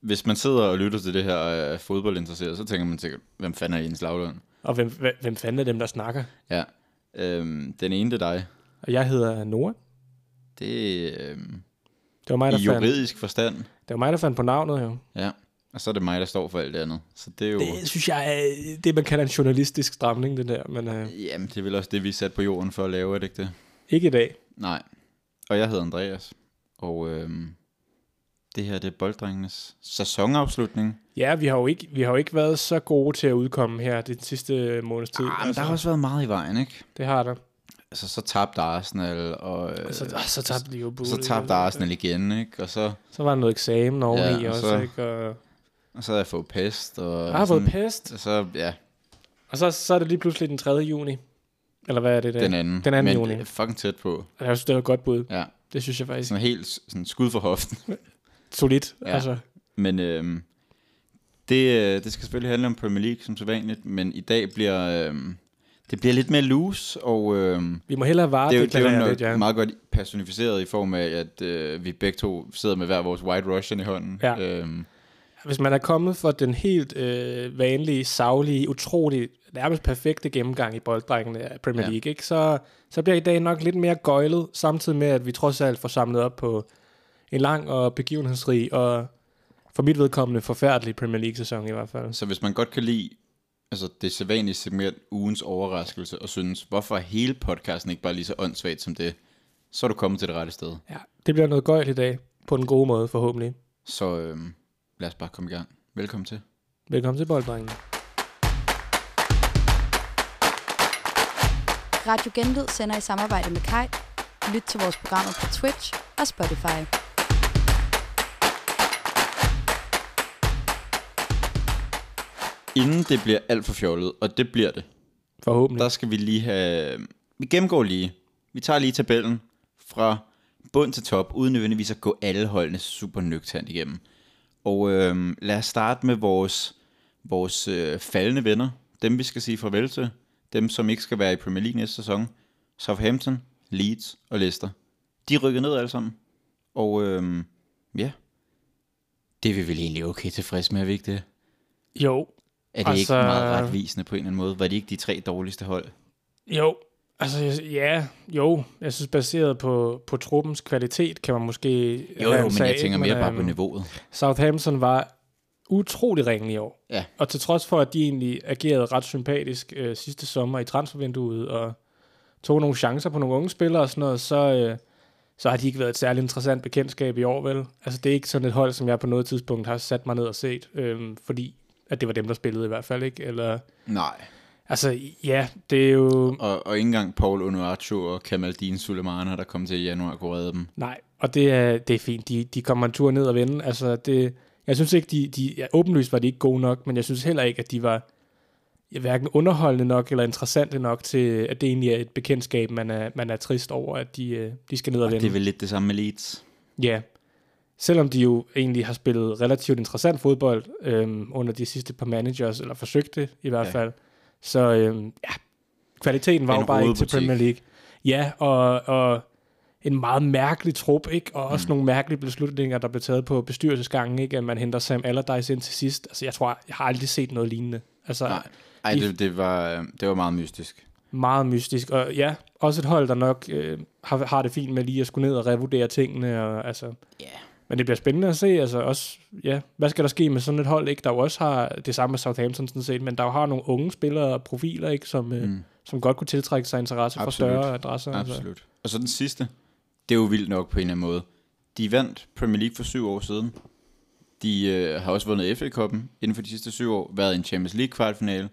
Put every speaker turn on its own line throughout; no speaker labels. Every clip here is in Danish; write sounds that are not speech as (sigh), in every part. hvis man sidder og lytter til det her og er fodboldinteresseret, så tænker man sikkert, hvem fanden er Jens Lavlund?
Og hvem, hvem, hvem fanden er dem, der snakker?
Ja. Øhm, den ene, det er dig.
Og jeg hedder Nora.
Det er øhm,
Det var mig,
i
der, fandt,
juridisk forstand.
det var mig, der fandt på navnet, jo.
Ja. Og så er det mig, der står for alt det andet. Så det er jo...
Det synes jeg er det, man kalder en journalistisk stramning, det der. Men øh,
Jamen, det er vel også det, vi er sat på jorden for at lave, er det ikke det?
ikke i dag.
Nej. Og jeg hedder Andreas. Og øhm, det her, det er Bolddrengenes sæsonafslutning.
Ja, vi har, jo ikke, vi har jo ikke været så gode til at udkomme her den sidste øh, måneds tid. Altså,
Ah, men der har også været meget i vejen, ikke?
Det har der.
Altså, så tabte Arsenal, og... Øh,
Og så, øh, så tabte Liverpool.
så tabte Arsenal igen, ikke? Og så,
Så var der noget eksamen oveni
Ja,
ja,
og
også,
så-
så... ikke? Og,
og så har jeg fået pest, og...
jeg har fået pest.
Og så, ja,
Og så, så er det lige pludselig den 3. juni. Eller hvad er det der?
den anden.
Den anden
men
juni.
det er fucking tæt på.
Og Jeg synes, det var et godt bud.
Ja,
Det synes jeg faktisk.
sådan helt sådan skud for hoften. (laughs)
Solidt.
Ja.
Ja. Altså,
Men øhm, det, øh, det skal selvfølgelig handle om Premier League, som så vanligt, men i dag bliver... Øhm, det bliver lidt mere loose, og øhm,
vi må hellere vare
det er jo,
det,
det er jo
det,
noget
lidt, ja.
meget godt personificeret i form af, at øh, vi begge to sidder med hver vores White Russian i hånden.
Ja.
Øhm,
Hvis man er kommet for den helt øh, vanlige, savlige, utrolig, nærmest perfekte gennemgang i bolddrengene af Premier
Ja.
League, ikke? Så, så bliver i dag nok lidt mere gøjlet, samtidig med, at vi trods alt får samlet op på en lang og begivenhedsrig og for mit vedkommende forfærdelig Premier League-sæson i hvert fald.
Så hvis man godt kan lide altså det sædvanlige segment ugens overraskelse, og synes, hvorfor er hele podcasten ikke bare lige så åndssvagt som det, så er du kommet til det rette sted.
Ja, det bliver noget gøjl i dag, på den gode måde forhåbentlig.
Så øhm, lad os bare komme i gang. Velkommen til.
Velkommen til bolddrengene.
Radio Genlyd sender i samarbejde med Kai. Lyt til vores programmer på Twitch og Spotify.
Inden det bliver alt for fjollet, og det bliver det,
Forhåbentlig.
der skal vi lige have... Vi gennemgår lige. Vi tager lige tabellen fra bund til top, uden nødvendigvis at gå alle holdene super nøgternt igennem. Og øhm, lad os starte med vores, vores øh, faldende venner. Dem, vi skal sige farvel til. Dem, som ikke skal være i Premier League næste sæson. Southampton, Leeds og Leicester. De rykker ned alle sammen. Og øhm, ja, det er vi vel egentlig okay tilfredse med, er vi ikke det?
Jo,
Er det altså... ikke
Altså-
meget retvisende på en eller anden måde? Var det ikke de tre dårligste hold?
Jo, altså jeg- ja, jo. Jeg synes baseret på, på truppens kvalitet, kan man måske...
Jo, jo, men
ransage,
jeg tænker
ikke?
mere bare
øhm,
på niveauet.
Southampton var utrolig ringe i år.
Ja.
Og til trods for, at de egentlig agerede ret sympatisk øh, sidste sommer i transfervinduet, og tog nogle chancer på nogle unge spillere og sådan noget, så, øh, så har de ikke været et særligt interessant bekendtskab i år, vel? Altså, det er ikke sådan et hold, som jeg på noget tidspunkt har sat mig ned og set, øh, fordi at det var dem, der spillede i hvert fald, ikke? Eller,
Nej.
altså, ja, det er jo...
Og, og ikke engang Paul Onuachu og Kamaldin Sulemana, der kom til i januar, kunne redde dem.
Nej, og det er, det er fint. De, de kommer en tur ned og vende. Altså, det, jeg synes ikke, de, de ja, åbenlyst var de ikke gode nok, men jeg synes heller ikke, at de var ja, hverken underholdende nok eller interessante nok til, at det egentlig er et bekendtskab, man er, man er trist over, at de, øh, de skal ned og
Og det
vende.
er vel lidt det samme med Leeds.
Ja. Selvom de jo egentlig har spillet relativt interessant fodbold øhm, under de sidste par managers, eller forsøgte i hvert
Ja.
ja. fald, så øhm, ja, kvaliteten var
En
jo bare ikke til
rodebutik.
Premier League. Ja, og, og en meget mærkelig trup, ikke? Og også mm. nogle mærkelige beslutninger, der blev taget på bestyrelsesgangen, ikke? At man henter Sam Allardyce ind til sidst. Altså, jeg tror, jeg har aldrig set noget lignende. Altså,
Nej. Ej,
I-
det, det, var, øh, det var meget mystisk.
meget mystisk. Og ja, også et hold, der nok øh, har, har det fint med lige at skulle ned og revurdere tingene. Og, altså.
Ja.
Men det bliver spændende at se. Altså også, ja, hvad skal der ske med sådan et hold, ikke, der jo også har det samme med Southampton sådan set, men der jo har nogle unge spillere og profiler, ikke, som, øh,
Mm.
mm. som godt kunne tiltrække sig interesse fra
Absolut.
større adresser. Altså.
Absolut. Og så den sidste. Det er jo vildt nok på en eller anden måde. De vandt Premier League for syv år siden. De øh, har også vundet FA-koppen inden for de sidste syv år. Været i en Champions League kvartfinale.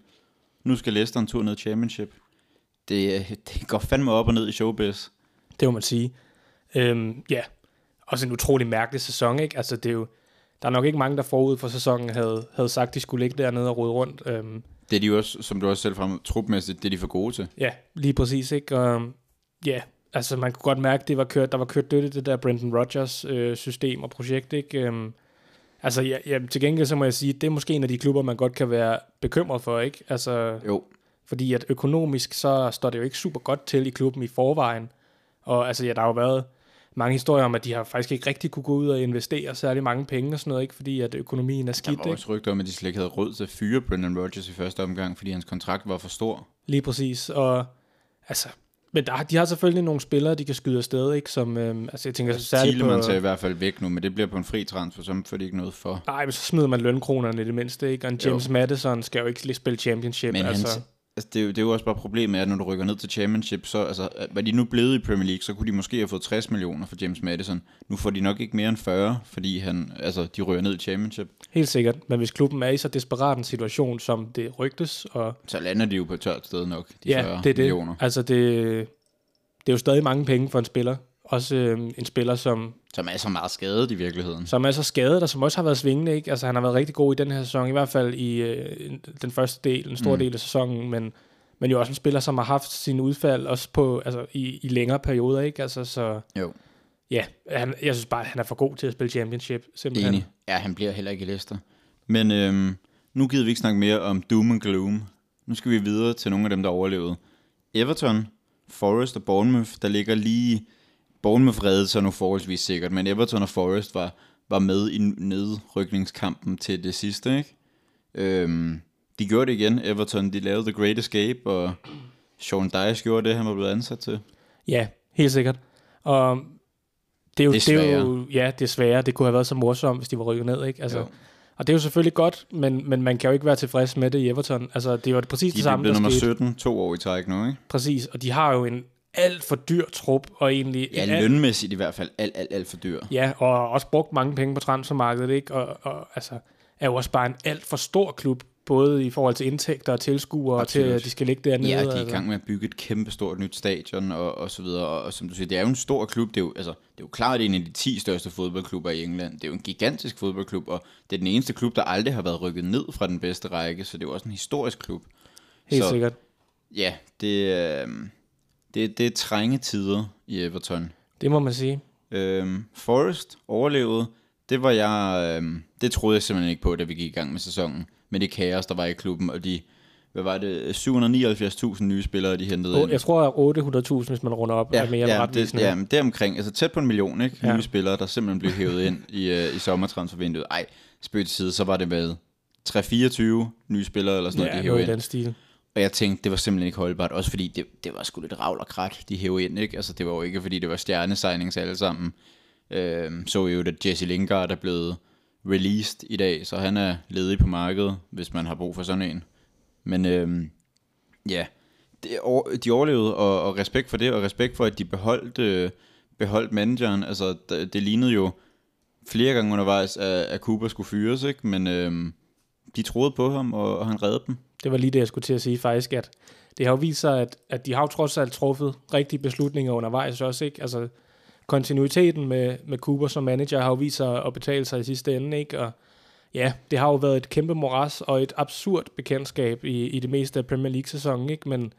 Nu skal Leicester en tur ned i Championship. Det, øh, det går fandme op og ned i showbiz.
Det må man sige. Øhm, ja, også en utrolig mærkelig sæson, ikke? Altså, det er jo, der er nok ikke mange, der forud for sæsonen havde, havde sagt, de skulle ligge dernede og rode rundt. Øhm,
Det er de jo også, som du også selv fremhævede, trupmæssigt, det er de for gode til.
Ja, lige præcis, ikke? Og, ja, altså man kunne godt mærke, det var kørt, der var kørt dødt i det der Brendan Rodgers øh, system og projekt, ikke? Øhm, altså ja, ja, til gengæld så må jeg sige, det er måske en af de klubber, man godt kan være bekymret for, ikke? Altså,
Jo,
fordi at økonomisk, så står det jo ikke super godt til i klubben i forvejen. Og altså, ja, der har jo været mange historier om, at de har faktisk ikke rigtig kunne gå ud og investere særlig mange penge og sådan noget, ikke? fordi at økonomien
Der
er skidt.
var
Ikke?
også rygter om, at de slet ikke havde råd til at fyre Brendan Rodgers i første omgang, fordi hans kontrakt var for stor.
Lige præcis. Og, altså, men der, de har selvfølgelig nogle spillere, de kan skyde afsted, ikke? som øhm, altså, jeg tænker særligt
Thielemann
på...
tager i hvert fald væk nu, men det bliver på en fri transfer, så får de ikke noget for.
Nej, men så smider man lønkronerne i det mindste, ikke? Og en
Jo.
James jo. Madison skal jo ikke lige spille championship.
Men
altså.
altså, hans, altså det, er jo, det er jo også bare problemet, at når du rykker ned til championship, så altså, at var de nu blevet i Premier League, så kunne de måske have fået 60 millioner for James Madison. Nu får de nok ikke mere end 40, fordi han, altså, de ryger ned i championship.
Helt sikkert. Men hvis klubben er i så desperat en situation, som det rygtes, og
Så lander de jo på et tørt sted nok, de
ja,
40
det er det.
millioner.
Altså, det, det er jo stadig mange penge for en spiller. Også øh, en spiller, som,
Som er så meget skadet i virkeligheden.
som er så skadet, og som også har været svingende. Ikke? Altså, han har været rigtig god i den her sæson, i hvert fald i øh, den første del, en stor mm. del af sæsonen, men, men jo også en spiller, som har haft sine udfald også på, altså, i, i længere perioder. Ikke? Altså, så
Jo,
ja, han, jeg synes bare, at han er for god til at spille championship. Simpelthen.
enig. Ja, han bliver heller ikke i Leicester. Men øhm, nu gider vi ikke snakke mere om doom and gloom. Nu skal vi videre til nogle af dem, der overlevede. Everton, Forest og Bournemouth, der ligger lige... Bournemouth reddede sig nu forholdsvis sikkert, men Everton og Forest var, var med i nedrykningskampen til det sidste, ikke? Øhm, de gjorde det igen, Everton. De lavede The Great Escape, og Sean Dyche gjorde det, han var blevet ansat til.
Ja, helt sikkert. Og det er jo, det er jo ja, desværre, det kunne have været så morsomt, hvis de var rykket ned, ikke? Altså,
Jo.
og det er jo selvfølgelig godt, men, men man kan jo ikke være tilfreds med det i Everton. Altså, det var præcis det
De
samme,
blev
der
nummer
skete.
17, to år i træk nu, ikke?
Præcis, og de har jo en alt for dyr trup, og egentlig... en
Ja,
alt-
lønmæssigt i hvert fald alt, alt, alt for dyr.
Ja, og også brugt mange penge på transfermarkedet, ikke? Og, og altså, er jo også bare en alt for stor klub, både i forhold til indtægter og tilskuere, og til
Absolut.
at de skal ligge dernede.
Ja, de er i
altså.
gang med at bygge et kæmpe stort nyt stadion og, og så videre. Og, og som du siger, det er jo en stor klub. Det er jo, altså, det er jo klart en af de 10 største fodboldklubber i England. Det er jo en gigantisk fodboldklub, og det er den eneste klub, der aldrig har været rykket ned fra den bedste række, så det er jo også en historisk klub.
Helt
så-
sikkert.
Ja, det, øh, det, det er trænge tider i Everton.
Det må man sige.
Øhm, Forest overlevede. Det var jeg... Øhm, det troede jeg simpelthen ikke på, da vi gik i gang med sæsonen. Men det kaos, der var i klubben, og de... Hvad var det? 779.000 nye spillere, de hentede
Og
ind.
Jeg tror, at 800.000, hvis man runder op, ja, er mere ja,
Øhm. ja, det,
retvisende.
ja, men det er omkring, altså tæt på en million, ikke? Nye
Ja.
spillere, der simpelthen blev hævet ind i, øh, i sommertransfervinduet. Ej, spøg til side, så var det hvad? 3-24 nye spillere eller sådan noget, de
ja,
hævede
noget i
ind.
den stil.
Og jeg tænkte, det var simpelthen ikke holdbart, også fordi det, det var sgu lidt ravl og krat, de hævde ind, ikke? Altså, det var jo ikke, fordi det var stjernesignings alle sammen. Øhm, så jo, at Jesse Lingard er blevet released i dag, så han er ledig på markedet, hvis man har brug for sådan en. Men øhm, ja, det, over- de overlevede, og, og respekt for det, og respekt for, at de beholdt, øh, beholdt manageren. Altså, det, det lignede jo flere gange undervejs, at, at Cooper skulle fyres, ikke? Men øhm, de troede på ham, og, og han reddede dem.
Det var lige det, jeg skulle til at sige faktisk, at det har jo vist sig, at, at de har jo trods alt truffet rigtige beslutninger undervejs også, ikke? Altså, kontinuiteten med, med Cooper som manager har jo vist sig at betale sig i sidste ende, ikke? Og ja, det har jo været et kæmpe moras og et absurd bekendtskab i, i det meste af Premier League-sæsonen, ikke? Men,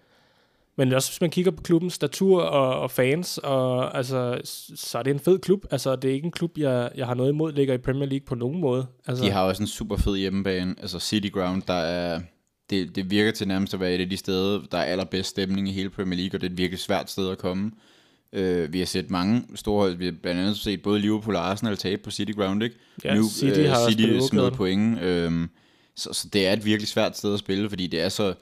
men også hvis man kigger på klubbens statur og, og fans, og, altså, s- så er det en fed klub. Altså, det er ikke en klub, jeg, jeg har noget imod, ligger i Premier League på nogen måde. Altså,
De har også en super fed hjemmebane, altså City Ground, der er, det, det virker til nærmest at være et af de steder, der er allerbedst stemning i hele Premier League, og det er et virkelig svært sted at komme. Øh, vi har set mange store hold, vi har blandt andet set både Liverpool og Arsenal tabe på City Ground, ikke? øh,
Ja, City har også
City
blevet
smed
uafgjort.
point, øh, så, så det er et virkelig svært sted at spille, fordi det er så,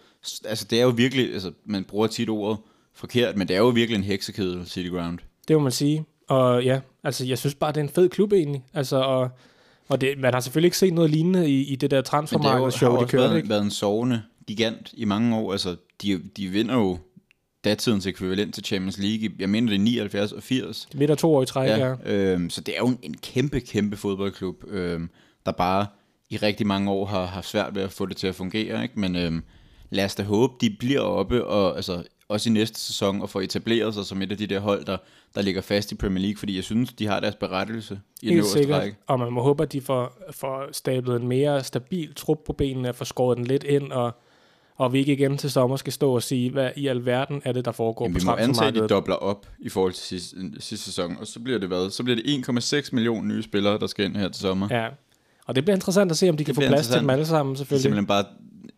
altså det er jo virkelig, altså man bruger tit ordet forkert, men det er jo virkelig en heksekedel, City Ground.
Det må man sige. Og ja, altså jeg synes bare, det er en fed klub egentlig. Altså, og, og det, man har selvfølgelig ikke set noget lignende i, i
Men
det der
det er jo,
transfermarked
har
show, de
også
kørte,
været,
ikke?
været en sovende gigant i mange år. Altså, de, de vinder jo datidens ekvivalent til Champions League. i- Jeg mener, det er 79 og 80.
Midt af to år i træk, ja. ja.
Øhm, så det er jo en, en kæmpe, kæmpe fodboldklub, øhm, der bare i rigtig mange år har haft svært ved at få det til at fungere. Ikke? Men øhm, lad os da håbe, de bliver oppe, og altså, også i næste sæson, og får etableret sig som et af de der hold, der, der ligger fast i Premier League, fordi jeg synes, de har deres berettelse i den
Helt
øverste
sikkert.
række.
Og man må håbe, at de får, får stablet en mere stabil trup på benene, får skåret den lidt ind, og, og vi ikke igen til sommer skal stå og sige, hvad i alverden er det, der foregår
Jamen,
på
vi må antage, at de
transfermarkedet.
dobler op i forhold til sidste, øh, sidste sæson, og så bliver det hvad? Så bliver det 1,6 millioner nye spillere, der skal ind her til sommer. Ja,
ja. Og det bliver interessant at se, om de kan få
bliver
plads til dem
interessant.
alle sammen, selvfølgelig.
Simpelthen bare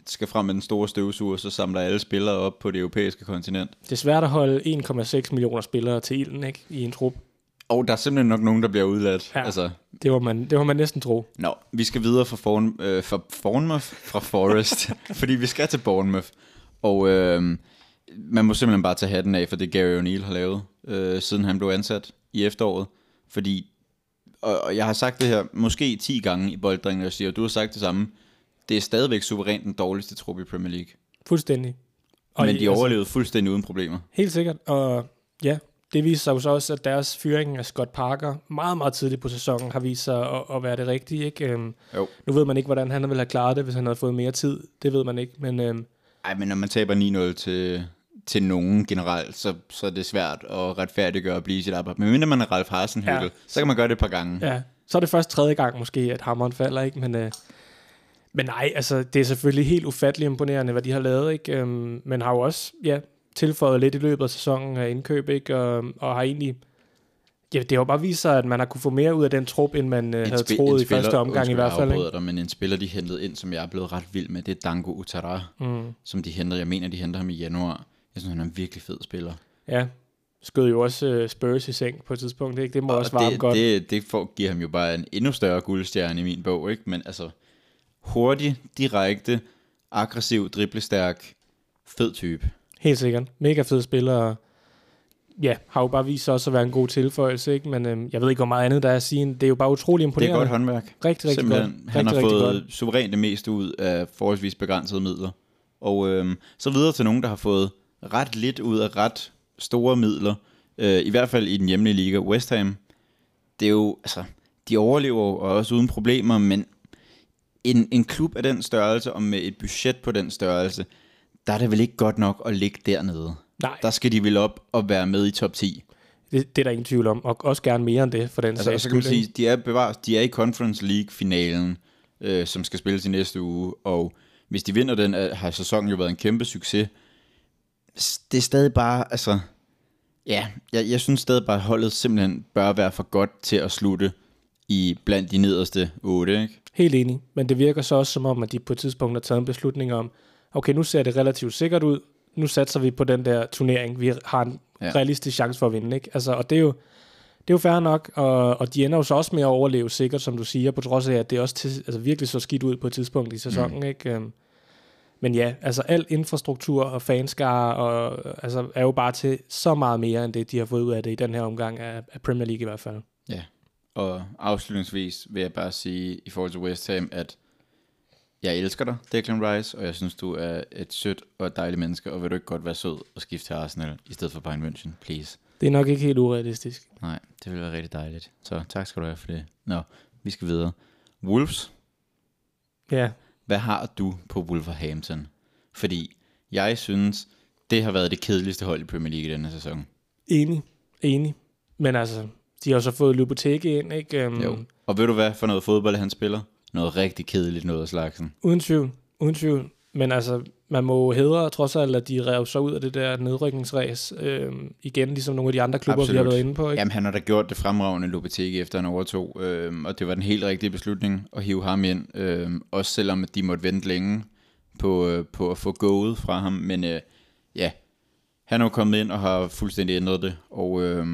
skal frem med den store støvsuger, så samler alle spillere op på det europæiske kontinent.
Det er svært at holde 1,6 millioner spillere til ilden ikke? i en trup.
Og der er simpelthen nok nogen, der bliver udladt.
Ja.
Ja. Altså,
Det var man, det var man næsten tro.
Nå, vi skal videre fra, Forn, øh, fra Bournemouth, fra (laughs) Forest, fordi vi skal til Bournemouth. Og øh, man må simpelthen bare tage hatten af for det, Gary O'Neill har lavet, øh, siden han blev ansat i efteråret. Fordi, og, og jeg har sagt det her måske 10 gange i bolddringen, og siger, og du har sagt det samme. Det er stadigvæk suverænt den dårligste trup i Premier League.
Fuldstændig.
Og Men
i-
de overlevede fuldstændig uden problemer.
Helt sikkert, og ja, det viser sig jo så også, at deres fyring af Scott Parker meget, meget tidligt på sæsonen har vist sig at, at være det rigtige. Ikke? Øhm,
Jo.
nu ved man ikke, hvordan han ville have klaret det, hvis han havde fået mere tid. Det ved man ikke, men øhm,
Ej, men når man taber 9-0 til, til nogen generelt, så, så er det svært at retfærdiggøre at blive i sit arbejde. Men mindre man er Ralf Hasenhüttel,
Ja.
ja. så kan man gøre det et par gange. Ja.
ja, så er det først tredje gang måske, at hammeren falder. ikke. Men, øh, men nej, altså, det er selvfølgelig helt ufattelig imponerende, hvad de har lavet. Ikke? Øhm, men har jo også ja, tilføjet lidt i løbet af sæsonen af indkøb, ikke? Og, og har egentlig... Ja, det har jo bare vist sig, at man har kunne få mere ud af den trup, end man øh, havde troet i første omgang i hvert fald. Ikke?
Dig, men en spiller, de hentede ind, som jeg er blevet ret vild med, det er Dango Utara,
Mm.
som de hentede. Jeg mener, de henter ham i januar. Jeg synes, han er en virkelig fed spiller.
Ja, skød jo også øh, Spurs i seng på et tidspunkt, ikke? Det må og også varme
det,
godt.
Det, det får, giver ham jo bare en endnu større guldstjerne i min bog, ikke? Men altså, hurtig, direkte, aggressiv, driblestærk, fed type.
Helt sikkert. Mega fed spiller. og Ja, har jo bare vist sig også at være en god tilføjelse, ikke? Men øhm, jeg ved ikke, hvor meget andet der er at sige. end Det er jo bare utrolig
Det er
imponerende.
godt håndværk.
Rigtig, rigtig
Simpelthen.
godt.
Han
rigtig,
har
rigtig
fået
Godt.
suverænt det meste ud af forholdsvis begrænsede midler. Og øhm, så videre til nogen, der har fået ret lidt ud af ret store midler. Øh, I hvert fald i den hjemlige liga, West Ham. Det er jo, altså, de overlever jo og også uden problemer, men en, en klub af den størrelse og med et budget på den størrelse, der er det vel ikke godt nok at ligge dernede.
Nej,
Der skal de vel op og være med i top 10.
det, det, er der ingen tvivl om. Og også gerne mere end det, for den
Altså, og
sags
så kan man
skyld, ikke?
sige, de er, bevares, de er i Conference League-finalen, øh, som skal spilles i næste uge, og hvis de vinder den, er, har sæsonen jo været en kæmpe succes. S- Det er stadig bare, altså... Ja, jeg, jeg synes stadig bare, at holdet simpelthen bør være for godt til at slutte i blandt de nederste otte, ikke?
Helt enig. Men det virker så også som om, at de på et tidspunkt har taget en beslutning om, okay, nu ser det relativt sikkert ud. Nu satser vi på den der turnering. Vi har en ja.
Ja.
realistisk chance for at vinde. Ikke? Altså, og det er jo, det er jo fair nok, og, og de ender jo så også med at overleve sikkert, som du siger, på trods af, at det også til, altså virkelig så skidt ud på et tidspunkt i sæsonen. Mm. Ikke? Øhm, Men ja, altså al infrastruktur og fanskare og, øh, altså, er jo bare til så meget mere, end det, de har fået ud af det i den her omgang af, af Premier League i hvert fald.
Ja. Og afslutningsvis vil jeg bare sige i forhold til West Ham, at jeg elsker dig, Declan Rice, og jeg synes, du er et sødt og et dejligt menneske, og vil du ikke godt være sød og skifte til Arsenal i stedet for Bayern München, please?
Det er nok ikke helt urealistisk.
Nej, det ville være rigtig dejligt. Så tak skal du have for det. Nå, vi skal videre. Wolves,
Ja,
hvad har du på Wolverhampton? Fordi jeg synes, det har været det kedeligste hold i Premier League i denne sæson.
Enig, enig. Men altså, de har jo så fået Lubotek ind, ikke? Um,
Jo. Og ved du hvad for noget fodbold han spiller? Noget rigtig kedeligt noget af slagsen.
Uden tvivl, uden tvivl. Men altså, man må hedre trods alt, at de rev så ud af det der nedrykningsræs øhm, igen, ligesom nogle af de andre klubber, Absolut. vi har
Absolut.
været inde på. Ikke?
Jamen, han har da gjort det fremragende Lopetegi, efter han overtog, øhm, og det var den helt rigtige beslutning at hive ham ind, øhm, også selvom at de måtte vente længe på, øh, på at få gået fra ham, men øh, ja, han er jo kommet ind og har fuldstændig ændret det, og øhm,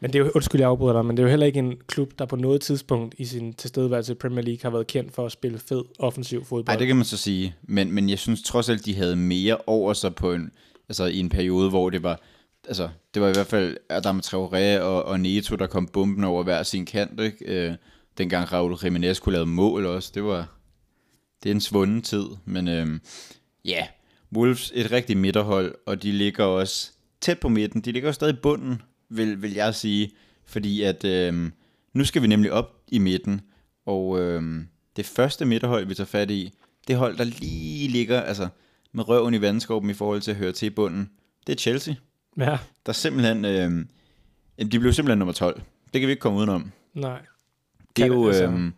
Men det er jo, undskyld, jeg afbryder dig, men det er jo heller ikke en klub, der på noget tidspunkt i sin tilstedeværelse i Premier League har været kendt for at spille fed offensiv fodbold.
ej, det kan man så sige, men, men jeg synes trods alt, de havde mere over sig på en, altså i en periode, hvor det var, altså det var i hvert fald Adam Traoré og, og Neto, der kom bomben over hver sin kant, ikke? Øh, dengang Raul Jiménez kunne lave mål også, det var, det er en svunden tid, men øhm, ja, yeah. Wolves et rigtig midterhold, og de ligger også tæt på midten, de ligger jo stadig i bunden, vil, vil jeg sige, fordi at øhm, nu skal vi nemlig op i midten, og øhm, det første midterhold, vi tager fat i, det hold, der lige ligger altså, med røven i vandskorben i forhold til at høre til i bunden, det er Chelsea,
Ja,
der simpelthen, øhm, jamen, de blev simpelthen nummer 12, det kan vi ikke komme udenom.
nej.
Det er,
Kan-
jo,
altså-
øhm,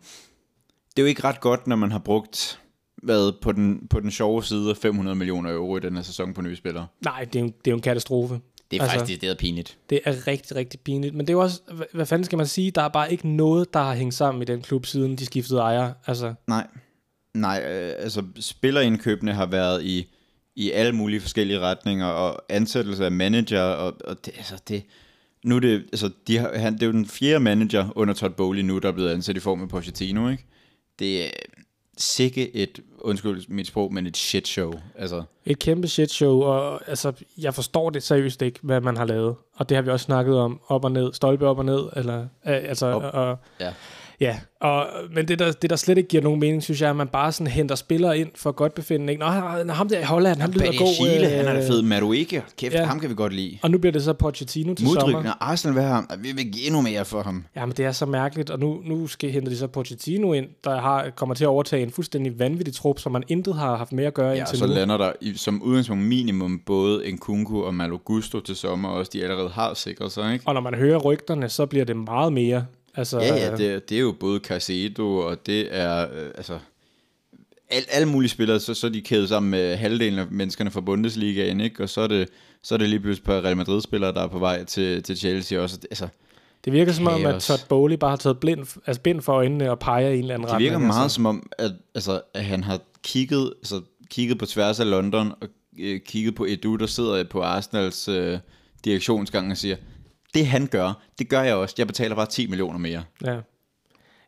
det er jo ikke ret godt, når man har brugt hvad, på, den, på den sjove side 500 millioner euro i den her sæson på nye spillere.
Nej, det er, jo, det er jo en katastrofe.
Det er
Altså-
altså, faktisk decideret pinligt.
Det er rigtig, rigtig pinligt. Men det er jo også, hvad, hvad fanden skal man sige, der er bare ikke noget, der har hængt sammen i den klub, siden de skiftede ejer. Altså,
Nej. Nej, øh, altså spillerindkøbene har været i, i alle mulige forskellige retninger, og ansættelse af manager, og, og det, altså det, nu er det, altså, de har, han, det er jo den fjerde manager under Todd Bowley nu, der er blevet ansat i form af Pochettino, ikke? Det er sikke et, undskyld mit sprog, men et shit show. Altså,
Et kæmpe shit show, og altså, jeg forstår det seriøst ikke, hvad man har lavet. Og det har vi også snakket om, op og ned, stolpe op og ned, eller, øh, altså,
Op.
og,
ja.
ja. Og, men det der, det, der slet ikke giver nogen mening, synes jeg, er, at man bare sådan henter spillere ind for godt befindende. Nå, han- ham der i Holland, han lyder
Badi
god.
Chile,
øh,
han er da fed. Madueke, hold kæft,
ja.
ja. ham kan vi godt lide.
Og nu bliver det så Pochettino til
Mudryk,
sommer.
når Arsenal vil have ham, vi vil give endnu mere for ham.
Jamen, det er så mærkeligt, og nu, nu skal hente de så Pochettino ind, der har, kommer til at overtage en fuldstændig vanvittig trup, som man intet har haft med at gøre
Ja, og
indtil
så
nu.
lander der i, som udgangspunkt minimum både Nkunku og Malo Gusto til sommer, og også de allerede har sikret sig, ikke?
Og når man hører rygterne, så bliver det meget mere. Altså,
Ja, ja, det, det er jo både Caicedo, og det er, øh, altså, al, alle mulige spillere, så, så er de kædet sammen med halvdelen af menneskerne fra Bundesligaen, ikke? Og så er det, så er det lige pludselig på Real Madrid-spillere, der er på vej til, til Chelsea også. Altså,
det virker som om, at
kaos.
Todd Bowley bare har taget blind, altså bind for øjnene og peger i en eller anden
det
retning.
virker meget
Altså.
som om, at, altså, at han har kigget, altså, kigget på tværs af London, og øh, kigget på Edu, der sidder på Arsenals øh, direktionsgang og siger, det han gør, det gør jeg også. Jeg betaler bare 10 millioner mere.
Ja.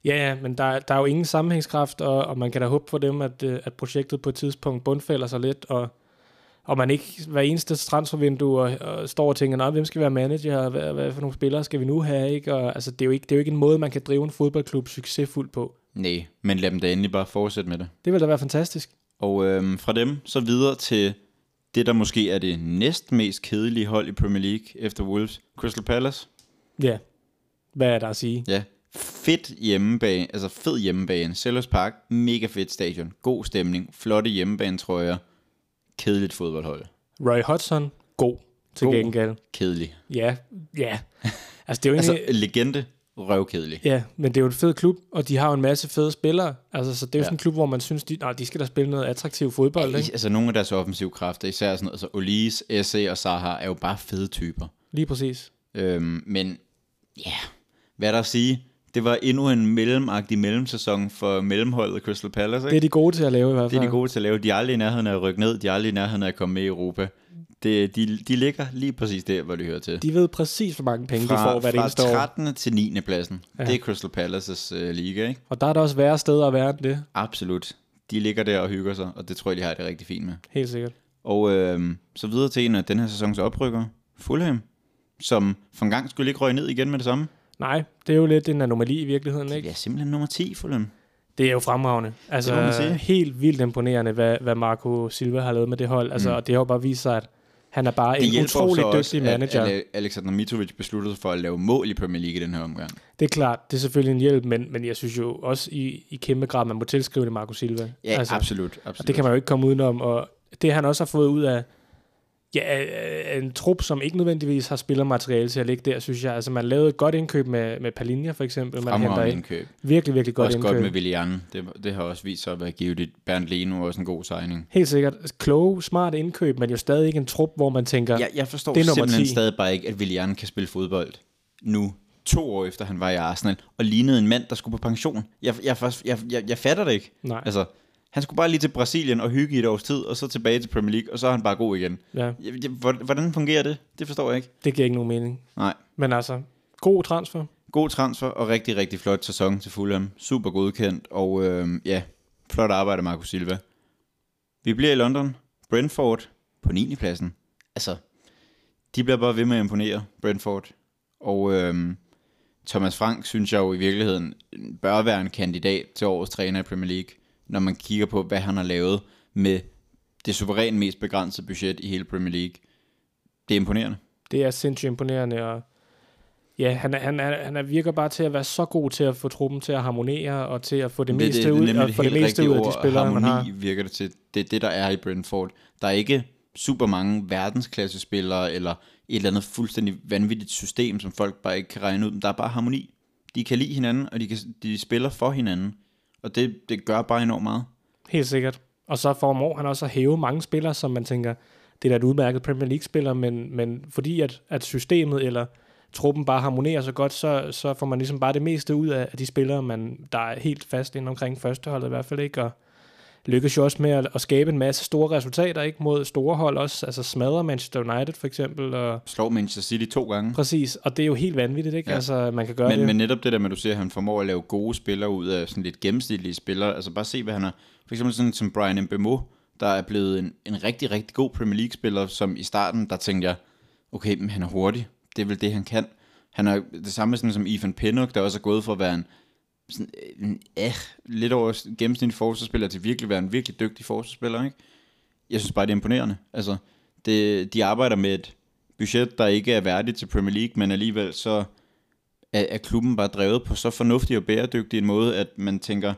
Ja, ja, men der, der er jo ingen sammenhængskraft, og, og man kan da håbe for dem, at, øh, at projektet på et tidspunkt bundfælder sig lidt, og, og man ikke hver eneste transfervindue og, og står og tænker, nej, hvem skal være manager, og hvad, hvad for nogle spillere skal vi nu have, ikke? Og, altså, det er, jo ikke, det er jo ikke en måde, man kan drive en fodboldklub succesfuldt på.
Nej, men lad dem da endelig bare fortsætte med det.
Det ville da være fantastisk.
Og øhm, fra dem så videre til det, der måske er det næst mest kedelige hold i Premier League efter Wolves. Crystal Palace.
Ja, hvad er der at sige?
Ja. Fedt hjemmebane, altså fed hjemmebane. Sellers Park, mega fedt stadion. God stemning, flotte hjemmebane, tror jeg. Kedeligt fodboldhold.
Roy Hodgson, god til
God.
gengæld.
Kedelig.
Ja, ja. Altså, det er jo egentlig...
Altså, legende, røvkedelig.
Ja, men det er jo en fed klub, og de har jo en masse fede spillere. Altså, så det er
Ja.
jo ja. sådan en klub, hvor man synes, de, nej, de skal da spille noget attraktiv fodbold. Ikke?
Altså, nogle af deres offensive kræfter, især sådan noget, altså Olis, Esse og Zaha, er jo bare fede typer.
Lige præcis.
Øhm, men ja, yeah. hvad er der at sige? Det var endnu en mellemagtig mellemsæson for mellemholdet Crystal Palace.
Det
Ikke?
er de gode til at lave i hvert
Det
fald.
er de gode til at lave. De er aldrig i nærheden af at rykke ned. De er aldrig i nærheden af at komme med i Europa. Det, de, de ligger lige præcis der, hvor de hører til.
De ved præcis, hvor mange penge de
Fra,
får hvert eneste
fra
år.
13. til 9. pladsen.
Ja.
Ja. Det er Crystal Palaces øh, liga, ikke?
Og der er der også værre steder at være end det.
øhm,
Altså, Altså,
Mm.
Altså, Altså,
Altså,
altså,
øhm, Altså, øhm,
ligesom lykkes jo også med at, at skabe en masse store resultater, ikke mod store hold også, altså smadrer Manchester United for eksempel, og
Slår Manchester City to gange.
præcis, og det er jo helt vanvittigt, ikke?
Ja.
Ja. Altså, man kan gøre
Men,
det.
men netop det der med, at du siger, at han formår at lave gode spillere ud af sådan lidt gennemsnitlige spillere. Altså bare se, hvad han har. For eksempel sådan som Brian Mbemo, der er blevet en, en rigtig, rigtig god Premier League-spiller, som i starten, der tænkte jeg, okay, men han er hurtig. Det er vel det, han kan. Han er det samme sådan som Ivan Pinnock, der også er gået for at være en, sådan, en eh, lidt over gennemsnitlig forsvarsspiller til virkelig være en virkelig dygtig forsvarsspiller, ikke? Jeg synes bare, det er imponerende. Altså, det, de arbejder med et budget, der ikke er værdigt til Premier League, men alligevel så er, er klubben bare drevet på så fornuftig og bæredygtig en måde, at man tænker,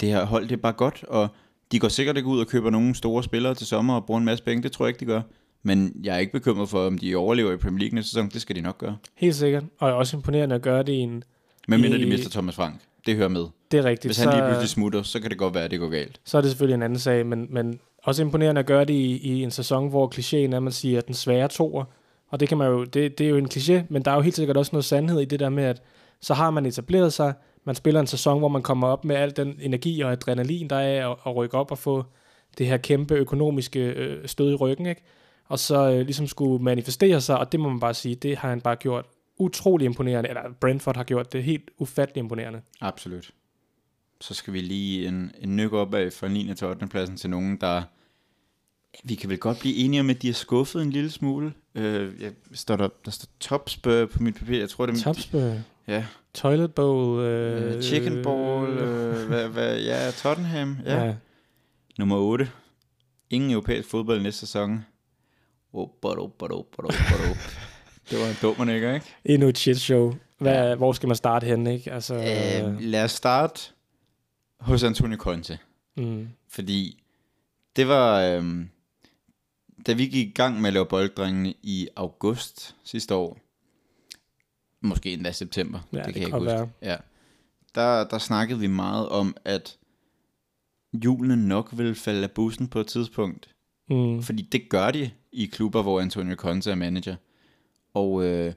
det her hold, det er bare godt, og de går sikkert ikke ud og køber nogle store spillere til sommer og bruger en masse penge, det tror jeg ikke, de gør. Men jeg er ikke bekymret for, om de overlever i Premier League næste sæson, det skal de nok gøre.
Helt sikkert, og det er også imponerende at gøre det i en,
Men mindre de
I-
mister Thomas Frank, det hører med.
det er rigtigt,
Hvis
så,
han lige pludselig smutter, så kan det godt være, at det går galt.
så er det selvfølgelig en anden sag, men, men også imponerende at gøre det i, i en sæson, hvor klichéen er, at man siger, at den svære toer, og det, kan man jo, det, det er jo en kliché, men der er jo helt sikkert også noget sandhed i det der med, at så har man etableret sig, man spiller en sæson, hvor man kommer op med al den energi og adrenalin, der er at, at rykke op og få det her kæmpe økonomiske øh, stød i ryggen, ikke? og så øh, ligesom skulle manifestere sig, og det må man bare sige, det har han bare gjort utrolig imponerende, eller Brentford har gjort det helt ufattelig imponerende.
Absolut. Så skal vi lige en, en nyk op af fra 9. til 8. pladsen til nogen, der... Vi kan vel godt blive enige om, at de er skuffet en lille smule. Øh, jeg står der, der står topspør på mit papir. Jeg tror, det er...
Topspur.
Ja.
øh, Toilet bowl.
Øh, chicken ball. (laughs) Øh, hvad, hvad, ja, Tottenham. Ja. ja.
ja.
Nummer 8. Ingen europæisk fodbold næste sæson. Oh, bado, bado, bado, (laughs) bado. det var en dummer, ikke?
Endnu et shit show. Hvad, ja. Hvor skal man starte henne, ikke? Altså,
Øh,
øh,
lad os starte hos Antonio Conte.
mm,
Fordi det var, øhm, da vi gik i gang med at lave bolddrengene i august sidste år, måske endda september,
Ja,
det
det
kan jeg ikke
kan
huske.
godt
Ja. Der, der snakkede vi meget om, at julene nok ville falde af bussen på et tidspunkt.
mm,
Fordi det gør de i klubber, hvor Antonio Conte er manager. Og øh,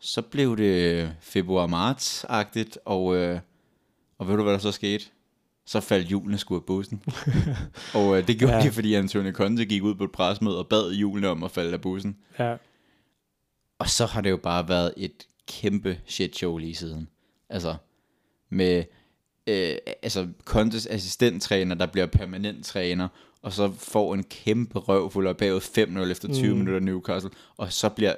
så blev det februar-marts-agtigt, og, øh, og ved du, hvad der så skete? Så faldt julene sgu af bussen. og øh, det gjorde ja.
Ja.
de, fordi Antonio Conte gik ud på et presmøde og bad julene om at falde af bussen.
ja.
Og så har det jo bare været et kæmpe shit show lige siden. Altså, med øh, altså Contes assistenttræner, der bliver permanent træner, og så får en kæmpe røvfuld og er bagud 5-0 efter 20 mm. minutter Newcastle, og så bliver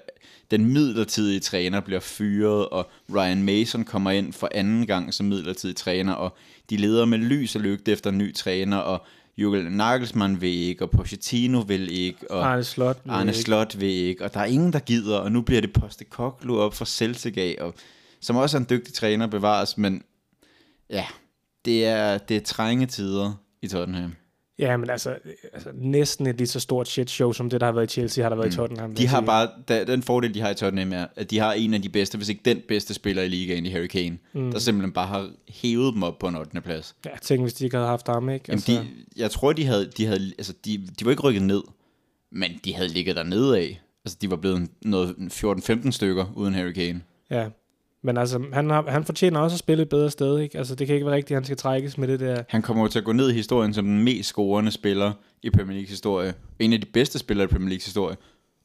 den midlertidige træner bliver fyret, og Ryan Mason kommer ind for anden gang som midlertidig træner, og de leder med lys og lygte efter en ny træner, og Jürgen Nagelsmann vil ikke, og Pochettino vil ikke, og
Arne Slot. vil
Arne
ikke-
Slot vil ikke, og der er ingen, der gider, og nu bliver det Poste Koklu op for Celtic af, og, som også er en dygtig træner bevares, men ja, det er, det er trænge tider i Tottenham.
Ja, men altså, altså, næsten et lige så stort shit show, som det, der har været i Chelsea, har der været mm. i Tottenham. vil
De
jeg
har
sige.
bare, da, den fordel, de har i Tottenham er, at de har en af de bedste, hvis ikke den bedste spiller i ligaen i Harry Kane, mm. der simpelthen bare har hævet dem op på en 8. plads.
Ja, tænk, hvis de ikke havde haft ham, ikke? Altså,
Jamen, de, jeg tror, de havde, de havde altså, de, de var ikke rykket ned, men de havde ligget dernede af. Altså, de var blevet noget 14-15 stykker uden Harry Kane.
Ja. Men altså, han, har, han fortjener også at spille et bedre sted, ikke? Altså, det kan ikke være rigtigt, at han skal trækkes med det der.
Han kommer jo til at gå ned i historien som den mest scorende spiller i Premier Leagues historie. En af de bedste spillere i Premier Leagues historie.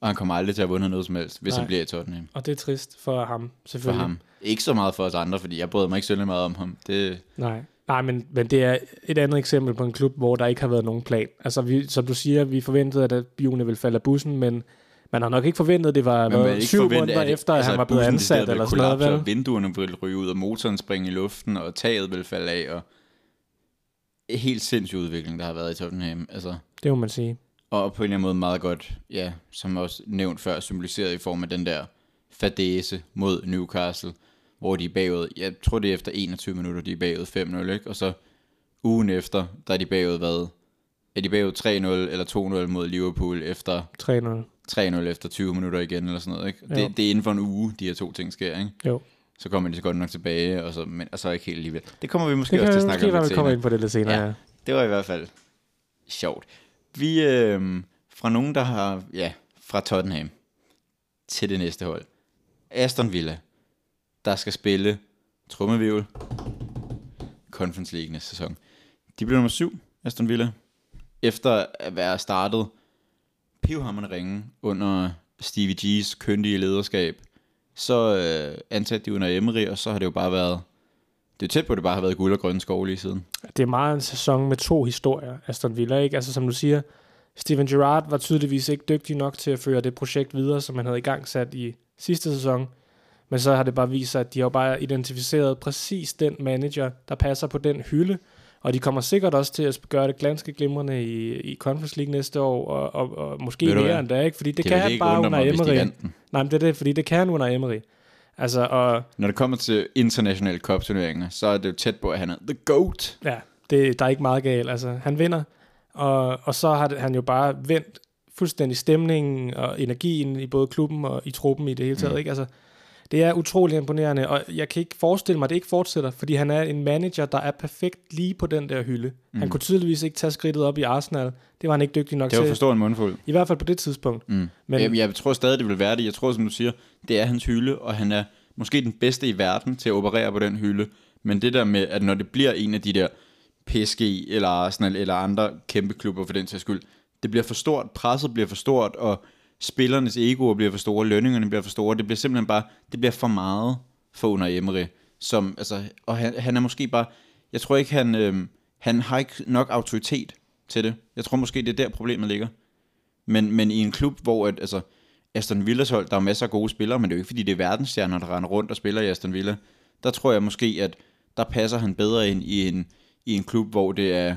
Og han kommer aldrig til at have vundet noget som helst, hvis Nej.
Nej.
han bliver i Tottenham.
Og det er trist for ham,
For
selvfølgelig.
ham. Ikke så meget for os andre, fordi jeg bryder mig ikke særlig meget om ham. Det,
Nej, Nej men, men det er et andet eksempel på en klub, hvor der ikke har været nogen plan. Altså, vi, som du siger, vi forventede, at Bione ville falde af bussen, men man har nok ikke forventet, at det var
man
hvad, syv måneder
at- altså,
efter, at han var blevet
bussen
ansat
decideret
eller
ville
sådan noget.
kollapse,
Vel?
Og vinduerne ville ryge ud, og motoren springe i luften, og taget ville falde af. Og helt sindssyg udvikling, der har været i Tottenham. Altså,
Det må man sige.
Og på en eller anden måde meget godt, ja, som også nævnt før, symboliseret i form af den der fadese mod Newcastle, hvor de er bagud, jeg tror det er efter 21 minutter, de er bagud 5-0, ikke? Og så ugen efter, der er de bagud hvad? Er de bagud 3-0 eller 2-0 mod Liverpool efter
3-0.
3-0 efter 20 minutter igen, eller sådan noget, ikke?
Jo.
Det, det, er inden for en uge, de her to ting sker, ikke?
Jo,
Så kommer de så godt nok tilbage, og så, men, og så ikke helt alligevel. Det kommer vi måske
det
også til
kan
at
vi
snakke om
måske være,
lidt
vi kommer
senere.
ind på det lidt senere.
Ja.
Ja.
Det var i hvert fald sjovt. Vi øh, fra nogen, der har, ja, fra Tottenham til det næste hold. Aston Villa, der skal spille trummevivel Conference League næste sæson. De blev nummer syv, Aston Villa. efter at være startet pivhammerne ringe under Stevie G's køndige lederskab, så øh, ansatte de under Emery, og så har det jo bare været, det er tæt på, at det bare har været guld og grønne skove lige siden.
det er meget en sæson med to historier, Aston Villa, ikke? Altså som du siger, Steven Gerrard var tydeligvis ikke dygtig nok til at føre det projekt videre, som han havde i gang sat i sidste sæson. Men så har det bare vist sig, at de har jo bare identificeret præcis den manager, der passer på den hylde. Og de kommer sikkert også til at gøre det ganske glimrende i, i Conference League næste år, og, og, og måske
Ved du
mere
hvad?
end da, ikke? Fordi det, det kan
ville
han bare
undre
under
mig, hvis de
Emery.
vandt den.
Nej, men det er det, fordi det kan han under Emery. Altså, og
Når det kommer til internationale cup-turneringer, så er det jo tæt på, at han er the GOAT.
Ja, det, der er ikke meget galt. Altså, han vinder, og, og så har det- han jo bare vendt fuldstændig stemningen og energien i både klubben og i truppen i det hele taget. Mm. Ikke? Altså, det er utrolig imponerende, og jeg kan ikke forestille mig, at det ikke fortsætter, fordi han er en manager, der er perfekt lige på den der hylde. Mm. Han kunne tydeligvis ikke tage skridtet op i Arsenal. Det var han ikke dygtig nok
Det var for
til.
stor en mundfuld.
I hvert fald på det tidspunkt.
Mm.
Men-
Men... Jeg, jeg tror stadig, det vil være det. Jeg tror, som du siger, det er hans hylde, og han er måske den bedste i verden til at operere på den hylde. Men det der med, at når det bliver en af de der PSG eller Arsenal eller andre kæmpe klubber for den sags skyld, det bliver for stort, presset bliver for stort, og spillernes egoer bliver for store, lønningerne bliver for store. Det bliver simpelthen bare, det bliver for meget for under Emery. Som, altså, og han, han er måske bare, jeg tror ikke, han, øhm, han har ikke nok autoritet til det. Jeg tror måske, det er der problemet ligger. Men, men i en klub, hvor at, altså, Aston Villas hold, der er masser af gode spillere, men det er jo ikke, fordi det er verdensstjerner, der render rundt og spiller i Aston Villa. Der tror jeg måske, at der passer han bedre ind i en, i en klub, hvor det er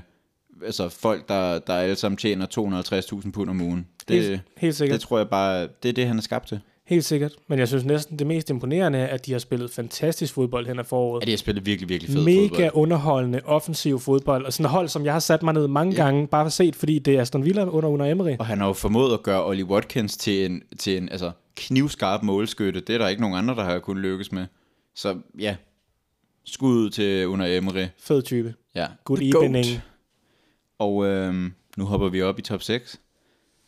altså folk, der, der alle sammen tjener 250.000 pund om ugen.
helt,
Det,
helt sikkert.
det tror jeg bare, det er det, han er skabt til.
Helt sikkert. Men jeg synes næsten det mest imponerende er, at de har spillet fantastisk fodbold hen ad foråret.
Ja, det har spillet virkelig, virkelig fedt
mega
fodbold.
underholdende, offensiv fodbold, og sådan et hold, som jeg har sat mig ned mange gange, bare for set, fordi det er Aston Villa under under Emery.
Og han har jo formået at gøre Ollie Watkins til en, til en altså, knivskarp målskytte. Det er der ikke nogen andre, der har kunnet lykkes med. Så ja, skud ud til under Emery.
Fed type.
Ja.
Good
The
evening.
Goat. Og øhm, nu hopper vi op i top 6,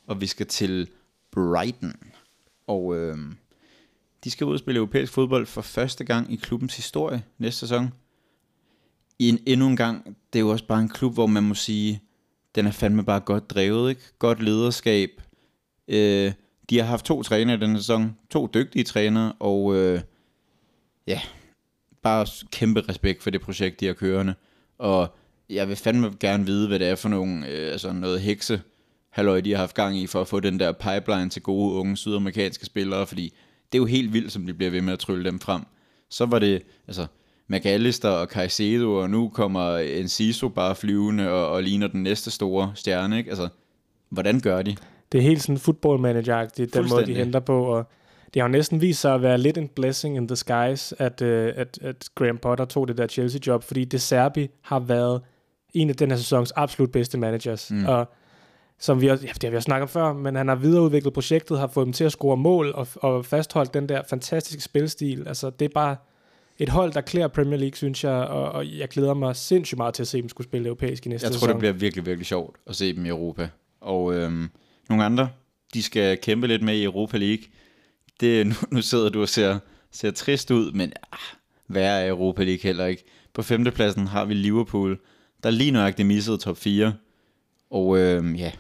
og vi skal til Brighton. Og øhm, de skal ud og spille europæisk fodbold for første gang i klubbens historie næste sæson. I en, endnu en gang, det er jo også bare en klub, hvor man må sige, den er fandme bare godt drevet, ikke? Godt lederskab. Øh, de har haft to trænere i denne sæson, to dygtige trænere, og øh, ja, bare kæmpe respekt for det projekt, de har kørende. Og jeg vil fandme gerne vide, hvad det er for nogle, øh, altså noget hekse, halløj, de har haft gang i, for at få den der pipeline til gode unge sydamerikanske spillere, fordi det er jo helt vildt, som de bliver ved med at trylle dem frem. Så var det, altså, McAllister og Caicedo, og nu kommer Enciso bare flyvende og, og ligner den næste store stjerne, ikke? Altså, hvordan gør de?
Det er helt sådan football manager den måde, de
Fuldstændig.
henter på, og det har jo næsten vist sig at være lidt en blessing in disguise, at, øh, at, at Graham Potter tog det der Chelsea-job, fordi De Serbi har været en af den her sæsons absolut bedste managers, mm. og som vi også, ja, det har vi også snakket om før, men han har videreudviklet projektet, har fået dem til at score mål og, og fastholdt den der fantastiske spilstil. Altså, det er bare et hold, der klæder Premier League, synes jeg, og, og jeg glæder mig sindssygt meget til at se dem skulle spille europæisk i næste
Jeg tror,
sæson.
det bliver virkelig, virkelig sjovt at se dem i Europa. Og øhm, nogle andre, de skal kæmpe lidt med i Europa League. Det, (laughs) nu, nu sidder du og ser, ser trist ud, men ah, værre er Europa League heller ikke. På femtepladsen har vi Liverpool, der lige nøjagtigt missede top 4. Og øhm, ja,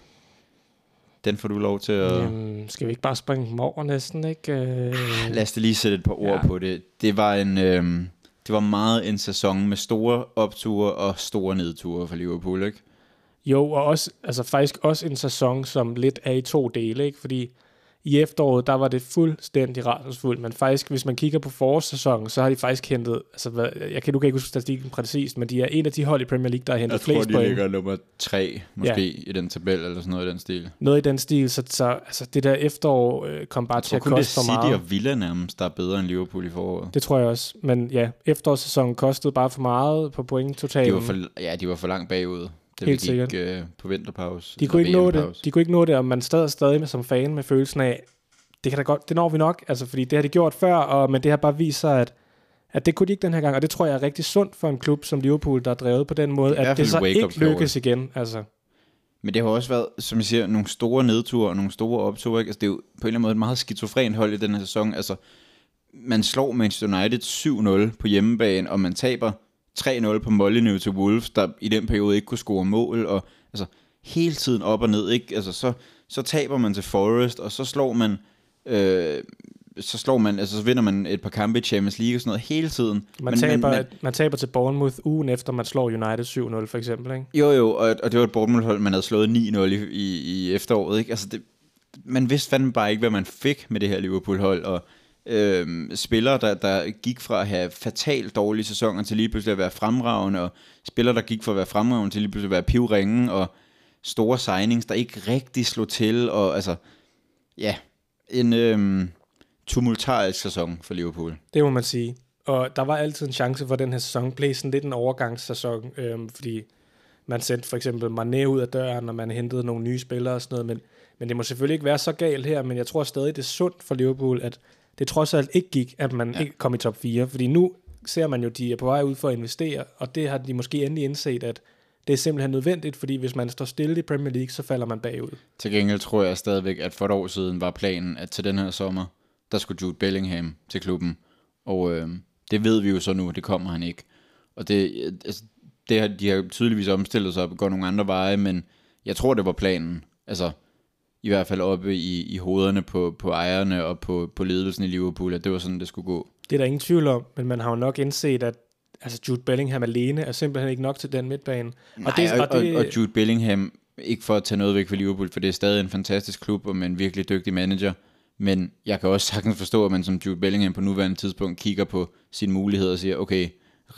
den får du lov til at...
Jamen, Øhm, skal vi ikke bare springe dem over næsten, ikke? Øh...
Ah, Lad os da lige sætte et par ord
Ja.
ja. på det. Det var en... Øhm, det var meget en sæson med store opture og store nedture for Liverpool, ikke?
Jo, og også, altså faktisk også en sæson, som lidt er i to dele, ikke? fordi i efteråret, der var det fuldstændig rædselsfuldt, men faktisk, hvis man kigger på forårssæsonen, så har de faktisk hentet, altså, hvad, jeg kan, du kan ikke huske statistikken præcist, men de er en af de hold i Premier League, der har hentet
Jeg tror,
flest
de
point.
ligger nummer tre, måske, ja. i den tabel, eller sådan noget i den stil. Jeg
Noget i den stil, så, så altså, det der efterår øh, kom bare til
tror
at
kun, det er
koste for
City
meget.
og Villa nærmest, der er bedre end Liverpool i foråret.
Det tror jeg også, men ja, efterårssæsonen kostede bare for meget på point totalt.
De var for, ja, de var for langt bagud, da
Helt
vi
sikkert.
gik øh, på vinterpause.
De
eller
kunne, ikke nå det.
VM-pause.
de kunne ikke nå det, og man stod stadig med, som fan med følelsen af, det kan da godt, det når vi nok, altså, fordi det har de gjort før, og, men det har bare vist sig, at, at det kunne de ikke den her gang, og det tror jeg er rigtig sundt for en klub som Liverpool, der er drevet på den måde,
Det er i
at
hvert
det
fald
så
et wake-up
ikke lykkes igen. Altså,
Men det har også været, som jeg siger, nogle store nedture og nogle store opture. Ikke? Altså, det er jo på en eller anden måde et meget skizofren hold i den her sæson. Altså, man slår Manchester United 7-0 på hjemmebane, og man taber 3-0 på Molyneux til Wolves, der i den periode ikke kunne score mål. Og, altså, hele tiden op og ned. Ikke? Altså, så, så taber man til Forest, og så slår man... Øh, så slår man, altså så vinder man et par kampe i Champions League og sådan noget hele tiden.
Man, taber, man, man, man taber til Bournemouth ugen efter, man slår United 7-0 for eksempel, ikke?
Jo, jo, og, og det var et Bournemouth-hold, man havde slået 9-0 i, i, i efteråret. Ikke? Altså det, man vidste fandme bare ikke, hvad man fik med det her Liverpool-hold, og øh, spillere, der, der gik fra at have fatalt dårlige sæsoner til lige pludselig at være fremragende, og spillere, der gik fra at være fremragende til lige pludselig at være pivringe, og store signings, der ikke rigtig slog til, og altså, ja, en øh, tumultarisk sæson for Liverpool.
Det må man sige. Og der var altid en chance for, at den her sæson blev sådan lidt en overgangssæson, øhm, fordi man sendte for eksempel Mané ud af døren, og man hentede nogle nye spillere og sådan noget, men, men det må selvfølgelig ikke være så galt her, men jeg tror stadig, det er sundt for Liverpool, at det trods alt ikke gik, at man ja. ikke kom i top 4, fordi nu ser man jo, at de er på vej ud for at investere, og det har de måske endelig indset, at det er simpelthen nødvendigt, fordi hvis man står stille i Premier League, så falder man bagud.
Til gengæld tror jeg stadigvæk, at for et år siden var planen, at til den her sommer, der skulle Jude Bellingham til klubben, og øh, det ved vi jo så nu, det kommer han ikke. Og det, øh, altså, det har, de har tydeligvis omstillet sig og går nogle andre veje, men jeg tror, det var planen. Altså, i hvert fald oppe i, i hovederne på, på ejerne og på, på ledelsen i Liverpool, at det var sådan, det skulle gå.
Det er der ingen tvivl om, men man har jo nok indset, at altså Jude Bellingham alene er simpelthen ikke nok til den midtbane.
Nej, og, det, og, det, og, og Jude Bellingham, ikke for at tage noget væk fra Liverpool, for det er stadig en fantastisk klub og med en virkelig dygtig manager, men jeg kan også sagtens forstå, at man som Jude Bellingham på nuværende tidspunkt kigger på sine muligheder og siger, okay,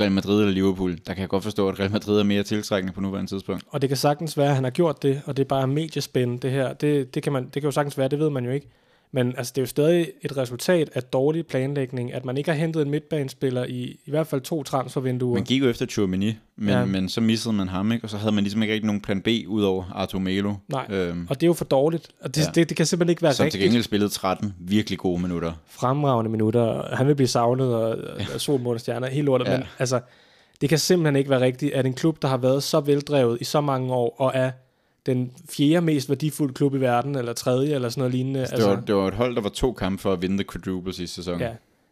Real Madrid eller Liverpool, der kan jeg godt forstå, at Real Madrid er mere tiltrækkende på nuværende tidspunkt.
Og det kan sagtens være, at han har gjort det, og det er bare mediespændende det her. Det, det, kan, man, det kan jo sagtens være, det ved man jo ikke. Men altså, det er jo stadig et resultat af dårlig planlægning, at man ikke har hentet en midtbanespiller i i hvert fald to transfervinduer.
Man gik jo efter Tchouameni, men, ja. men så missede man ham, ikke? og så havde man ligesom ikke rigtig nogen plan B ud over Arthur Melo.
Nej, øhm, og det er jo for dårligt, og det, ja. det, det kan simpelthen ikke være
Som
rigtigt.
til gengæld spillede 13 virkelig gode minutter.
Fremragende minutter, han vil blive savnet, og, og sol, måne, stjerner, helt lortet, ja. men altså, det kan simpelthen ikke være rigtigt, at en klub, der har været så veldrevet i så mange år, og er den fjerde mest værdifulde klub i verden, eller tredje, eller sådan noget lignende.
Altså, det, var, altså, det var et hold, der var to kampe for at vinde the quadruple sidste sæson.
Ja,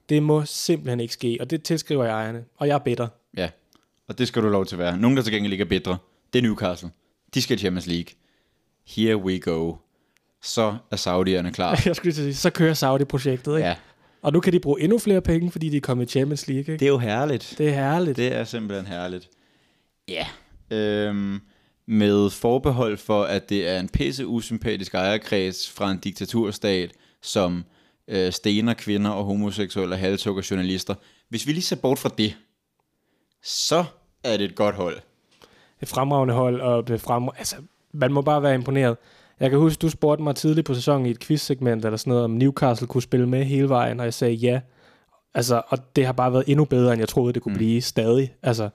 det må simpelthen ikke ske, og det tilskriver jeg ejerne, og jeg er bitter. (laughs)
Ja, og det skal du lov til at være. Nogen, der til gengæld ikke er bitre, det er Newcastle. De skal i Champions League. Here we go. Så er Saudierne (laughs) klar.
jeg skulle lige sige, så kører Saudi-projektet, ikke?
Ja.
Og nu kan de bruge endnu flere penge, fordi de er kommet i Champions League, ikke?
Det er jo herligt.
Det er herligt.
Det er simpelthen herligt. Ja. Øhm, med forbehold for, at det er en pisse usympatisk ejerkreds fra en diktaturstat, som øh, stener kvinder og homoseksuelle og halvtukker journalister. Hvis vi lige ser bort fra det, så er det et godt hold.
Et fremragende hold, og det frem... altså, man må bare være imponeret. Jeg kan huske, du spurgte mig tidligt på sæsonen i et quiz-segment eller sådan noget, om Newcastle kunne spille med hele vejen, og jeg sagde ja. Altså, og det har bare været endnu bedre, end jeg troede, det kunne mm. blive stadig. Altså,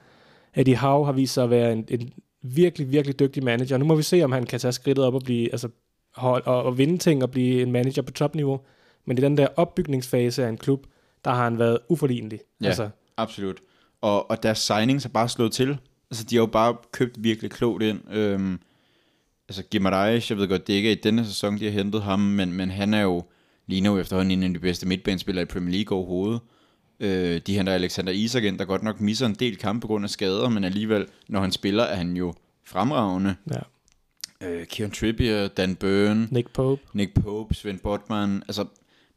Eddie Howe har vist sig at være en, en virkelig, virkelig dygtig manager. Nu må vi se, om han kan tage skridtet op og blive, altså, hold, og, og vinde ting og blive en manager på topniveau. Men i den der opbygningsfase af en klub, der har han været uforlignelig.
Ja, altså. absolut. Og, og deres signings er bare slået til. Altså, de har jo bare købt virkelig klogt ind. Øhm, altså, Gimaraish, jeg ved godt, det ikke er i denne sæson, de har hentet ham, men, men han er jo lige nu efterhånden en af de bedste midtbanespillere i Premier League overhovedet. Øh, de henter Alexander Isak ind, der godt nok misser en del kampe på grund af skader, men alligevel, når han spiller, er han jo fremragende.
Ja.
Øh, Kieran Trippier, Dan Byrne,
Nick Pope.
Nick Pope, Svend Botman, altså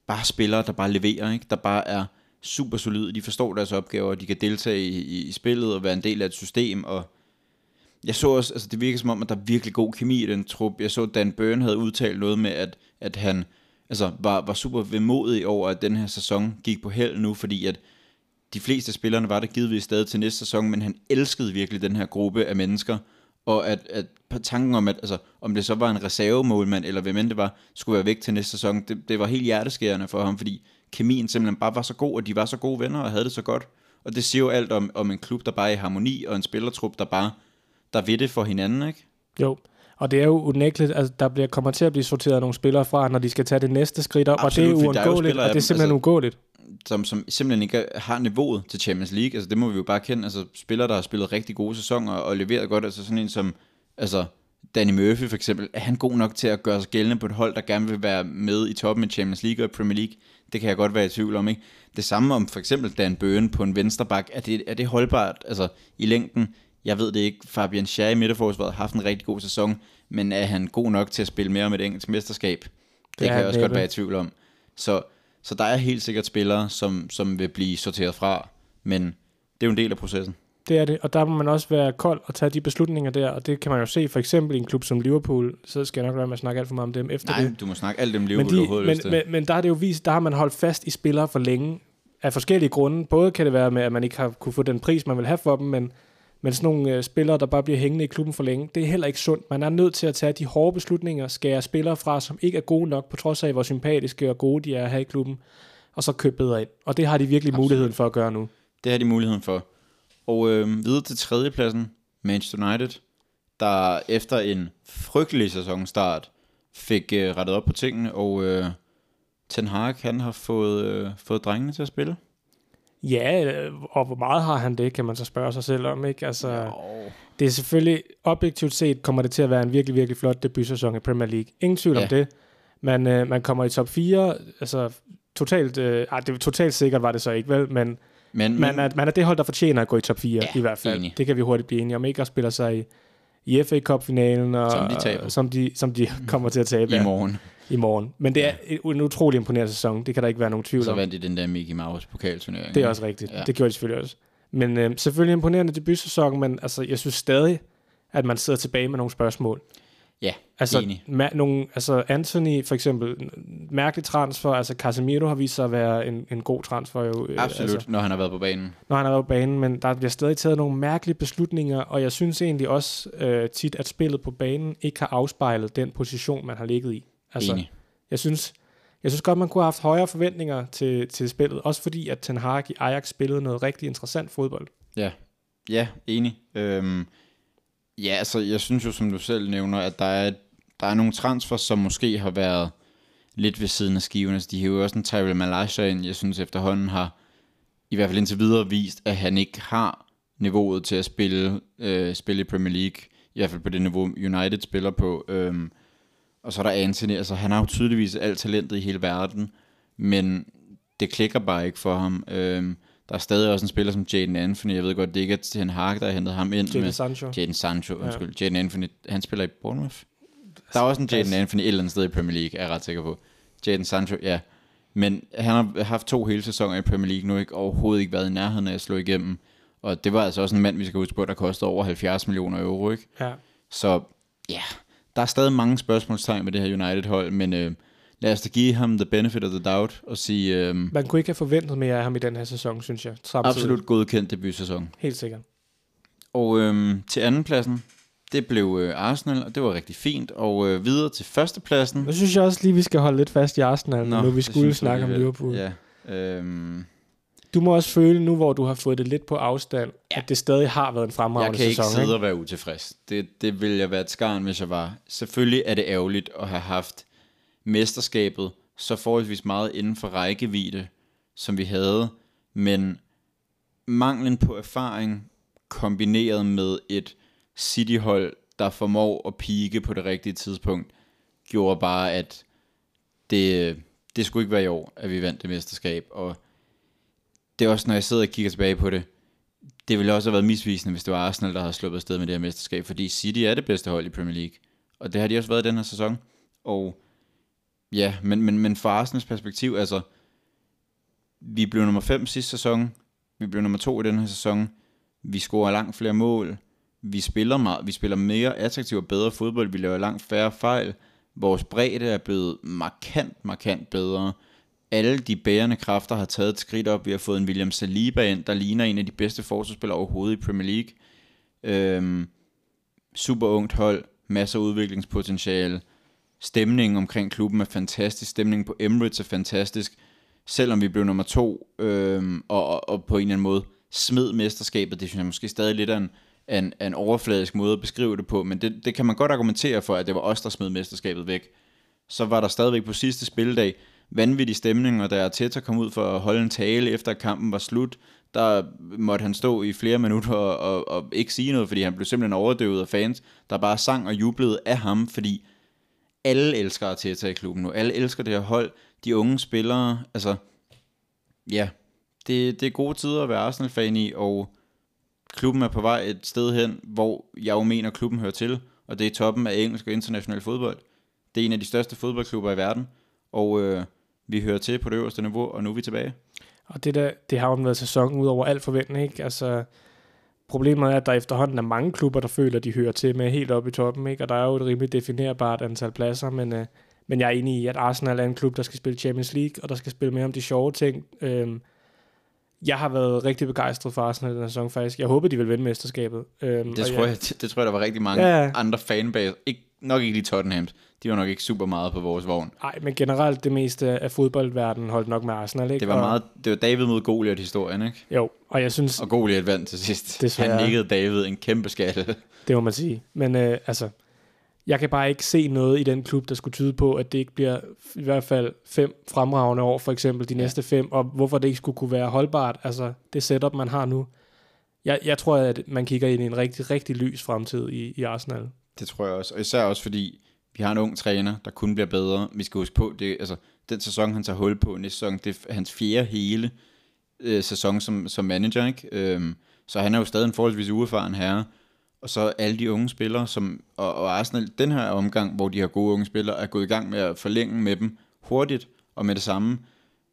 bare spillere, der bare leverer, ikke? der bare er super solide, de forstår deres opgaver, de kan deltage i, i, i spillet og være en del af et system, og jeg så også, altså det virker som om, at der er virkelig god kemi i den trup. Jeg så, at Dan Byrne havde udtalt noget med, at, at han altså, var, var super vemodig over, at den her sæson gik på held nu, fordi at de fleste af spillerne var der givetvis stadig til næste sæson, men han elskede virkelig den her gruppe af mennesker, og at, at tanken om, at altså, om det så var en reservemålmand, eller hvem end det var, skulle være væk til næste sæson, det, det var helt hjerteskærende for ham, fordi kemien simpelthen bare var så god, og de var så gode venner, og havde det så godt. Og det siger jo alt om, om en klub, der bare er i harmoni, og en spillertrup, der bare der ved det for hinanden, ikke?
Jo, og det er jo unægteligt, at altså, der bliver, kommer til at blive sorteret nogle spillere fra, når de skal tage det næste skridt op, Absolut, og det er uundgåeligt, er og det er simpelthen altså, uundgåeligt.
Som, som simpelthen ikke har niveauet til Champions League, altså det må vi jo bare kende, altså spillere, der har spillet rigtig gode sæsoner og leveret godt, altså sådan en som, altså Danny Murphy for eksempel, er han god nok til at gøre sig gældende på et hold, der gerne vil være med i toppen af Champions League og Premier League? Det kan jeg godt være i tvivl om, ikke? Det samme om for eksempel Dan Bøgen på en venstreback, er det, er det holdbart altså, i længden? Jeg ved det ikke. Fabian Schär i midterforsvaret har haft en rigtig god sæson, men er han god nok til at spille mere om et engelsk mesterskab? Det, det
er
kan
han
jeg også godt
næppe.
være i tvivl om. Så, så der er helt sikkert spillere, som, som vil blive sorteret fra, men det er jo en del af processen.
Det er det, og der må man også være kold og tage de beslutninger der, og det kan man jo se for eksempel i en klub som Liverpool, så skal jeg nok være med at snakke alt for meget om dem efter
Nej,
det.
du må snakke alt dem liv,
Men,
du
de,
overhovedet
men,
lyst til.
men, men der har det jo vist, der har man holdt fast i spillere for længe af forskellige grunde. Både kan det være med, at man ikke har kunne få den pris, man vil have for dem, men, men sådan nogle øh, spillere, der bare bliver hængende i klubben for længe, det er heller ikke sundt. Man er nødt til at tage de hårde beslutninger, skære spillere fra, som ikke er gode nok, på trods af, hvor sympatiske og gode de er her i klubben, og så købe bedre ind. Og det har de virkelig Absolut. muligheden for at gøre nu.
Det har de muligheden for. Og øh, videre til tredjepladsen, Manchester United, der efter en frygtelig sæsonstart fik øh, rettet op på tingene, og øh, Ten Hag, han har fået, øh, fået drengene til at spille.
Ja, øh, og hvor meget har han det, kan man så spørge sig selv om, ikke? Altså,
Jo.
Det er selvfølgelig, objektivt set kommer det til at være en virkelig, virkelig flot debutsæson i Premier League. Ingen tvivl ja.
Ja.
om det. Man, øh, man kommer i top 4, altså totalt, øh, ah, det, totalt sikkert var det så ikke, vel? Men
Men,
man er, man er det hold, der fortjener at gå i top
Mm.
4
Ja,
ja, i hvert fald.
enig.
Det kan vi hurtigt blive enige om. Ikke og spiller sig i, i FA Cup-finalen, og,
Som de taber. Mm.
og- som, de, som de kommer til at tabe
i
ja,
morgen,
i morgen. Men det er en utrolig imponerende sæson, det kan der ikke være nogen tvivl
så
om.
vandt de den der Mickey Mouse pokalturnering.
Det er også rigtigt.
Mm. Ja.
Ja. Det gjorde de selvfølgelig også. Men øh, selvfølgelig imponerende debutsæson, men altså, jeg synes stadig, at man sidder tilbage med nogle spørgsmål.
Ja,
Altså,
Enig.
ma- nogle, altså Anthony for eksempel, n- mærkelig transfer, altså Casemiro har vist sig at være en, en god transfer jo. øh,
absolut,
Altså,
altså. når han har været på banen.
når han har været på banen, men der bliver stadig taget nogle mærkelige beslutninger, og jeg synes egentlig også øh, tit, at spillet på banen ikke har afspejlet den position, man har ligget i.
Altså. Enig.
Jeg synes, jeg synes godt, man kunne have haft højere forventninger til, til spillet, også fordi at Ten Hag i Ajax spillede noget rigtig interessant fodbold.
Ja, enig. Øhm, ja, altså, jeg synes jo, som du selv nævner, at der er, der er nogle transfer, som måske har været lidt ved siden af skiven. Altså, de hæver også en Tyrell Malaysia ind, jeg synes efterhånden har, i hvert fald indtil videre, vist, at han ikke har niveauet til at spille, øh, spille i Premier League. I hvert fald på det niveau, United spiller på. Øhm, og så er der Anthony. Altså, han har jo tydeligvis alt talentet i hele verden, men det klikker bare ikke for ham. Øhm, der er stadig også en spiller som Jaden Anthony. Jeg ved godt, det ikke er Ten Hag, der har hentet ham ind.
Jadon
men-
Sancho.
Jaden Sancho,
Ja.
undskyld. Jaden Anthony, han spiller i Bournemouth. Der er også en Jaden
altså-
Anthony et eller andet sted i Premier League, er jeg ret sikker på. Jaden Sancho, ja. Men han har haft to hele sæsoner i Premier League nu, ikke overhovedet ikke været i nærheden af at slå igennem. Og det var altså også en mand, vi skal huske på, der kostede over 70 millioner euro, ikke?
Ja.
Så ja, der er stadig mange spørgsmålstegn med det her United-hold, men øh, lad os da give ham the benefit of the doubt og sige øh,
Man kunne ikke have forventet mere af ham i den her sæson, synes jeg. Samtidig.
absolut godkendt debutsæson.
Helt sikkert.
Og øhm, til andenpladsen, det blev øh, Arsenal, og det var rigtig fint. Og øh, videre til førstepladsen.
Nu synes jeg også lige, vi skal holde lidt fast i Arsenal, Nå, nu vi
det
skulle
synes du
snakke om
alligevel.
Liverpool. Ja.
Ja, øhm,
Du må også føle nu, hvor du har fået det lidt på afstand, ja. at det stadig har været en
jeg
fremragende
kan ikke
sæson.
sidde og være utilfreds. Det, det ville jeg være et skarn, hvis jeg var. Selvfølgelig er det ærgerligt at have haft mesterskabet så forholdsvis meget inden for rækkevidde, som vi havde, men manglen på erfaring kombineret med et City-hold, der formår at pike på det rigtige tidspunkt, gjorde bare, at det, det skulle ikke være i år, at vi vandt det mesterskab. Og det er også, når jeg sidder og kigger tilbage på det, det ville også have været misvisende, hvis det var Arsenal, der havde sluppet afsted med det her mesterskab, fordi City er det bedste hold i Premier League, og det har de også været i den her sæson. Og ja, men, men, men fra Arsenals perspektiv, altså, vi blev nummer 5 sidste sæson, vi blev nummer 2 i den her sæson, vi scorer langt flere mål, vi spiller, meget, vi spiller mere attraktiv og bedre fodbold, vi laver langt færre fejl, vores bredde er blevet markant, markant bedre, alle de bærende kræfter har taget et skridt op. Vi har fået en William Saliba ind, der ligner en af de bedste forsvarsspillere overhovedet i Premier League. Øhm, super ungt hold, masser af udviklingspotentiale. Stemningen omkring klubben er fantastisk. Stemningen på Emirates er fantastisk. Selvom vi blev nummer to, øhm, og, og, og på en eller anden måde smed mesterskabet, det synes jeg måske stadig lidt af en, af en, af en overfladisk måde at beskrive det på, men det, det kan man godt argumentere for, at det var os, der smed mesterskabet væk så var der stadigvæk på sidste spilledag vanvittig stemning, og da Arteta kom ud for at holde en tale efter at kampen var slut, der måtte han stå i flere minutter og, og, og ikke sige noget, fordi han blev simpelthen overdøvet af fans, der bare sang og jublede af ham, fordi alle elsker Arteta i klubben nu. Alle elsker det her hold, de unge spillere, altså ja, det, det er gode tider at være Arsenal-fan i, og klubben er på vej et sted hen, hvor jeg jo mener, klubben hører til, og det er toppen af engelsk og international fodbold. Det er en af de største fodboldklubber i verden, og øh, vi hører til på det øverste niveau, og nu er vi tilbage.
Og det, der, det har jo været sæsonen ud over alt forventning, ikke? Altså, problemet er, at der efterhånden er mange klubber, der føler, at de hører til med helt oppe i toppen, ikke? Og der er jo et rimelig definerbart antal pladser, men, øh, men jeg er enig i, at Arsenal er en klub, der skal spille Champions League, og der skal spille mere om de sjove ting. Øhm, jeg har været rigtig begejstret for Arsenal den her sæson, faktisk. Jeg håber, de vil vinde mesterskabet. Øhm,
Det
og
tror, jeg, (laughs) det, det tror jeg, der var rigtig mange
Ja,
ja.
ja.
andre fanbase. Ikke, nok ikke lige Tottenhams. De var nok ikke super meget på vores vogn.
Nej, men generelt det meste af fodboldverdenen holdt nok med Arsenal, ikke?
Det var,
Og-
meget, det var David mod Goliath-historien, ikke?
Jo, og jeg synes,
Og Goliath vandt til sidst.
Desværre.
Han nikkede David en kæmpe skalle.
Det må man sige. Men øh, altså, jeg kan bare ikke se noget i den klub, der skulle tyde på, at det ikke bliver i hvert fald fem fremragende år, for eksempel de
Ja.
næste fem, og hvorfor det ikke skulle kunne være holdbart. Altså, det setup, man har nu. Jeg, jeg tror, at man kigger ind i en rigtig, rigtig lys fremtid i, i Arsenal.
Det tror jeg også. Og især også fordi, vi har en ung træner, der kun bliver bedre. Vi skal huske på, det, altså, den sæson, han tager hul på næste sæson, det er hans fjerde hele øh, sæson som, som manager. Ikke? Øhm, så han er jo stadig en forholdsvis uerfaren herre. Og så alle de unge spillere, som, og, og Arsenal den her omgang, hvor de har gode unge spillere, er gået i gang med at forlænge med dem hurtigt og med det samme.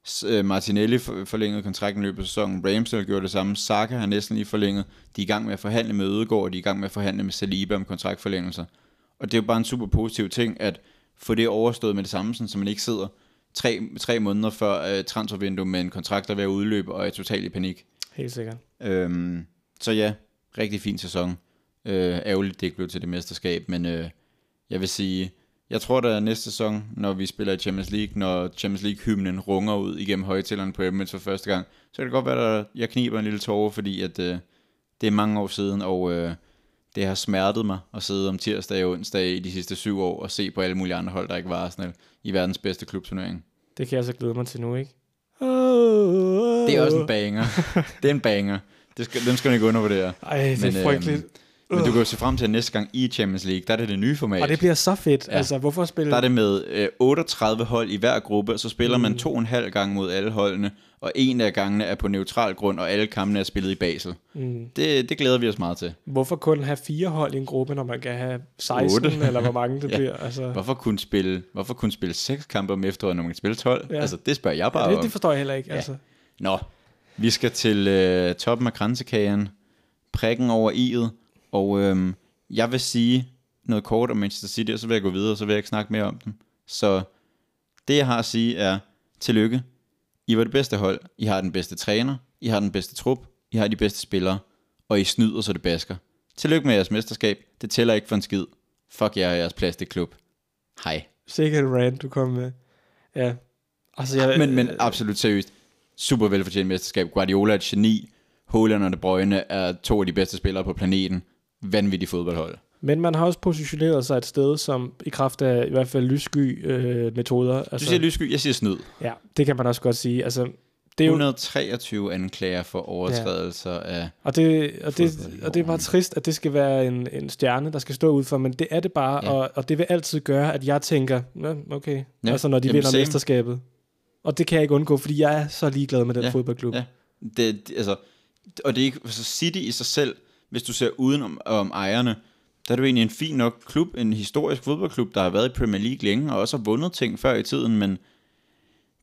S- øh, Martinelli for- forlængede kontrakten i løbet af sæsonen, Ramsdale gjorde det samme, Saka har næsten lige forlænget, de er i gang med at forhandle med Ødegaard, og de er i gang med at forhandle med Saliba om kontraktforlængelser. Og det er jo bare en super positiv ting, at få det overstået med det samme, sådan, så man ikke sidder tre, tre måneder før øh, transfervinduet med en kontrakt, der er ved at udløbe, og er totalt i panik.
Helt sikkert.
Øhm, så ja, rigtig fin sæson. Øh, ærgerligt, det ikke blev til det mesterskab, men øh, jeg vil sige, jeg tror, der er næste sæson, når vi spiller i Champions League, når Champions League-hymnen runger ud igennem højtalerne på Emirates for første gang, så kan det godt være, at jeg kniber en lille tårer, fordi at, øh, det er mange år siden, og øh, det har smertet mig at sidde om tirsdag og onsdag i de sidste syv år og se på alle mulige andre hold, der ikke var Arsenal i verdens bedste klubturnering.
Det kan jeg så glæde mig til nu, ikke?
Det er også en banger. (laughs) det er en banger. Det skal, dem skal man ikke undervurdere.
Ej, det
Men,
er
øhm,
frygteligt.
Men du kan jo se frem til at næste gang i Champions League, der er det det nye format.
Øh. og det bliver så fedt.
Ja.
Ja. Altså, hvorfor spille...
Der er det med øh, 38 hold i hver gruppe, og så spiller mm. man
Mm.
to og en halv gang mod alle holdene, og en af gangene er på neutral grund, og alle kampene er spillet i Basel.
Mm.
Det, det glæder vi os meget til.
Hvorfor kun have fire hold i en gruppe, når man kan have 16,
Otte.
eller hvor mange
(laughs) Ja.
det ja. bliver? Altså,
Hvorfor kun spille, hvorfor kun spille seks kampe om efteråret, når man kan spille 12? Ja.
Ja.
Altså, det spørger jeg bare
ja, det,
om.
det forstår jeg heller ikke.
Ja.
Ja. Altså.
Nå, vi skal til øh, toppen af kransekagen, prikken over i'et, og øhm, jeg vil sige noget kort om Manchester City, og så vil jeg gå videre, og så vil jeg ikke snakke mere om dem. Så det, jeg har at sige, er tillykke. I var det bedste hold, I har den bedste træner, I har den bedste trup, I har de bedste spillere, og I snyder, så det basker. Tillykke med jeres mesterskab, det tæller ikke for en skid. Fuck jer og jeres plastikklub. Hej.
Sikkert en rant, du kom med. Ja. Altså, jeg,
men, men absolut seriøst. Super velfortjent mesterskab. Guardiola er et geni. Haaland og De Bruyne er to af de bedste spillere på planeten. Vanvittig fodboldhold.
men man har også positioneret sig et sted, som i kraft af i hvert fald lyssky øh, metoder.
Du
Altså,
siger lyssky, jeg siger snyd.
ja, det kan man også godt sige. Altså, det er jo,
123 anklager for overtrædelser af...
og, det, og, det,
Fodbold i
og det er bare
orden.
trist, at det skal være en, en stjerne, der skal stå ud for, men det er det bare,
Ja.
ja. og, og det vil altid gøre, at jeg tænker, Nå, okay,
Ja,
ja. altså når de
jamen,
vinder
same.
mesterskabet. Og det kan jeg ikke undgå, fordi jeg er så ligeglad med den
Ja,
ja. fodboldklub.
ja. Det, det, altså, og det er ikke... Så City i sig selv, hvis du ser udenom om ejerne, der er det jo egentlig en fin nok klub, en historisk fodboldklub, der har været i Premier League længe, og også har vundet ting før i tiden, men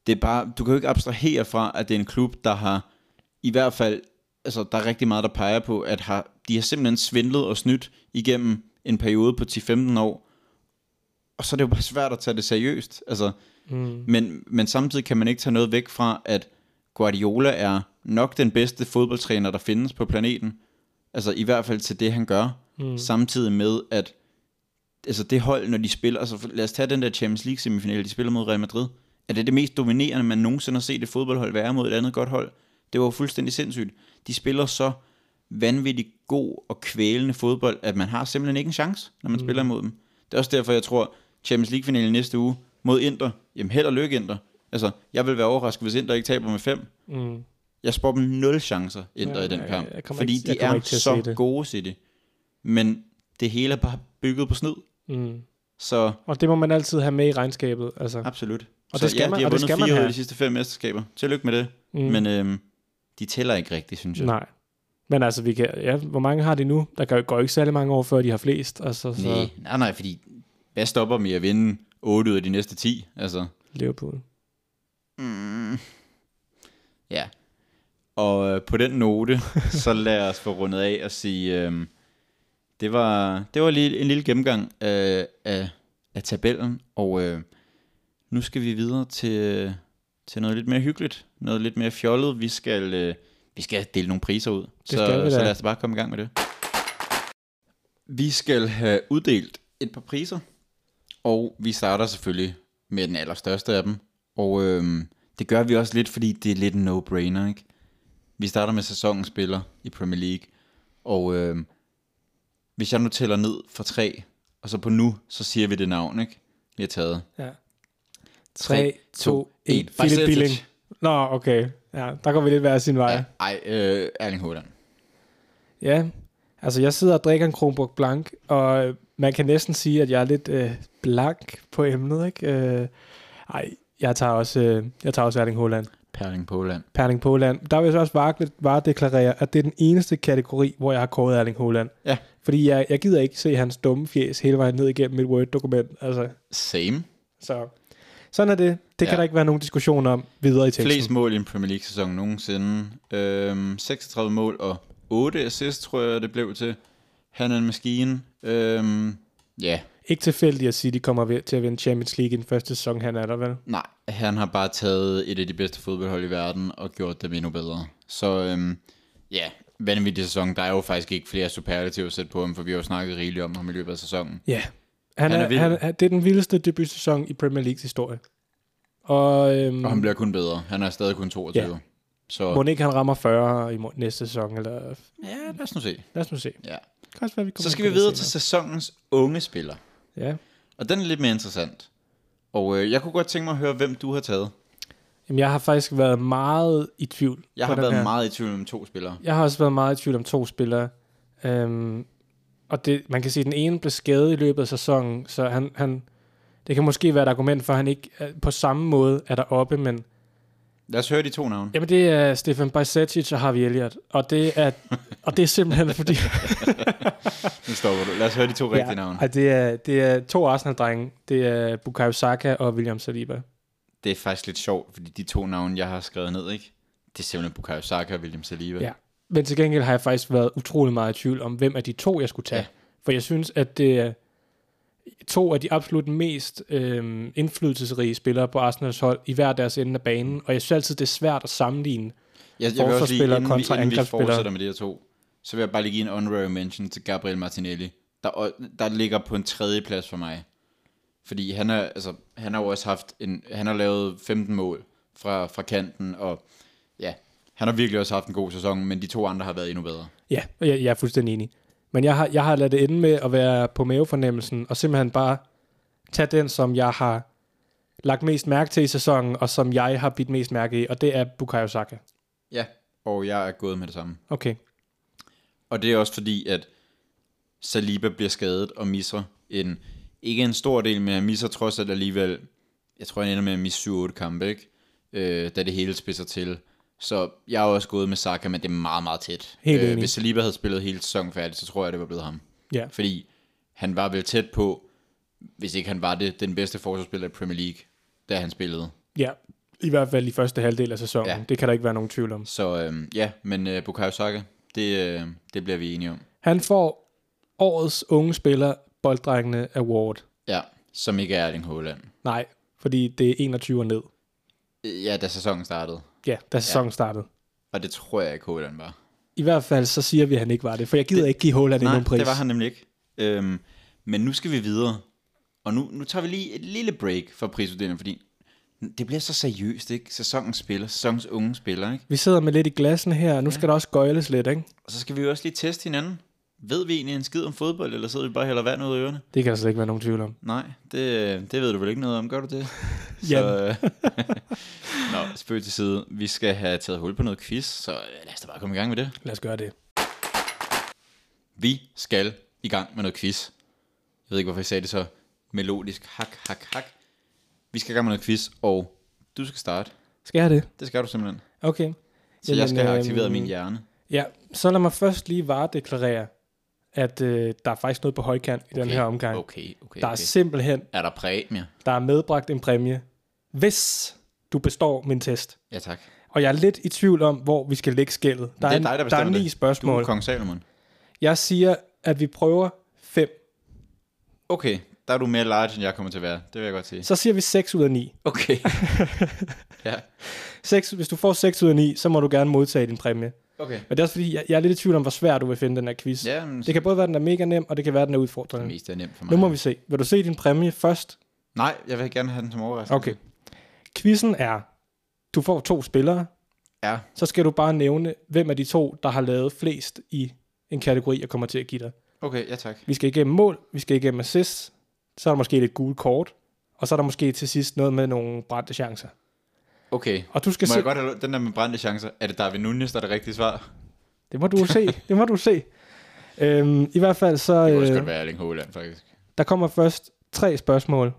det er bare, du kan jo ikke abstrahere fra, at det er en klub, der har i hvert fald, altså der er rigtig meget, der peger på, at har, de har simpelthen svindlet og snydt igennem en periode på 10-15 år, og så er det jo bare svært at tage det seriøst. Altså, mm. men, men samtidig kan man ikke tage noget væk fra, at Guardiola er nok den bedste fodboldtræner, der findes på planeten. Altså i hvert fald til det, han gør. Mm. Samtidig med, at altså det hold, når de spiller, altså lad os tage den der Champions League semifinale, de spiller mod Real Madrid. Er det det mest dominerende, man nogensinde har set et fodboldhold være mod et andet godt hold? Det var jo fuldstændig sindssygt. De spiller så vanvittigt god og kvælende fodbold, at man har simpelthen ikke en chance, når man mm. spiller imod dem. Det er også derfor, jeg tror, Champions League-finalen næste uge mod Inter, jamen held og lykke Inter. Altså, jeg vil være overrasket, hvis Inter ikke taber med fem.
Mm.
Jeg spår dem nul chancer Inter
Ja,
i den
jeg-
kamp,
jeg kommer
fordi
ikke- jeg
de
kommer
er
ikke til at se
så
det.
gode City. Men det hele er bare bygget på snyd,
Mm.
så
Og det må man altid have med i regnskabet. Altså.
absolut.
Og
så
det skal
ja,
man-
de har
og det
vundet
skal man
fire ud af
have.
de sidste fem mesterskaber. Tillykke med det.
Mm.
Men øhm, de tæller ikke rigtigt, synes jeg.
Nej. Men altså, vi kan, ja, hvor mange har de nu? Der kan- går jo ikke særlig mange år, før de har flest. Altså, så
Nej, nej, nej, fordi hvad stopper dem i at vinde 8 ud af de næste 10? Altså,
Liverpool.
ja. Og øh, på den
(laughs)
note, så lad os få rundet af og sige, øh, det, var, det var lige en lille gennemgang øh, af, af tabellen, og øh, nu skal vi videre til, øh, til noget lidt mere hyggeligt, noget lidt mere fjollet. Vi skal, øh, vi skal dele nogle priser ud,
skal
så,
vi
så
da.
lad os bare komme i gang med det. Vi skal have uddelt et par priser, og vi starter selvfølgelig med den allerstørste af dem. Og øhm, det gør vi også lidt, fordi det er lidt en no-brainer, ikke? Vi starter med sæsonens spiller i Premier League, og øhm, hvis jeg nu tæller ned fra tre, og så på nu, så siger vi det navn, ikke? Vi har taget.
Ja.
Tre,
3, 2,
to,
1.
en.
Philip
Barcetic.
Billing. Nå, okay. Ja, der går vi lidt hver sin vej.
Ja, ej, øh, Erling Haaland.
Ja, altså jeg sidder og drikker en Kronborg Blank, og øh, man kan næsten sige, at jeg er lidt øh, blank på emnet, ikke? Øh, ej, jeg tager også, øh, jeg tager også Erling Haaland.
Perling på Haaland.
Perling Påland. Der vil jeg så også bare, bare deklarere, at det er den eneste kategori, hvor jeg har kåret Erling Haaland.
Ja.
Fordi jeg, jeg gider ikke se hans dumme fjes hele vejen ned igennem mit Word-dokument. Altså,
Same.
så sådan er det. Det ja.
Ja.
kan der ikke være nogen diskussion om videre i teksten.
Flest mål i en Premier League-sæson nogensinde. Øhm, 36 mål og 8 assist, tror jeg, det blev til. Han er en maskine. Øhm, ja,
Ikke tilfældigt at sige, at de kommer ved- til at vinde Champions League i den første sæson, han er der, vel?
nej, han har bare taget et af de bedste fodboldhold i verden og gjort dem endnu bedre. Så øhm, ja, vanvittig sæson. Der er jo faktisk ikke flere superlativer at sætte på ham, for vi har jo snakket rigeligt om ham i løbet af sæsonen.
Ja. Han,
Han
han,
er
er,
vild.
han er, det er den vildeste debutsæson i Premier Leagues historie. Og, øhm,
Og han bliver kun bedre. Han er stadig kun 22.
Ja.
Så
må ikke han rammer 40 i må- næste sæson, eller
ja, lad os nu se.
lad os nu se.
Ja.
Det Kan også være, vi kommer
Så skal
ind
vi
på
videre
det
til sæsonens unge spiller.
senere. Ja.
Og den er lidt mere interessant. Og øh, jeg kunne godt tænke mig at høre, hvem du har taget.
Jamen, jeg har faktisk været meget i tvivl.
Jeg
på
har
den
været
her.
meget i tvivl om to spillere.
Jeg har også været meget i tvivl om to spillere. Øhm, og det, man kan sige, at den ene blev skadet i løbet af sæsonen, så han, han, det kan måske være et argument for, at han ikke øh, på samme måde er deroppe, men
Lad os høre de to navne.
Jamen, det er Stefan Bajsetic og Harvey Elliott, og det
(laughs)
er, og det er simpelthen fordi...
Nu stopper du. Lad os høre de to rigtige navne.
Ej, det, er, det er to Arsenal-drenge. Det er Bukayo Saka og William Saliba.
Det er faktisk lidt sjovt, fordi de to navne, jeg har skrevet ned, ikke? Det er simpelthen Bukayo Saka og William Saliba.
Ja. Men til gengæld har jeg faktisk været utrolig meget i tvivl om, hvem af de to, jeg skulle tage.
Ja.
Ja. For jeg synes, at det er to af de absolut mest øh, indflydelsesrige spillere på Arsenals hold i hver deres ende af banen. Og jeg synes altid, det er svært at sammenligne.
Jeg, jeg vil også lige,
Forsvarsspillere
inden, vi,
kontra
inden vi
angrebsspillere.
fortsætter med de her to, så vil jeg bare lige give en honorary mention til Gabriel Martinelli, der, o- der ligger på en tredje plads for mig. Fordi han, er, altså, han har jo også haft en, han har lavet 15 mål fra, fra kanten, og ja, han har virkelig også haft en god sæson, men de to andre har været endnu bedre.
Ja, og jeg, jeg er fuldstændig enig. Men jeg har, jeg har ladet det ende med at være på mavefornemmelsen, og simpelthen bare tage den, som jeg har lagt mest mærke til i sæsonen, og som jeg har bidt mest mærke i, og det er Bukayo Saka.
Ja, og jeg er gået med det samme.
Okay.
Og det er også fordi, at Saliba bliver skadet og misser en, ikke en stor del, men han misser trods alt alligevel, jeg tror, han ender med at misse 7-8 kampe, ikke? Øh, da det hele spidser til. Så jeg er også gået med Saka, men det er meget, meget tæt. Øh,
Helt enig.
hvis Saliba havde spillet hele sæsonen færdig, så tror jeg, det var blevet ham.
Ja.
Fordi han var vel tæt på, hvis ikke han var det, den bedste forsvarsspiller i Premier League, da han spillede.
Ja, i hvert fald i første halvdel af sæsonen.
Ja.
Ja. Det kan der ikke være nogen tvivl om.
Så øhm, ja, men øh, Bukayo Saka, det, øh, det bliver vi enige om.
Han får årets unge spiller bolddrengene award.
Ja, som ikke er Erling Haaland.
Nej, fordi det er 21 og ned.
Øh, Ja, da sæsonen startede.
Ja, da sæsonen ja. startede.
Og det tror jeg ikke, Haaland var.
I hvert fald så siger vi, at han ikke var det, for jeg gider det, ikke give Håland
Nej,
endnu en pris.
det var han nemlig ikke. Øhm, men nu skal vi videre. Og nu, nu tager vi lige et lille break for prisuddelingen, fordi det bliver så seriøst, ikke? Sæsonens spiller, sæsonens unge spiller, ikke?
Vi sidder med lidt i glassen her, og nu ja. skal der også gøjles lidt, ikke?
Og så skal vi jo også lige teste hinanden. Ved vi egentlig en skid om fodbold, eller sidder vi bare og hælder vand ud af ørerne?
Det kan der slet ikke være nogen tvivl om.
Nej, det, det ved du vel ikke noget om, gør du det?
Jamen.
øh, (laughs) Nå, spøg til side. Vi skal have taget hul på noget quiz, så øh, lad os da bare komme i gang med det.
Lad os gøre det.
Vi skal i gang med noget quiz. Jeg ved ikke, hvorfor jeg sagde det så melodisk. Hak, hak, hak. Vi skal i gang med noget quiz, og du skal starte.
Skal jeg det?
Det skal du simpelthen. Så
Okay.
Jamen, jeg skal have
øhm,
aktiveret min hjerne.
Ja, så lad mig først lige varedeklarere, at øh, der er faktisk noget på højkant i okay. den her omgang. Okay,
Okay, okay,
der er
okay.
simpelthen,
Er der præmier?
der er medbragt en præmie, hvis du består min test.
Ja, tak.
Og jeg er lidt i tvivl om, hvor vi skal lægge skældet. Der
det er
en-
dig, der
der er
bestemmer
ni
det. Du
spørgsmål.
er kong Salomon.
Jeg siger, at vi prøver fem.
Okay, der er du mere large, end jeg kommer til at være. Det vil jeg godt sige.
Så siger vi 6 ud af 9. (laughs)
Okay. ja,
6, hvis du får 6 ud af 9, så må du gerne modtage din præmie.
okay.
Men det er også fordi, jeg, jeg er lidt i tvivl om, hvor svær du vil finde den her quiz.
Ja, men
Det
det
kan både være, at den er mega nem, og det kan være, at den er udfordrende.
mest er nemt for mig.
Nu må vi se. Vil du se din præmie først?
Nej, jeg vil gerne have den som overraskelse.
Okay. Quizzen er, du får to spillere,
Ja,
så skal du bare nævne, hvem af de to, der har lavet flest i en kategori, jeg kommer til at give dig.
okay, ja tak.
Vi skal igennem mål, vi skal igennem assist, så er der måske lidt gule kort, og så er der måske til sidst noget med nogle brændte chancer.
Okay.
Og du skal
Må
se...
jeg godt have lov- den der med brændte chancer? Er det Darwin Nunez, der er det rigtige svar?
Det må du jo se, det må du se. Øhm, I hvert fald så,
Det kunne også godt
øh,
være Erling Haaland, faktisk.
der kommer først tre spørgsmål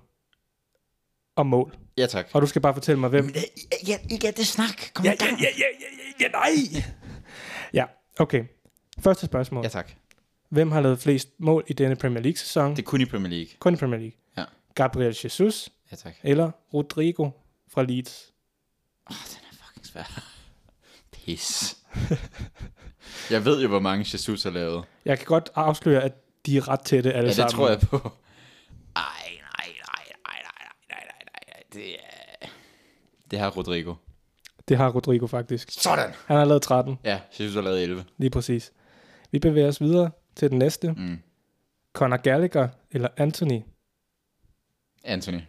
om mål,
Ja tak.
og du skal bare fortælle mig, hvem...
Men, øh, Ikke, ikke at det snak. Kom i gang.
ja, ja, ja, nej! (laughs) Ja, okay. Første spørgsmål.
Ja tak.
Hvem har lavet flest mål i denne Premier League-sæson?
Det er kun i Premier League.
Kun i Premier League.
Ja.
Gabriel Jesus
Ja tak.
eller Rodrigo fra Leeds?
Den er fucking svær.
(laughs)
Pis. jeg ved jo, hvor mange Jesus har lavet.
Jeg kan godt afsløre, at de er ret tætte alle
Ja,
sammen.
det tror jeg på. Ej, nej, nej, nej, nej, nej, nej, nej, nej, nej. Det er... Det har Rodrigo.
Det har Rodrigo faktisk.
Sådan!
Han har lavet 13,
Ja, Jesus har lavet 11.
lige præcis. Vi bevæger os videre til den næste.
Mm.
Conor Gallagher eller Anthony.
Anthony.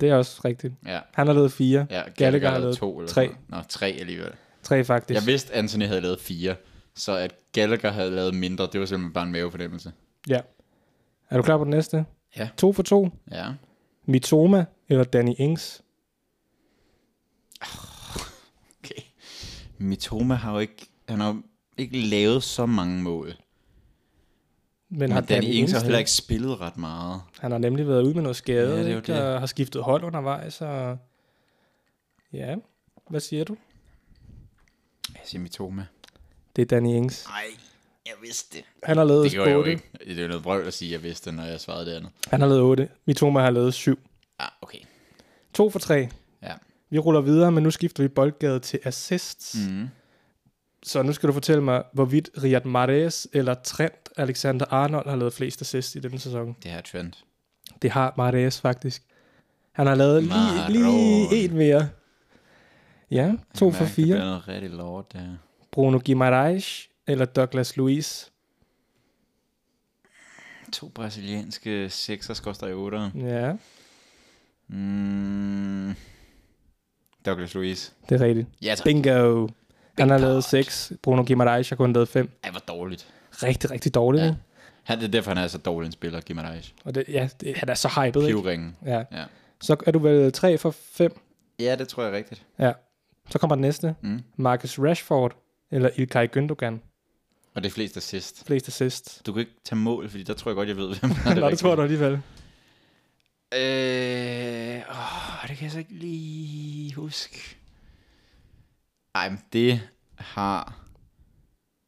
Det er også rigtigt.
Ja,
Han har lavet 4.
ja Gallagher
Gallagher
har
har
lavet
lavet
to eller
tre.
sådan noget. Nå, tre alligevel.
3 faktisk.
Jeg vidste, Anthony havde lavet fire, så at Gallagher havde lavet mindre, det var simpelthen bare en mavefornemmelse.
Ja. Er du klar på den næste?
Ja.
2 for 2.
Ja.
Mitoma eller Danny Ings.
Okay. Mitoma har jo ikke, han har jo ikke lavet så mange mål.
Men,
Men
har
Danny, Danny Ings har
det?
heller ikke spillet ret meget.
Han har nemlig været ude med noget skade,
Ja, det er jo
ikke?
det.
og har skiftet hold undervejs. Og... Ja, hvad siger du?
Jeg siger Mitoma.
Det er Danny Ings.
Nej, jeg vidste det.
Han har lavet
Det gjorde jeg jo
8.
ikke. Det er jo noget vrøvl at sige, at jeg vidste det, når jeg svarede det andet.
Han har lavet 8. Mitoma har lavet 7.
Ah, okay.
2 for 3.
Ja.
Vi ruller videre, men nu skifter vi boldgade til assists. Mm.
Mm.
Så nu skal du fortælle mig, hvorvidt Riyad Mahrez eller Trent Alexander Arnold har lavet flest assists i denne sæson.
Det her trend.
Det har Mahrez faktisk. Han har lavet lige,
Maron.
lige en mere. Ja, 2 for 4.
Det er noget rigtig lort, det her.
Bruno Guimaraes eller Douglas Luiz.
To brasilianske 6'er skorstræk 8'ere.
Ja,
Mm. Douglas Luiz.
det er rigtigt.
Ja, altså, tak.
Bingo. Han
Big
har
pot.
lavet 6. Bruno Guimaraes har kun lavet 5.
Ej, hvor dårligt.
Rigtig, rigtig dårligt.
Ja.
Ja.
Han, det er derfor, han er så dårlig en spiller, Gimarães.
Og det, ja, det, han er så hyped, ikke?
Pivringen.
Ja.
Ja.
Så er du vel 3 for 5.
Ja, det tror jeg er rigtigt.
Ja. Så kommer den næste.
Mm.
Marcus Rashford eller Ilkay Gündogan.
Og det er flest assist.
Flest assist.
Du kan ikke tage mål, fordi der tror jeg godt, jeg ved, hvem der
(laughs)
er
Nej, det tror du alligevel.
Øh, åh, det kan jeg så ikke lige huske. Ej, men det har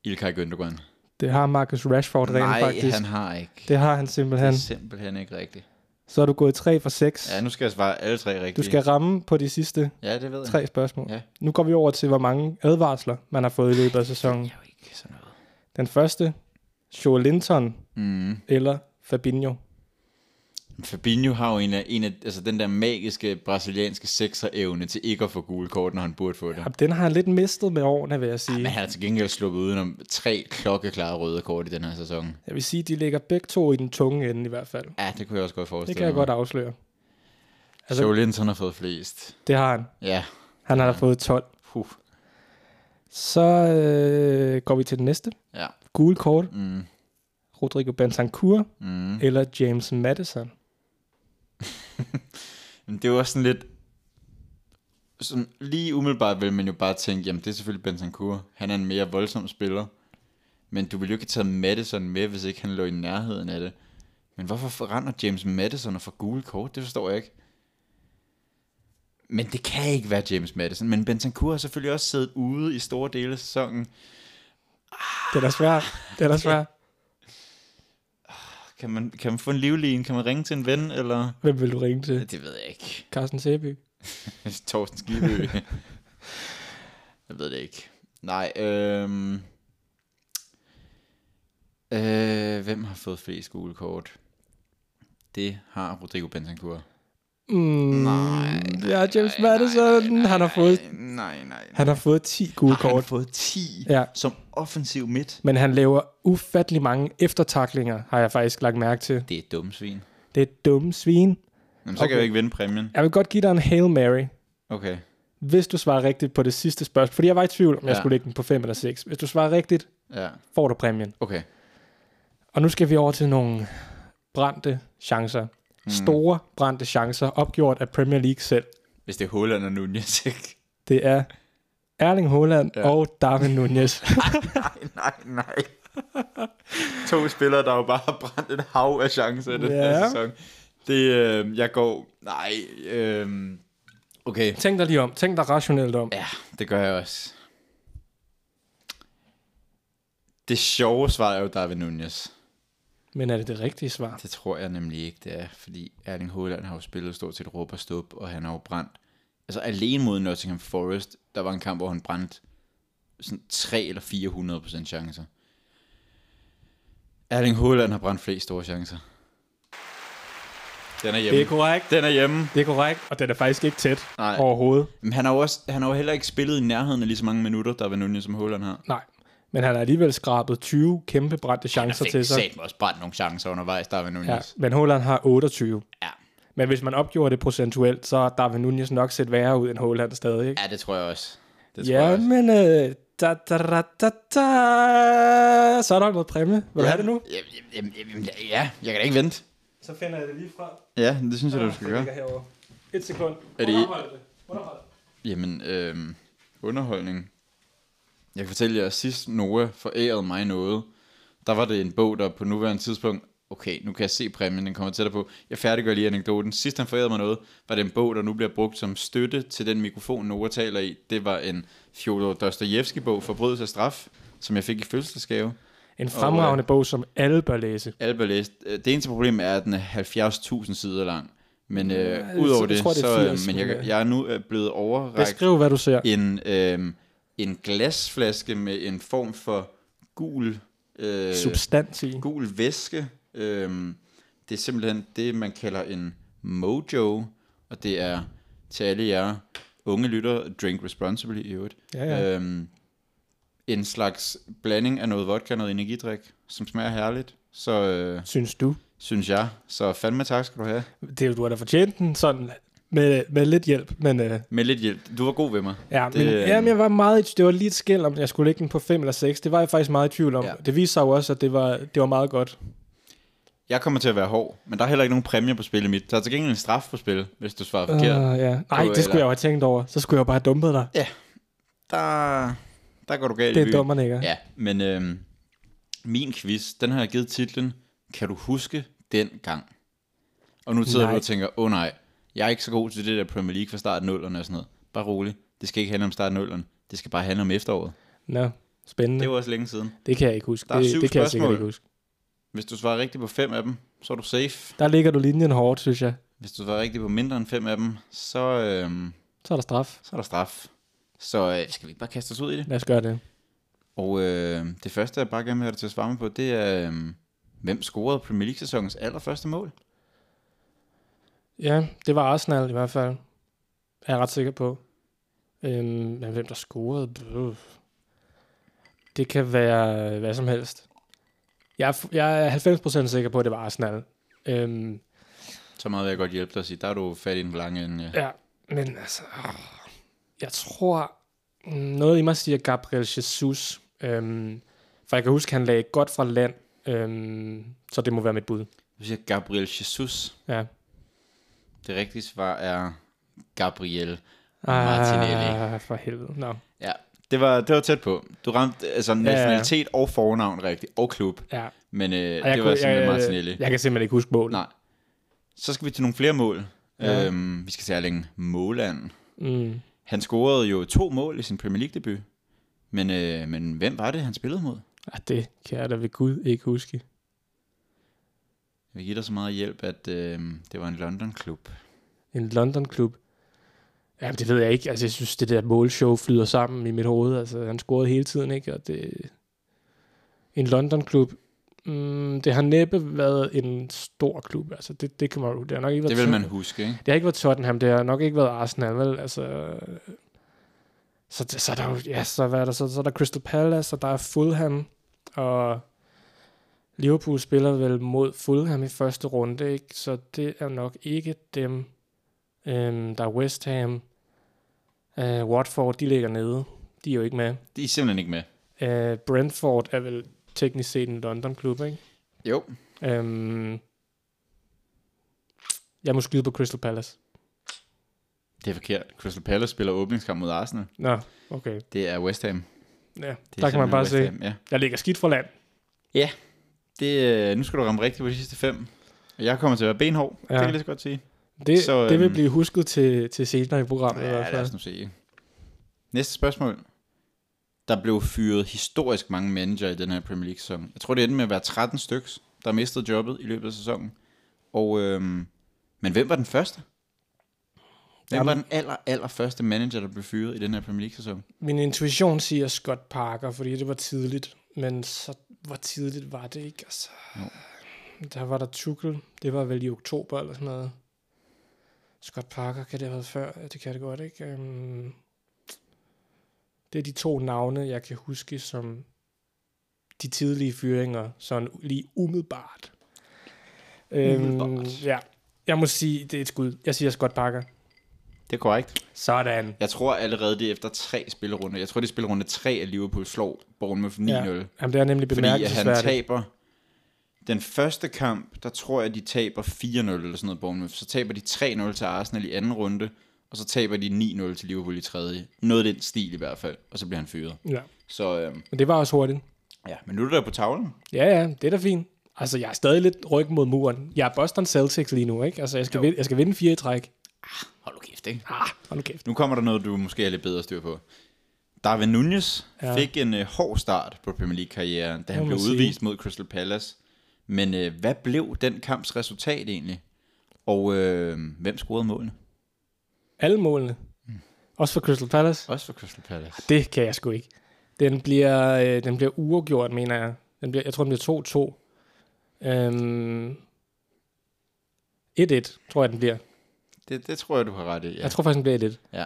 Ilkay Gündogan.
Det har Marcus Rashford rent
Nej,
faktisk.
han har ikke.
Det har han simpelthen.
det er simpelthen ikke rigtigt.
Så er du gået 3 for 6.
Ja, nu skal jeg svare alle tre rigtigt.
Du skal ramme på de sidste
Ja, det ved jeg.
tre spørgsmål.
Ja.
Nu går vi over til, hvor mange advarsler man har fået i løbet af sæsonen.
Jeg er jo ikke sådan noget.
Den første, Joe Linton
Mm.
eller Fabinho.
Fabinho har jo en af, en af, altså den der magiske brasilianske sekser-evne til ikke at få gule kort, når han burde få det.
Jamen, Den har han lidt mistet med årene, vil jeg sige.
Men han har til gengæld sluppet udenom tre klokkeklare røde kort i den her sæson.
Jeg vil sige, de ligger begge to i den tunge ende i hvert fald.
Ja, det kunne jeg også godt forestille
Det kan jeg godt afsløre.
Altså,
Altså-
Joe Linton har fået flest.
Det har han.
Ja,
Han har da fået 12.
puh.
Så øh, går vi til den næste.
Ja.
Gule kort,
Mm,
Rodrigo Bentancur
mm.
eller James Madison.
Men det er jo også sådan lidt... Sådan, lige umiddelbart vil man jo bare tænke, jamen det er selvfølgelig Bentancur. Han er en mere voldsom spiller. Men du ville jo ikke have taget Madison med, hvis ikke han lå i nærheden af det. Men hvorfor render James Madison og får gule kort? Det forstår jeg ikke. Men det kan ikke være James Madison. Men Bentancur har selvfølgelig også siddet ude i store dele af sæsonen.
Det er da svært. Det er da svært.
Kan man, kan man få en livlin? Kan man ringe til en ven, eller?
Hvem vil du
(laughs)
ringe til?
Det ved jeg ikke.
Carsten Sæby.
(laughs) Torsten Skibø. jeg ved det ikke. Nej, øhm... Øh, hvem har fået flest skolekort? Det har Rodrigo Bentancur.
Mm,
Nej,
Ja, James
nej, nej,
Madison,
nej,
han har
nej,
fået,
Nej, nej, nej.
han har fået 10
Har
gule
han
kort.
fået 10
Ja,
som offensiv midt?
men han laver ufattelig mange eftertaklinger, har jeg faktisk lagt mærke til.
Det er et dumt svin.
Det er dumme svin.
Jamen, så okay. kan
Okay.
jeg jo ikke vinde præmien.
Jeg vil godt give dig en Hail Mary,
Okay.
hvis du svarer rigtigt på det sidste spørgsmål. Fordi jeg var i tvivl, om jeg
Ja.
skulle lægge den på 5 eller 6. Hvis du svarer rigtigt,
Ja.
får du præmien.
Okay.
Og nu skal vi over til nogle brændte chancer. Mm. Store brændte chancer, opgjort af Premier League selv.
Hvis det er Holland og Nunez, (laughs) ikke?
Det er Erling Haaland
Ja.
ja. og Darwin Nunez.
nej, nej. To spillere, der jo bare har brændt et hav af chancer i den
Ja.
her sæson. Det, øh, jeg går... Nej, øh, okay.
(laughs) tænk dig lige om. Tænk dig rationelt om.
Ja, det gør jeg også. Det sjove svar er jo Darwin Nunez.
Men er det det rigtige svar?
Det tror jeg nemlig ikke, det er, fordi Erling Haaland har jo spillet stort set råb og stup, og han har jo brændt. Altså alene mod Nottingham Forest, der var en kamp, hvor han brændte sådan 3 eller 400 procent chancer. Erling Haaland har brændt flest store chancer. Den er hjemme.
Det er korrekt.
Den er hjemme.
Det er korrekt, og den er faktisk ikke tæt
Nej.
overhovedet.
Men han har jo også, han har jo heller ikke spillet i nærheden af lige så mange minutter, der var Nunez som Haaland har.
Nej. Men han har alligevel skrabet 20 kæmpe brændte chancer til sig.
mig også brændt nogle chancer undervejs, der var Nunez.
Ja, men Holland har 28.
Ja.
Men hvis man opgjorde det procentuelt, så har Darwin Nunez nok set værre ud end Holland stadig, ikke?
ja, det tror jeg også. Det tror jeg
Ja,
også.
men... Øh, da, da, da, da, da. Så er der noget præmie. Vil du have det nu?
Jamen, jamen, jamen, ja, jeg kan da ikke vente.
Så finder jeg det lige fra.
Ja, det synes jeg, du skal gøre.
herovre. Et sekund.
Er det- Underhold
det.
Jamen, øhm, underholdning. Jeg kan fortælle jer, at sidst Noah forærede mig noget, der var det en bog, der på nuværende tidspunkt, okay, nu kan jeg se præmien, den kommer tættere på. Jeg færdiggør lige anekdoten. Sidst han forærede mig noget, var det en bog, der nu bliver brugt som støtte til den mikrofon, Noah taler i. Det var en Fjodor Dostojevski-bog, Forbrydelse og straf, som jeg fik i fødselsdagsgave.
En fremragende bog, som alle bør læse.
Alle bør læse. Øh, Det eneste problem er, at den er 70.000 sider lang. Men
Ja,
øh,
Mm, jeg
udover
tror-
det,
jeg tror, det er
så... Øh,
80,
men
men,
jeg,
øh,
jeg er nu øh, blevet overrækt
Beskriv, hvad du ser.
en, øh, en glasflaske med en form for gul, øh,
Substans i.
gul væske. Øh, det er simpelthen det, man kalder en mojo. Og det er til alle jer unge lytter, drink responsibly i øvrigt.
Ja, ja.
Ja. Øhm, en slags blanding af noget vodka og noget energidrik, som smager herligt. Så øh,
Synes du?
synes jeg. Så fandme tak skal du have.
Det, du har da fortjent den, sådan med, med lidt hjælp, men... Øh,
Med lidt hjælp. Du var god ved mig.
Ja,
Det,
men,
øh,
ja, men jeg var meget, i- det var lige et skæld, om jeg skulle lægge den på 5 eller 6. Det var jeg faktisk meget i tvivl om.
Ja.
Ja. Det viste sig jo også, at det var, det var meget godt.
Jeg kommer til at være hård, men der er heller ikke nogen præmie på spil i mit. Der er til gengæld en straf på spil, hvis du svarer
Uh,
forkert.
ja. Nej,
Eller-
det skulle jeg jo have tænkt over. Så skulle jeg jo bare have dumpet dig.
Der, der går du galt i
Det er
byen.
dummerne, ikke?
Ja, men øhm, min quiz, den har jeg givet titlen, Kan du huske den gang? Og nu sidder
Nej.
du og tænker, åh oh, nej, jeg er ikke så god til det der Premier League fra start af 0'erne og sådan noget. Bare rolig, det skal ikke handle om start af 0'erne, det skal bare handle om efteråret.
Nå, spændende.
Det
Det,
var også længe siden.
det kan jeg ikke huske.
Der er
det,
syv
det kan jeg sikkert
spørgsmål.
ikke huske.
Hvis du svarer rigtigt på fem af dem, så er du safe.
Der ligger du linjen hårdt, synes jeg.
Hvis du svarer rigtigt på mindre end fem af dem, så, øhm,
Så er der straf.
så er der straf. Så øh, skal vi ikke bare kaste os ud i det?
Lad os gøre det.
Og øh, det første, jeg bare gerne vil have dig til at svare mig på, det er, øh, hvem scorede Premier League-sæsonens allerførste mål?
Ja, det var Arsenal i hvert fald. Er jeg ret sikker på. Øhm, men hvem der scorede? Bøh. Det kan være øh, hvad som helst. Jeg er, fu- jeg er 90% sikker på, at det var Arsenal. Øhm,
Så meget vil jeg godt hjælpe dig at sige. Der er du fat i den lange ende. Ja.
ja, men altså... åh. Jeg tror... mm, Noget i mig siger Gabriel Jesus. Øhm, for jeg kan huske, han lagde godt fra land. Øhm, så det må være mit bud.
Du siger Gabriel Jesus.
Ja.
Det rigtige svar er Gabriel Martinelli.
Ah, for helvede. Nå.
Ja, det var, det var tæt på. Du ramte altså, nationalitet ja, ja. og fornavn rigtigt, og klub.
Ja.
Men øh, det
Og jeg
var
kunne-
simpelthen
jeg-
Martinelli.
Jeg kan simpelthen ikke huske målet.
Nej. Så skal vi til nogle flere mål. Ja.
Ja.
Øhm, vi skal til Erling Måland.
Mm.
Han scorede jo to mål i sin Premier League-debut. Men, øh, men hvem var det, han spillede mod?
Ah, det kan jeg da ved Gud ikke huske.
Jeg vil give dig så meget hjælp, at øh, det var en London-klub.
En London-klub. Jamen, det ved jeg ikke. Altså, jeg synes, det der målshow flyder sammen i mit hoved. Altså, han scorede hele tiden, ikke? Og det... En London-klub. Mm, det har næppe været en stor klub. Altså, det, det kan man jo... Det har nok ikke været
Det vil
Tot-
man huske, ikke?
Det har ikke været Tottenham. Det har nok ikke været Arsenal, vel? Altså... øh, Så, så er der jo... Ja, så, hvad er der, så, så er der Crystal Palace, og der er Fulham, og... Liverpool spiller vel mod Fulham i første runde, ikke? så det er nok ikke dem. Øhm, der er West Ham. Øh, Watford, de ligger nede. De er jo ikke med.
De er simpelthen ikke med.
Øh, Brentford er vel teknisk set en London-klub, ikke?
Jo.
Øhm, jeg må skyde på Crystal Palace.
Det er forkert. Crystal Palace spiller åbningskamp mod Arsenal.
Nå, okay.
Det er West Ham.
Ja,
Det er
der kan
simpelthen
man bare
West
se.
Ham, Ja.
Jeg ligger skidt for land.
Det, øh, nu skal du ramme rigtigt på de sidste fem. Og Jeg kommer til at være benhård, ja.
Ja.
det kan jeg lige så godt sige.
Det,
Så,
så, det vil
øhm,
blive husket til, til senere i programmet. i
Ja,
hvert
lad
fald.
os nu se. Næste spørgsmål. Der blev fyret historisk mange manager i den her Premier League-sæson. Jeg tror, det endte med at være 13 styks, der mistede jobbet i løbet af sæsonen. Og, øhm, men hvem var den første? Hvem
Jamen-
var den aller, aller første manager, der blev fyret i den her Premier League-sæson?
Min intuition siger Scott Parker, fordi det var tidligt. Men så, hvor tidligt var det ikke? Altså,
Jo.
der var der Tuchel. Det var vel i oktober eller sådan noget. Scott Parker, kan det have været før? Ja, det kan det godt, ikke? Um, det er de to navne, jeg kan huske som de tidlige fyringer, sådan lige umiddelbart. Øhm,
Umiddelbart.
ja, jeg må sige, det er et skud. Jeg siger Scott Parker.
Det er korrekt.
Sådan.
Jeg tror allerede, det er efter tre spillerunder. Jeg tror, det er spillerunde tre, at Liverpool slår Bournemouth 9-0.
Ja. Jamen, det er nemlig
Fordi at han
bemærkelsesværdigt.
taber den første kamp, der tror jeg, de taber 4-0 eller sådan noget Bournemouth. Så taber de 3-0 til Arsenal i anden runde, og så taber de 9-0 til Liverpool i tredje. Noget af den stil i hvert fald, og så bliver han fyret.
Ja,
Så øhm,
men det var også hurtigt.
ja, men nu er du der på tavlen.
Ja, ja, det er da fint. Altså, jeg er stadig lidt ryg mod muren. Jeg er Boston Celtics lige nu, ikke? Altså, jeg skal, vinde, jeg skal vinde fire i træk.
Hold nu kæft, ikke?
Ah, hold nu kæft.
Nu kommer der noget, du måske er lidt bedre styr på. Darwin Nunez ja.
Ja.
fik en øh, hård start på Premier League-karrieren, da han
må
blev
sige.
udvist mod Crystal Palace. Men øh, hvad blev den kamps resultat egentlig? Og øh, hvem scorede målene?
Alle målene. Mm. Også for Crystal Palace.
Også for Crystal Palace.
Det kan jeg sgu ikke. Den bliver, øh, den bliver uafgjort, mener jeg. Den bliver, jeg tror, den bliver 2-2. Øhm, 1-1, tror jeg, den bliver. Ja.
Det, det tror jeg, du har ret i. Ja.
Jeg tror faktisk, den bliver 1-1.
ja.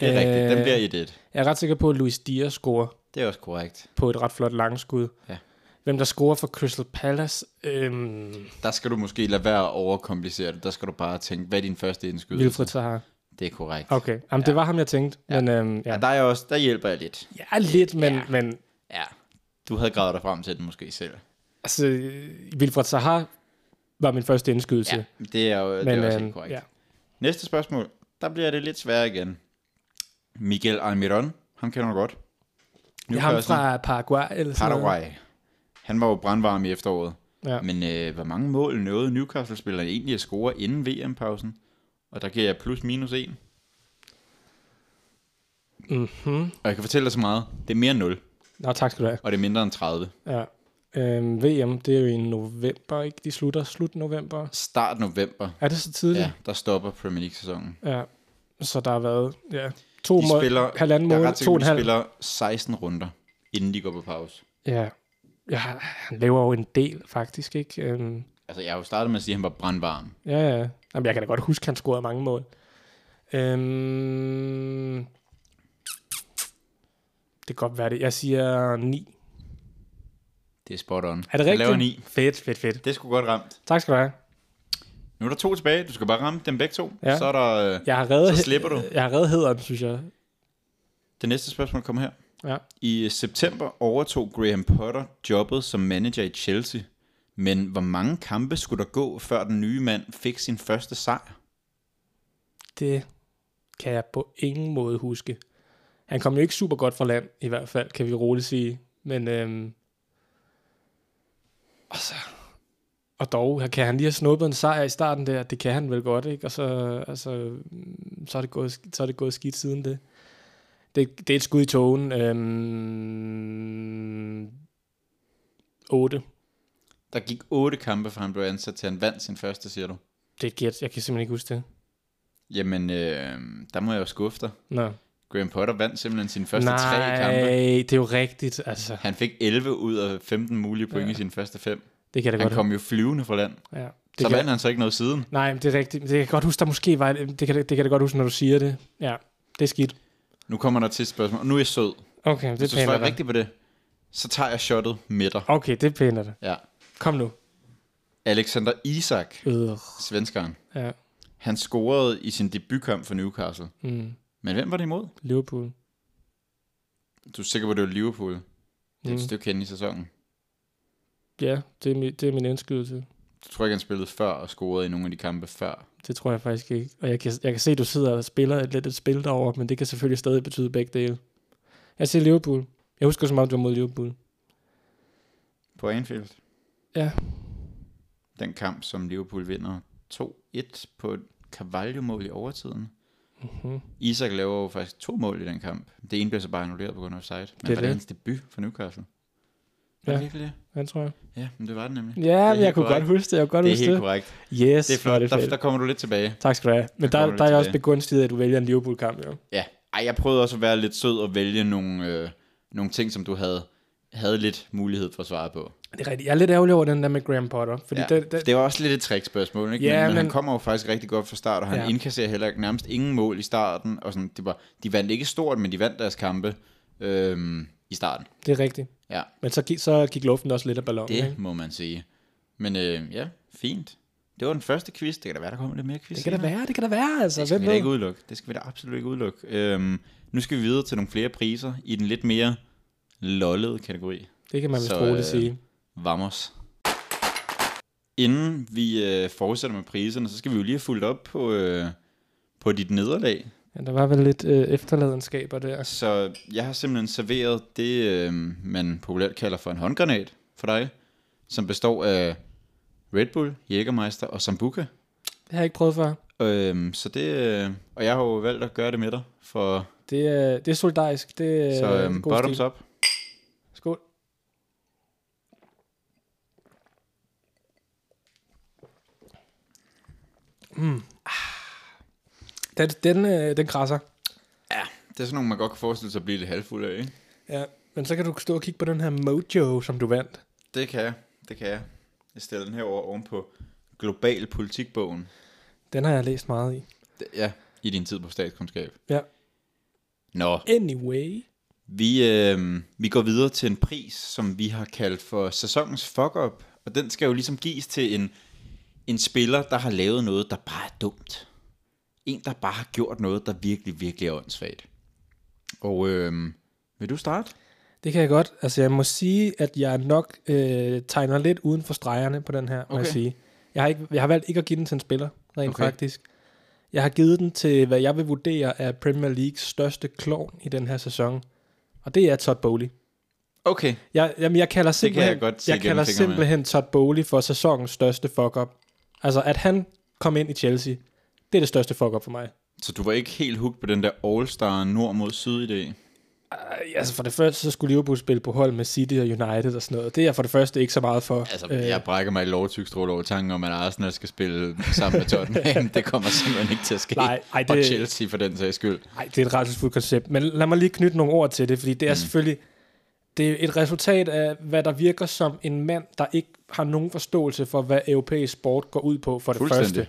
Det er øh... rigtigt. Den bliver 1-1.
Jeg er ret sikker på, at Luis Diaz scorer.
Det er også korrekt.
på et ret flot langskud.
Ja.
Hvem der scorer for Crystal Palace? Øhm,
Der skal du måske lade være at overkomplicere det. Der skal du bare tænke, hvad er din første indskydelse?
Wilfred Sahar.
Det er korrekt.
Okay, Jamen, det var ham, jeg tænkte. Ja. Men, øhm,
Ja,
ja.
der, er jeg også, der hjælper jeg lidt.
ja, lidt, men, ja. men
Ja. Du havde gravet dig frem til den måske selv.
altså, øh, Wilfred Sahar var min første indskydelse.
Det er jo det
men, øhm,
er også helt korrekt.
ja.
Næste spørgsmål. Der bliver det lidt sværere igen. Miguel Almiron. Ham kender du godt.
Det er ham
Newcastle,
fra Paraguay eller sådan noget.
Paraguay. Han var jo brandvarm i efteråret.
Ja.
Men øh, hvor mange mål nåede Newcastle-spillerne egentlig at score inden VM-pausen? Og der giver jeg plus minus en.
Mm-hmm.
Og jeg kan fortælle dig så meget. Det er mere end 0,
Nå, tak skal du have.
og det er mindre end 30.
Ja. Øhm, VM, det er jo i november, ikke? De slutter slut november.
Start november,
Er det så tidligt?
ja, der stopper Premier League-sæsonen.
ja. Så der har været ja, to
De
mål,
spiller,
halvanden
jeg er
mål,
ret
to og en
sikker, de spiller
halv.
16 runder, inden de går på pause.
Ja, ja han laver jo en del, faktisk, ikke? Øhm,
Altså, jeg har jo startet med at sige, at han var brandvarm.
ja, ja. Jamen, jeg kan da godt huske, at han scorede mange mål. Øhm, det kan godt være det. Jeg siger 9.
Det er spot on.
Er det
Jeg
rigtigt?
laver 9.
Fedt, fedt, fedt.
Det skulle godt ramt.
Tak skal du have.
Nu er der to tilbage. Du skal bare ramme dem begge to.
Ja.
Så er der... Øh,
Jeg har reddet,
Så slipper du.
Jeg har reddet hederen, synes jeg.
det næste spørgsmål kommer her.
Ja.
I øh, september overtog Graham Potter jobbet som manager i Chelsea. Men hvor mange kampe skulle der gå, før den nye mand fik sin første sejr?
Det kan jeg på ingen måde huske. Han kom jo ikke super godt fra land, i hvert fald, kan vi roligt sige. Men, øhm, og så, og dog, kan han lige have snuppet en sejr i starten der, det kan han vel godt, ikke? Og så, altså, mm, så, er, det gået, så er det gået skidt siden det. Det, det er et skud i togen. Øhm, 8.
Der gik otte kampe, fra han blev ansat til han vandt sin første, siger du.
Det er et gæt. Jeg kan simpelthen ikke huske det.
Jamen, øh, der må jeg jo skuffe dig.
Nå.
Graham Potter vandt simpelthen sine første
Nej,
tre kampe.
det er jo rigtigt. Altså,
Han fik 11 ud af 15 mulige point ja. i sine første fem.
det kan jeg da
Han
godt
kom jo flyvende fra land.
huske. Ja, det
Så
kan,
vandt han så ikke noget siden.
Nej, men det er rigtigt. Det kan jeg godt huske, der måske var... Det kan, det kan jeg da godt huske, når du siger det. Ja, det er skidt.
Nu kommer der til et spørgsmål. Nu er jeg sød.
Okay, det
Hvis du
pæner
svarer
dig.
rigtigt på det, så tager jeg shottet med dig.
Okay, det pæner det.
Ja.
Kom nu.
Alexander Isak,
Øh,
svenskeren,
ja.
han scorede i sin debutkamp for Newcastle.
Mm,
Men hvem var det imod?
Liverpool.
Du er sikker på, at det var Liverpool. Det er
Mm.
et stykke hen i sæsonen.
Ja, det er, mi- det er min indskydelse.
Du tror ikke, han spillede før og scorede i nogle af de kampe før.
Det tror jeg faktisk ikke. Og jeg kan, jeg kan se, at du sidder og spiller et lidt et spil derovre, men det kan selvfølgelig stadig betyde begge dele. Jeg siger Liverpool. Jeg husker så meget, du var mod Liverpool.
På Anfield.
Ja.
Den kamp, som Liverpool vinder 2-1 på et Carvalho-mål i overtiden.
Mm-hmm.
Isak laver jo faktisk to mål i den kamp. Det ene bliver så bare annulleret på grund af offside. Men
er
det var det
det.
hans debut for Newcastle. Ja.
Ja.
Er det virkelig det?
Den tror jeg.
Ja, men det var det nemlig.
Ja, men
helt
jeg kunne
korrekt.
godt huske det. Jeg kunne godt
det er
huske
helt
det.
korrekt.
Yes,
Det er
hvor
flot. Der,
fedt.
der kommer du lidt tilbage.
Tak skal du have. Men
kommer
der,
du
der er jeg også
tilbage.
begunstiget, at du vælger en Liverpool-kamp, jo.
Ja. Ej, jeg prøvede også at være lidt sød og vælge nogle, øh, nogle ting, som du havde, havde lidt mulighed for at svare på.
Det er rigtigt. Jeg er lidt ærgerlig over den der med Graham Potter. Fordi
ja.
ja. det, det,
det var også lidt et trickspørgsmål, ikke?
Ja,
men, men, han
men-
kommer jo faktisk rigtig godt fra start, og han
Ja.
ja. indkasserer heller ikke nærmest ingen mål i starten. Og sådan, det var, de vandt ikke stort, men de vandt deres kampe øhm, i starten.
det er rigtigt.
Ja,
Men så, gik- så gik luften også lidt af ballonen.
det
ikke?
må man sige. Men øh, ja, fint. Det var den første quiz. Det kan da være, der kommer lidt mere quiz.
Det kan da
senere.
være, det kan da være, altså.
Det
Hvem
skal vi da
ved?
ikke udelukke. Det skal vi da absolut ikke udelukke. Øhm, nu skal vi videre til nogle flere priser i den lidt mere lollede kategori.
Det kan man vist
Så,
roligt
øh,
sige.
Vamos. Inden vi øh, fortsætter med priserne, så skal vi jo lige have fulgt op på, øh, på dit nederlag.
Ja, der var vel lidt øh, efterladenskaber der.
Så jeg har simpelthen serveret det, øh, man populært kalder for en håndgranat for dig, som består af Red Bull, Jägermeister og Sambuca.
Det har jeg ikke prøvet før.
Øhm, så det, øh, og jeg har jo valgt at gøre det med dig, for
Det er, det er solidarisk. Det, er-
så
det er
øh,
god
bottoms
stil.
up.
Skål. Mm. Ah. Den, den, øh, den krasser.
Det er sådan nogle, man godt kan forestille sig at blive lidt halvfuld af, ikke?
Ja, men så kan du stå og kigge på den her mojo, som du vandt.
Det kan jeg, det kan jeg. Jeg stiller den her over ovenpå Global Politikbogen.
Den har jeg læst meget i.
Det- Ja, i din tid på statskundskab.
Ja.
Nå,
Anyway.
vi, øh, vi går videre til en pris, som vi har kaldt for sæsonens fuck-up, og den skal jo ligesom gives til en, en spiller, der har lavet noget, der bare er dumt. En, der bare har gjort noget, der virkelig, virkelig er åndssvagt. Og øh, vil du starte?
Det kan jeg godt. Altså, jeg må sige, at jeg nok øh, tegner lidt uden for stregerne på den her, okay. må jeg
Okay.
sige. Jeg har, ikke, jeg har valgt ikke at give den til en spiller, rent okay.
Okay.
faktisk. Jeg har givet den til, hvad jeg vil vurdere er Premier Leagues største klovn i den her sæson. Og det er Todd Bowley.
Okay,
Jeg, jamen, jeg kalder
det kan
simpelthen,
jeg godt se
jeg
gennem
kalder
fingrene med.
simpelthen Todd Bowley for sæsonens største fuck-up. Altså, at han kom ind i Chelsea, det er det største fuck-up for mig.
Så du var ikke helt hooked på den der All-Star nord mod syd idé?
Ej, Altså for det første, så skulle Liverpool spille på hold med City og United og sådan noget. Det er jeg for det første ikke så meget for.
Altså, øh. jeg brækker mig i lovtykstrål over tanken om, at Arsenal skal spille sammen med (laughs) Tottenham. det kommer simpelthen ikke til at ske.
Nej, ej,
Og
det-
Chelsea for den sags skyld.
Nej, det er et rædselsfuldt koncept, men lad mig lige knytte nogle ord til det, fordi det er mm. selvfølgelig det er et resultat af, hvad der virker som en mand, der ikke har nogen forståelse for, hvad europæisk sport går ud på for det
Fuldstændig.
første.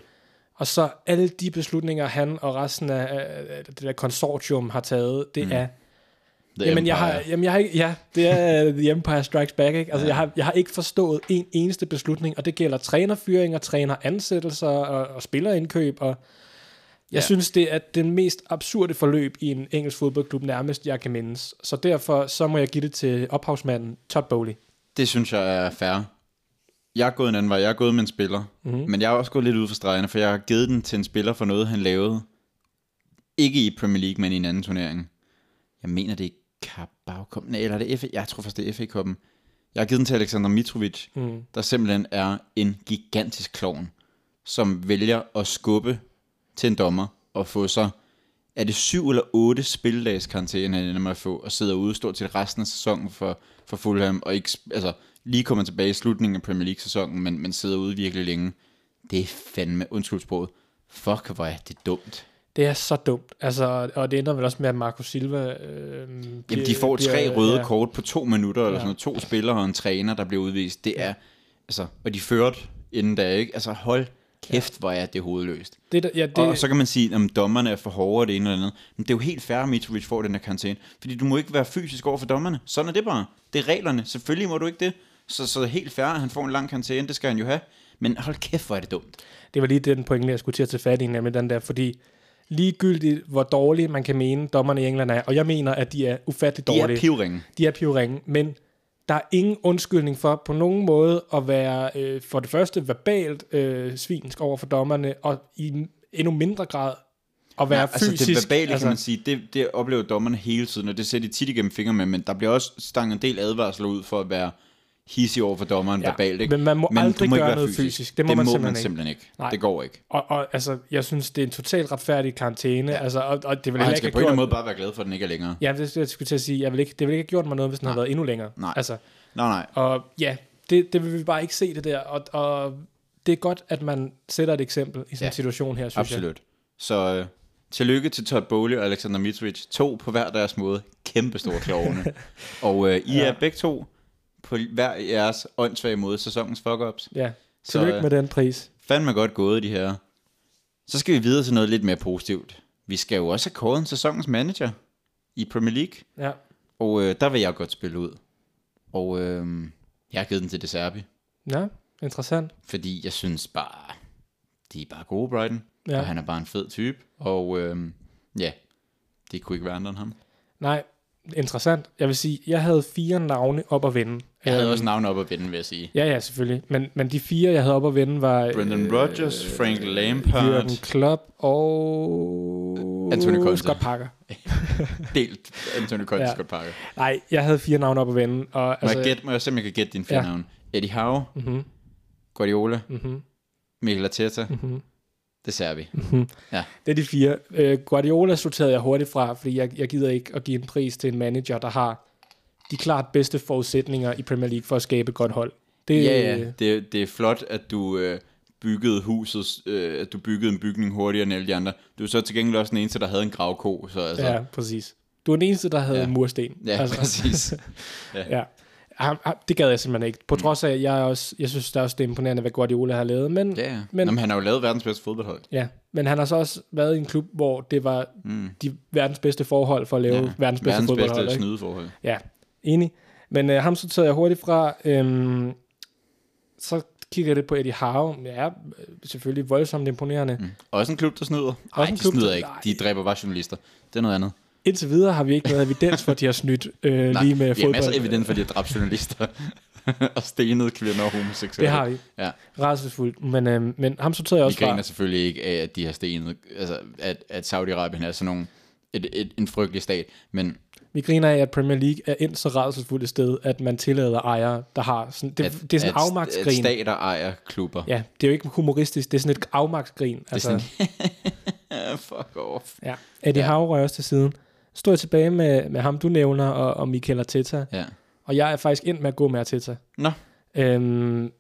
Og så alle de beslutninger, han og resten af øh, det der konsortium har taget, det mm. er...
The
Jamen,
Empire.
jeg har, jamen, jeg har ikke, ja, det er øh, The Empire Strikes Back, ikke? Altså, ja. jeg, har, jeg har ikke forstået en eneste beslutning, og det gælder trænerfyringer, træneransættelser og, og spillerindkøb, og jeg
Ja.
ja. synes, det er den mest absurde forløb i en engelsk fodboldklub nærmest, jeg kan mindes. Så derfor, så må jeg give det til ophavsmanden Todd Bowley.
Det synes jeg er fair. Jeg er gået en anden vej. Jeg er gået med en spiller. Mm-hmm.
Mhm.
Men jeg er også gået lidt ud for stregerne, for jeg har givet den til en spiller for noget, han lavede. Ikke i Premier League, men i en anden turnering. Jeg mener, det er Carabao Cup. Nej, eller er det FA? Jeg tror faktisk, det er FA-koppen. Jeg har givet den til Alexander Mitrovic,
Mhm.
mm. der simpelthen er en gigantisk klovn, som vælger at skubbe til en dommer og få sig er det syv eller otte spilledags karantæne, han ender med at få, og sidder ude stort set resten af sæsonen for, for Fulham, og ikke, sp- altså, lige kommer tilbage i slutningen af Premier League-sæsonen, men, men sidder ude virkelig længe. Det er fandme, undskyld sproget, fuck, hvor er det dumt.
Det er så dumt. Altså, og det ender vel også med, at Marco Silva... Øh,
Jamen, de får tre røde kort på to minutter, eller sådan noget. To spillere og en træner, der bliver udvist. Det er, altså, og de førte inden da, ikke? Altså, hold kæft, hvor er det hovedløst.
Det, der- ja, det,
Og så kan man sige, om dommerne er for hårde og det ene eller andet. Men det er jo helt fair, at Mitrovic får den her karantæne. Fordi du må ikke være fysisk over for dommerne. Sådan er det bare. Det er reglerne. Selvfølgelig må du ikke det. Så, så er det helt fair, at han får en lang karantæne. Det skal han jo have. Men hold kæft, hvor er det dumt.
Det var lige den pointe, jeg skulle til at tage fat i, nemlig den der, fordi ligegyldigt, hvor dårlige man kan mene, dommerne i England er, og jeg mener, at de er ufattelig
De
dårlige.
er pivringe.
de er pivringe, men der er ingen undskyldning for på nogen måde at være øh, for det første verbalt øh, svinsk over for dommerne, og i endnu mindre grad at være
Ja,
ja,
altså
fysisk.
det verbale, altså... kan man sige, det, det oplever dommerne hele tiden, og det ser de tit igennem fingre med, men der bliver også stanget en del advarsler ud for at være hissig over for dommeren ja,
Ja,
verbalt. Ikke?
men man må aldrig
du ikke
gøre
være
noget fysisk. Det må
det
man
må
simpelthen
man
ikke.
simpelthen ikke.
Nej.
Det går ikke.
og, og altså, jeg synes, det er en totalt retfærdig karantæne, ja. altså, og, og det vil
Og han
heller ikke
skal
have
på en eller anden
gjort-
måde bare være glad for, at den ikke er længere.
Ja, det, det skulle jeg til at sige. Jeg vil ikke, det ville ikke have gjort mig noget, hvis den havde været endnu længere.
Nej.
Altså,
Nej, nej.
Og ja, det, det vil vi bare ikke se det der, og, og det er godt, at man sætter et eksempel i sådan en
Ja,
situation her, synes jeg.
Absolut. Så øh, tillykke til Todd Bowley og Alexander Mitrovic. To på hver deres måde. Kæmpe store
(laughs)
klovne. og øh, I ja.
Ja.
er begge to på hver jeres åndssvage måde sæsonens fuck-ups.
Ja,
Så,
tillykke
øh,
med den pris.
Fandme godt gået, de her. Så skal vi videre til noget lidt mere positivt. Vi skal jo også have kåret en sæsonens manager i Premier League.
Ja.
Og øh, der vil jeg godt spille ud. Og øh, jeg har givet den til De Serbi.
ja, interessant.
Fordi jeg synes bare, de er bare gode, Brighton. Ja.
Ja.
Og han er bare en fed type. Og øh, ja, det kunne ikke være andre end ham.
Nej, interessant. Jeg vil sige, jeg havde fire navne op at vende.
Jeg havde
Øhm,
også navnet op at vende, vil jeg sige.
Ja, ja, selvfølgelig. Men, men de fire, jeg havde op at vende, var...
Brendan
øh,
Rodgers, Frank Lampard.
Jürgen Klopp og...
Antonio Conte.
Scott Parker.
Delt Anthony Conte ja. Altså-
Ja.
Scott Parker. Må
Nej, jeg havde fire navne op at vende. Og,
jeg, gætte, må jeg se, om jeg kan gætte din fire
Ja.
navn? Eddie Howe,
Mhm,
Guardiola,
mhm,
Mikkel Arteta,
mhm.
det ser vi.
Hmm. Det er de fire. Øh, Guardiola sorterede jeg hurtigt fra, fordi jeg, jeg gider ikke at give en pris til en manager, der har de klart bedste forudsætninger i Premier League for at skabe et godt hold. Det,
Ja, ja. Det, det er flot, at du øh, byggede huset, øh, at du byggede en bygning hurtigere end alle de andre. Du er så til gengæld også den eneste, der havde en gravko. Så altså, ja,
ja, præcis. Du var den eneste, der havde
Ja.
ja. mursten.
ja altså. (laughs) præcis.
Ja. Ham, ham, det gad jeg simpelthen ikke. På
Mm.
trods af, at jeg, er også, jeg synes, det er også det er imponerende, hvad Guardiola har lavet. Men,
Ja, ja. Men,
Men-
Nå, men han har jo lavet verdens bedste fodboldhold.
ja. men han har så også været i en klub, hvor det var
Mm.
de verdens bedste forhold for at lave ja. verdens bedste
verdens
fodboldhold.
bedste
ikke?
snydeforhold.
Ja, enig. Men øh, ham sorterede jeg hurtigt fra. Øhm, så kigger jeg lidt på Eddie Howe. Ja, øh, selvfølgelig voldsomt imponerende. Mm.
Også en klub, der snyder. Nej,
Også en
de
klub,
snyder
der-
ikke.
Nej.
De dræber bare journalister. Det er noget andet.
Indtil videre har vi ikke noget evidens for, at de har
(laughs)
snydt øh, lige med
vi har
fodbold.
masser af evidens for, at de har dræbt
(laughs)
journalister. og stenet kvinder og homoseksuelle.
Det har vi.
Ja.
Rædselsfuldt. Men, øh, men ham sorterede jeg
Vi
også
griner
fra.
selvfølgelig ikke af, at de har stenet, altså at, at Saudi-Arabien er sådan nogle, et, et, en frygtelig stat, men
Vi griner af, at Premier League er ind så rædselsfuldt et sted, at man tillader ejere, der har sådan... Det,
at,
det er
at,
sådan en
at
afmagtsgrin.
stater ejer klubber.
Ja, det er jo ikke humoristisk. Det er sådan et afmagtsgrin. Altså,
Det er sådan, ja, (laughs) fuck off.
ja. Eddie
Ja.
ja. Howe røg også til siden. Så Stod jeg tilbage med, med ham, du nævner, og, og Michael Arteta.
Ja.
Og jeg er faktisk endt med at gå med Arteta.
Nå.
Øhm,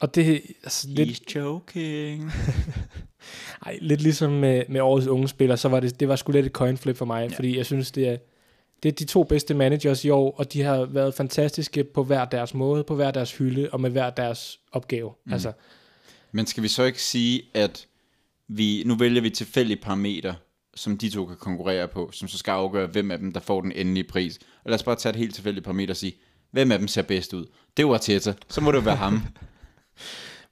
og det er altså, lidt,
He's joking.
ej, lidt ligesom med, med årets unge spiller, så var det, det var sgu lidt et coin flip for mig,
Ja.
ja. fordi jeg synes, det er, det er de to bedste managers i år, og de har været fantastiske på hver deres måde, på hver deres hylde, og med hver deres opgave. Mm. Altså,
Men skal vi så ikke sige, at vi, nu vælger vi tilfældige parametre, som de to kan konkurrere på, som så skal afgøre, hvem af dem, der får den endelige pris. Og lad os bare tage et helt tilfældigt parameter og sige, hvem af dem ser bedst ud? Det var Arteta, så må det jo være ham.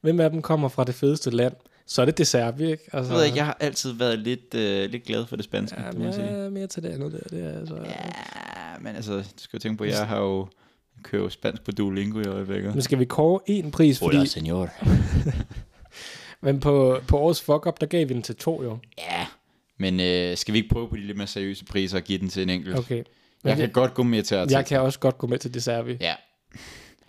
hvem af dem kommer fra det fedeste land? Så er det det Serbien, ikke? Altså,
Så ved (laughs) jeg, jeg har altid været lidt, øh, lidt glad for det spanske, ja,
Ja,
det må jeg sige.
jeg er mere til det andet der. Det er, altså, ja.
Ja, men altså, du skal jo tænke på, jeg har jo jeg kører jo spansk på Duolingo i øjeblikket.
Men skal vi kåre én pris? Fordi,
senor.
men på, på årets fuck-up, der gav vi den til to, jo.
Ja, men øh, skal vi ikke prøve på de lidt mere seriøse priser og give den til en enkelt? Okay.
Okay. Men
Jeg kan godt gå med til Arteta.
Jeg kan også godt gå med til det servi.
Ja.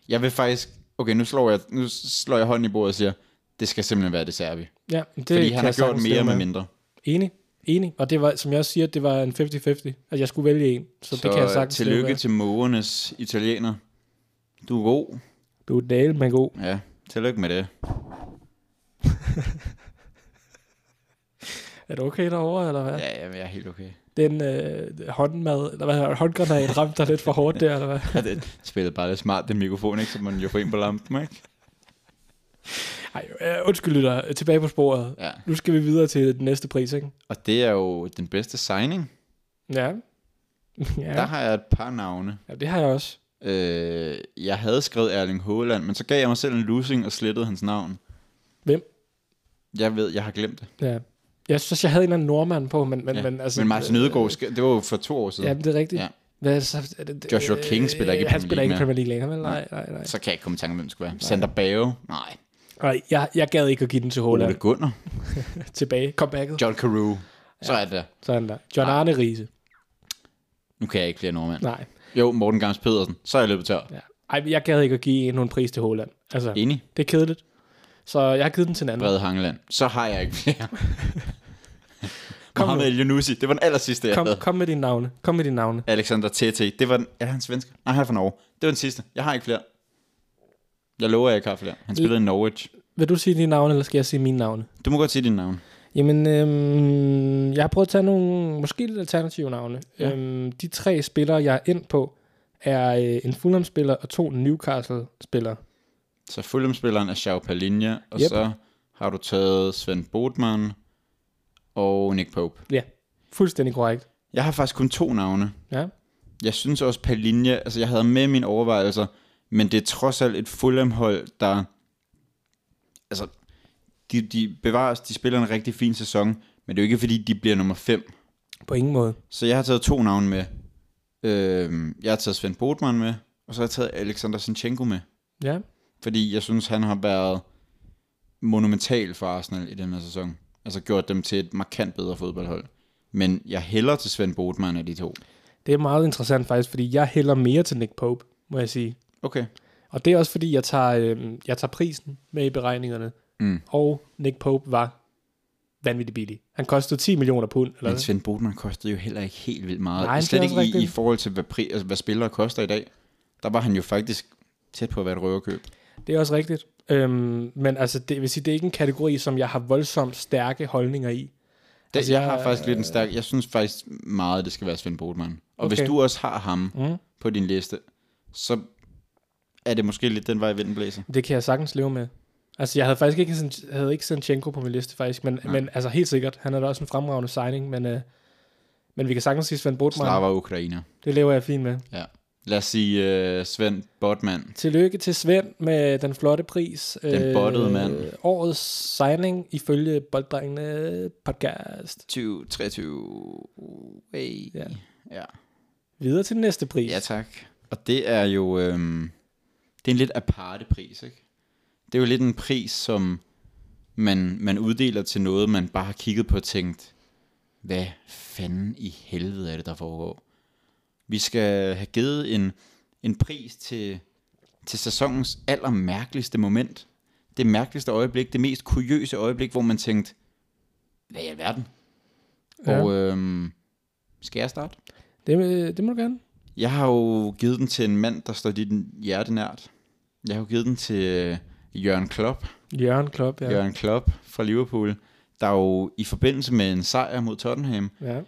Jeg vil faktisk... Okay, nu slår jeg, nu slår jeg hånden i bordet og siger, det skal simpelthen være det serbi.
Ja, det
Fordi
kan
han har
jeg
gjort
sagtens
mere
leve
med mindre.
Enig. Enig. Og det var, som jeg også siger, det var en 50-50. At jeg skulle vælge en. Så,
Så øh,
det kan jeg sagtens leve
tillykke
med.
til mågernes italiener. Du er god.
Du er dale, man god.
Ja, tillykke med det.
Er du okay derovre, eller hvad?
Ja,
Ja.
ja jeg er helt okay. (laughs)
Den øh, håndmad, eller hvad hedder det, håndgranat ramte dig lidt for hårdt der, eller hvad?
Ja, det spillede bare lidt smart, det mikrofon, ikke? Så man jo får en på lampen, ikke?
(laughs) Ej, øh, undskyld lytter, tilbage på sporet.
Ja.
Nu skal vi videre til den næste pris, ikke?
Og det er jo den bedste signing.
Ja.
Ja. Der
ja.
har jeg et par navne.
ja, det har jeg også.
Øh, jeg havde skrevet Erling Haaland, men så gav jeg mig selv en losing og slettede hans navn.
Hvem?
Jeg ved, jeg har glemt det.
Ja. Jeg synes, jeg havde en eller anden nordmand på, men, men,
ja.
men altså...
men Martin Ødegaard, sk- det var jo for to år siden.
Ja, men det er rigtigt.
Ja.
Ja. Hvad, så, er det,
Joshua King spiller ikke i
øh, Han
Premier
spiller
League
ikke i
mere.
Premier League længere, vel? Nej, nej, nej.
Så kan jeg ikke komme i tanke om, hvem det skulle være. Sander Bave? Nej.
nej jeg, jeg gad ikke at give den til Holland.
Ole Gunnar?
Tilbage. Comebacket.
John Carew? Så er det der.
Sådan der. John Arne Riese.
Nu kan jeg ikke flere nordmænd.
Nej.
Jo, Morten Gams Pedersen. Så er jeg løbet tør.
Ja. Ej, men jeg gad ikke at give endnu en pris til Holland. Altså,
Enig.
det er kedeligt. Så jeg har givet den til en anden.
Brede Hangeland. Så har jeg ikke flere.
(laughs) Kom
Mohamed Elionussi. Det var den aller sidste, jeg
Kom,
havde.
kom med dine navne. Kom med dine navne.
Alexander Tete. Det var den... Er han svensker? Nej, han er fra Norge. Det var den sidste. Jeg har ikke flere. Jeg lover, at jeg ikke har flere. Han spillede i Norwich.
Vil du sige dine navne, eller skal jeg sige mine navne?
Du må godt sige dit navn.
Jamen, øhm, jeg har prøvet at tage nogle måske lidt alternative navne.
Ja.
Ja. Øhm, de tre spillere, jeg er ind på, er øh, en Fulham-spiller og to Newcastle-spillere.
Så Fulham-spilleren er Xiao Palinja, og
Yep.
så har du taget Svend Bodman og Nick Pope.
Ja, fuldstændig korrekt.
Jeg har faktisk kun to navne.
Ja.
Jeg synes også Palinja, altså jeg havde med mine overvejelser, men det er trods alt et Fulham-hold, der... Altså, de, de bevares, de spiller en rigtig fin sæson, men det er jo ikke fordi, de bliver nummer 5.
På ingen måde.
Så jeg har taget to navne med. Øhm, jeg har taget Svend Bodman med, og så har jeg taget Alexander Sinchenko med.
Ja.
Fordi jeg synes, han har været monumental for Arsenal i den her sæson. Altså gjort dem til et markant bedre fodboldhold. Men jeg hælder til Svend Bodman af de to.
Det er meget interessant faktisk, fordi jeg hælder mere til Nick Pope, må jeg sige.
Okay.
Og det er også fordi, jeg tager, øh, jeg tager prisen med i beregningerne.
Mm.
Og Nick Pope var vanvittigt billig. Han kostede 10 millioner pund. Eller
Men Svend Bodman kostede jo heller ikke helt vildt meget.
Nej, det er
Slet
også
ikke i, i
rigtigt.
forhold til, hvad, pri, altså, hvad spillere koster i dag. Der var han jo faktisk tæt på at være et røverkøb.
Det er også rigtigt. Øhm, men altså, det vil sige, det er ikke en kategori, som jeg har voldsomt stærke holdninger i.
Det, altså,
Altså,
jeg,
jeg-
har faktisk lidt en stærk... Jeg synes faktisk meget, det skal være Svend Bodman. Og okay. hvis
Okay.
du også har ham mm.
Mm.
på din liste, så er det måske lidt den vej, vinden blæser.
Det kan jeg sagtens leve med. Altså, jeg havde faktisk ikke, San- havde ikke Sanchenko på min liste, faktisk. Men, men altså, helt sikkert. Han er da også en fremragende signing, men, øh, men vi kan sagtens sige Svend Botman.
Slava Ukrainer.
Det lever jeg fint med.
Ja. Lad os sige uh, Svend Botman.
Tillykke til Svend med den flotte pris. øh,
Den bottede mand.
Årets signing ifølge Bolddrengene podcast.
20, 23... Hey.
Ja.
ja.
Videre til den næste pris.
Ja, tak. Og det er jo... Øhm, det er en lidt aparte pris, ikke? Det er jo lidt en pris, som man, man uddeler til noget, man bare har kigget på og tænkt, hvad fanden i helvede er det, der foregår? Vi skal have givet en, en pris til, til sæsonens allermærkeligste moment. Det mærkeligste øjeblik, det mest kuriøse øjeblik, hvor man tænkte, hvad i alverden? Ja.
Ja.
Og øhm, skal jeg starte?
Det, øh, det må du gerne.
Jeg har jo givet den til en mand, der står dit hjerte nært. Jeg har jo givet den til øh, Jørgen Klopp.
Jørgen Klopp,
Ja.
ja.
Jørgen Klopp fra Liverpool, der jo i forbindelse med en sejr mod Tottenham,
ja.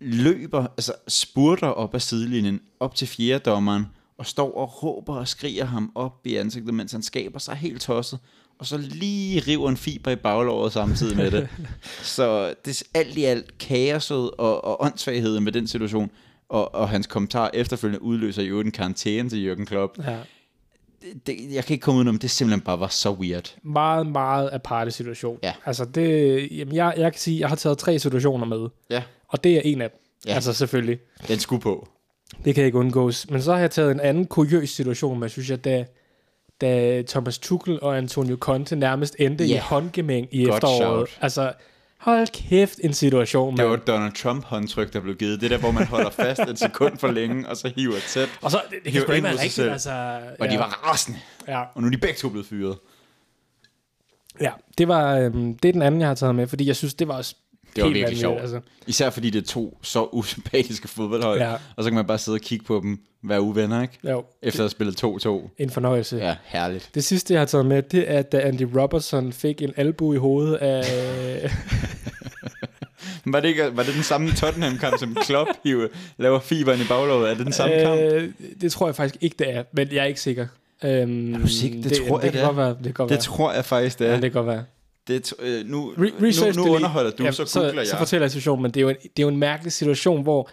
løber, altså spurter op ad sidelinjen, op til fjerdommeren, og står og råber og skriger ham op i ansigtet, mens han skaber sig helt tosset, og så lige river en fiber i baglåret samtidig med det. så det er alt i alt kaoset og, og åndssvagheden med den situation, og, og hans kommentar efterfølgende udløser jo en karantæne til Jørgen Klopp.
ja.
Det, det, jeg kan ikke komme udenom, det simpelthen bare var så weird.
meget, meget aparte situation.
Ja.
Altså det, jamen jeg, jeg kan sige, jeg har taget tre situationer med,
Ja,
og det er en af dem.
Ja.
Ja. Altså selvfølgelig,
den skulle på.
det kan ikke undgås. Men så har jeg taget en anden kuriøs situation med, synes jeg, da, da Thomas Tuchel og Antonio Conte nærmest endte
Ja.
i håndgemæng i
Godt
efteråret.
shout.
Altså, hold kæft en situation,
Det var
mand.
et Donald Trump-håndtryk, der blev givet. Det der, hvor man holder fast et sekund for længe, og så hiver tæt.
Og så, det, det
hiver
kan sgu
ind
ikke være
mod sig
rigtigt,
selv.
altså.
Og
ja,
de var rasende.
Ja,
Og nu er de begge to blevet fyret.
ja. Det, var, øhm, det er den anden, jeg har taget med, fordi jeg synes, det var også
Det var
helt
virkelig
vanvittigt,
sjovt.
altså.
Især fordi det er to så usympatiske fodboldhold.
Ja.
Og så kan man bare sidde og kigge på dem, være uvenner, ikke?
Jo,
Efter at have spillet 2-2.
en fornøjelse.
Ja, herligt.
Det sidste, jeg har taget med, det er, da Andy Robertson fik en albu i hovedet af...
Var det, ikke, var det den samme Tottenham-kamp, som Klopp hiver, laver fiberen i baglovet? Er det den samme øh, kamp?
øh, det tror jeg faktisk ikke, det er, men jeg er ikke sikker. Øhm, er
du sikker? Det tror
det
jeg,
kan
det er.
Godt være, det kan godt
Det
være.
tror jeg faktisk, det
Ja,
er.
det kan godt være.
Det, tr- øh, nu,
Re- research
nu,
det
nu
lige.
underholder du, ja, så
så,
googler
så
jeg.
fortæller jeg situationen, men det er, jo en, det er jo en mærkelig situation, hvor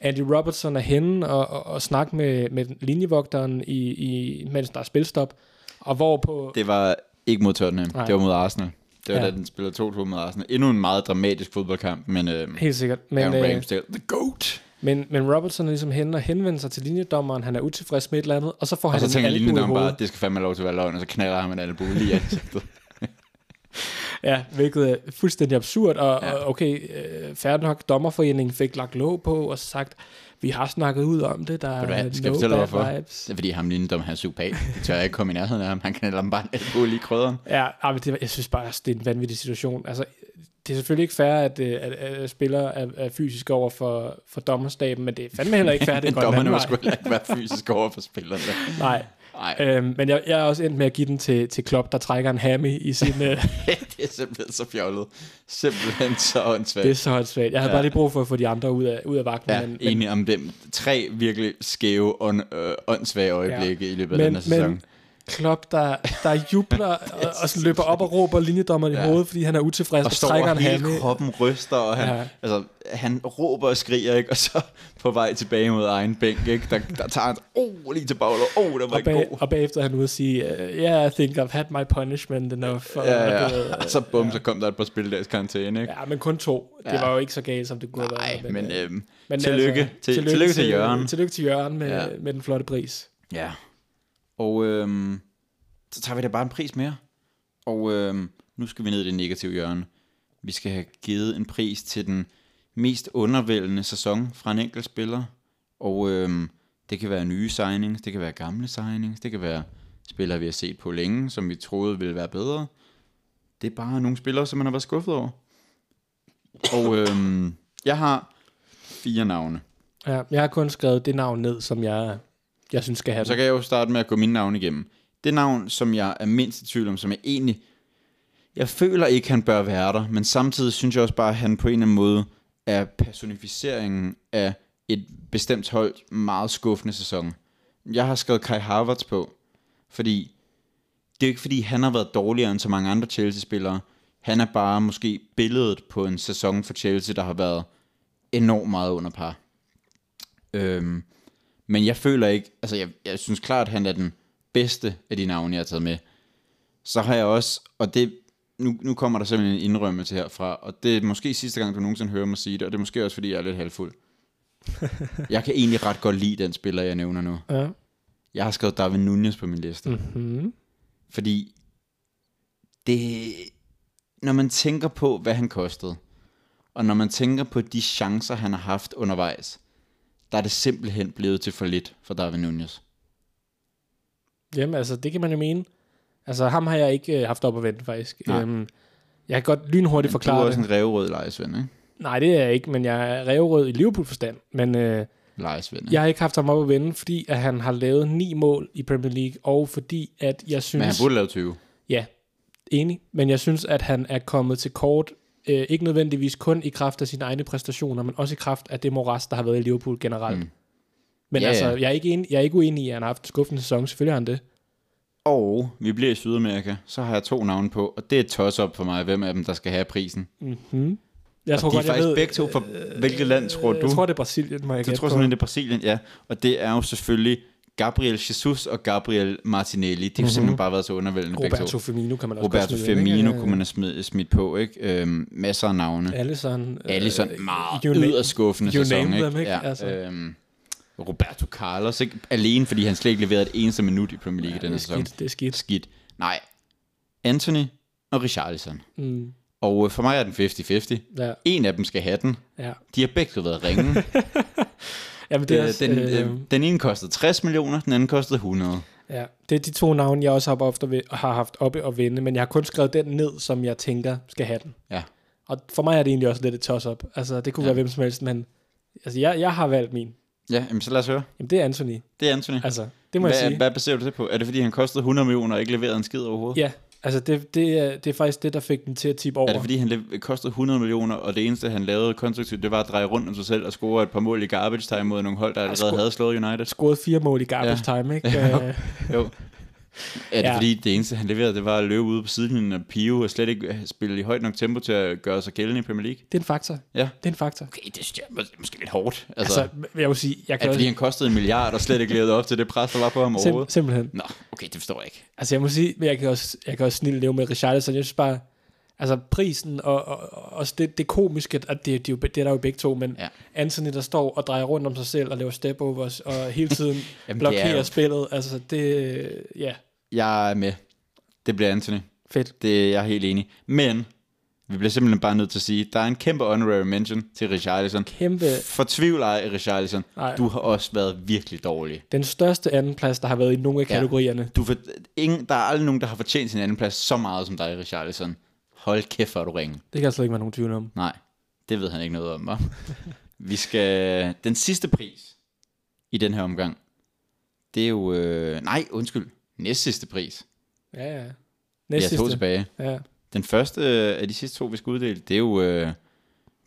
Andy Robertson er henne og, og, og snakker med, med linjevogteren, i, i, mens der er spilstop, og hvor på...
Det var ikke mod Tottenham,
Nej.
Nej. det var mod Arsenal. Det var
Ja.
ja. da den spiller 2-2 mod Arsenal. Endnu en meget dramatisk fodboldkamp, men, øh,
Helt sikkert.
men
Men,
Aaron
øh,
Ramsdale, the GOAT.
men, men Robertson er ligesom henne og henvender sig til linjedommeren, han er utilfreds med et eller andet, og så får
Og
han
så
en
tænker
albu i
linjedommeren
hovedet.
bare, det skal fandme have lov til at være løgn, og så knalder ham en albu lige i ansigtet.
Ja, hvilket er fuldstændig absurd, og, ja.
Ja.
og okay, øh, færre nok, dommerforeningen fik lagt låg på, og sagt, vi har snakket ud om det, der
Ved du
er
hvad, skal jeg
no
fortælle dig,
bad
hvorfor?
vibes.
Det er (laughs) fordi ham linjedommeren, han er super Det tør jeg ikke komme i nærheden af ham. Han knalder ham bare en albu lige i krydderen.
Ja, ej, men det, var- jeg synes bare, det er en vanvittig situation. Altså, det er selvfølgelig ikke fair, at, øh, at, at spillere er, er fysisk over for, for dommerstaben, men det er fandme heller ikke fair, det
(laughs) Men
går en
dommerne
anden
må
vej.
sgu heller ikke være fysisk over for spillerne.
Nej,
Nej,
øhm, men jeg, jeg er også endt med at give den til, til Klopp, der trækker en hammy
(laughs)
i sin... Øh,
det er simpelthen så fjollet. Simpelthen så åndssvagt.
det er så håndsvagt. Jeg havde ja.
Ja.
bare lige brug for at få de andre ud af, ud af vagten.
Ja,
men, men,
enig om dem. Tre virkelig skæve, on, øh, åndssvage øjeblikke ja. i løbet af den her
men,
sæson.
men Klopp, der, der
(laughs)
jubler og, og så løber op og råber linjedommeren ja. i
Ja.
hovedet, fordi han er utilfreds, og,
og
og
står
trækker en
og hele
hammy.
kroppen ryster, og han,
Ja.
ja. altså, han råber og skriger, ikke? og så på vej tilbage mod egen bænk, ikke? Der, der tager han, oh, lige til bagler, oh, der var
Og,
ikke
bag,
god.
og bagefter er han ude og sige, "Øh, yeah, I think I've had my punishment enough. Og,
Ja,
og du ved,
ja. Og så bum, ja. så kom der et par spildags karantæne, ikke?
Ja, men kun to. Det
Ja.
var jo ikke så galt, som det kunne have
Nej,
været.
men,
øh,
øhm, men tillykke,
altså,
altså, til, tillykke, tillykke til Jørgen.
Tillykke til Jørgen med, ja.
Ja.
med den flotte pris.
Ja. Og øhm, så tager vi da bare en pris mere. Og øhm, nu skal vi ned i det negative hjørne. Vi skal have givet en pris til den mest undervældende sæson fra en enkelt spiller. Og øhm, det kan være nye signings, det kan være gamle signings, det kan være spillere, vi har set på længe, som vi troede ville være bedre. Det er bare nogle spillere, som man har været skuffet over. Og øhm, jeg har fire navne.
Ja, jeg har kun skrevet det navn ned, som jeg, jeg synes skal have
Så
det.
kan jeg jo starte med at gå mine navne igennem. Det navn, som jeg er mindst i tvivl om, som jeg egentlig... Jeg føler ikke, han bør være der, men samtidig synes jeg også bare, at han på en eller anden måde er personificeringen af et bestemt hold meget skuffende sæson. Jeg har skrevet Kai Havertz på, fordi det er jo ikke fordi, han har været dårligere end så mange andre Chelsea-spillere. Han er bare måske billedet på en sæson for Chelsea, der har været enormt meget under par. Øhm, men jeg føler ikke, altså jeg, jeg synes klart, at han er den bedste af de navne, jeg har taget med. Så har jeg også, og det, nu, nu kommer der simpelthen en indrømmelse herfra, og det er måske sidste gang, du nogensinde hører mig sige det, og det er måske også, fordi jeg er lidt halvfuld. jeg kan egentlig ret godt lide den spiller, jeg nævner nu.
Ja.
Jeg har skrevet Darwin Nunez på min liste, mm.
Mm-hmm.
fordi det, når man tænker på, hvad han kostede, og når man tænker på de chancer, han har haft undervejs, der er det simpelthen blevet til for lidt for Darwin Nunez.
Jamen, altså, det kan man jo mene. Altså, ham har jeg ikke øh, haft op at vente, faktisk.
Nej.
Øhm, jeg kan godt lynhurtigt
du er
forklare det.
også en revrød lejesvend, ikke?
Nej, det er jeg ikke, men jeg er revrød i Liverpool-forstand. Men øh,
Lejesvend, ikke?
jeg har ikke haft ham op at vende, fordi at han har lavet ni mål i Premier League, og fordi at jeg synes...
Men han burde lave 20.
Ja, enig. Men jeg synes, at han er kommet til kort, øh, ikke nødvendigvis kun i kraft af sine egne præstationer, men også i kraft af det moras, der har været i Liverpool generelt. Mm.
Mm.
Men
Ja,
altså,
ja.
jeg er, ikke enig, jeg er ikke uenig i, at han har haft en skuffende sæson. Selvfølgelig har han det.
Og vi bliver i Sydamerika, så har jeg to navne på, og det er et toss-up for mig, hvem af dem, der skal have prisen.
Mm-hmm. Jeg tror
og de er
godt, jeg
faktisk
ved, øh,
begge to fra hvilket land, tror du?
Jeg tror, det er Brasilien, må jeg
du
gætte
tror
på.
simpelthen, det er Brasilien, ja. Og det er jo selvfølgelig Gabriel Jesus og Gabriel Martinelli. De har mm-hmm. simpelthen bare været så undervældende begge
Mhm. Roberto
to.
Firmino kan man også
Roberto
godt smide ind, ikke? Øh,
Firmino kunne man have smidt, smidt på, ikke? Øhm, masser af navne.
Allison. øh,
Allison,
you
meget
name-
yderst skuffende
you
sæson,
name
ikke?
them, ikke? Altså.
øhm, Roberto Carlos, ikke? Alene, fordi han slet ikke leverede et eneste minut i Premier League ja, i
Ja, det
denne
er
sæson.
skidt, det er skidt.
Skidt. Nej. Anthony og Richarlison.
Mm,
Og øh, for mig er den 50-50.
ja,
En af dem skal have den.
ja.
De har begge to været ringe.
Jamen, det er,
Øh,
også,
den,
øh,
øh, den ene kostede 60 millioner, den anden kostede 100.
Ja, det er de to navne, jeg også har, haft op og ve- har haft oppe og vende, men jeg har kun skrevet den ned, som jeg tænker skal have den.
Ja.
Og for mig er det egentlig også lidt et toss-up. Altså, det kunne ja.
Ja.
være hvem som helst, men altså, jeg, jeg har valgt min.
Ja, jamen, så lad os høre.
Jamen, det er Anthony.
Det er Anthony.
Altså, det må jeg
Hvad,
sige.
hvad baserer du det på? Er det, fordi han kostede 100 millioner og ikke leverede en skid overhovedet?
Ja, altså, det, det, er, det er faktisk det, der fik den til at tippe over.
Er det, fordi han lev- kostede 100 millioner, og det eneste, han lavede konstruktivt, det var at dreje rundt om sig selv og score et par mål i garbage time mod nogle hold, der allerede
score-
havde slået United?
scorede fire mål i garbage ja. time, ikke?
(laughs)
Øh, Ja. (laughs)
Jo. Er det
Ja.
ja. fordi, det eneste, han leverede, det var at løbe ude på sidelinjen og pive og slet ikke øh, spille i højt nok tempo til at gøre sig gældende i Premier League?
Det er en faktor.
Ja.
Det er en faktor.
Okay, det synes jeg mås- måske lidt hårdt. Altså,
Altså,
altså
jeg vil sige, jeg
er
kan
det, fordi
også,
han kostede en milliard og slet ikke levede op til det pres, der var på ham
sim,
overhovedet?
simpelthen.
Nå, okay, det forstår jeg ikke.
Altså, jeg må sige, men jeg kan også, jeg kan også snille leve med Richarlison. Jeg synes bare, altså prisen og, og, og også det, det komiske, at det, det, er jo- det er der jo begge to, men ja.
Ja.
Anthony, der står og drejer rundt om sig selv og laver stepovers og
(laughs)
hele tiden
Jamen, det er
blokerer
jo-
spillet, altså det, ja,
Jeg er med. Det bliver Anthony.
fedt.
Det er jeg helt enig. Men vi bliver simpelthen bare nødt til at sige, der er en kæmpe honorary mention til Richarlison.
Kæmpe,
Fortvivl ej, Richarlison.
Nej.
Du har også været virkelig dårlig.
den største andenplads, der har været i nogle af
Ja.
kategorierne. Ja.
Du for, ingen, der er aldrig nogen, der har fortjent sin anden plads så meget som dig, Richarlison. Hold kæft, hvor er du ringe.
Det kan jeg slet ikke være nogen tvivl om.
Nej, det ved han ikke noget om, hva'?
(laughs)
Vi skal... Den sidste pris i den her omgang, det er jo... Øh, nej, undskyld. Næst sidste pris.
Ja, ja.
Vi
Næst
har to
sidste.
tilbage.
Ja.
Den første øh, af de sidste to, vi skal uddele, det er jo øh,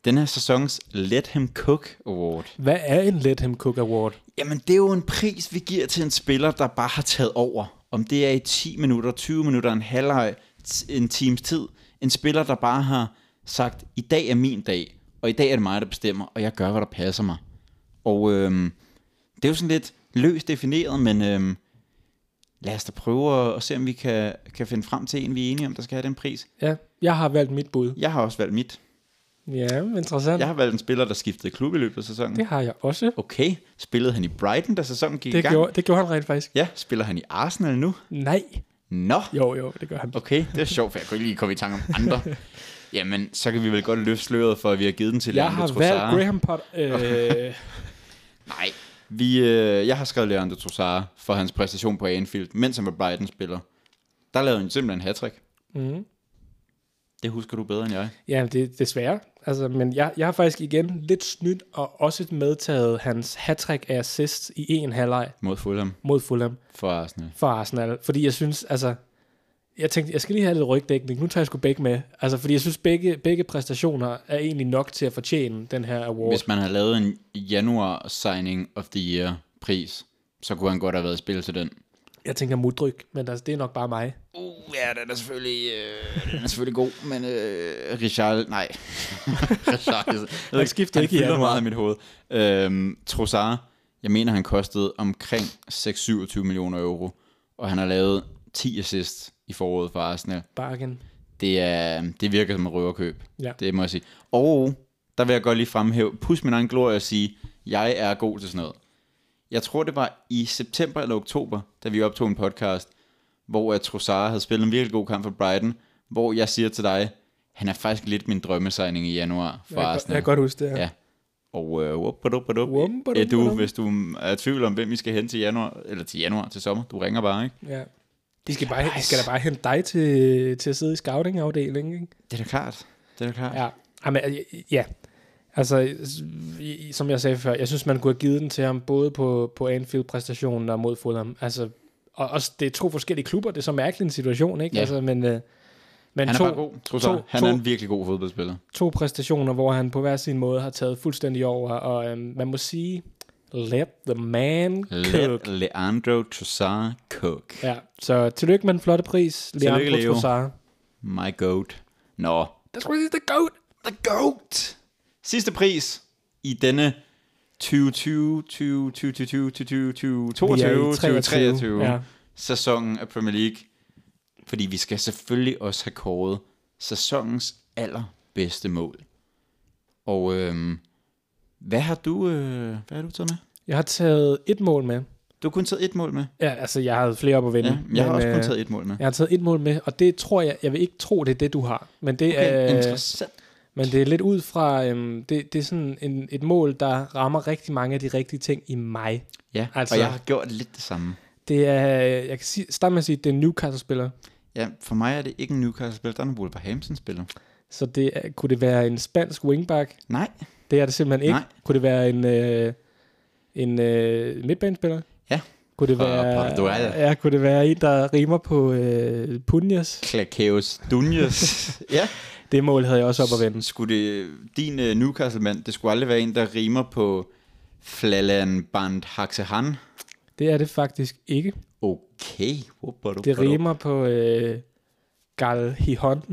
den her sæsons Let Him Cook Award.
Hvad er en Let Him Cook Award?
Jamen, det er jo en pris, vi giver til en spiller, der bare har taget over. Om det er i 10 minutter, 20 minutter, en halvleg, t- en times tid. En spiller, der bare har sagt, i dag er min dag, og i dag er det mig, der bestemmer, og jeg gør, hvad der passer mig. Og øhm, det er jo sådan lidt løst defineret, men øhm, lad os da prøve at, at se, om vi kan, kan finde frem til en, vi er enige om, der skal have den pris.
Ja, jeg har valgt mit bud.
Jeg har også valgt mit.
Ja, interessant.
Jeg
Ja.
har valgt en spiller, der skiftede klub i løbet af sæsonen.
Det har jeg også.
Okay, spillede han i Brighton, da sæsonen gik i
Det
gang?
gjorde, det gjorde han rent faktisk.
Ja, spiller han i Arsenal nu?
Nej.
Nå,
Jo, jo, det gør han.
okay, det er sjovt, for jeg kunne ikke lige komme i tanke om
(laughs)
andre. Jamen, så kan vi vel godt løfte sløret for, at vi har givet den til
Jeg
Leandro
har
Trossard.
valgt Graham Potter.
(laughs)
Øh,
Nej, vi, øh, jeg har skrevet Leandro Trossard for hans præstation på Anfield, mens han var Brighton-spiller. Der lavede han simpelthen hat -trick.
mm.
Det husker du bedre end jeg.
Ja, det er desværre. Altså, men jeg, jeg har faktisk igen lidt snydt og også medtaget hans hattrick af assists i en halvleg
Mod Fulham
mod Fulham
for Arsenal.
for Arsenal. Fordi jeg synes, altså... Jeg tænkte, jeg skal lige have lidt rygdækning. Nu tager jeg sgu begge med. Altså, fordi jeg synes, begge, begge præstationer er egentlig nok til at fortjene den her award.
Hvis man har lavet en januar signing of the year pris, så kunne han godt have været i spil til den.
Jeg tænker mudryk, men altså, det er nok bare mig.
Uh, ja, den er selvfølgelig, øh, den er selvfølgelig god, men øh, Richard, nej. (laughs) Richard,
Han skiftede ikke i
i
januar.
meget i mit hoved. Øhm, Trossard, jeg mener, han kostede omkring 6-27 millioner euro, og han har lavet 10 assist i foråret for Arsenal.
Bargain.
Det, er, det virker som et røverkøb,
Ja.
det må jeg sige. Og der vil jeg godt lige fremhæve, pus min egen glorie og sige, jeg er god til sådan noget. Jeg tror, det var i september eller oktober, da vi optog en podcast, hvor at Trossard havde spillet en virkelig god kamp for Brighton, hvor jeg siger til dig, han er faktisk lidt min drømmesigning i januar for
Jeg, kan- jeg
Arsenal.
kan godt huske det her.
Ja. Og øh, wuppaduppadup.
Wumpaduppadum.
Øh, du, hvis du er i tvivl om, hvem vi skal hen til januar, eller til januar, til sommer, du ringer bare, ikke?
Ja. De skal, bare, de skal da bare hente dig til, til at sidde i scouting-afdelingen, ikke?
Det er da klart. Det er da klart.
Ja. Jamen, øh, ja. Altså, s- i- som jeg sagde før, jeg synes, man kunne have givet den til ham både på, på Anfield-præstationen og mod Fulham. Altså, og også, det er to forskellige klubber, det er så mærkelig en situation, ikke?
Ja.
Altså, men, øh, men
Han er
to,
bare god, Trossard.
to-
Han
to-
er en virkelig god fodboldspiller.
to præstationer, hvor han på hver sin måde har taget fuldstændig over, og øhm, man må sige, let the man cook.
Le- Leandro Trossard Cook.
Ja, så tillykke med den flotte pris,
Tillykke,
Leandro
Leo.
Trossard.
My goat. Nå.
Der skulle lige the goat.
The goat! Sidste pris i denne 2020, 2020, 2020, 2022, 2023
Ja.
sæsonen af Premier League. Fordi vi skal selvfølgelig også have kåret sæsonens allerbedste mål. Og øhm, hvad har du øh, hvad har du taget med?
Jeg har taget et mål med.
Du har kun taget et mål med.
Ja, altså, jeg havde flere op at vinde.
Ja, jeg har også kun
øh,
taget et mål med.
Jeg har taget et mål med, og det tror jeg, jeg vil ikke tro, det er det, du har. Men det,
Okay,
er,
interessant.
men det er lidt ud fra, øhm, det, det er sådan en, et mål, der rammer rigtig mange af de rigtige ting i mig.
Ja,
altså-
altså, og jeg har gjort lidt det samme.
Det er, jeg kan sige, starte med at sige, det er en Newcastle-spiller.
Ja, for mig er det ikke en Newcastle-spiller, der er en Wolverhampton-spiller.
Så det, er- kunne det være en spansk wingback?
Nej,
Det er det simpelthen ikke.
Nej.
Kunne det være en, øh, en øh, midtbanespiller?
Ja.
Kunne det
Fra
være,
Portugal.
ja, kunne det være en, der rimer på øh, Punjas?
Klakaos
(laughs)
Dunjas. ja.
Det mål havde jeg også op at vende.
Skulle det, din øh, Newcastle-mand, det skulle aldrig være en, der rimer på Flalan Band Haxehan.
Det er det faktisk ikke.
Okay. Wubbadubbadu.
Det rimer på øh, Gal Hihon.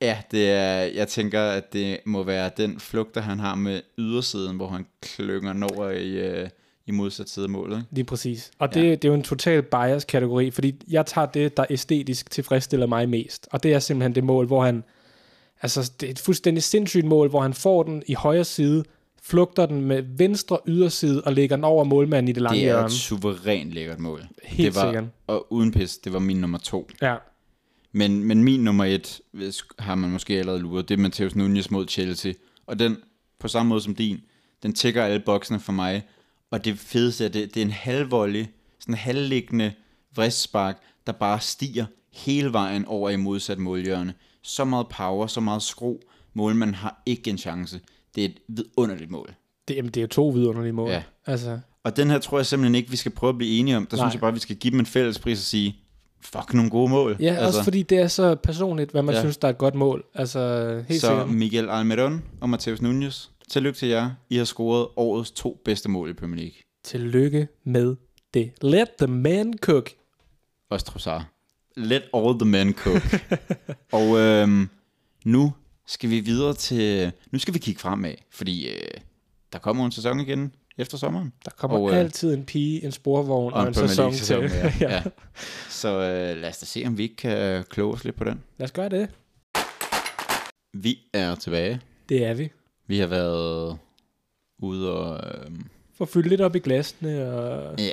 Ja, det er, jeg tænker, at det må være den flugter, han har med ydersiden, hvor han klynger den over i, øh, i modsat side af målet. Ikke?
Lige præcis. Og
Ja.
det, ja. det er jo en total bias-kategori, fordi jeg tager det, der æstetisk tilfredsstiller mig mest. Og det er simpelthen det mål, hvor han... Altså, det er et fuldstændig sindssygt mål, hvor han får den i højre side, flugter den med venstre yderside og lægger den over målmanden i det lange
Det er jo
hjørne.
et suverænt lækkert mål.
Helt
det var,
sikkert.
Og uden pis, det var min nummer to.
Ja,
Men, men min nummer et hvis- har man måske allerede luret. Det er Matheus Nunez mod Chelsea. Og den, på samme måde som din, den tækker alle boksene for mig. Og det fedeste er, det, det er en halvvolley, sådan en halvliggende vristspark, der bare stiger hele vejen over i modsat målhjørne. Så meget power, så meget skro. Målmanden har ikke en chance. Det er et vidunderligt mål.
det, jamen, det er jo to vidunderlige mål.
Ja.
Altså,
Og den her tror jeg simpelthen ikke, vi skal prøve at blive enige om. Der
Nej.
synes jeg bare, vi skal give dem en fælles pris og sige, fuck nogle gode mål.
ja altså. også fordi det er så personligt, hvad man
Ja.
ja. synes, der er et godt mål. Altså, helt
så
sikkert.
Miguel Almiron og Mateus Nunez, tillykke til jer. I har scoret årets to bedste mål i Premier League.
Tillykke med det. Let the man cook.
Også Trossard. Let all the men cook.
(laughs)
og øhm, nu skal vi videre til... Nu skal vi kigge fremad, fordi øh, der kommer en sæson igen efter sommeren.
Der kommer
Og,
og,
øh,
altid en pige, en sporvogn og, og en sæson til.
ja. ja.
(laughs) ja.
Så øh, lad os da se, om vi ikke kan kloge os lidt på den.
Lad os gøre det.
Vi er tilbage.
Det er vi.
Vi har været ude og... Øh,
Får fyldt lidt op i glasene. Og...
Ja,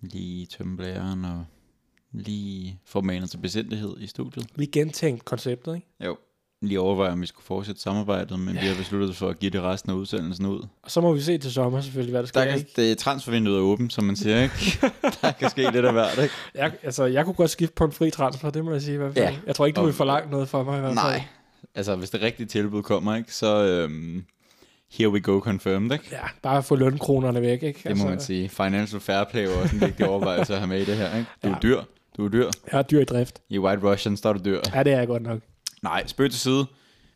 lige tømme blæren og lige få manet til besindighed i studiet.
Vi gentænkt konceptet, ikke?
Jo. Lige overveje, om vi skulle fortsætte samarbejdet, men vi har besluttet os for at give det resten af udsendelsen ud.
Og så må vi se til sommer selvfølgelig, hvad der
Der
sker.
kan,
ikke?
det er transfervinduet er åbent, som man siger, ikke? Der kan ske lidt af hvert, ikke?
Jeg, altså, jeg kunne godt skifte på en fri transfer, det må jeg sige i hvert fald.
Ja.
Jeg tror ikke, du
Og-
vil forlange noget for mig i hvert fald.
Nej. Altså, hvis det rigtige tilbud kommer, ikke? Så øhm, here we go confirmed, ikke?
Ja, bare få lønkronerne væk, ikke? Altså,
Det må man sige. Financial fair play er også en vigtig overvejelse at have med i det her, ikke? Du er dyr. Du er dyr.
Jeg er dyr i drift.
I White Russian står du dyr.
Ja, det er jeg godt nok.
Nej, spøg til side.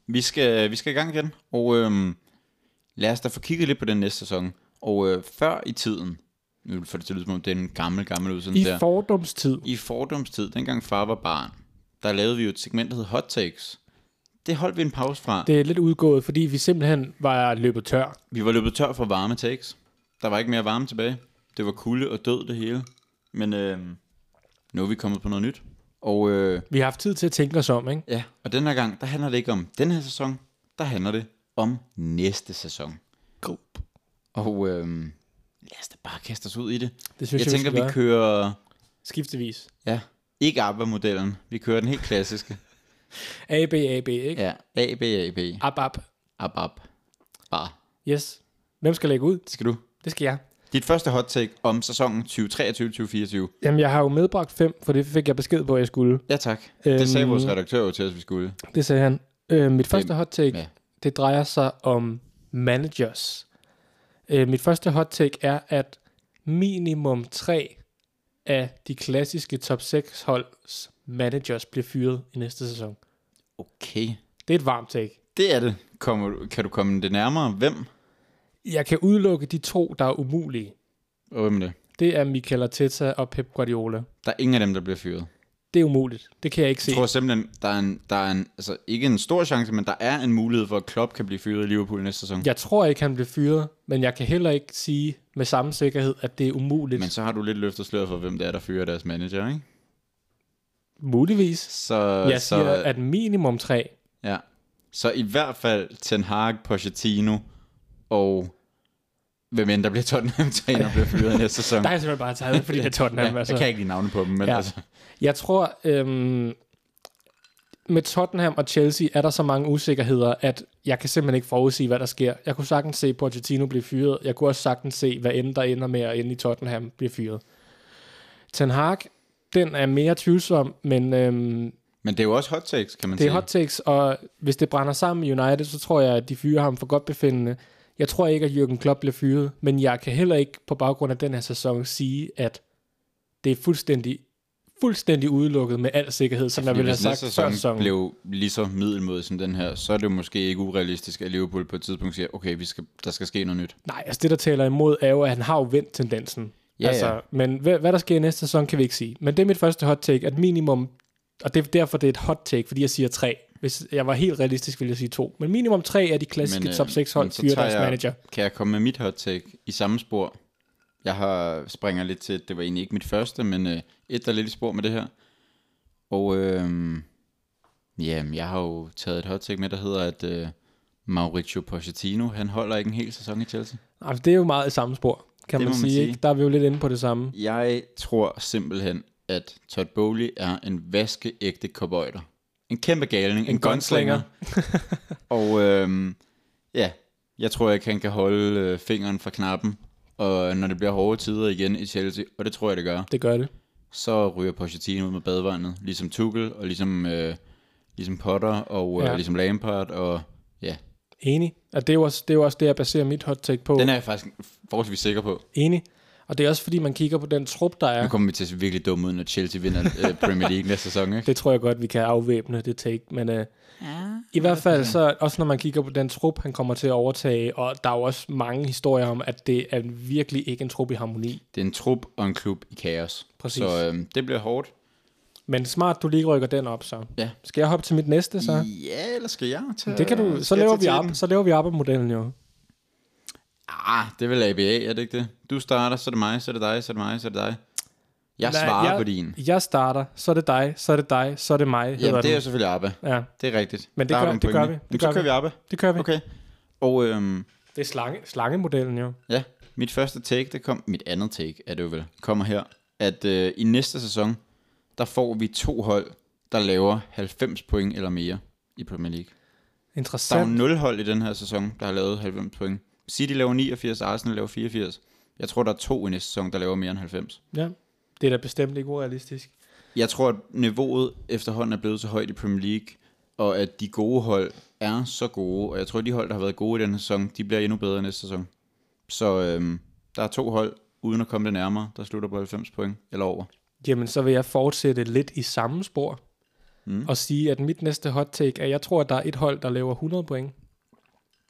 Vi skal, vi skal i gang igen, og øhm, lad os da få kigget lidt på den næste sæson. Og øh, før i tiden, nu får det til at lyde som om det er en gammel, gammel
I
udsendelse der.
fordomstid.
I fordomstid, dengang far var barn, der lavede vi jo et segment, der hed Hot Takes. Det holdt vi en pause fra. Det.
Det er lidt udgået, fordi vi simpelthen var løbet tør.
Vi var løbet tør for varme takes. Der var ikke mere varme tilbage. Det var kulde og død det hele. Men øh, nu er vi kommet på noget nyt. Og øh,
Vi har haft tid til at tænke os om, ikke?
Ja, og den her gang, der handler det ikke om den her sæson, der handler det om næste sæson. God. Og øhm, lad os da bare kaste os ud i det.
Det synes
Jeg,
jeg,
jeg tænker,
vi, skal
vi
gøre.
kører,
Skiftevis.
ja, ikke ABBA-modellen, vi kører den helt
(laughs)
klassiske.
A, B, A, B, ikke?
ja, AB, AB,
Ab, ab.
ABAB, bare.
Yes. Hvem skal lægge ud?
Det skal du.
Det skal jeg.
Dit første hot take om sæsonen 2023-2024.
Jamen, jeg har jo medbragt fem, for det fik jeg besked på, at jeg skulle.
Ja tak. Øhm, det sagde
Øhm,
vores redaktør jo til os, vi skulle.
Det sagde han. Øh, mit første hot take,
ja.
ja. det drejer sig om managers. Øh, mit første hot take er, at minimum tre af de klassiske top 6 holds managers bliver fyret i næste sæson.
Okay.
Det er et varmt take.
Det er det. Kommer, du- kan du komme det nærmere? Hvem?
Jeg kan udelukke de to, der er umulige.
Og hvem er det?
Det er Mikel Arteta og Pep Guardiola.
Der er ingen af dem, der bliver fyret.
Det er umuligt. Det kan jeg ikke se.
Jeg tror simpelthen, der er, en, der er en, altså ikke en stor chance, men der er en mulighed for, at Klopp kan blive fyret i Liverpool næste sæson. Ja.
Jeg tror ikke, han blev fyret, men jeg kan heller ikke sige med samme sikkerhed, at det er umuligt.
Men så har du lidt løftet sløret for, hvem det er, der fyrer deres manager, ikke?
Muligvis.
Så,
Jeg
så,
siger, at minimum tre.
ja. så i hvert fald Ten Hag, Pochettino og hvem end der bliver Tottenham træner, bliver fyret næste sæson.
(laughs) Der er jeg simpelthen bare taget, fordi det er Tottenham.
ja,
altså.
jeg kan ikke lige navne på dem, men ja.
Ja.
altså,
Jeg tror, øhm, med Tottenham og Chelsea er der så mange usikkerheder, at jeg kan simpelthen ikke forudsige, hvad der sker. Jeg kunne sagtens se Pochettino blive fyret. Jeg kunne også sagtens se, hvad end der ender med at ende i Tottenham bliver fyret. Ten Hag den er mere tvivlsom, men øhm,
Men det er jo også hot takes, kan man
det er
sige.
hot takes, og hvis det brænder sammen i United, så tror jeg, at de fyrer ham for godt befindende. Jeg tror ikke, at Jürgen Klopp bliver fyret, men jeg kan heller ikke på baggrund af den her sæson sige, at det er fuldstændig, fuldstændig udelukket med al sikkerhed, som jeg
Fordi
ville have
hvis
sagt
næste
før
sæson
sæsonen.
blev lige så middelmodig som den her, så er det jo måske ikke urealistisk, at Liverpool på et tidspunkt siger, okay, vi skal, der skal ske noget nyt.
Nej, altså det, der taler imod, er jo, at han har jo vendt tendensen.
Ja,
altså,
ja.
Men hvad, hvad der sker i næste sæson, kan vi ikke sige. Men det er mit første hot take, at minimum, og det er derfor, det er et hot take, fordi jeg siger tre. Hvis jeg var helt realistisk, ville jeg sige to. Men minimum tre af de klassiske men,
øh,
top 6 hold
men så
fyrer
tager
deres
jeg-
manager.
Kan jeg komme med mit hot take i samme spor? Jeg har springer lidt til, at det var egentlig ikke mit første, men øh, et der er lidt i spor med det her. Og øh, jamen, jeg har jo taget et hot take med, der hedder, at øh, Mauricio Pochettino, han holder ikke en hel sæson i Chelsea.
Altså, det er jo meget i samme spor, kan
Det må
man,
man
sige,
sige.
Ikke? Der er vi jo lidt inde på det samme.
Jeg tror simpelthen, at Todd Bowley er en vaskeægte cowboyder. En kæmpe galning, en, en gunslinger. og øhm, ja, jeg tror ikke, han kan holde øh, fingeren fra knappen. Og når det bliver hårde tider igen i Chelsea, og det tror jeg, det gør,
Det gør det.
så ryger Pochettino ud med badevandet. Ligesom Tuchel, og ligesom, øh, ligesom Potter, og øh,
Ja.
ja. ligesom Lampard, og ja.
Enig. Og det er jo også det, er jo også det jeg baserer mit hot take på.
Den er jeg faktisk forholdsvis sikker på.
Enig. Og det er også, fordi man kigger på den trup, der
Nu
er.
kommer vi til at se virkelig dumme ud, når Chelsea vinder øh, Premier League næste sæson, ikke?
Det tror jeg godt, vi kan afvæbne det take. Men øh,
Ja.
I hvert fald så, også når man kigger på den trup, han kommer til at overtage, og der er jo også mange historier om, at det er virkelig ikke en trup i harmoni.
Det er en trup og en klub i kaos.
Præcis.
Så øhm, det bliver hårdt.
Men smart, du lige rykker den op, så.
Ja.
Skal jeg hoppe til mit næste, så?
Ja, eller skal jeg tage...
Det kan du, så
skal jeg
laver,
tage
vi
til
op,
den?
så laver vi op modellen jo.
Ah, det er vel ABA, er det ikke det? Du starter, så er det mig, så er det dig, så er det mig, så er det dig. Jeg
Nej,
svarer
jeg,
på din.
Jeg starter, så er det dig, så er det dig, så er det mig, hedder
Jamen, det er jo
den.
selvfølgelig ABBA.
Ja,
Det er rigtigt.
Men det
Der har
gør-
du en
det gør
pointe.
vi. Det
Jamen,
gør
så kører
vi.
vi ABBA.
det kører vi. Okay.
Okay. Og øhm,
Det er slange, slangemodellen jo.
Ja, mit første take, det kom, mit andet take er det jo vel, kommer her, at øh, i næste sæson, der får vi to hold, der laver 90 point eller mere i Premier League. Der er jo
Interessant.
0 hold i den her sæson, der har lavet 90 point. City laver 89, Arsenal laver 84. Jeg tror, der er to i næste sæson, der laver mere end 90.
Ja, det er da bestemt ikke urealistisk.
Jeg tror, at niveauet efterhånden er blevet så højt i Premier League, og at de gode hold er så gode, og jeg tror, at de hold, der har været gode i den her sæson, de bliver endnu bedre i næste sæson. Så øhm, der er to hold, uden at komme det nærmere, der slutter på 90 point eller over.
Jamen, så vil jeg fortsætte lidt i samme spor. Mm.
Mm.
Og sige, at mit næste hot take er, at jeg tror, at der er et hold, der laver 100 point.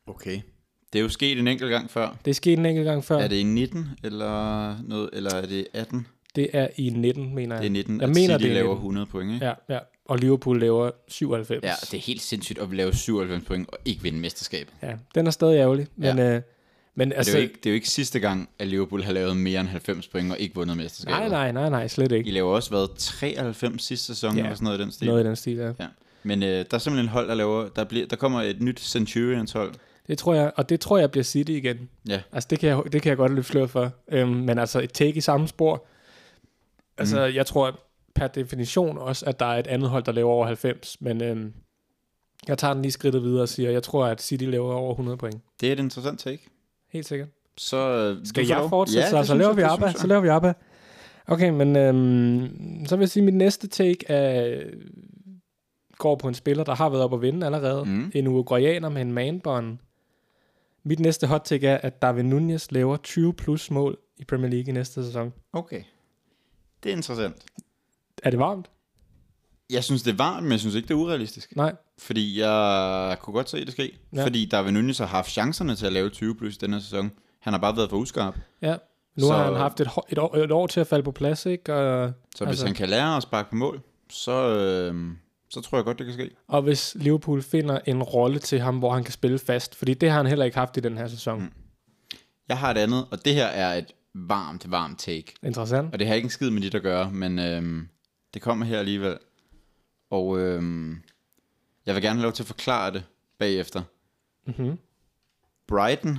Okay. Det er jo sket en enkelt gang før.
Det er sket en enkelt gang før.
Er
det?
det i 19 eller noget, eller er det 18?
det er i 19, mener jeg.
Det er 19, at
Jeg mener,
City
det er
laver
19.
100 point, ikke?
Ja, ja. Og Liverpool laver 97.
Ja, det er helt sindssygt at vi laver 97 point og ikke vinde mesterskabet.
ja den er stadig ærgerlig. Men, ja. øh, men
Altså,
altså...
det, er jo ikke, det er jo ikke sidste gang, at Liverpool har lavet mere end 90 point og ikke vundet mesterskabet.
nej, nej, nej, nej, slet
I
ikke.
laver også været 93 sidste sæson,
Ja.
ja. eller sådan noget i den stil.
Noget i den stil, ja.
Ja. Men øh, der er simpelthen et hold, der laver, der, bliver, der kommer et nyt Centurions hold.
Det tror jeg, og det tror jeg bliver City igen.
Ja.
Altså, det kan jeg, det kan jeg godt løbe slør for. Øhm, men altså, et take i samme spor. Altså, mm. jeg tror per definition også, at der er et andet hold, der laver over 90. Men øhm, jeg tager den lige skridtet videre og siger, at jeg tror, at City laver over 100 point. Det
Det er et interessant take.
Helt sikkert.
Så øh, du
Skal
får
jeg
lov.
fortsætte, ja, så,
det
så
synes
laver
jeg,
vi
det
ABBA.
synes
Så
jeg.
laver vi ABBA. Okay, men øhm, så vil jeg sige, at mit næste take er, går på en spiller, der har været op at vinde allerede. Mm.
Mm.
En uruguayaner med en manbånd. Mit næste hot take er, at Darwin Nunez laver 20 plus mål i Premier League i næste sæson.
Okay. Det er interessant.
Er det varmt?
Jeg synes, det er varmt, men jeg synes ikke, det er urealistisk.
Nej.
Fordi jeg kunne godt se det ske.
Ja.
Ja. Fordi Darwin Nunez har haft chancerne til at lave 20 plus i den her sæson. Han har bare været for uskarp.
Ja. Nu så...
Så-
har han haft et, hår- et, år, et år til at falde på plads, ikke? Og,
Så hvis
Altså-
altså. han kan lære at sparke på mål, så, øh, så tror jeg godt, det kan ske.
og hvis Liverpool finder en rolle til ham, hvor han kan spille fast, fordi det har han heller ikke haft i den her sæson. Mm.
Jeg har et andet, og det her er et varmt, varmt take.
Interessant.
Og det har ikke en skid med dit at gøre, men øhm, det kommer her alligevel. Og øhm, jeg vil gerne have lov til at forklare det bagefter.
Mm-hmm.
Brighton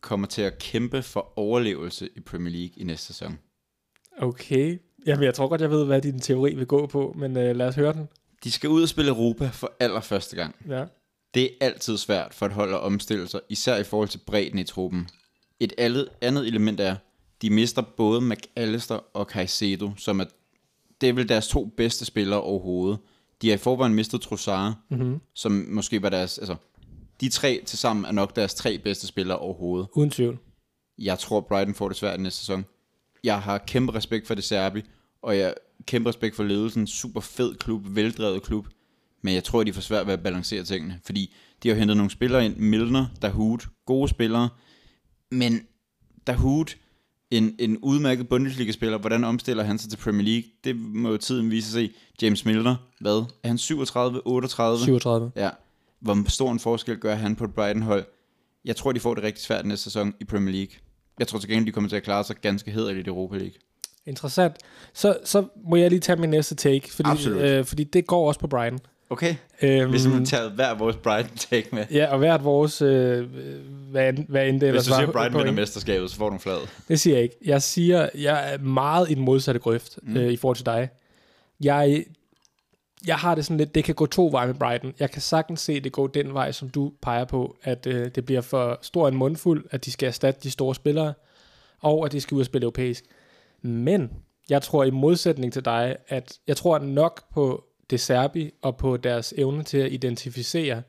kommer til at kæmpe for overlevelse i Premier League i næste sæson.
Okay. Jamen, jeg tror godt, jeg ved, hvad din teori vil gå på, men øh, lad os høre den.
De skal ud og spille Europa for allerførste gang.
Ja.
Det er altid svært for et hold at omstille sig, især i forhold til bredden i truppen. Et alle- andet element er, de mister både McAllister og Caicedo, som er det er vel deres to bedste spillere overhovedet. De har i forvejen mistet Trossard, mm-hmm. som måske var deres... Altså, de tre til sammen er nok deres tre bedste spillere overhovedet.
Uden tvivl.
Jeg tror, Brighton får det svært i næste sæson. Jeg har kæmpe respekt for det Serbi, og jeg kæmpe respekt for ledelsen. Super fed klub, veldrevet klub. Men jeg tror, at de får svært ved at balancere tingene, fordi de har hentet nogle spillere ind. Milner, Dahoud, gode spillere. Men Dahoud, en, en udmærket Bundesliga-spiller, hvordan omstiller han sig til Premier League? Det må jo tiden vise at se. James Milner, hvad? Er han 37, 38?
37.
Ja. Hvor stor en forskel gør han på et Brighton-hold? Jeg tror, de får det rigtig svært næste sæson i Premier League. Jeg tror til gengæld, de kommer til at klare sig ganske hederligt i Europa League.
Interessant. Så, så må jeg lige tage min næste take, fordi,
Absolut.
øh, fordi det går også på Brighton.
Okay.
Øhm,
Hvis man tager hver vores Brighton-take med.
Ja, og hvert vores, øh, hvad, end- hvad end det
Hvis
ellers
du
var,
siger, Brighton vinder
point.
mesterskabet, så får du en flad.
Det siger jeg ikke. Jeg siger, jeg er meget i den modsatte grøft mm. øh, i forhold til dig. Jeg, jeg har det sådan lidt, det kan gå to veje med Brighton. Jeg kan sagtens se det gå den vej, som du peger på, at øh, det bliver for stor en mundfuld, at de skal erstatte de store spillere, og at de skal ud og spille europæisk. Men jeg tror i modsætning til dig, at jeg tror nok på det Serbi og på deres evne til at identificere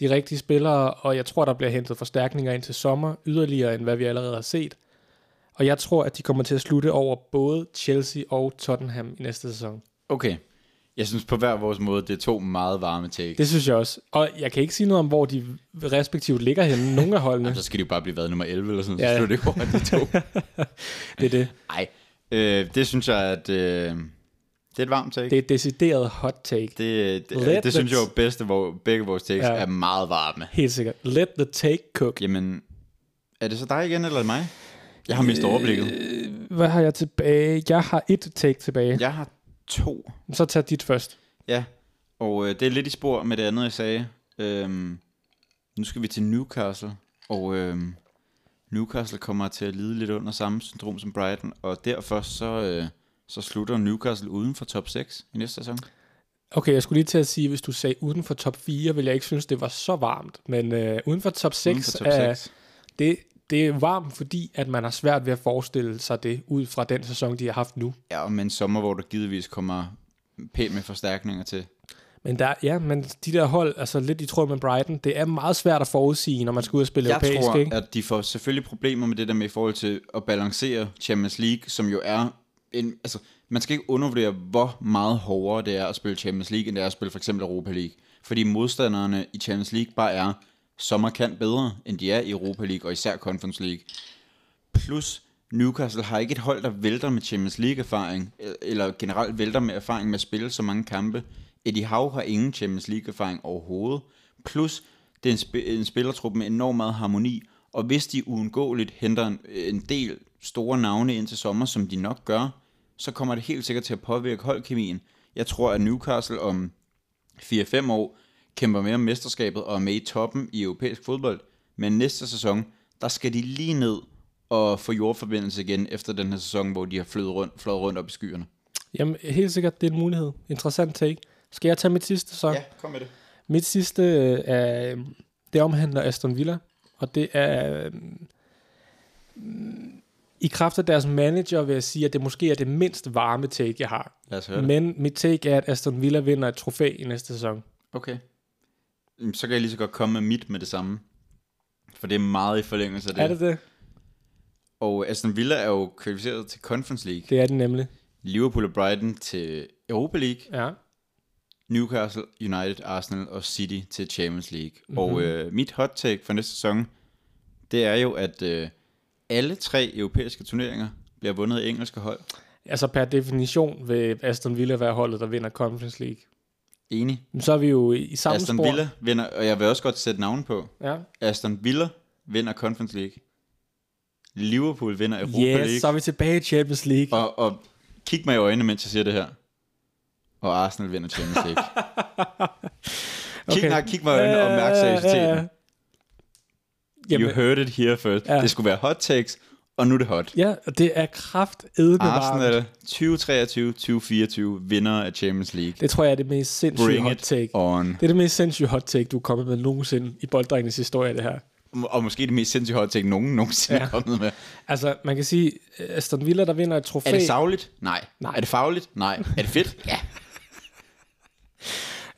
de rigtige spillere, og jeg tror, der bliver hentet forstærkninger ind til sommer, yderligere end hvad vi allerede har set. Og jeg tror, at de kommer til at slutte over både Chelsea og Tottenham i næste sæson.
Okay. Jeg synes på hver vores måde, det er to meget varme takes.
Det synes jeg også. Og jeg kan ikke sige noget om, hvor de respektivt ligger henne. Nogle af holdene.
Så skal de jo bare blive været nummer 11 eller sådan,
Ja,
ja,
(laughs) ja.
ja. så slutter det over de to.
Det er det.
Nej, øh, det synes jeg, at øh, det er et varmt take.
Det
Det,
er et decideret hot take.
det, det,
Let
det, det synes jeg
the-
er bedst, hvor begge vores takes
Ja.
ja. er meget varme.
Helt sikkert. Let the take cook.
Jamen, er det så dig igen, eller er det mig? Jeg har mistet overblikket.
Hvad har jeg tilbage? Jeg har et take tilbage.
Jeg har to.
Så tag dit først.
Ja, og øh, det er lidt i spor med det andet, jeg sagde. Øhm, nu skal vi til Newcastle, og øhm, Newcastle kommer til at lide lidt under samme syndrom som Brighton, og derfor så, øh, så slutter Newcastle uden for top 6 i næste sæson.
Okay, jeg skulle lige til at sige, hvis du sagde uden for top 4, ville jeg ikke synes, det var så varmt. Men øh, uden for top 6,
Uden for top
Er,
6.
det, det er varmt, fordi at man har svært ved at forestille sig det ud fra den sæson, de har haft nu.
Ja, og med en sommer, hvor der givetvis kommer pænt med forstærkninger til.
Men der, ja, men de der hold, altså lidt i tråd med Brighton, det er meget svært at forudsige, når man skal ud og spille
Jeg
europæisk,
tror,
ikke?
at de får selvfølgelig problemer med det der med i forhold til at balancere Champions League, som jo er en, altså, man skal ikke undervurdere, hvor meget hårdere det er at spille Champions League, end det er at spille for eksempel Europa League. Fordi modstanderne i Champions League bare er så markant bedre, end de er i Europa League, og især Conference League. Plus, Newcastle har ikke et hold, der vælter med Champions League-erfaring, øh, eller generelt vælter med erfaring med at spille så mange kampe. Eddie Howe har ingen Champions League-erfaring overhovedet. Plus, det er en, sp- en spillertrup med enormt meget harmoni, og hvis de uundgåeligt henter en, en del store navne ind til sommer, som de nok gør, så kommer det helt sikkert til at påvirke holdkemien. Jeg tror, at Newcastle om 4-5 år kæmper med om mesterskabet og er med i toppen i europæisk fodbold. Men næste sæson, der skal de lige ned og få jordforbindelse igen efter den her sæson, hvor de har fløjet rundt, fløjet rundt op i skyerne.
Jamen, helt sikkert, det er en mulighed. Interessant take. Skal jeg tage mit sidste så?
kom med det.
Mit sidste øh, er, øh, det omhandler Aston Villa, og det er øh, mm, i kraft af deres manager vil jeg sige, at det måske er det mindst varme take, jeg har.
Lad os høre det.
Men mit take er, at Aston Villa vinder et trofæ i næste sæson.
Okay. Jamen, Så kan jeg lige så godt komme med mit med det samme. For det er meget i forlængelse af det.
Er det det?
Og Aston Villa er jo kvalificeret til Conference League.
Det er det nemlig.
Liverpool og Brighton til Europa League.
Ja.
Newcastle, United, Arsenal og City til Champions League. Mm-hmm.
Mhm.
Og øh, mit hot take for næste sæson, det er jo, at øh, alle tre europæiske turneringer bliver vundet af engelske hold.
Altså per definition vil Aston Villa være holdet, der vinder Conference League.
Enig.
Men så er vi jo i- i samme
Aston
spor.
Villa vinder, og jeg vil også godt sætte navn på,
Ja.
Aston Villa vinder Conference League. Liverpool vinder Europa
Yes,
League.
så er vi tilbage i Champions League. Og
Og, og kig mig i øjnene, mens jeg siger det her. Og Arsenal vinder Champions
(laughs)
League. kig,
Okay.
nej, kig mig i øjnene og mærk seriøsiteten.
Øh, Jamen,
You heard it here first.
Ja.
Ja. Det skulle være hot takes, og nu er det hot.
ja, og det er kraftedme varmt.
Arsenal 2023-2024 vinder af Champions League.
Det tror jeg er det mest sindssyge
Bring
hot
it
take.
on.
Det er det mest sindssyge hot take, du er kommet med nogensinde i bolddrengenes historie, det her.
og måske det mest sindssygt høje ting, nogen nogensinde
Ja.
ja. er kommet med.
Altså, man kan sige, øh, Aston Villa, der vinder et trofæ.
Er det savligt? Nej.
Nej.
Nej. Er det fagligt? Nej. Er det
(laughs)
fedt? ja.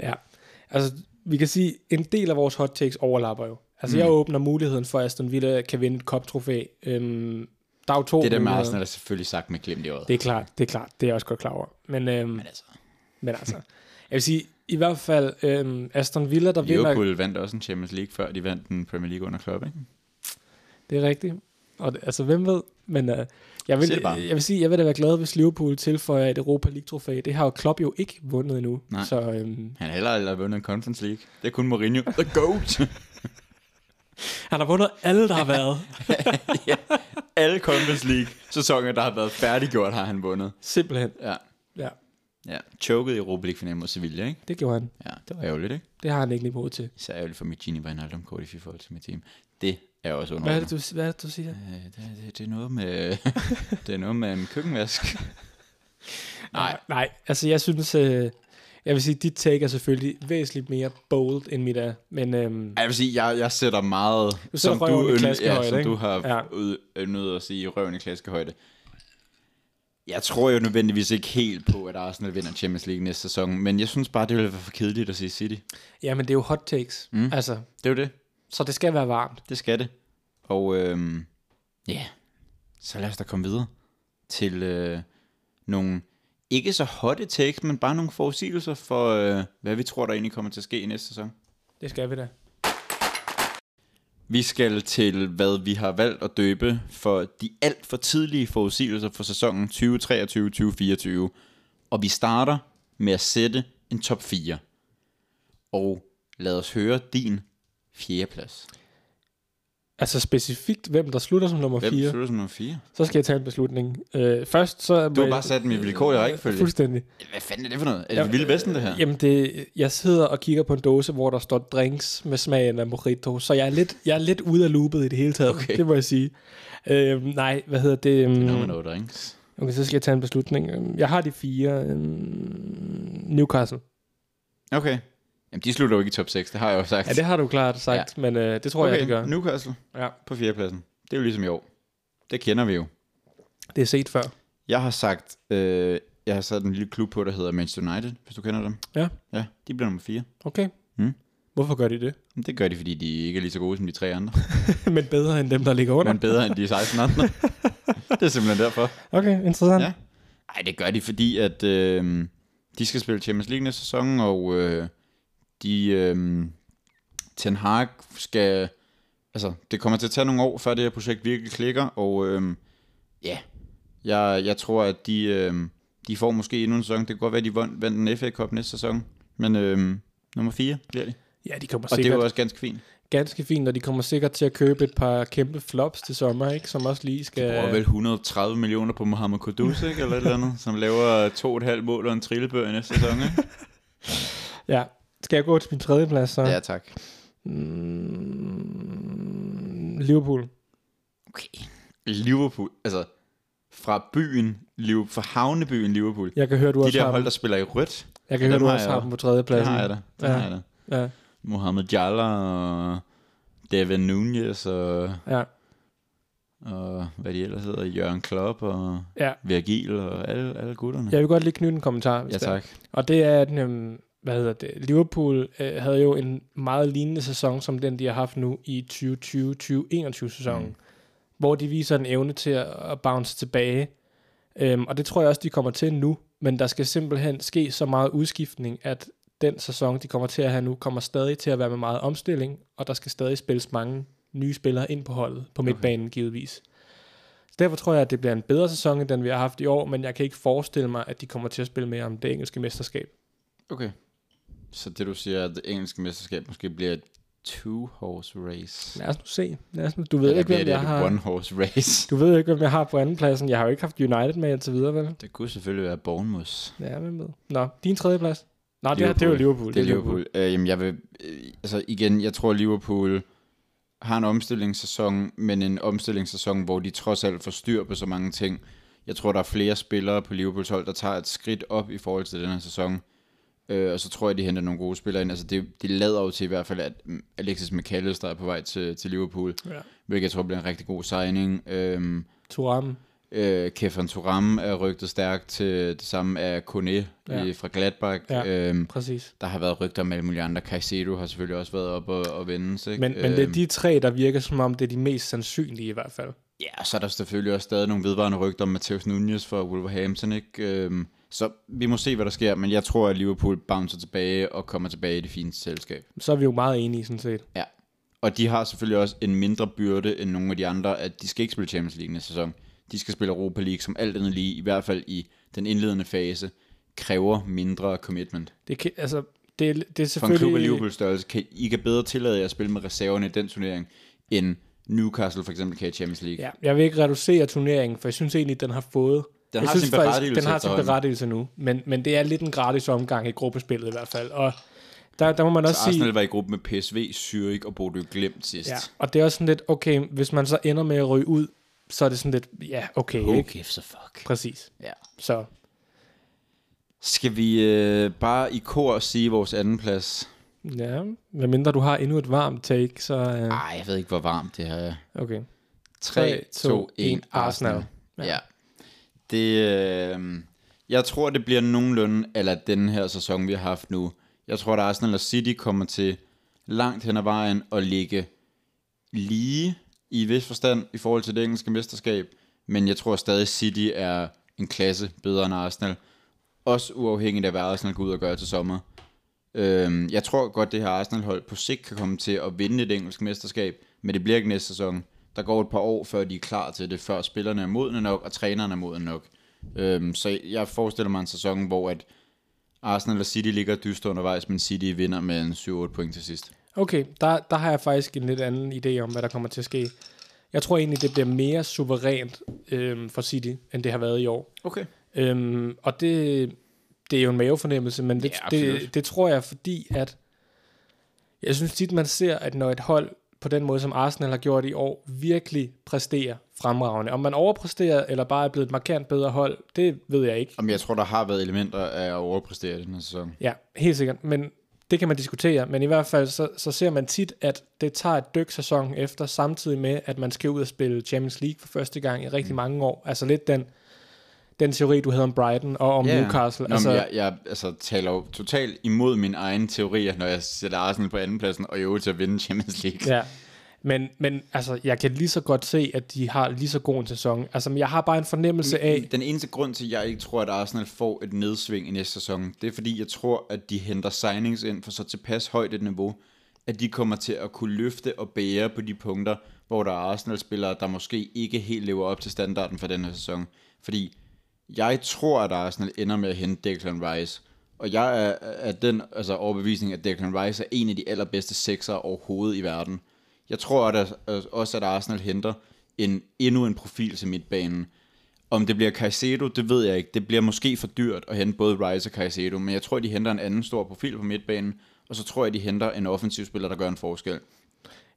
Ja, altså vi kan sige, en del af vores hot takes overlapper jo. Altså mm. jeg åbner muligheden for, at Aston Villa kan vinde et koptrofæ. Øhm, der er jo to
Det der med
muligheder.
Arsenal er selvfølgelig sagt med glimt i øjet.
Det er klart, det er klart. Det er jeg også godt klar over. Men, øhm, men,
altså,
(laughs) men altså, jeg vil sige, i hvert fald øhm, Aston Villa, der vinder...
Liverpool vandt også en Champions League, før de vandt den Premier League under Klopp, ikke?
Det er rigtigt. Og det, altså, hvem ved? Men øh, jeg,
Sig
vil,
det bare.
jeg vil sige, jeg vil da være glad, hvis Liverpool tilføjer et Europa League-trofæ. Det har jo Klopp jo ikke vundet endnu.
Nej.
Så øhm,
Han har heller aldrig vundet en Conference League. Det er kun Mourinho. The GOAT!
han har vundet alle, der har været.
(laughs) Alle Conference League sæsoner, der har været færdiggjort, har han vundet.
(laughs) Simpelthen.
Ja.
Ja,
Ja. Choket i Europa League finalen mod Sevilla, ikke?
det gjorde han.
Ja, det var ærgerligt, ikke?
Det har han ikke niveau til.
Især ærgerligt for mit Gini Wijnaldum kort i FIFA Ultimate Team. Det er også
Hvad er
underholdende.
det, du, hvad er det, du siger?
Øh, det, det, det, er noget med, (laughs) det er noget med en (laughs) køkkenvask. Nej,
Nej, altså jeg synes, øh, jeg vil sige, dit take er selvfølgelig væsentligt mere bold end mit er, men øhm,
Ej, jeg vil sige, jeg, jeg sætter meget,
sætter
som,
røven
du,
i
øn,
klaskehøjde,
ja, som
ikke?
du har
Ja.
ja. ud, øh, nødt at sige, røven i klaskehøjde. Jeg tror jo nødvendigvis ikke helt på, at Arsenal vinder Champions League næste sæson, men jeg synes bare, det ville være for kedeligt at sige City.
ja, men det er jo hot takes, mm. altså,
Det er jo det.
så det skal være varmt.
Det skal det. Og øhm, ja, yeah. så lad os da komme videre til øh, nogle ikke så hotte takes, men bare nogle forudsigelser for, øh, hvad vi tror, der egentlig kommer til at ske i næste sæson.
Det skal vi da.
Vi skal til, hvad vi har valgt at døbe for de alt for tidlige forudsigelser for sæsonen 2023-2024. Og vi starter med at sætte en top 4. Og lad os høre din fjerdeplads.
Altså specifikt, hvem der slutter som nummer
Hvem
4,
slutter som nummer 4?
så skal jeg tage en beslutning. Øh, først så...
Du har bare sat dem i vilkårlig rækkefølge.
Fuldstændig.
Hvad fanden er det for noget? Er det
Jamen,
Jamen, Vilde Vesten, det her?
Jamen, det, jeg sidder og kigger på en dåse, hvor der står drinks med smagen af mojito, så jeg er lidt, jeg er lidt ude af loopet i det hele taget, okay.
Okay.
det må jeg sige. Øh, nej, hvad hedder det? Um,
Nå, men noget drinks.
Okay, så skal jeg tage en beslutning. Øhm, Jeg har de fire. øhm, Newcastle.
Okay. Jamen, de slutter jo ikke i top 6, det har jeg jo sagt.
Ja, det har du klart sagt, ja. men øh, det tror okay.
okay,
jeg, det gør.
Newcastle
Ja,
på fjerdepladsen. Det er jo ligesom i år. Det kender vi jo.
det er set før.
Jeg har sagt, øh, jeg har sat en lille klub på, der hedder Manchester United, hvis du kender dem.
Ja.
Ja, de bliver nummer 4.
Okay.
Mm.
Hvorfor gør de det? (laughs)
Men det gør de, fordi de ikke er lige så gode som de tre andre,
men bedre end dem, der ligger under.
men bedre end de 16 andre.
(laughs)
det er simpelthen derfor.
Okay, interessant. Ja.
Ja. Nej, det gør de, fordi at øh, de skal spille Champions League næste sæson, og øh, de, øh, Ten Hag skal, altså det kommer til at tage nogle år, før det her projekt virkelig klikker, og øh, ja, jeg, jeg tror, at de, øh, de får måske endnu en sæson. Det kan godt være, at de vandt vandt en FA Cup næste sæson, men øh, nummer 4 bliver de.
ja, de kommer
Og det er
sikkert
jo
også...
også ganske fint.
ganske fint, og de kommer sikkert til at købe et par kæmpe flops til sommer, ikke? som også lige
De
skal...
bruger vel 130 millioner på Mohamed Kudus, ikke? Eller et eller andet, som laver to og et halvt mål og en trillebør i næste sæson, ikke?
Ja. Skal jeg gå til min tredje plads så?
Ja, tak.
Mm, Liverpool.
Okay. Liverpool, altså fra byen Liverpool, fra havnebyen Liverpool.
Jeg kan høre, du
De
også
der
har
hold,
dem.
der spiller i rødt,
Jeg kan
dem
høre, du
har
også
jeg
har
jo.
dem på tredje
det
plads.
har jeg da. Det
Ja.
har jeg da.
Ja,
Mohamed Jalla og David Nunez og,
ja.
og hvad de ellers hedder, Jørgen Klopp og
ja.
Virgil og alle, alle gutterne.
Jeg vil godt lige knytte en kommentar. hvis
ja
det er.
tak.
Og det er, at øhm, hvad hedder det, Liverpool øh, havde jo en meget lignende sæson, som den, de har haft nu i 2020-2021 sæsonen, mm.
Mm.
hvor de viser en evne til at, at bounce tilbage. Øhm, og det tror jeg også, de kommer til nu, men der skal simpelthen ske så meget udskiftning, at den sæson, de kommer til at have nu, kommer stadig til at være med meget omstilling, og der skal stadig spilles mange nye spillere ind på holdet, på midtbanen okay. givetvis. Så derfor tror jeg, at det bliver en bedre sæson, end den vi har haft i år, men jeg kan ikke forestille mig, at de kommer til at spille mere om det engelske mesterskab.
Okay. Så det du siger, at det engelske mesterskab måske bliver et two-horse race.
Lad os nu se. Lad os nu. Du ved ikke,
bliver
hvem
det
jeg
et
har.
one-horse race.
Du ved ikke, hvem jeg har på andenpladsen. Jeg har jo ikke haft United med indtil videre, vel?
Det kunne selvfølgelig være Bournemouth.
Ja, hvem ved. Nå, din tredje plads. Nå, det, er, det er jo Liverpool.
Det er Liverpool. Øh, jamen, jeg vil... Øh, altså, igen, jeg tror, Liverpool har en omstillingssæson, men en omstillingssæson, hvor de trods alt får styr på så mange ting. Jeg tror, der er flere spillere på Liverpools hold, der tager et skridt op i forhold til den her sæson. Øh, og så tror jeg, de henter nogle gode spillere ind. Altså, det, det lader jo til i hvert fald, at mm, Alexis McAllister er på vej til, til Liverpool,
Ja.
hvilket jeg tror bliver en rigtig god signing. Øhm,
Thuram.
øh, Kefan Thuram er rygtet stærkt til det samme af Kone
Ja.
ja. i, fra Gladbach.
Ja.
Ja. Øhm,
Præcis.
der har været rygter om alle mulige andre. Caicedo har selvfølgelig også været op og, og vendes. Ikke? Øhm, øh,
Men, men det er de tre, der virker som om, det er de mest sandsynlige i hvert fald.
Ja, og så er der selvfølgelig også stadig nogle vedvarende rygter om Matheus Nunez for Wolverhampton, ikke? Øhm, så vi må se, hvad der sker, men jeg tror, at Liverpool bouncer tilbage og kommer tilbage i det fineste selskab.
Så er vi jo meget enige sådan set.
Ja. Og de har selvfølgelig også en mindre byrde end nogle af de andre, at de skal ikke spille Champions League næste sæson. De skal spille Europa League, som alt andet lige, i hvert fald i den indledende fase, kræver mindre commitment.
Det, kan, altså, det, er- det er
For en
selvfølgelig...
klub af Liverpool størrelse, kan, I kan bedre tillade jer at spille med reserverne i den turnering, end Newcastle for eksempel kan i Champions League.
Ja, jeg vil ikke reducere turneringen, for jeg synes egentlig, den har fået...
Den
jeg
har
synes
sin berettigelse
Den har sin
efterhånden.
berettigelse nu, men, men det er lidt en gratis omgang i gruppespillet i hvert fald. Og der, der må man også
Så
sige...
Arsenal var i gruppe med PSV, Zürich og Bodø Glimt sidst.
Ja, og det er også sådan lidt, okay, hvis man så ender med at ryge ud, så er det sådan lidt, ja, okay,
Who
ikke?
gives a fuck?
Præcis.
Ja.
Så
Skal vi øh, bare i kor sige vores anden plads?
ja, medmindre du har endnu et varmt take, så... Øh,
Nej, jeg ved ikke, hvor varmt det her er.
okay.
3, 2, 1, Arsenal.
Ja.
Ja. ja. Det, øh, jeg tror, det bliver nogenlunde, eller den her sæson, vi har haft nu. Jeg tror, at Arsenal og City kommer til langt hen ad vejen og ligge lige i vis forstand i forhold til det engelske mesterskab. Men jeg tror stadig, City er en klasse bedre end Arsenal. Også uafhængigt af, hvad Arsenal går ud og gør til sommer. Øhm, jeg tror godt, det her Arsenal-hold på sigt kan komme til at vinde det engelske mesterskab, men det bliver ikke næste sæson. Der går et par år, før de er klar til det, før spillerne er modne nok, og træneren er modne nok. Øhm, så jeg forestiller mig en sæson, hvor at Arsenal og City ligger dyst undervejs, men City vinder med en 7-8 point til sidst.
Okay, der, der har jeg faktisk en lidt anden idé om, hvad der kommer til at ske. Jeg tror egentlig, det bliver mere suverænt øhm, for City, end det har været i år.
Okay.
Øhm, og det, det er jo en mavefornemmelse, men det,
Ja,
ja, det,
absolut.
det tror jeg, fordi at jeg synes tit, man ser, at når et hold på den måde, som Arsenal har gjort i år, virkelig præsterer fremragende. Om man overpræsterer, eller bare er blevet et markant bedre hold, det ved jeg ikke.
Jamen, jeg tror, der har været elementer af at overpræstere den her sæson.
Ja, helt sikkert. Men det kan man diskutere. Men i hvert fald, så, så ser man tit, at det tager et dyk sæson efter, samtidig med, at man skal ud og spille Champions League for første gang i
Mm.
rigtig mange år. Altså lidt den, den teori, du havde om Brighton og om yeah. Newcastle.
Nå, altså, jeg, jeg altså, taler jo totalt imod mine egne teorier, når jeg sætter Arsenal på andenpladsen, og i øvrigt til at vinde Champions League.
Ja. Men, men altså, jeg kan lige så godt se, at de har lige så god en sæson. Altså, men jeg har bare en
Mm,
fornemmelse af...
Den eneste grund til, at jeg ikke tror, at Arsenal får et nedsving i næste sæson, det er fordi, jeg tror, at de henter signings ind for så tilpas højt et niveau, at de kommer til at kunne løfte og bære på de punkter, hvor der er Arsenal-spillere, der måske ikke helt lever op til standarden for den her sæson. Fordi jeg tror, at Arsenal ender med at hente Declan Rice. Og jeg er af den altså overbevisning, at Declan Rice er en af de allerbedste sekser overhovedet i verden. Jeg tror at, at også, at Arsenal henter en, endnu en profil til midtbanen. Om det bliver Caicedo, det ved jeg ikke. Det bliver måske for dyrt at hente både Rice og Caicedo, men jeg tror, de henter en anden stor profil på midtbanen, og så tror jeg, de henter en offensiv spiller, der gør en forskel.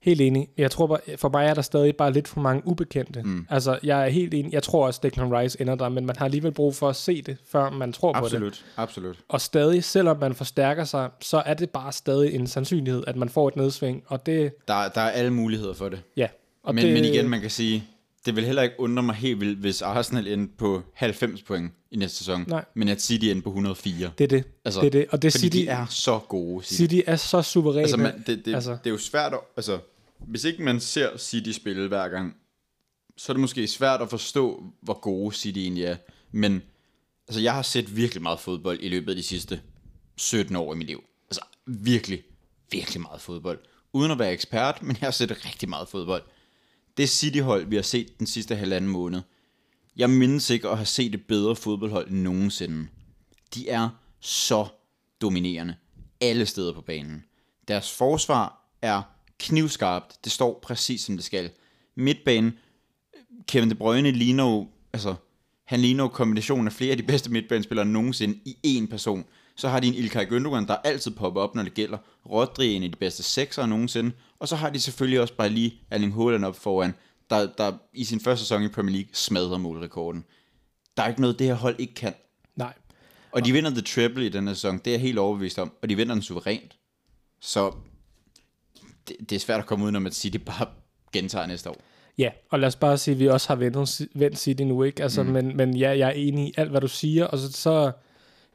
Helt enig. Jeg tror bare, for mig er der stadig bare lidt for mange ubekendte. Mm. Altså, jeg er helt enig. Jeg tror også, Declan Rice ender der, men man har alligevel brug for at se det, før man tror på det.
Absolut, absolut.
Og stadig, selvom man forstærker sig, så er det bare stadig en sandsynlighed, at man får et nedsving. Og det,
Der, der er alle muligheder for det.
ja. Og
Men,
det,
det... men igen, man kan sige, det vil heller ikke undre mig helt vildt, hvis Arsenal endte på 90 point i næste sæson,
Nej.
men at City endte på 104.
Det er det. Altså, det er det. Og det
fordi
City,
de er så gode, City.
City er så suveræne.
Altså, man, det, det,
altså.
altså. det er jo svært at... Altså, hvis ikke man ser City spille hver gang, så er det måske svært at forstå, hvor gode City egentlig er. Men altså, jeg har set virkelig meget fodbold i løbet af de sidste 17 år i mit liv. Altså virkelig, virkelig meget fodbold. Uden at være ekspert, men jeg har set rigtig meget fodbold. Det City-hold, vi har set den sidste halvanden måned, jeg mindes ikke at have set et bedre fodboldhold nogensinde. De er så dominerende. Alle steder på banen. Deres forsvar er knivskarpt. Det står præcis, som det skal. Midtbanen, Kevin De Bruyne ligner jo, altså, han ligner jo kombinationen af flere af de bedste midtbanespillere nogensinde i én person. Så har de en Ilkay Gündogan, der altid popper op, når det gælder. Rodri er en af de bedste sekser nogensinde. Og så har de selvfølgelig også bare lige Erling Haaland op foran, der, der i sin første sæson i Premier League smadrer målrekorden. Der er ikke noget, det her hold ikke kan.
Nej.
Og de vinder The Triple i den her sæson, det er jeg helt overbevist om. Og de vinder den suverænt. Så det, det er svært at komme udenom at sige, det bare gentager næste år.
Ja, og lad os bare sige, at vi også har vendt, vendt City nu, ikke? Altså, mm. men, men ja, jeg er enig i alt, hvad du siger, og så, så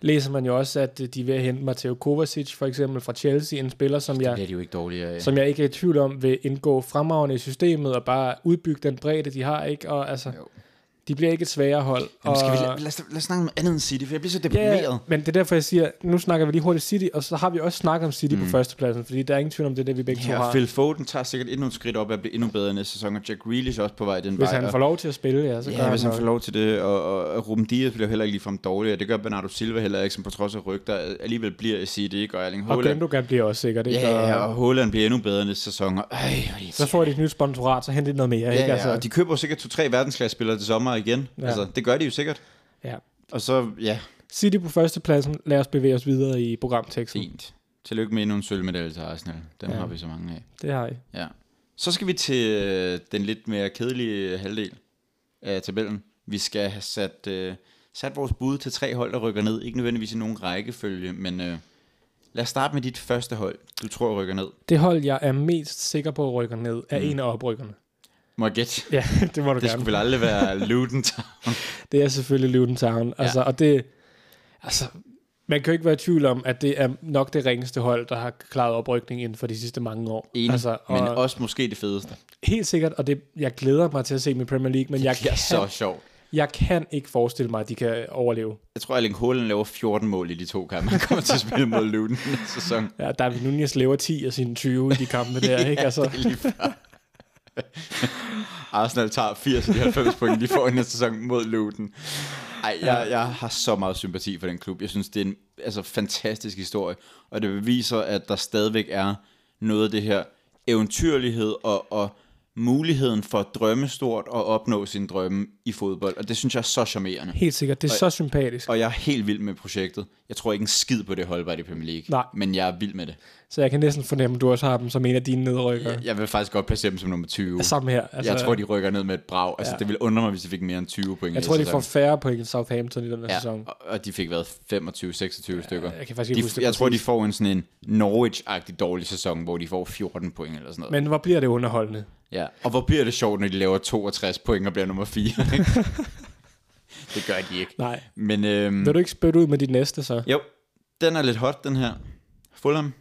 læser man jo også, at øh, de er ved at hente Mateo Kovacic, for eksempel fra Chelsea, en spiller,
Ja.
som
Det
jeg,
bliver de jo ikke dårligere af.
som jeg ikke er i tvivl om, vil indgå fremragende i systemet, og bare udbygge den bredde, de har, ikke? Og altså,
Jo.
de bliver ikke et sværere hold.
Jamen, skal vi,
og-
lad, lad, os, lad os snakke om andet end City, for jeg bliver så deprimeret.
Ja, men det er derfor, jeg siger, nu snakker vi lige hurtigt City, og så har vi også snakket om City mm. på førstepladsen, fordi der er ingen tvivl om, det er det, vi begge to
Ja,
har.
Phil Foden tager sikkert endnu et skridt op at blive endnu bedre næste sæson, og Jack Grealish er også på vej den
Hvis
vej.
han
og-
får lov til at spille, ja, så gør
Ja, hvis han
nok.
får lov til det, og, og, og Ruben Dias bliver jo heller ikke ligefrem dårligere. Det gør Bernardo Silva heller ikke, som på trods af rygter alligevel bliver i City, ikke? Og Erling
Og
Haaland.
Gündogan bliver også sikkert, ikke?
Ja, ja,
og,
og Haaland bliver endnu bedre næste sæson. Og, øj,
så får de et nyt sponsorat, så henter de noget mere,
ja,
ikke? Altså,
ja, ja, og de køber jo sikkert to-tre verdensklassespillere til sommer igen. Altså- Ja.
Ja.
Altså, det gør de jo sikkert.
ja.
Og så, ja,
City på førstepladsen, lad os bevæge os videre i programteksten.
fint. Tillykke med endnu en sølvmedalje til Arsenal. Dem
Ja.
ja. har vi så mange af.
Det har I.
Ja. Så skal vi til øh, den lidt mere kedelige øh, halvdel af tabellen. Vi skal have sat, øh, sat vores bud til tre hold, der rykker ned. Ikke nødvendigvis i nogen rækkefølge, men øh, lad os starte med dit første hold, du tror rykker ned.
Det hold, jeg er mest sikker på rykker ned, er
Mm.
en af oprykkerne.
Må jeg gætte?
Ja, (laughs) det må du
Det
gerne.
skulle vel aldrig være Luton. (laughs)
Det er selvfølgelig Luton Town. Altså, og det, altså, man kan jo ikke være i tvivl om, at det er nok det ringeste hold, der har klaret oprykning inden for de sidste mange år.
Enig,
altså, og
men også måske det fedeste.
Helt sikkert, og det, jeg glæder mig til at se dem i Premier League, men jeg
Det er
kan,
så sjovt.
jeg kan ikke forestille mig, at de kan overleve.
Jeg tror, Erling Haaland laver 14 mål i de to kampe. Han kommer til at spille mod Luton i næste sæson.
Ja, David Nunez lever 10 af sine 20 i de kampe der,
(laughs)
ikke? Altså,
Det er lige før. Arsenal tager 80 af de 90 point, de får i næste sæson mod Luton. Ej, jeg, jeg har så meget sympati for den klub. Jeg synes, det er en altså, fantastisk historie, og det beviser, at der stadigvæk er noget af det her eventyrlighed og, og muligheden for at drømme stort og opnå sine drømme i fodbold, og det synes jeg er så charmerende.
helt sikkert, det er så sympatisk.
Og jeg er helt vild med projektet. Jeg tror ikke en skid på det holdbart i Premier League,
Nej.
men jeg er vild med det.
Så jeg kan næsten fornemme, at du også har dem som en af dine nedrykkere.
Jeg, jeg vil faktisk godt placere dem som nummer 20.
Sammen her.
Altså, jeg tror, de rykker ned med et brag. Altså,
Ja.
ja. det ville undre mig, hvis de fik mere end 20 point.
jeg
i
tror, de
sæsonen.
får færre point end Southampton i den her
ja,
sæson.
og, og de fik været 25-26 ja, stykker.
jeg kan faktisk ikke
de,
huske det
Jeg tror, de
præcis.
får en sådan en Norwich-agtig dårlig sæson, hvor de får 14 point eller sådan noget. Men,
Men hvor bliver det underholdende?
ja. Og hvor bliver det sjovt, når de laver 62 point og bliver nummer 4?
(laughs)
ikke? det gør de ikke.
Nej.
Men øhm,
Vil du ikke spytte ud med dit næste så?
jo, den er lidt hot, den her. Fulham?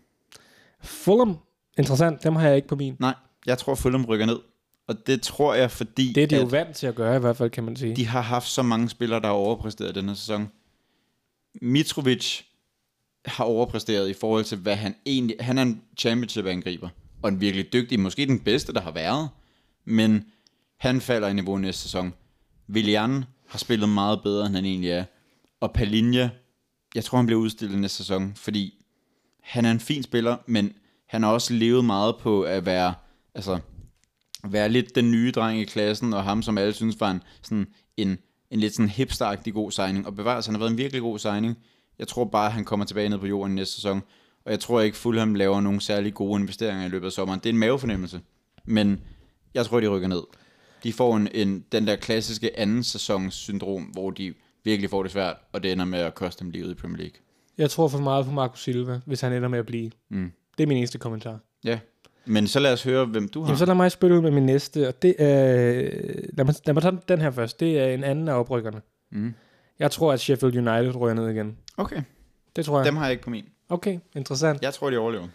Fulham, interessant, dem har jeg ikke på min.
Nej, jeg tror, Fulham rykker ned. Og det tror jeg, fordi...
Det er de
at-
jo vant til at gøre i hvert fald, kan man sige.
De har haft så mange spillere, der har overpræsteret den her sæson. Mitrovic har overpræsteret i forhold til, hvad han egentlig... Han er en championship-angriber, og en virkelig dygtig, måske den bedste, der har været, men han falder i niveau næste sæson. Willian har spillet meget bedre, end han egentlig er. Og Palinja, jeg tror, han bliver udstillet næste sæson, fordi han er en fin spiller, men han har også levet meget på at være... Altså, være lidt den nye dreng i klassen, og ham, som alle synes var en, sådan, en, en lidt sådan hipsteragtig god signing, og bevares, han har været en virkelig god signing. Jeg tror bare, han kommer tilbage ned på jorden næste sæson, og jeg tror ikke, Fulham laver nogle særlig gode investeringer i løbet af sommeren. Det er en mavefornemmelse, men jeg tror, de rykker ned. De får en, en, den der klassiske anden sæsons syndrom, hvor de virkelig får det svært, og det ender med at koste dem livet i Premier League.
Jeg tror for meget på Marco Silva, hvis han ender med at blive.
Mm. Ah.
Det er min eneste kommentar.
Ja, men så lad os høre, hvem du har.
Jamen, så lad mig spille ud med min næste, og det er... Lad mig, lad mig tage den her først. Det er en anden af oprykkerne.
Mm.
Jeg tror, at Sheffield United rører ned igen.
Okay,
Det tror jeg.
dem har jeg ikke på min.
Okay, interessant.
Jeg tror, de overlever.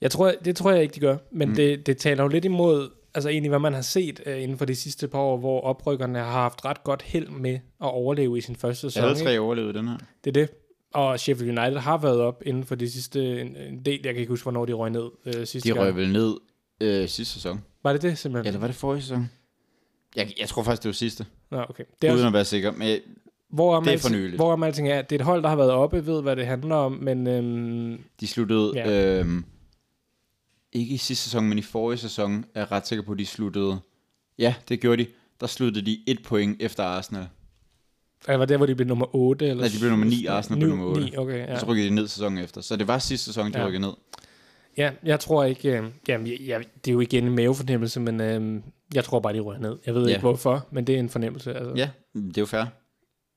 Jeg tror, det tror jeg ikke, de gør, men mm. det, det taler jo lidt imod, altså egentlig, hvad man har set uh, inden for de sidste par år, hvor oprykkerne har haft ret godt held med at overleve i sin første sæson.
Alle
ikke?
tre overlevede den her.
Det er det. Og Sheffield United har været op inden for de sidste en, en del. Jeg kan ikke huske, hvornår de røg ned øh, sidste
De røg
gang.
vel ned øh, sidste sæson.
Var det det simpelthen?
Eller var det forrige sæson? Jeg, jeg tror faktisk, det var sidste.
Nå, okay. Det
Det
er
uden
også,
at være sikker. Men jeg,
hvor
det er
alting-
for nyligt.
Hvor om alting er, det er et hold, der har været oppe, ved hvad det handler om, men øhm,
de sluttede...
Ja.
Ja. Øhm, ikke i sidste sæson, men i forrige sæson er jeg ret sikker på, at de sluttede... Ja, det gjorde de. Der sluttede de et point efter Arsenal.
altså, var det, hvor de blev nummer 8? Eller
Nej, de blev nummer ni, Arsenal blev nummer otte.
9, okay,
Ja.
ja.
Så rykkede de ned sæsonen efter. Så det var sidste sæson, de
Ja.
ja. rykkede ned.
ja, jeg tror ikke, øh, jamen, jeg, jeg, det er jo igen en mavefornemmelse, men øh, jeg tror bare, de rører ned. Jeg ved
Ja.
ikke hvorfor, men det er en fornemmelse. Altså.
Ja, det mm, er jo fair.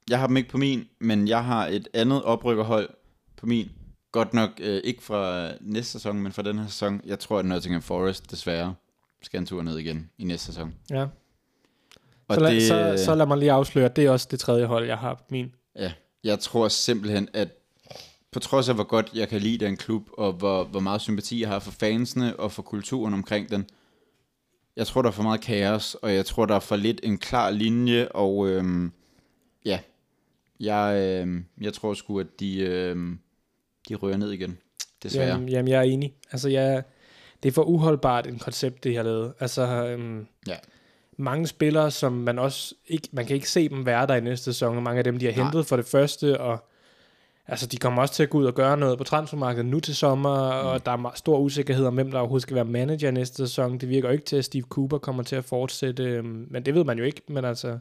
Jeg har dem ikke på min, men jeg har et andet oprykkerhold på min. Godt nok øh, ikke fra næste sæson, men fra den her sæson. Jeg tror, at Nottingham Forest desværre skal en tur ned igen i næste sæson.
Ja.
Og
så, lad,
det, øh,
så, så lad mig lige afsløre, det er også det tredje hold, jeg har på min.
Ja, jeg tror simpelthen, at på trods af, hvor godt jeg kan lide den klub, og hvor, hvor meget sympati jeg har for fansene og for kulturen omkring den, jeg tror, der er for meget kaos, og jeg tror, der er for lidt en klar linje, og øhm, ja, jeg, øhm, jeg tror sgu, at de, øhm, de rører ned igen, desværre.
Jamen, jamen, jeg er enig. Altså, jeg, det er for uholdbart en koncept, det jeg lavede. Altså, øhm,
Ja.
mange spillere, som man også ikke, man kan ikke se dem være der i næste sæson, og mange af dem, de har
Nej.
hentet for det første, og altså, de kommer også til at gå ud og gøre noget på transfermarkedet nu til sommer, mm. og der er meget stor usikkerhed om, hvem der overhovedet skal være manager næste sæson. Det virker jo ikke til, at Steve Cooper kommer til at fortsætte, øhm, men det ved man jo ikke, men altså,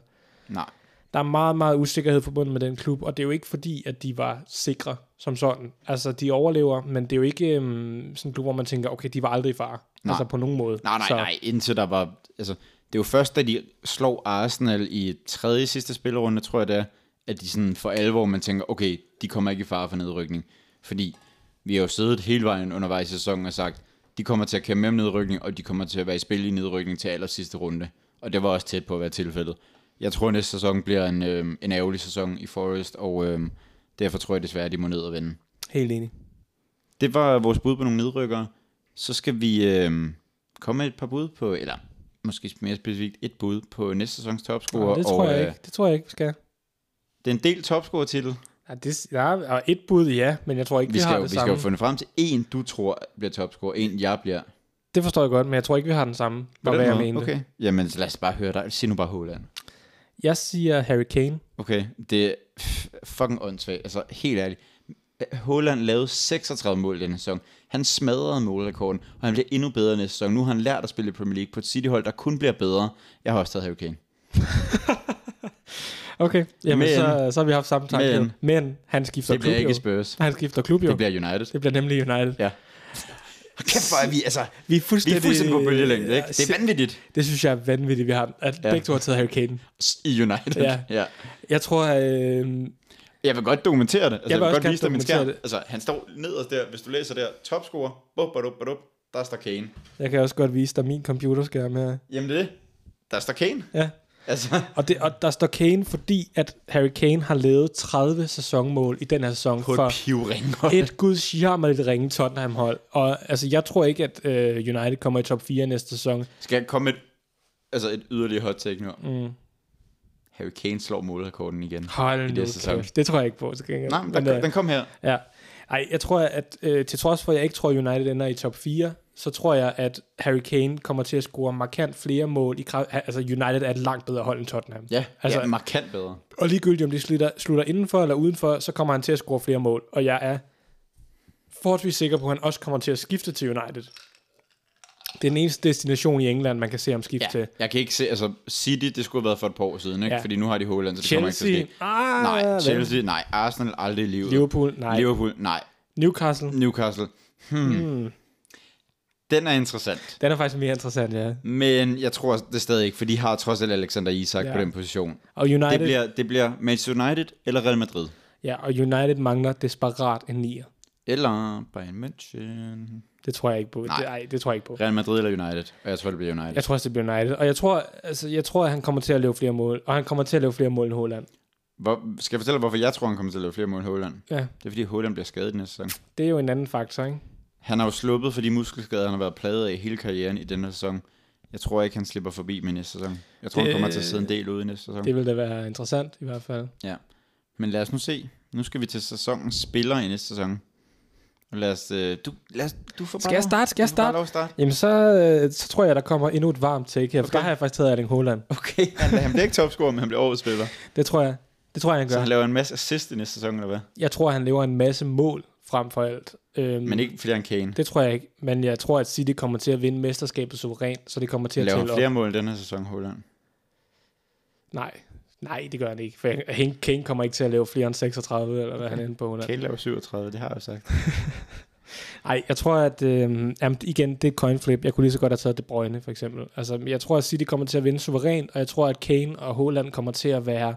Nej,
der er meget, meget usikkerhed forbundet med den klub, og det er jo ikke fordi, at de var sikre som sådan. Altså, de overlever, men det er jo ikke øhm, sådan en klub, hvor man tænker, okay, de var aldrig i fare.
Nej.
Altså, på nogen måde.
nej, nej,
Så,
nej, indtil der var, altså, det er jo først, da de slår Arsenal i tredje sidste spillerunde, tror jeg det er, at de sådan for alvor, man tænker, okay, de kommer ikke i fare for nedrykning. Fordi vi har jo siddet hele vejen undervejs i sæsonen og sagt, de kommer til at kæmpe med om nedrykning, og de kommer til at være i spil i nedrykning til aller sidste runde. Og det var også tæt på at være tilfældet. Jeg tror, at næste sæson bliver en, øh, en ærgerlig sæson i Forest, og øh, derfor tror jeg desværre, at de må ned og vende.
Helt enig.
Det var vores bud på nogle nedrykkere. Så skal vi øh, komme med et par bud på, eller måske mere specifikt et bud på næste sæsons topscorer.
Nå, det tror
og,
jeg
øh,
ikke. Det tror jeg ikke, vi skal.
Det er en del topscorer-titel.
Ja, det, ja, og et bud, ja, men jeg tror ikke, vi,
Vi skal,
har
jo,
det
vi skal
samme.
jo finde frem til en, du tror bliver topscorer, en jeg bliver. På
Det forstår jeg godt, men jeg tror ikke, vi har den samme. På
den
hvad jeg
måde.
mente.
Okay. Jamen, så lad os bare høre dig. Sig nu bare Håland.
Jeg siger Harry Kane.
Okay, det er f- fucking åndssvagt. Altså, helt ærligt. Håland lavede 36 mål denne sæson. Han smadrede målrekorden, og han bliver endnu bedre næste sæson. Nu har han lært at spille i Premier League på et City-hold, der kun bliver bedre. Jeg har også taget Harry Kane.
Okay,
Men-
jamen, men, så, så har vi haft samme tanke.
Men-
Men, men han skifter
Det bliver
klub
ikke
jo.
Spurs.
Han skifter klub jo.
Det bliver United.
det bliver nemlig United.
Ja. Kæft, hvor er vi, altså,
Vi
vi
er fuldstændig,
er fuldstændig på bølgelængde, ikke? Det er vanvittigt
Det synes jeg er vanvittigt, vi har, at
Ja.
ja. begge to har taget Harry Kane.
i United. Ja.
Ja.
ja.
Jeg tror, øh,
Jeg vil godt dokumentere det. Altså, jeg,
vil
vil
også
godt
gerne
vise dig min
dokumentere
skærm.
det.
Altså, han står nederst der. Hvis du læser der, topscorer, bup, bup, bup, bup, der står Kane.
jeg kan også godt vise dig min computerskærm her.
Jamen det er det. Der står Kane.
Ja.
Altså,
Og, det, og der står Kane, fordi at Harry Kane har lavet 30 sæsonmål i den her sæson
på
for
et pivring.
et guds jammerligt ringe Tottenham-hold. Og altså, jeg tror ikke, at øh, United kommer i top 4 næste sæson.
Skal jeg komme med et, altså et yderligere hot take nu? Mm. Harry Kane slår målrekorden igen.
Hold
I
nu
næste sæson.
kæft. Det tror jeg ikke på, til gengæld.
Nej, men
Men,
den,
øh,
den kom her.
Ja. Ej, jeg tror, at øh, til trods for, at jeg ikke tror, at United ender i top 4, så tror jeg, at Harry Kane kommer til at score markant flere mål. I kraft, altså, United er et langt bedre hold end Tottenham.
Ja, altså,
altså-
ja, markant bedre.
Og ligegyldigt, om de slutter, slutter indenfor eller udenfor, så kommer han til at score flere mål. Og jeg er forholdsvis sikker på, at han også kommer til at skifte til United. Det er den eneste destination i England, man kan se ham skifte ja. til.
Jeg kan ikke se, altså City, det skulle have været for et par år siden, ikke? Ja.
Ja.
Fordi nu har de Haaland, så det kommer ikke til
Chelsea,
at ske.
ah,
Nej,
vel.
Chelsea, nej. Arsenal aldrig i livet.
Liverpool, nej.
Liverpool, nej.
Newcastle,
Newcastle. Hmm. hmm. Den er interessant.
den er faktisk mere interessant, ja.
Men jeg tror det stadig ikke, for de har trods alt Alexander Isak ja.
Ja.
på den position.
Og United,
Det bliver, det bliver Manchester United eller Real Madrid.
ja, og United mangler desperat en nier.
Eller Bayern München.
Det tror jeg ikke på.
Nej.
Det, ej, det tror jeg ikke på.
Real Madrid eller United. Og jeg tror, det bliver United.
Jeg tror også, det bliver United. Og jeg tror, altså, jeg tror, at han kommer til at lave flere mål. Og han kommer til at lave flere mål end Holland.
Hvor, skal jeg fortælle, hvorfor jeg tror, han kommer til at lave flere mål end Haaland?
Ja,
Det er, fordi Haaland bliver skadet i næste sæson.
det er jo en anden faktor, ikke?
Han har jo sluppet for de muskelskader, han har været plaget af hele karrieren i denne sæson. Jeg tror ikke, han slipper forbi med næste sæson. Jeg tror, det, han
Det-
kommer til at sidde en del ude i næste sæson.
Det vil da være interessant, i hvert fald.
Ja. Men lad os nu se. Nu skal vi til sæsonens spiller i næste sæson. Og lad os... Øh, du, lad os, du får bare
Skal jeg
lov.
starte? Skal jeg
Du får bare
starte?
lov at starte.
Jamen, så, øh, så tror jeg, der kommer endnu et varmt take her.
Okay.
For okay. der har jeg faktisk taget Erling Haaland.
Okay. Han, han bliver ikke topscorer, men han bliver årets spiller.
Det tror jeg. Det tror jeg, han
Så han
gør.
laver en masse assist i næste sæson, eller hvad?
Jeg tror, han lever en masse mål frem for alt. Øhm,
Men ikke flere end Kane.
Det tror jeg ikke. Men jeg tror, at City kommer til at vinde mesterskabet suverænt, så det kommer til at
Laver han
tælle
flere
op.
mål i den her sæson, Holland?
Nej. Nej, det gør han ikke. For Hank Kane kommer ikke til at lave flere end 36, eller hvad han er inde på. Holland.
Kane laver 37, det har jeg jo sagt.
Nej, jeg tror, at... Øh, jamen, igen, det er et coin flip. Jeg kunne lige så godt have taget De Bruyne, for eksempel. Altså, jeg tror, at City kommer til at vinde suverænt, og jeg tror, at Kane og Haaland kommer til at være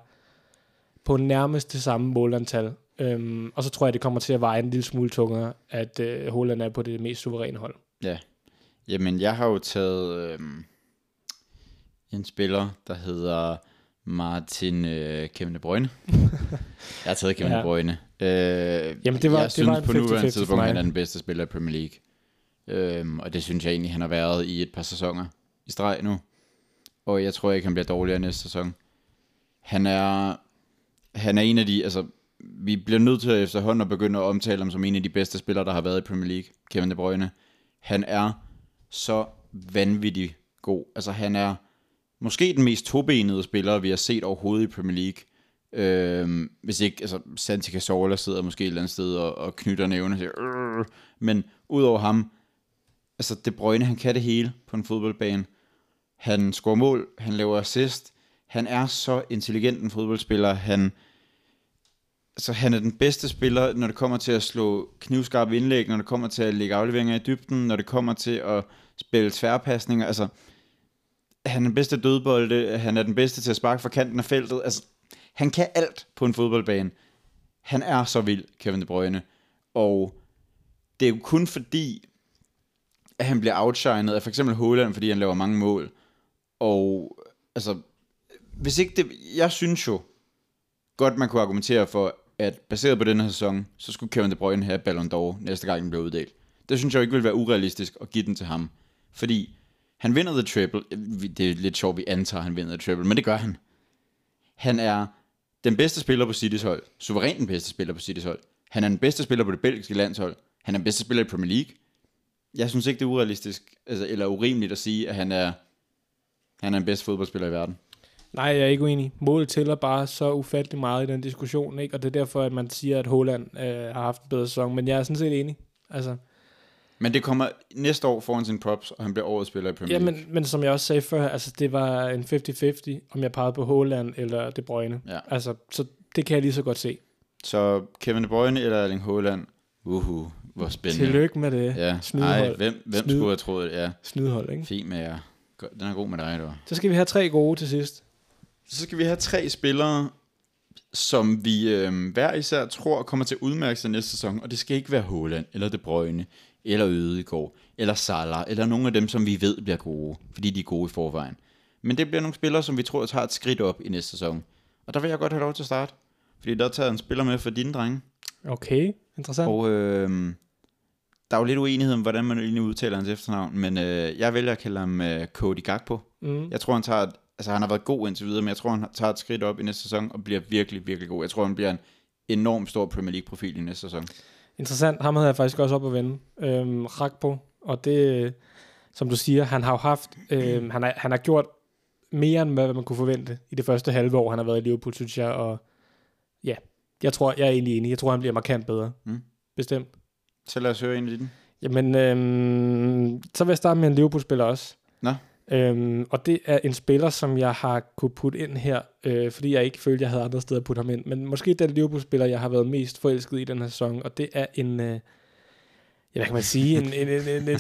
på nærmest det samme målantal. Øhm, og så tror jeg, det kommer til at veje en lille smule tungere, at øh, Holland er på det mest suveræne hold.
Ja. Jamen, jeg har jo taget øh, en spiller, der hedder Martin øh, Kevin De Bruyne. jeg har taget Kevin ja.
Ja.
De Bruyne. Øh, Jamen,
det var-
jeg
det
synes
var en
på nuværende
50-50 for
tidspunkt,
mig.
han er den bedste spiller i Premier League. Øhm, og det synes jeg egentlig, han har været i et par sæsoner i streg nu. Og jeg tror ikke, han bliver dårligere næste sæson. Han er, han er en af de, altså, vi bliver nødt til at efterhånden at begynde at omtale ham som en af de bedste spillere, der har været i Premier League, Kevin De Bruyne. Han er så vanvittig god. Altså, han er måske den mest tobenede spiller, vi har set overhovedet i Premier League. Øhm, hvis ikke, altså Santi Cazorla sidder måske et eller andet sted og, og knytter nævne og siger, "Arr!" men udover ham, altså De Bruyne, han kan det hele på en fodboldbane. Han scorer mål, han laver assist, han er så intelligent en fodboldspiller, han, altså, han er den bedste spiller, når det kommer til at slå knivskarpe indlæg, når det kommer til at lægge afleveringer i dybden, når det kommer til at spille tværpasninger, altså han er den bedste dødbolde, han er den bedste til at sparke fra kanten af feltet, altså han kan alt på en fodboldbane. Han er så vild, Kevin De Bruyne. Og det er jo kun fordi, at han bliver outshined af for eksempel Haaland, fordi han laver mange mål. Og altså, hvis ikke det... Jeg synes jo godt, man kunne argumentere for, at baseret på den her sæson, så skulle Kevin De Bruyne have Ballon d'Or næste gang, den bliver uddelt. Det synes jeg jo ikke ville være urealistisk at give den til ham. Fordi han vinder The Triple. Det er lidt sjovt, vi antager, at han vinder The Triple, men det gør han. Han er den bedste spiller på Citys hold. Suveræn den bedste spiller på Citys hold. Han er den bedste spiller på det belgiske landshold. Han er den bedste spiller i Premier League. Jeg synes ikke, det er urealistisk, altså, eller urimeligt at sige, at han er, han er den bedste fodboldspiller i verden.
Nej, jeg er ikke uenig. Målet tæller bare så ufattelig meget i den diskussion, ikke? og det er derfor, at man siger, at Holland øh, har haft en bedre sæson, men jeg er sådan set enig. Altså,
Men det kommer næste år foran sin props, og han bliver årets spiller i Premier
ja,
League.
men, men som jeg også sagde før, altså, det var en 50-50, om jeg pegede på Holland eller De Bruyne.
Ja.
Altså, så det kan jeg lige så godt se.
Så Kevin De Bruyne eller Erling Haaland. Uhu, hvor spændende.
Tillykke med det.
Ja,
Snydehold.
Ej, hvem, hvem
Snyde.
skulle have troet det? Ja,
Snydehold, ikke?
fint med jer. Godt, Den er god med dig, du.
Så skal vi have tre gode til sidst.
Så skal vi have tre spillere, som vi øh, hver især tror kommer til at udmærke sig næste sæson, og det skal ikke være Haaland, eller De Bruyne, eller Ødegaard, eller Salah, eller nogle af dem, som vi ved bliver gode, fordi de er gode i forvejen. Men det bliver nogle spillere, som vi tror tager et skridt op i næste sæson. Og der vil jeg godt have lov til at starte, fordi der tager jeg en spiller med for dine drenge.
Okay, interessant.
Og øh, der er jo lidt uenighed om, hvordan man egentlig udtaler hans efternavn, men øh, jeg vælger at kalde ham øh, Cody Gakpo.
Mm.
Jeg tror, han tager et, altså han har været god indtil videre, men jeg tror, han tager et skridt op i næste sæson og bliver virkelig, virkelig god. Jeg tror, han bliver en enorm stor Premier League-profil i næste sæson.
Interessant, ham havde jeg faktisk også op at vende. Øhm, Rakpo, og det, øh, som du siger, han har jo haft, øhm, han, har, han har gjort mere end hvad man kunne forvente i det første halve år, han har været i Liverpool, synes jeg, og ja, jeg tror, jeg er egentlig enig. Jeg tror, han bliver markant bedre.
Mm.
Bestemt.
Så lad os høre en af dine.
Jamen, øhm, så vil jeg starte med en Liverpool-spiller også.
Nå.
Øhm, og det er en spiller, som jeg har kunne putte ind her, øh, fordi jeg ikke følte, jeg havde andre steder at putte ham ind. Men måske den Liverpool-spiller, jeg har været mest forelsket i den her sæson, og det er en, øh, ja, hvad kan man sige, en, en, en, en, en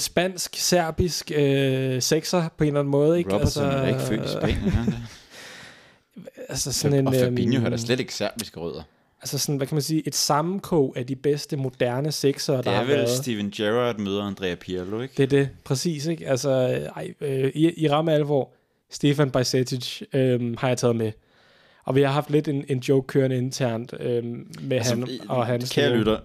spansk-serbisk øh, sekser på en eller anden måde. Ikke?
Robertson altså, er da ikke født i Spanien. er han det?
Altså (laughs) sådan en,
og Fabinho
øhm,
har da slet ikke serbiske rødder.
Altså sådan, hvad kan man sige, et sammenkog af de bedste moderne sekser,
Det
der har
er vel
været.
Steven Gerrard møder Andrea Pirlo, ikke?
Det er det, præcis. Ikke? Altså, ej, øh, i, i ramme alvor, Stefan Bajsetic øh, har jeg taget med. Og vi har haft lidt en, en joke kørende internt øh, med altså, han
i-
og hans...
kære
niveau.
lytter,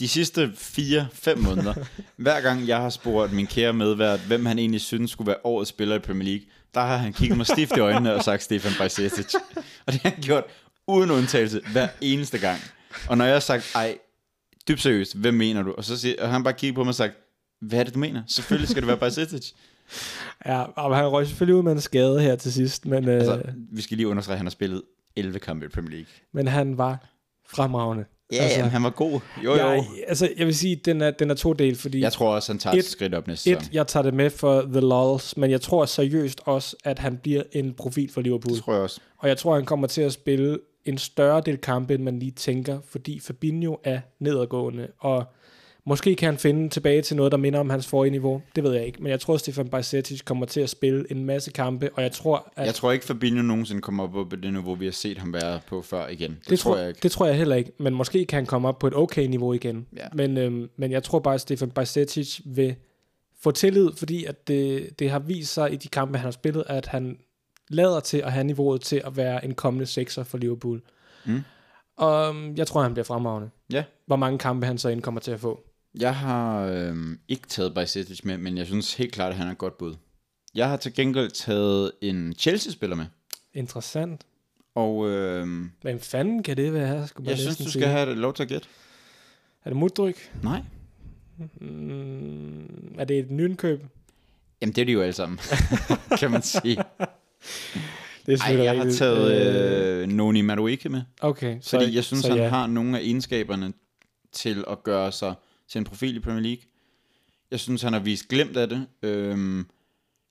de sidste 4-5
(laughs)
måneder, hver gang jeg har spurgt min kære medvært, hvem han egentlig synes skulle være årets spiller i Premier League, der har han kigget mig stift i øjnene og sagt Stefan Bajsetic. Og det har han gjort uden undtagelse hver eneste gang. Og når jeg har sagt, ej, dybt seriøst, hvem mener du? Og så siger, og han bare kigget på mig og sagt, hvad er det, du mener? Selvfølgelig skal det være
(laughs)
Bajsetic.
Ja, og han røg selvfølgelig ud med en skade her til sidst, men, øh,
Altså,
altså,
vi skal lige understrege, at han har spillet 11 kampe i Premier League.
men han var fremragende.
Ja, altså,
altså,
jamen, han var god. Jo, jo.
Jeg,
Jeg,
altså, jeg vil sige, den er, den er to del, fordi...
jeg tror også, han tager et,
Et-
skridt op næste sæson.
et, jeg tager det med for The Lulls, men jeg tror seriøst også, at han bliver en profil for Liverpool.
Det tror jeg også.
Og jeg tror, han kommer til at spille en større del kampe, end man lige tænker, fordi Fabinho er nedadgående, og Måske kan han finde tilbage til noget, der minder om hans forrige niveau. Det ved jeg ikke. Men jeg tror, Stefan Bajsetic kommer til at spille en masse kampe, og jeg tror, at...
Jeg tror ikke, Fabinho nogensinde kommer op på det niveau, vi har set ham være på før igen. Det,
det
det tror jeg ikke.
Det tror jeg heller ikke, men måske kan han komme op på et okay niveau igen.
Ja.
Men, øhm, men jeg tror bare, at Stefan Bajsetic vil få tillid, fordi at det, det har vist sig i de kampe, han har spillet, at han lader til at have niveauet til at være en kommende sekser for Liverpool.
Mm.
Og øhm, jeg tror, han bliver fremragende.
Ja.
Hvor mange kampe han så end kommer til at få.
Jeg har øhm, ikke taget Bajsetic med, men jeg synes helt klart, at han er et godt bud. Jeg har til gengæld taget en Chelsea-spiller med,
Interessant.
og øhm,
Hvem fanden kan det være? Skulle man
jeg synes,
næsten
du
sige.
skal have det lov til at gætte.
Er det muddryk?
Nej.
Mm, er det et nyindkøb?
Jamen, det er de jo alle (laughs) sammen, kan man sige.
Det er
Ej,
selvfølgelig
jeg har
rigtigt.
taget øh, Noni Madueke med,
okay, så,
fordi jeg synes,
så
han
ja.
har nogle af egenskaberne til at gøre sig til en profil i Premier League. Jeg synes, han har vist glemt af det. Øhm,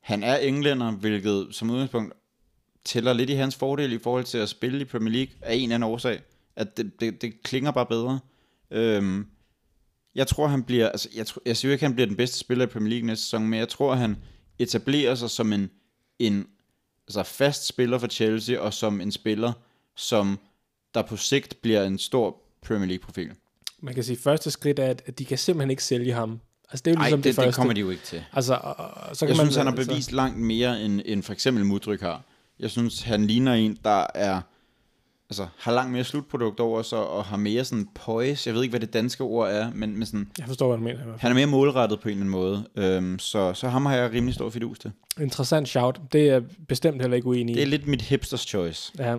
han er englænder, hvilket som udgangspunkt tæller lidt i hans fordel i forhold til at spille i Premier League af en eller anden årsag. At det, det, det klinger bare bedre. Øhm, jeg tror, han bliver... Altså, jeg, tror, jeg siger jo ikke, han bliver den bedste spiller i Premier League næste sæson, men jeg tror, han etablerer sig som en, en altså fast spiller for Chelsea, og som en spiller, som der på sigt bliver en stor Premier League-profil.
Man kan sige, at første skridt er, at at de kan simpelthen ikke sælge ham. Altså, det er jo
Nej,
ligesom
det,
det,
det,
første.
kommer de jo ikke til.
Altså, og, og, så kan
Jeg
man,
synes, han har
altså-
bevist langt mere, end, end for eksempel Mudryk har. Jeg synes, han ligner en, der er altså, har langt mere slutprodukt over sig, og har mere sådan poise. Jeg ved ikke, hvad det danske ord er, men, men sådan,
Jeg forstår, hvad du mener. i hvert fald.
han er mere målrettet på en eller anden måde. Øhm, så, så ham har jeg rimelig stor fidus til.
Interessant shout. Det er jeg bestemt heller ikke uenig i.
Det er lidt mit hipsters choice.
Ja.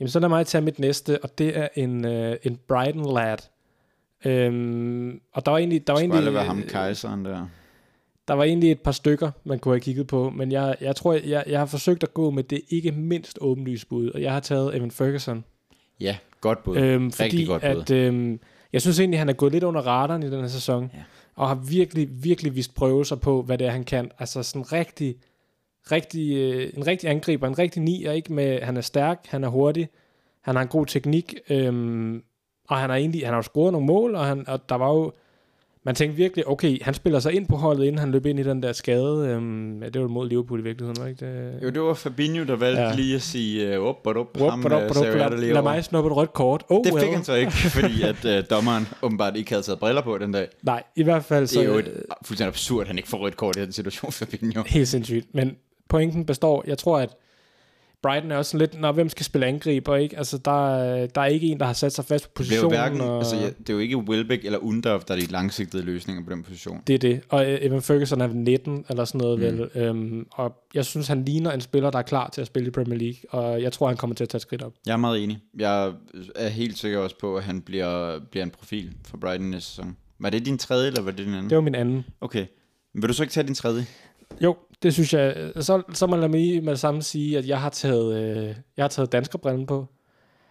Jamen, så lad mig tage mit næste, og det er en, øh, en Brighton lad. Øhm, og der var egentlig, der var
Det skulle aldrig
egentlig, øh,
være ham, kejseren der.
der var egentlig et par stykker, man kunne have kigget på, men jeg, jeg tror, jeg, jeg har forsøgt at gå med det ikke mindst åbenlyse bud, og jeg har taget Evan Ferguson.
Ja, godt bud.
Øhm,
Rigtig
fordi
godt bud.
at, øhm, jeg synes egentlig, han er gået lidt under radaren i den her sæson,
Ja.
og har virkelig, virkelig vist prøvelser på, hvad det er, han kan. Altså sådan rigtig, rigtig, øh, en rigtig angriber, en rigtig nier, ikke? Med, han er stærk, han er hurtig, han har en god teknik, øhm, og han har egentlig, han har jo scoret nogle mål, og, han, og der var jo, man tænkte virkelig, okay, han spiller sig ind på holdet, inden han løb ind i den der skade. Øhm, ja, det var jo mod Liverpool i virkeligheden, var det ikke det?
Jo, det var Fabinho, der valgte
Ja.
ja. lige at sige, øh, op og op,
Wup,
ham
wup, wup,
øh, sagde jo, jeg der
lad,
lige
lad
over.
mig snuppe et rødt kort. Oh,
Det fik
well.
han så
(laughs)
ikke, fordi at øh, dommeren åbenbart ikke havde taget briller på den dag.
Nej, i hvert fald
Det
så... øh,
er jo et, fuldstændig absurd, at han ikke får rødt kort i den situation, (laughs) Fabinho.
Helt sindssygt. Men pointen består, jeg tror, at Brighton er også sådan lidt, når hvem skal spille angriber, ikke? Altså, der, er- der er ikke en, der har sat sig fast på
Det er, jo
positionen.
hverken,
og
altså, ja, det er jo ikke Welbeck eller Undorf, der er de langsigtede løsninger på den position.
Det er det. Og øh, Evan Ferguson er 19, eller sådan noget mm. vel. Øhm, og jeg synes, han ligner en spiller, der er klar til at spille i Premier League, og jeg tror, han kommer til at tage et skridt op.
Jeg er meget enig. Jeg er helt sikker også på, at han bliver, bliver en profil for Brighton næste sæson. Var det din tredje, eller var det din anden?
Det var min anden.
Okay. Men vil du så ikke tage din tredje?
Jo, det synes jeg. Så, så må jeg lige med det samme sige, at jeg har taget, øh, jeg har taget danskerbrillen på.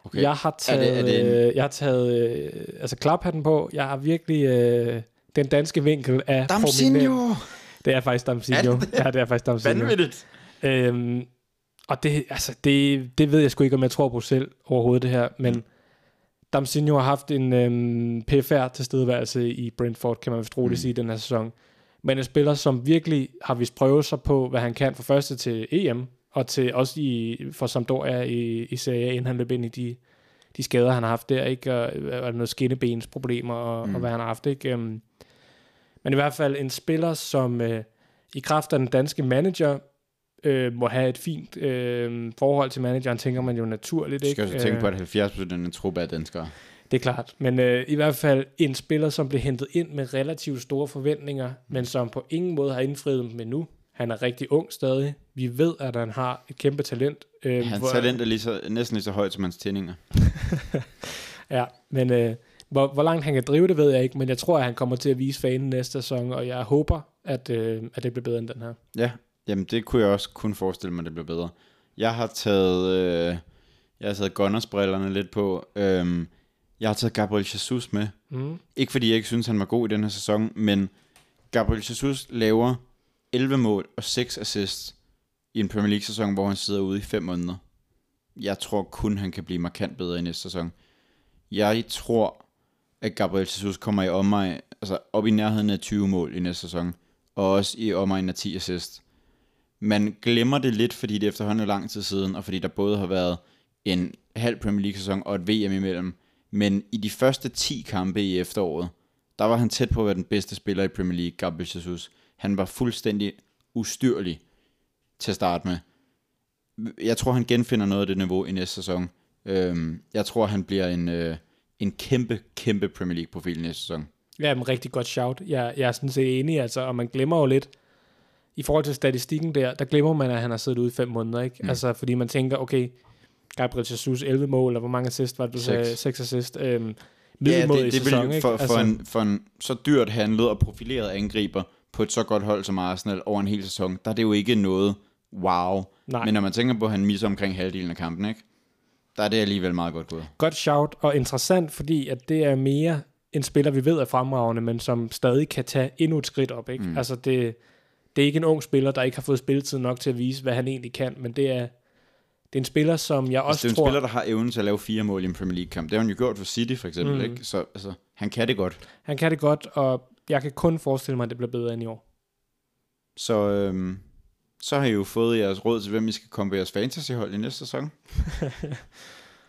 Okay. Jeg har
Er
taget,
det- er det en-
øh, jeg har taget øh, altså klaphatten på. Jeg har virkelig øh, den danske vinkel af prominent.
Damsinho!
Det er faktisk Damsinho.
Er det
(laughs) Ja, det er faktisk Damsinho.
Vanvittigt!
Øhm, og det, altså, det, det ved jeg sgu ikke, om jeg tror på selv overhovedet det her,
Mm.
men Damsinho har haft en øhm, PFR tilstedeværelse i Brentford, kan man vist roligt mm. sige, den her sæson. Men en spiller, som virkelig har vist prøvet sig på, hvad han kan fra første til EM, og til også i, for Sampdoria i, i Serie A, inden han løb ind i de, de skader, han har haft der, ikke? Og, og noget skinnebensproblemer, og, mm. og hvad han har haft, ikke? Øhm, men i hvert fald en spiller, som øh, i kraft af den danske manager, øh, må have et fint øh, forhold til manageren, tænker man jo naturligt.
Du
Ikke? øh,
skal jo så tænke på, at 70% af den truppe er danskere.
Det er klart. Men øh, i hvert fald en spiller, som blev hentet ind med relativt store forventninger,
Mm.
men som på ingen måde har indfriet dem endnu. Han er rigtig ung stadig. Vi ved, at han har et kæmpe talent. Øh,
Hans
hvor-
talent er lige så, næsten lige så højt som hans tændinger.
Ja, men øh, hvor, hvor langt han kan drive det, ved jeg ikke, men jeg tror, at han kommer til at vise fanen næste sæson, og jeg håber, at, øh, at det bliver bedre end den her.
Ja, jamen det kunne jeg også kun forestille mig, det blev bedre. Jeg har taget, øh, jeg har taget Gunners-brillerne lidt på. Øhm, jeg har taget Gabriel Jesus med.
Mm.
Ikke fordi jeg ikke synes, han var god i den her sæson, men Gabriel Jesus laver 11 mål og 6 assists i en Premier League-sæson, hvor han sidder ude i 5 måneder. Jeg tror kun, han kan blive markant bedre i næste sæson. Jeg tror, at Gabriel Jesus kommer i omegn, altså op i nærheden af 20 mål i næste sæson, og også i omegn af 10 assist. Man glemmer det lidt, fordi det efterhånden er lang tid siden, og fordi der både har været en halv Premier League-sæson og et VM imellem. Men i de første 10 kampe i efteråret, der var han tæt på at være den bedste spiller i Premier League, Gabriel Jesus. Han var fuldstændig ustyrlig til at starte med. Jeg tror, han genfinder noget af det niveau i næste sæson. Øhm, jeg tror, han bliver en, øh, en kæmpe, kæmpe Premier League-profil næste sæson.
Ja, men rigtig godt shout. Jeg, jeg er sådan set enig, altså, og man glemmer jo lidt, i forhold til statistikken der, der glemmer man, at han har siddet ude i fem måneder, ikke? Mm. Altså, fordi man tænker, okay, Gabriel Jesus 11 mål, eller hvor mange assist var det, du
Seks.
sagde? 6 assist. Øhm, middelmåde i
det
sæson,
jo
ikke? Altså-
for, for, en, for en så dyrt handlet og profileret angriber på et så godt hold som Arsenal over en hel sæson, der er det jo ikke noget wow.
Nej.
Men når man tænker på, at han misser omkring halvdelen af kampen, ikke? der er det alligevel meget godt gået.
Godt shout, og interessant, fordi at det er mere en spiller, vi ved er fremragende, men som stadig kan tage endnu et skridt op. Ikke? Mm. Altså det, det er ikke en ung spiller, der ikke har fået spilletid nok til at vise, hvad han egentlig kan, men det er, det er en spiller, som jeg
Altså,
også
det er jo en
tror...
spiller, der har evnen til at lave fire mål i en Premier League-kamp. Det har han jo gjort for City, for eksempel.
Mm.
Mm. Ikke? Så altså, han kan det godt.
Han kan det godt, og jeg kan kun forestille mig, at det bliver bedre end i år.
Så, øhm, så har I jo fået jeres råd til, hvem I skal komme på jeres fantasyhold i næste
(laughs)
sæson.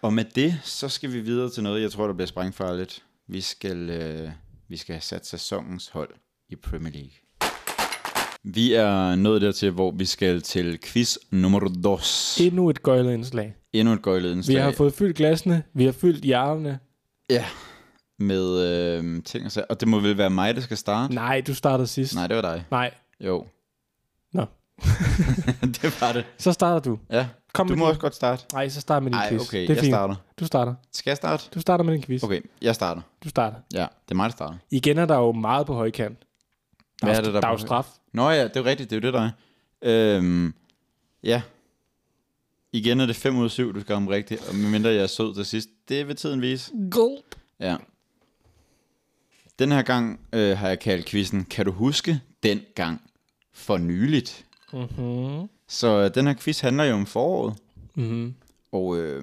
og med det, så skal vi videre til noget, jeg tror, der bliver sprængfarligt. Vi skal, øh, vi skal have sat sæsonens hold i Premier League. Vi er nået dertil, hvor vi skal til quiz nummer 2.
Endnu et gøjleindslag.
Endnu et gøjledenslag.
Vi har fået fyldt glasene, vi har fyldt jarlene.
Med øh, ting og sager. Og det må vel være mig, der skal starte?
Nej, du startede sidst.
Nej, det var dig.
Nej.
Jo.
Nå.
(laughs) det var det.
Så starter du.
Ja,
Kom
du
med
må
din...
også godt starte.
Nej, så start med din
Nej,
quiz.
okay,
det er
jeg
fint.
starter.
Du starter.
Skal jeg starte?
Du starter med din quiz.
Okay, jeg starter.
Du starter.
Ja, det er mig, der starter.
Igen er der jo meget på højkant. Der
Hvad
jo-
er det, der er
der er
på
jo straf.
Nå ja, det er jo rigtigt, det er jo det, der er. Øhm, ja. Igen er det 5 ud af 7, du skal om rigtigt, og medmindre jeg er sød til sidst. Det vil tiden vise.
Gulp.
Ja. Den her gang øh, har jeg kaldt quizzen, kan du huske den gang for nyligt?
Mm-hmm.
Så øh, den her quiz handler jo om foråret,
Mm-hmm.
og øh,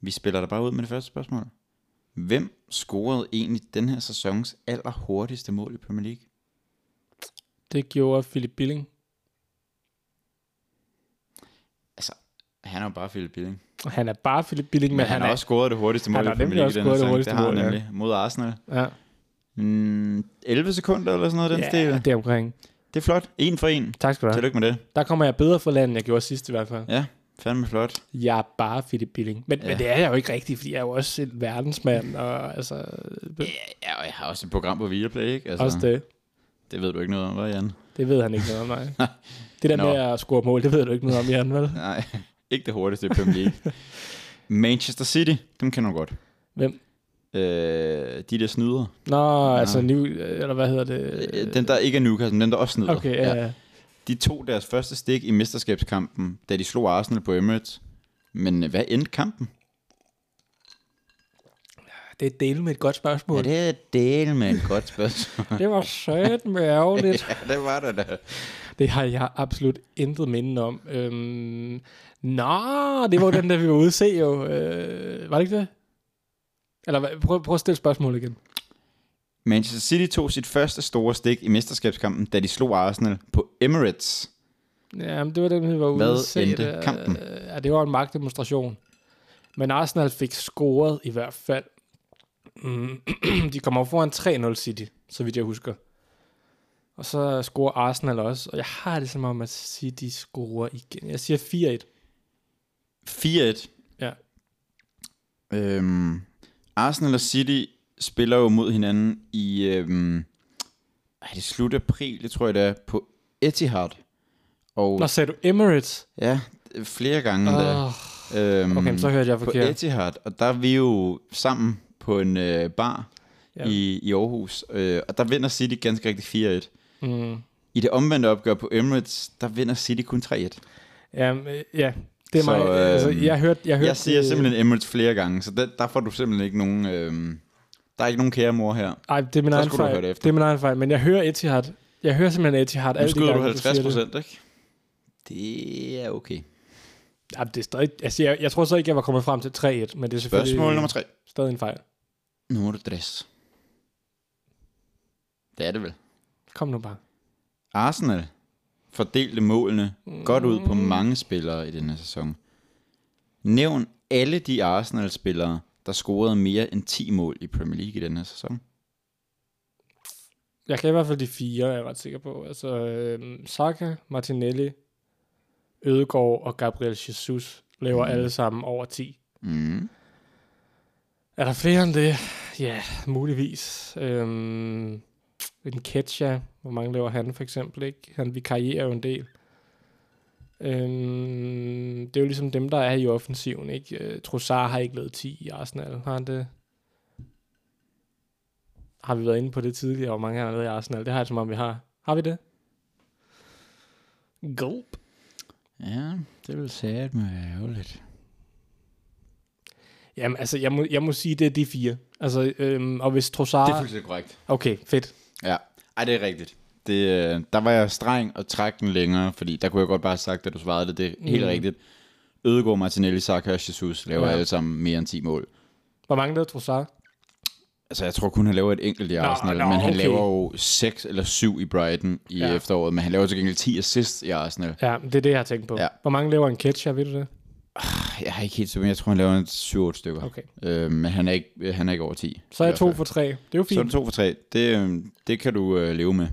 vi spiller dig bare ud med det første spørgsmål. Hvem scorede egentlig den her sæsons allerhurtigste mål i Premier League?
Det gjorde Philip Billing.
Altså, Han er jo bare Philip Billing.
Og Han er bare Philip Billing, men,
Men han har også scoret det hurtigste mål
han
i
har
Premier
nemlig
League.
også
i den
scoret
her
det
sæson.
hurtigste
det har han
mål, ja.
nemlig mod Arsenal.
Ja,
Mm, 11 sekunder eller sådan noget den
ja
stil.
det er omkring.
Det er flot. En for en.
Tak skal du have.
Tillykke med det.
Der kommer jeg bedre fra landet, end jeg gjorde sidst i hvert fald.
Ja, fandme flot.
Jeg er bare Philip Billing. Men, ja.
Ja.
men det er jeg jo ikke rigtigt, fordi jeg er jo også en verdensmand. Og, altså, øh,
Ja, og jeg har også et program på Viaplay, ikke? Altså,
også det.
det ved du ikke noget om, hvad, Jan?
Det ved han ikke noget om,
(laughs)
nej. Det der
Nå.
med at score mål, det ved du ikke noget om, Jan, vel?
Nej, (laughs) ikke det hurtigste i Premier League. (laughs) Manchester City, dem kender du godt.
Hvem?
Øh, de der snyder.
Nå,
Ja.
altså New, eller hvad hedder det?
Øh, den, der ikke er Newcastle, den der også snyder.
Okay, ja, ja.
De tog deres første stik i mesterskabskampen, da de slog Arsenal på Emirates. Men øh, hvad endte kampen?
Det er dele med et godt spørgsmål.
Ja, det er del med et godt spørgsmål.
Det var sødt med ærgerligt.
(laughs)
(laughs)
ja, det var det da.
Det har jeg absolut intet minde om. Øhm, nå, det var jo den, der vi var ude at se jo. Øh, var det ikke det? Eller hvad- prøv, prøv at stille spørgsmålet igen.
Manchester City tog sit første store stik i mesterskabskampen, da de slog Arsenal på Emirates.
Ja, men det var den, vi var ude
Hvad
at se.
endte
der.
kampen?
Øh, Ja, det var en magtdemonstration. Men Arsenal fik scoret i hvert fald. Mm, (clears throat) de kommer foran 3-0 City, så vidt jeg husker. Og så scorer Arsenal også. Og jeg har det som om, at City scorer igen. Jeg siger 4-1.
4-1.
Ja.
Øhm, Arsenal og City spiller jo mod hinanden i... Øhm, ej, det er slut april, det tror jeg det er, på Etihad. Og
Nå, sagde du Emirates?
ja, flere gange endda.
Oh,
Øhm,
okay, men så hørte jeg
Mm, på
forkert.
Etihad, og der er vi jo sammen på en øh, bar
Ja.
i, i Aarhus, øh, og der vinder City ganske rigtigt 4-1.
Mm.
I det omvendte opgør på Emirates, der vinder City kun 3-1.
Ja, men, ja, det er
Så,
mig.
øhm,
altså, jeg hørte, jeg hørte
Jeg siger
det-
simpelthen Emirates flere gange, så der, der får du simpelthen ikke nogen... Øh, der er ikke nogen kære mor her.
Ej, det er min
Så
egen
skulle du
fejl.
høre det efter.
Det er min egen fejl, men jeg hører Etihad. Jeg hører simpelthen Etihad. alle
Nu
de
skyder du
gange, siger
50
det.
procent, ikke? Det er okay.
Jamen, det er stadig... Altså, jeg, jeg tror så ikke, jeg var kommet frem til 3-1, men det er selvfølgelig
Spørgsmål nummer 3.
stadig en fejl.
Nummer 3. Det er det vel.
Kom nu bare.
Arsenal fordelte målene godt ud på mange spillere i den her sæson. Nævn alle de Arsenal-spillere, der scorede mere end 10 mål i Premier League i den her sæson.
Jeg kan i hvert fald de fire, er jeg ret sikker på. Altså, øh, Saka, Martinelli, Ødegaard og Gabriel Jesus laver mm. alle sammen over 10.
Mm.
Er der flere end det? Ja, muligvis. Øhm, en Ketcha, hvor mange laver han for eksempel, ikke? Han vikarierer jo en del. Øhm, det er jo ligesom dem, der er i offensiven, ikke? Øh, Trossard har ikke lavet 10 i Arsenal, har han det? Har vi været inde på det tidligere, hvor mange han har lavet i Arsenal? Det har jeg som om, vi har. Har vi det? Gulp.
Ja, det vil sige med ærgerligt.
Jamen, altså, jeg må, jeg må sige, det er de fire. Altså, øhm, og hvis Trossard...
Det er fuldstændig korrekt.
Okay, fedt.
Ja, Ej, det er rigtigt. Det, øh, der var jeg streng og træk den længere, fordi der kunne jeg godt bare have sagt, at du svarede det. Det er helt
Mm.
mm. rigtigt. Ødegaard, Martinelli, Saka og Jesus laver
Ja.
ja. alle sammen mere end 10 mål.
Hvor mange lavede Trossard?
Altså, jeg tror kun, han laver et enkelt i Arsenal,
nå,
nå, men han
okay.
laver jo 6 eller 7 i Brighton i
Ja.
ja. efteråret, men han laver til gengæld 10 assists i Arsenal.
Ja, det er det, jeg har tænkt på.
Ja.
Hvor mange laver en Ketcha, ved du det?
Jeg har ikke helt så, men jeg tror, han laver 7-8 stykker.
Okay.
Øh, men han er, ikke, han er ikke over 10.
Så
i
er jeg
hvert
to
fald.
for tre. Det er jo
Så er det
fint.
to for tre. Det, øh, det kan du øh, leve med.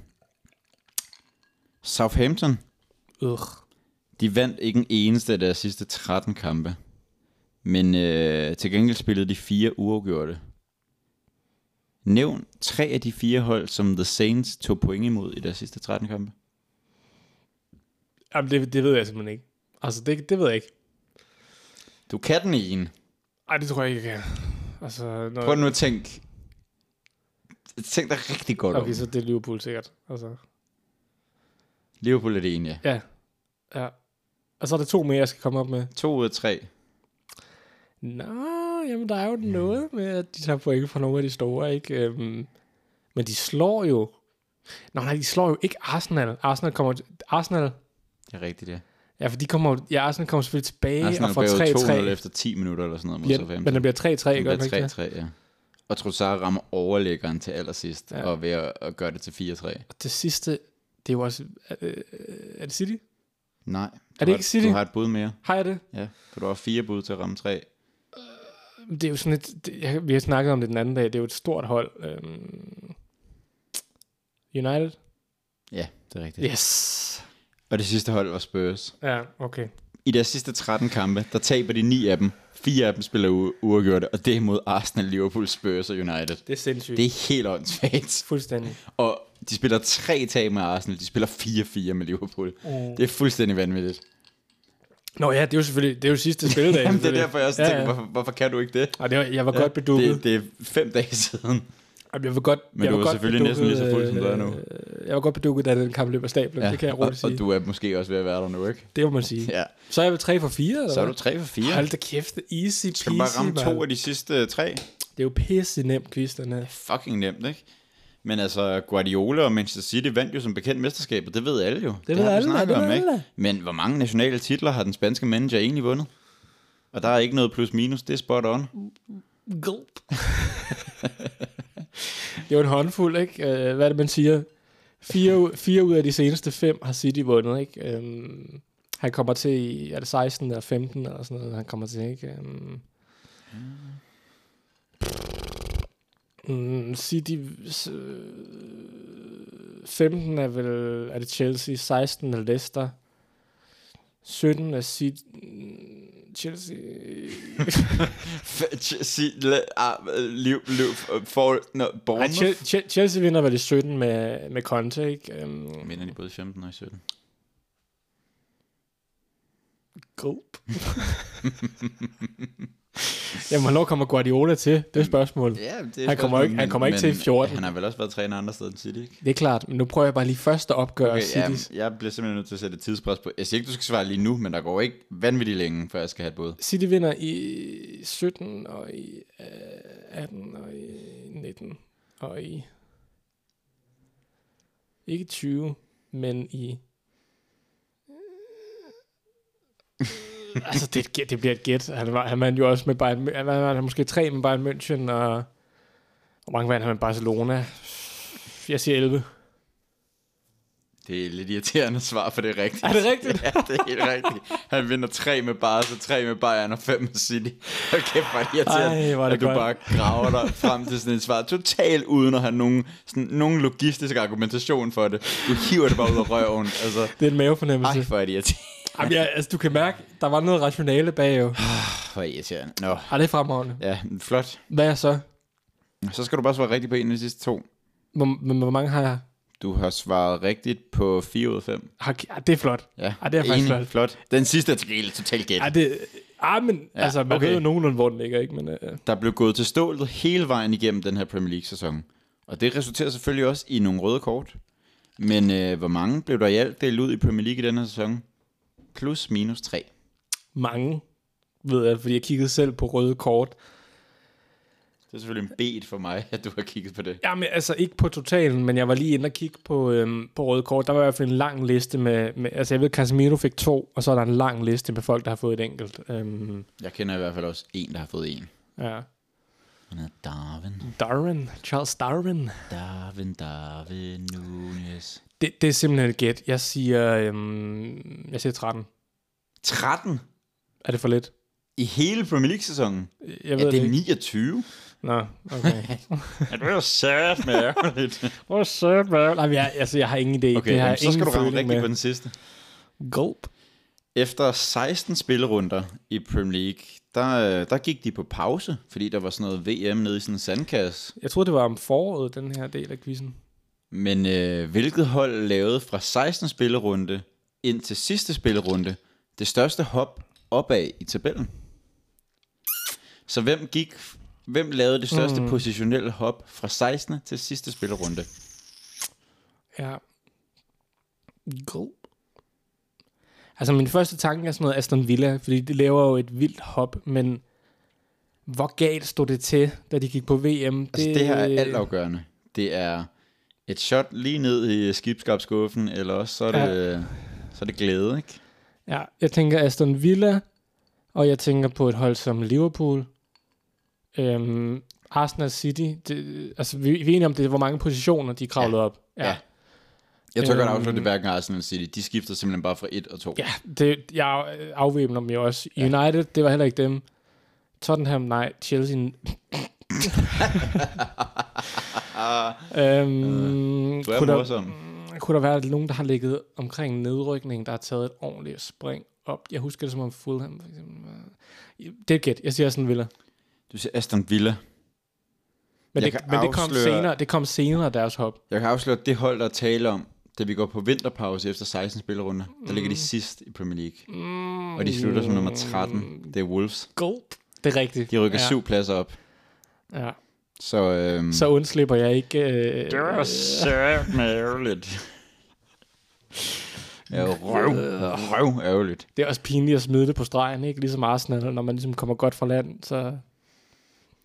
Southampton,
Ugh.
de vandt ikke en eneste af deres sidste 13 kampe. Men øh, til gengæld spillede de fire uafgjorte. Nævn tre af de fire hold, som The Saints tog point imod i deres sidste 13 kampe.
Jamen, det, det ved jeg simpelthen ikke. Altså, det, det ved jeg ikke.
Du kan den ene.
Ej, det tror jeg ikke, jeg kan. Altså, når...
Prøv nu at tænke. Tænk dig rigtig godt okay,
Okay,
om.
så det er Liverpool sikkert. Altså,
Liverpool er det ene, ja.
ja. ja. Og så er der to mere, jeg skal komme op med.
To ud af tre.
Nå, jamen, der er jo noget med, at de tager point fra nogle af de store, ikke? Øhm, men de slår jo... Nå, nej, de slår jo ikke Arsenal. Arsenal kommer... Arsenal...
Det er rigtigt, ja.
Ja, for de kommer jo... Ja, Arsenal kommer selvfølgelig tilbage
Arsenal
og
bagud 2-0
får 3-3.
efter 10 minutter eller sådan noget mod
Bliver-
Southampton.
Men det bliver 3-3,
Den
gør det ikke
bliver
det?
3-3, ja. Og Trossard rammer overlæggeren til allersidst,
Ja.
ja. og ved at, at gøre det til 4-3.
Og Det sidste, det er jo også... Er, øh, er det City?
Nej. Du har,
det ikke City?
Du har et bud mere.
Har jeg det?
Ja, for du har fire bud til at ramme tre.
Det er jo sådan et... Det, jeg, vi har snakket om det den anden dag. Det er jo et stort hold. Øhm, United?
Ja, det er rigtigt.
Yes!
Og det sidste hold var Spurs.
Ja, okay.
I deres sidste 13 kampe, der taber de ni af dem. Fire af dem spiller u- uafgjorte, og det er mod Arsenal, Liverpool, Spurs og United.
Det er
Det
sindssygt. Det...
er helt åndssvagt.
Fuldstændig.
Og de spiller tre tag med Arsenal, de spiller 4-4 med Liverpool.
Mm.
Det er fuldstændig vanvittigt.
Nå ja, det er jo selvfølgelig... Det er jo sidste spilledag.
Jamen, det er derfor, jeg også
Ja,
tænker,
ja.
Hvorfor, hvorfor kan du ikke det?
Og det var, jeg var ja, godt bedukket.
Det, det er fem dage siden.
Det, jeg var godt,
Men
jeg
du
var
er
godt
selvfølgelig næsten lige så fuld, som du er nu.
øh, Jeg var godt bedukket, da den kamp løb af stablen. Ja, det kan jeg roligt
og,
sige.
og du er måske også ved at være der nu, ikke?
Det må man sige. Ja.
Ja.
Så er jeg ved 3 for 4, eller
Så er du
hvad?
3 for 4.
Hold da kæft, easy peasy,
Skal du bare ramme
mand.
to af de sidste tre?
Det er jo pisse nemt quiz, den her.
Fucking nemt, ikke? Men altså, Guardiola og Manchester City vandt jo som bekendt mesterskabet. Det ved alle jo. Det,
ved
har vi
alle,
snakket
det ved alle.
ikke? Men hvor mange nationale titler har den spanske manager egentlig vundet? Og der er ikke noget plus minus, det er spot on.
Gulp. det er jo en håndfuld, ikke? Øh, Hvad er det, man siger? Fire, u- fire ud af de seneste fem har City vundet, ikke? Øhm, han kommer til, i- er det 16 eller 15 eller sådan noget, han kommer til, ikke? Øhm. Mm, City... s- øh, 15 er vel... Er det Chelsea? 16 er Leicester. 17 er City... mm, Chelsea...
F- Ch- Si- Le- ah, Liv, Liv, for, no,
Ej,
Bournemouth.
Chel- Chel- Chelsea vinder vel i 17 med, med Conte, ikke? Um,
Vinder de både i 15 og i 17? (laughs)
Gulp. Jamen, hvornår kommer Guardiola til? Det er spørgsmålet.
Ja, det er
Han kommer ikke- han kommer ikke til i 14.
Han har vel også været træner andre steder end City, ikke?
Det er klart, men nu prøver jeg bare lige først at opgøre okay,
Okay,
Citys.
jamen, jeg bliver simpelthen nødt til at sætte et tidspres på. Jeg siger ikke, du skal svare lige nu, men der går ikke vanvittigt længe, før jeg skal have et bud.
City vinder i 17 og i øh, 18 og i 19 og i ikke 20, men i Øh, altså det, er et gæt- det bliver et gæt. Han var han vandt jo også med Bayern Mün- han var han var måske tre med Bayern München og Hvor mange vandt han med Barcelona? Jeg siger 11.
Det er lidt irriterende svar, for det er rigtigt.
Er det
(laughs)
rigtigt?
Ja, det er helt rigtigt. Han vinder tre med Barca, tre med Bayern og fem med City. Og kæft, hvor er det irriterende,
Ej, hvor er det
at du
godt.
bare graver dig frem til sådan et svar. Totalt uden at have nogen, sådan, nogen logistisk argumentation for det. Du hiver det bare ud af røven. Altså,
Det er en mavefornemmelse.
ej, hvor er det irriterende.
Jamen, ja, altså, du kan mærke, der var noget rationale bag jo.
Hvor er det irriterende. Nå,
Ej, det er fremragende.
ja, men flot.
Hvad er så?
Så skal du bare svare rigtigt på en af de sidste to.
Hvor, hvor, hvor mange har jeg?
Du har svaret rigtigt på 4 ud af 5.
Har, ja, det er flot.
Ja,
Ej, det er faktisk flot.
flot. Den sidste er til gengæld totalt gæt.
Ej, det, ej men ja, altså, man okay.
okay.
ved jo nogenlunde, hvor den ligger, ikke? Men, øh,
der blev gået til stålet hele vejen igennem den her Premier League-sæson. Og det resulterer selvfølgelig også i nogle røde kort. Men øh, hvor mange blev der i alt delt ud i Premier League i den her sæson? Plus minus tre.
mange, ved jeg, fordi jeg kiggede selv på røde kort.
Det er selvfølgelig en bet for mig, at du har kigget på det.
Jamen, altså ikke på totalen, men jeg var lige inde og kigge på, øhm, på røde kort. Der var i hvert fald en lang liste med, med... Altså, jeg ved, Casemiro fik to, og så er der en lang liste med folk, der har fået et enkelt. Øhm,
Jeg kender i hvert fald også en, der har fået en.
ja.
Han hedder Darwin.
Darwin. Charles Darwin.
Darwin, Darwin Nunes.
Det, det er simpelthen et gæt. Jeg siger, øhm, jeg siger 13.
13
Er det for lidt?
i hele Premier League-sæsonen.
Jeg ved
Er
det,
det
ikke.
29?
Nå, okay.
Ja, det er jo sæt med ærgerligt.
Hvor sødt, man. Nej, men jeg, altså, jeg har ingen
(laughs)
idé.
Okay,
det har
jamen,
jeg
så skal du
ingen
ramme
føling
rigtigt
med.
på den sidste.
Gulp.
Efter 16 spillerunder i Premier League, der, øh, der gik de på pause, fordi der var sådan noget VM nede i sådan en sandkasse.
Jeg troede, det var om foråret, den her del af quizzen.
Men øh, hvilket hold lavede fra 16 spillerunde ind til sidste spillerunde det største hop opad i tabellen? Så hvem gik, hvem lavede det største mm. positionelle hop fra 16. til sidste spillerunde?
Ja. Gulp. Altså, min første tanke er sådan noget Aston Villa, fordi det laver jo et vildt hop, men hvor galt stod det til, da de gik på VM?
Altså det, det her er altafgørende. Det er et shot lige ned i skibskabsskuffen, eller også så er det, ja. så er det glæde, ikke?
Ja, jeg tænker Aston Villa, og jeg tænker på et hold som Liverpool. Øhm, Arsenal City. Det, altså, vi, vi er enige om, det er, hvor mange positioner, de kravlede op.
Ja. Jeg tror godt
Øhm.
afsløre, det er hverken Arsenal eller City. De skifter simpelthen bare fra 1 og 2.
Ja, det, jeg afvæbner dem jo også. United, det var heller ikke dem. Tottenham, nej.
(laughs)
Chelsea... øhm,
Du er
kunne, der,
morsom.
kunne der være nogen, der har ligget omkring nedrykning, der har taget et ordentligt spring op? Jeg husker det som om Fulham, for eksempel. var- Det er et gæt. Jeg siger sådan Villa.
Du siger Aston Villa.
Men,
Jeg
det,
kan
men det, kom
afsløre-
senere, det kom senere, deres hop.
Jeg kan afsløre, at det hold, der er tale om, da vi går på vinterpause efter 16 spillerunder, der ligger de sidst i Premier League.
Mm,
Og de slutter som nummer 13. Det er Wolves.
Gulp. Det er rigtigt.
De rykker
ja.
syv pladser op.
Ja.
Så, øhm,
Så undslipper jeg ikke... Øh,
sødt med ærgerligt. Ja, røv, røv ærgerligt.
Det er også pinligt at smide det på stregen, ikke? Ligesom Arsenal, når man ligesom kommer godt fra land, så...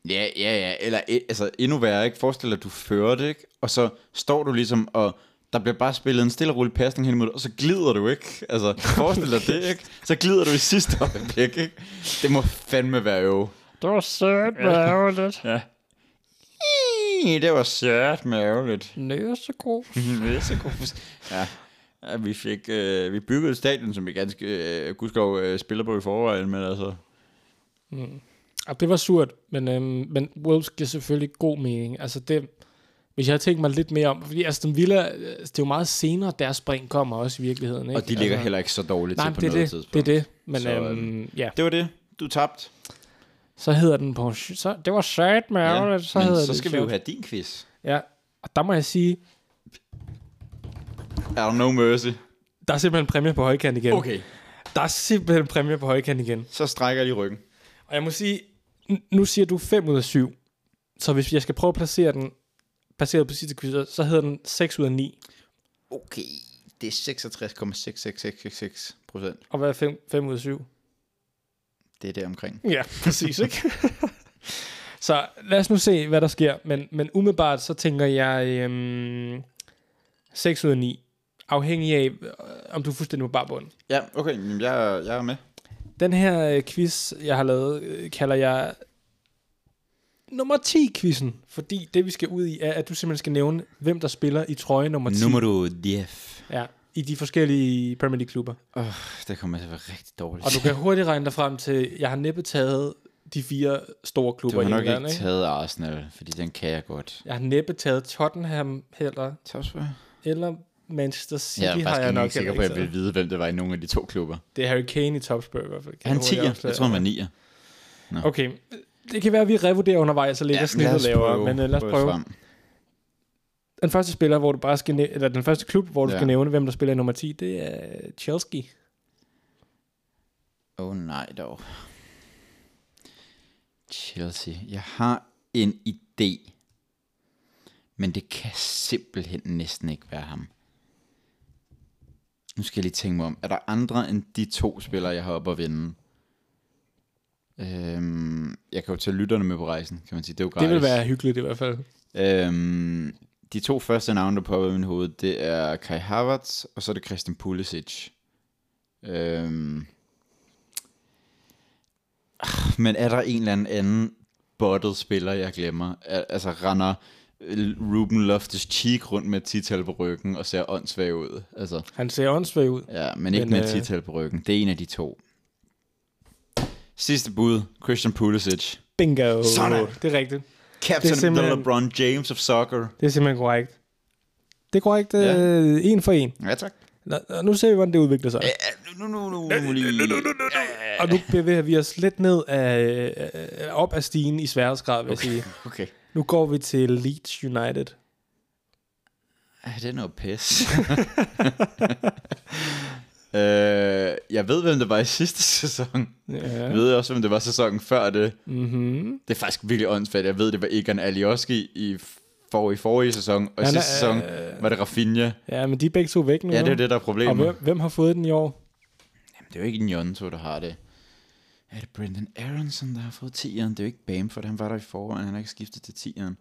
Ja, ja, ja. Eller eh, altså, endnu værre, ikke? Forestil dig, at du fører det, ikke? Og så står du ligesom, og der bliver bare spillet en stille og rolig pasning hen imod dig, og så glider du, ikke? Altså, forestil dig det, ikke? Så glider du i sidste øjeblik, ikke? Det må fandme være øve.
Det var sødt med ærgerligt.
Ja. Det var sært med ærgerligt.
Næsegod.
Messegruppes. ja. ja, vi fik øh, vi byggede et stadion, som vi ganske øh, gudskov øh, spiller på i forvejen, men altså...
Og det var surt, men, øhm, men Wolves giver selvfølgelig god mening. Altså det, hvis jeg havde tænkt mig lidt mere om, fordi Aston Villa, øh, det er jo meget senere, deres spring kommer også i virkeligheden. Ikke?
Og de ligger
altså,
heller ikke så dårligt
nej,
til
men
på
det er
noget
det,
tidspunkt.
det er det. Men
Så,
øhm, ja,
Det var det. Du tabt.
så hedder den på... Så, det var sødt med ærgerligt, så hedder
men
det
så skal vi jo
sjovt.
have din quiz.
Ja, og der må jeg sige,
Er der no mercy?
der er simpelthen præmie på højkant igen.
Okay.
Der er simpelthen præmie på højkant igen.
Så strækker jeg lige ryggen.
Og jeg må sige, n- nu siger du 5 ud af 7. Så hvis jeg skal prøve at placere den, baseret på sidste quiz, så hedder den 6 ud af 9.
Okay. Det er 66,66666 procent.
Og hvad er 5, 5 ud af 7?
Det er der omkring.
Ja, præcis, ikke? (laughs) så lad os nu se, hvad der sker. Men, men umiddelbart, så tænker jeg øhm, 6 ud af 9. Afhængig af, øh, om du er fuldstændig på barbund.
Ja, okay. Jamen, Jeg, jeg er med.
Den her øh, quiz, jeg har lavet, øh, kalder jeg nummer 10-quizzen, fordi det, vi skal ud i, er, at du simpelthen skal nævne, hvem der spiller i trøje nummer 10
Numero 10.
ja, i de forskellige Premier League-klubber.
Oh, det kommer til at være rigtig dårligt.
Og du kan hurtigt regne dig frem til, jeg har næppe taget de fire store
du
klubber
har
i
nok
England,
ikke
ikke?
taget Arsenal, fordi den kan jeg godt.
Jeg har næppe taget Tottenham heller,
Tosper.
eller Manchester City
Jeg er
har
faktisk
jeg
jeg
nok
ikke sikker på,
heller
at
ikke
jeg vil
taget.
vide, hvem det var i nogle af de to klubber.
Det er Harry Kane i topspør i hvert fald.
Er
kan
han
jeg hurtigt
10'er?
afsløre.
Jeg tror, han var 9'er.
Okay, det kan være, at vi revurderer undervejs og lægger ja, snittet lavere, men uh, lad os prøve.
Frem.
Den første spiller, hvor du bare skal næ- eller den første klub, hvor du
Ja.
skal nævne, hvem der spiller i nummer 10, det er Chelsea.
Åh oh, nej dog. Chelsea. Jeg har en idé. Men det kan simpelthen næsten ikke være ham. Nu skal jeg lige tænke mig om. Er der andre end de to spillere, jeg har oppe at vinde? Øhm, jeg kan jo tage lytterne med på rejsen, kan man sige. Det er jo gratis.
Det vil være hyggeligt i hvert fald.
Øhm, de to første navne, der popper i mit hoved, det er Kai Havertz, og så er det Christian Pulisic. Øhm. Ah, Men er der en eller anden anden bottet spiller, jeg glemmer? Al- Altså render øh, Ruben Loftus-Cheek rundt med et tital på ryggen og ser åndssvag ud. Altså,
Han ser åndssvag ud.
ja, men ikke
Men,
men, med et
øh,
tital på ryggen. Det er en af de to. Sidste bud, Christian Pulisic.
Bingo.
Sådan.
Det er rigtigt.
Captain
simpelthen-
the LeBron James of soccer.
Det er simpelthen korrekt. Det er korrekt.
Ja.
Øh, en for en.
Ja, tak.
Nå, nå, Nu ser vi, hvordan det udvikler sig.
Ja, nu, nu, nu, nu, lige.
Og nu bevæger vi os lidt ned af, øh, op af stigen i sværhedsgrad, vil jeg sige.
Okay.
Nu går vi til Leeds United.
Ej, det er noget
(laughs)
pis. øh, jeg ved, hvem det var i sidste sæson. Jeg
Ja.
ved også, hvem det var sæsonen før det.
Mm-hmm.
Det er faktisk virkelig åndssvagt. Jeg ved, det var Egan Alioski i for i forrige sæson, og i
Han er- øh,
sidste sæson var det Rafinha.
ja, men de er begge to væk nu.
Ja, det er
jo.
det, der er
Og
problemet.
hvem, hvem har fået den i år?
Jamen, det er jo ikke Njonto, der har det. Er det Brendan Aronson, der har fået 10'eren? Det er jo ikke Bamford, han var der i forvejen, han har ikke skiftet til 10'eren.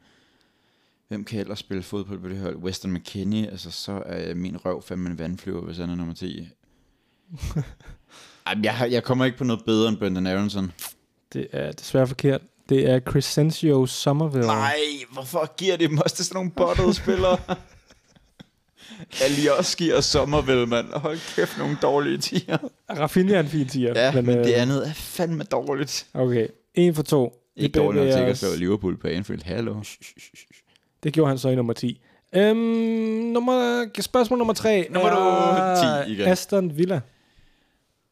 Hvem kan ellers spille fodbold på det hold? Weston McKinney, altså så er min røv fandme en vandflyver, hvis han er nummer (laughs) 10. Ej, men jeg, har- jeg kommer ikke på noget bedre end Brendan Aronson.
Det er desværre forkert. Det er Crescencio Somerville.
Nej, hvorfor giver det mig også til sådan nogle bottede spillere? (laughs) Alioski og Sommervel, mand. Hold kæft, nogle dårlige tiger.
Rafinha er en fin tiger.
Ja, men, men
øh,
det andet er fandme dårligt.
Okay, en for to. Vi
Ikke dårligt nok
bevæger
til ikke at
os-
slå Liverpool på Anfield. Hallo.
Det gjorde han så i nummer 10. Øhm, nummer, spørgsmål nummer 3
Nummer
er
10 igen.
Aston Villa.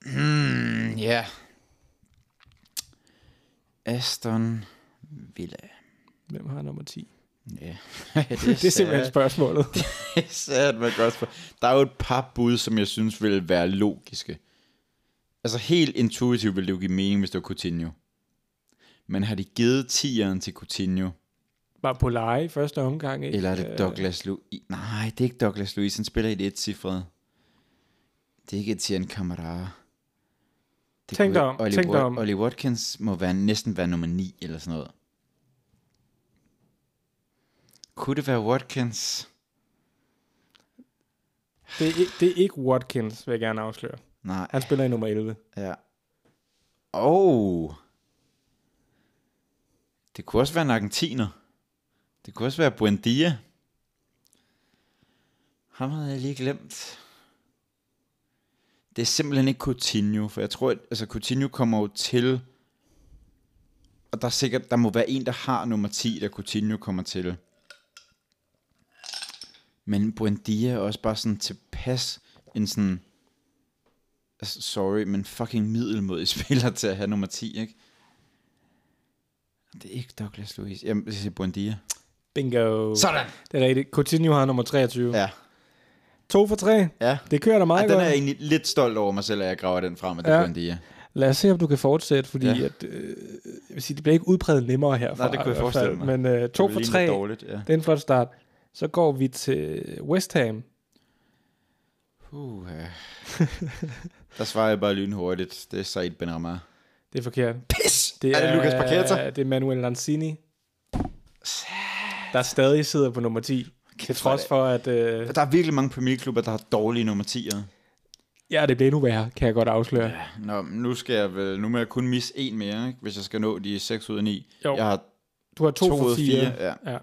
Mm, ja. Aston Villa.
Hvem har nummer 10?
Ja. (laughs) det, er
Det er simpelthen spørgsmålet. (laughs)
sat, man godt spørge. Der er jo et par bud, som jeg synes ville være logiske. Altså helt intuitivt ville det jo give mening, hvis det var Coutinho. Men har de givet 10'eren til Coutinho?
Var på leje i første omgang, ikke? Øh,
Eller er det Douglas Luiz? Nej, det er ikke Douglas Luiz. Han spiller i det et-cifrede. Det er ikke Etienne Kamara. Det
Tænk
kunne
dig
være
om,
Ollie
tænk dig
Wat-
om.
Ollie Watkins må være, næsten være nummer 9 eller sådan noget. Kunne det være Watkins?
Det er, ikke- det er ikke Watkins, vil jeg gerne afsløre.
Nej,
Han spiller i nummer 11.
ja. Oh. Det kunne også være en argentiner. Det kunne også være Buendia. Ham havde jeg lige glemt. Det er simpelthen ikke Coutinho, for jeg tror, at altså, Coutinho kommer jo til, og der er sikkert, der må være en, der har nummer 10, der Coutinho kommer til. Men Buendia er også bare sådan tilpas en sådan, altså, sorry, men fucking middelmodig (laughs) spiller til at have nummer 10, ikke? Det er ikke Douglas Luiz. Jamen, det er Buendia.
Bingo.
Sådan!
Det er rigtigt. Coutinho har nummer 23. Ja.
Ja,
To for tre.
ja.
Det kører da
Ej,
meget
den
godt.
er jeg egentlig lidt stolt over mig selv, at jeg graver den frem, at det
Ja.
er Buendia.
Lad os se, om du kan fortsætte, fordi ja.
Ja.
at, øh, jeg vil sige, det bliver ikke udpræget nemmere herfra.
Nej, det kunne jeg
i hvert fald.
forestille mig.
Men øh, to
Det
for
ligner
tre,
dårligt, ja.
det er en flot start. Så går vi til West Ham. (laughs)
Uh, der svarer jeg bare lynhurtigt. Det er Said Ben Amar.
Det er forkert.
Pis! Det er, er det Lukas Paqueta?
Det er Manuel Lanzini. Der stadig sidder på nummer 10. Til trods for, at... Øh,
Der er virkelig mange Premier League-klubber, der har dårlige nummer 10'ere.
ja, det bliver endnu værre, kan jeg godt afsløre.
Nå, men nu skal jeg vel, nu må jeg kun misse en mere, ikke? hvis jeg skal nå de 6 ud af 9.
Jo.
Jeg har
Du har to,
To ud
for
af
fire.
fire. Ja.
Ja.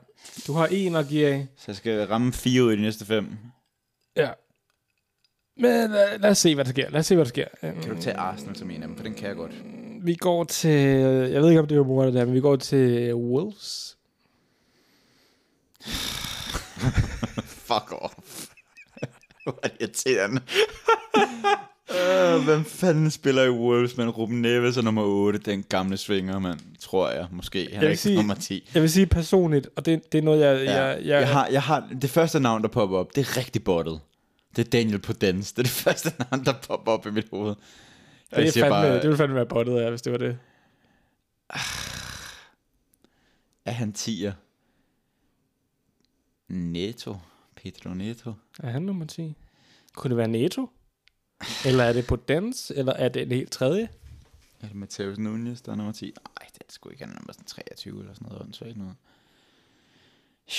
Du har en at give af.
Så jeg skal ramme fire ud af de næste fem.
Ja. Men øh, lad, lad os se, hvad der sker. Lad os se, hvad der sker. Øhm,
Kan du tage Arsenal som en af dem? For den kan jeg godt.
Vi går til... øh, Jeg ved ikke, om det var mor, det der, men vi går til øh, Wolves.
Fuck off. (laughs) Hvor er det irriterende. Øh, Hvem fanden spiller i Wolves, men Ruben Neves er nummer 8, den gamle svinger, man tror jeg, måske. Han er
vil
ikke
sige-
nummer 10.
Jeg vil sige personligt, og det, det er noget, jeg...
Ja.
jeg,
Jeg, har, jeg har, det første navn, der popper op, det er rigtig bottet. Det er Daniel Podence. Det (laughs) er det første navn, der popper op i mit hoved. Og
det, er
siger
fandme, bare... det ville fandme være bottet af, hvis det var det.
er han 10'er? Neto. Pedro Neto.
Er han nummer 10? Kunne det være Neto? Eller er det på dans? Eller er det en helt tredje?
Er det Mateus Nunez, der er nummer 10? Nej, det er det sgu ikke. Han er nummer sådan 23 eller sådan noget. Åndssvagt noget.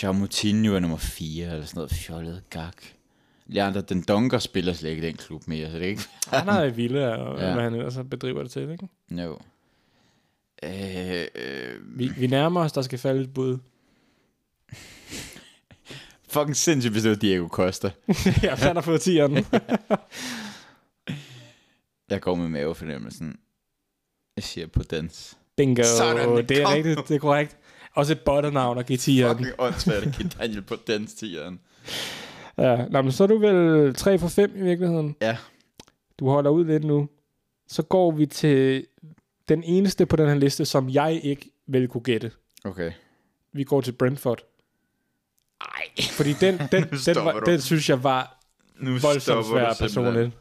Jean Moutinho er nummer 4 eller sådan noget. Fjollet gak. Leander Dendonker spiller slet ikke i den klub mere, så det er ikke...
Han er i Villa, og
Ja.
ja. hvad han ellers bedriver det til, ikke?
No. Øh, øh,
Vi, vi nærmer os, der skal falde et bud. (laughs)
fucking sindssygt, hvis det var Diego Costa.
ja, han har
(laughs)
fået 10'eren.
Jeg går med mavefornemmelsen. Jeg siger på dans.
Bingo,
Sådan,
det er
kom.
rigtigt, det er korrekt. Også et bottenavn at give 10'eren.
Fucking åndssvagt at give Daniel på dans tieren.
Ja, nå, men så er du vel 3 for 5 i virkeligheden.
Ja.
Du holder ud lidt nu. Så går vi til den eneste på den her liste, som jeg ikke vil kunne gætte.
Okay.
Vi går til Brentford. Nej. Fordi
(laughs)
den, den, den,
stopper
var,
du.
den synes jeg var
(laughs) Nu
voldsomt svær personligt.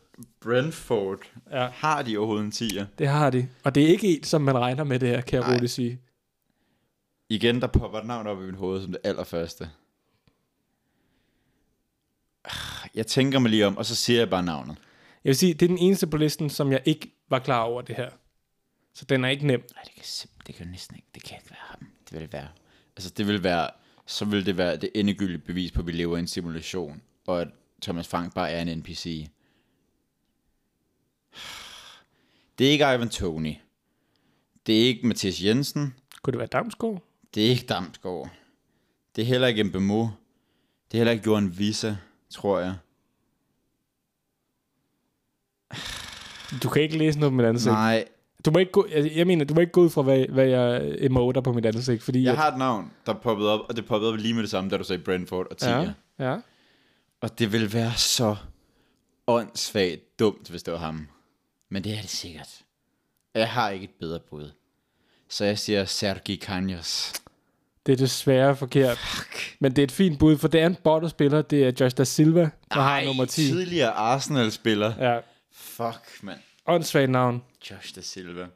Brentford.
Ja.
Har de overhovedet en tier?
Det har de. Og det er ikke en, som man regner med det her, kan jeg
Nej.
roligt sige.
Igen, der popper et navn op i mit hoved som det allerførste. Ah, Jeg tænker mig lige om, og så siger jeg bare navnet.
Jeg vil sige, det er den eneste på listen, som jeg ikke var klar over det her. Så den er ikke nem.
Nej, det kan simpelthen det kan næsten ikke. Det kan ikke være ham. Det vil det være. Altså, det vil være, så vil det være det endegyldige bevis på, at vi lever i en simulation, og at Thomas Frank bare er en NPC. Det er ikke Ivan Tony. Det er ikke Mathias Jensen.
Kunne det være Damsgaard?
Det er ikke Damsgaard. Det er heller ikke Mbemo. Det er heller ikke Johan Visa, tror jeg.
Du kan ikke læse noget på mit ansigt. Nej.
Nej,
Du må ikke gå, jeg, jeg mener, du må ikke gå ud fra, hvad, hvad jeg emoter på mit ansigt, fordi...
jeg har et navn, der poppede op, og det poppede op lige med det samme, da du sagde Brentford og Tia.
ja, ja.
Og det ville være så åndssvagt dumt, hvis det var ham. Men det er det sikkert. Og Jeg har ikke et bedre bud. Så jeg siger Sergi Canjas.
Det er desværre forkert. Fuck. Men det er et fint bud, for det er en botterspiller. Det er Josh Da Silva, der har nummer 10.
tidligere Arsenal-spiller. Ja.
Ja,
Fuck, mand.
åndssvagt navn.
Josh da Silva.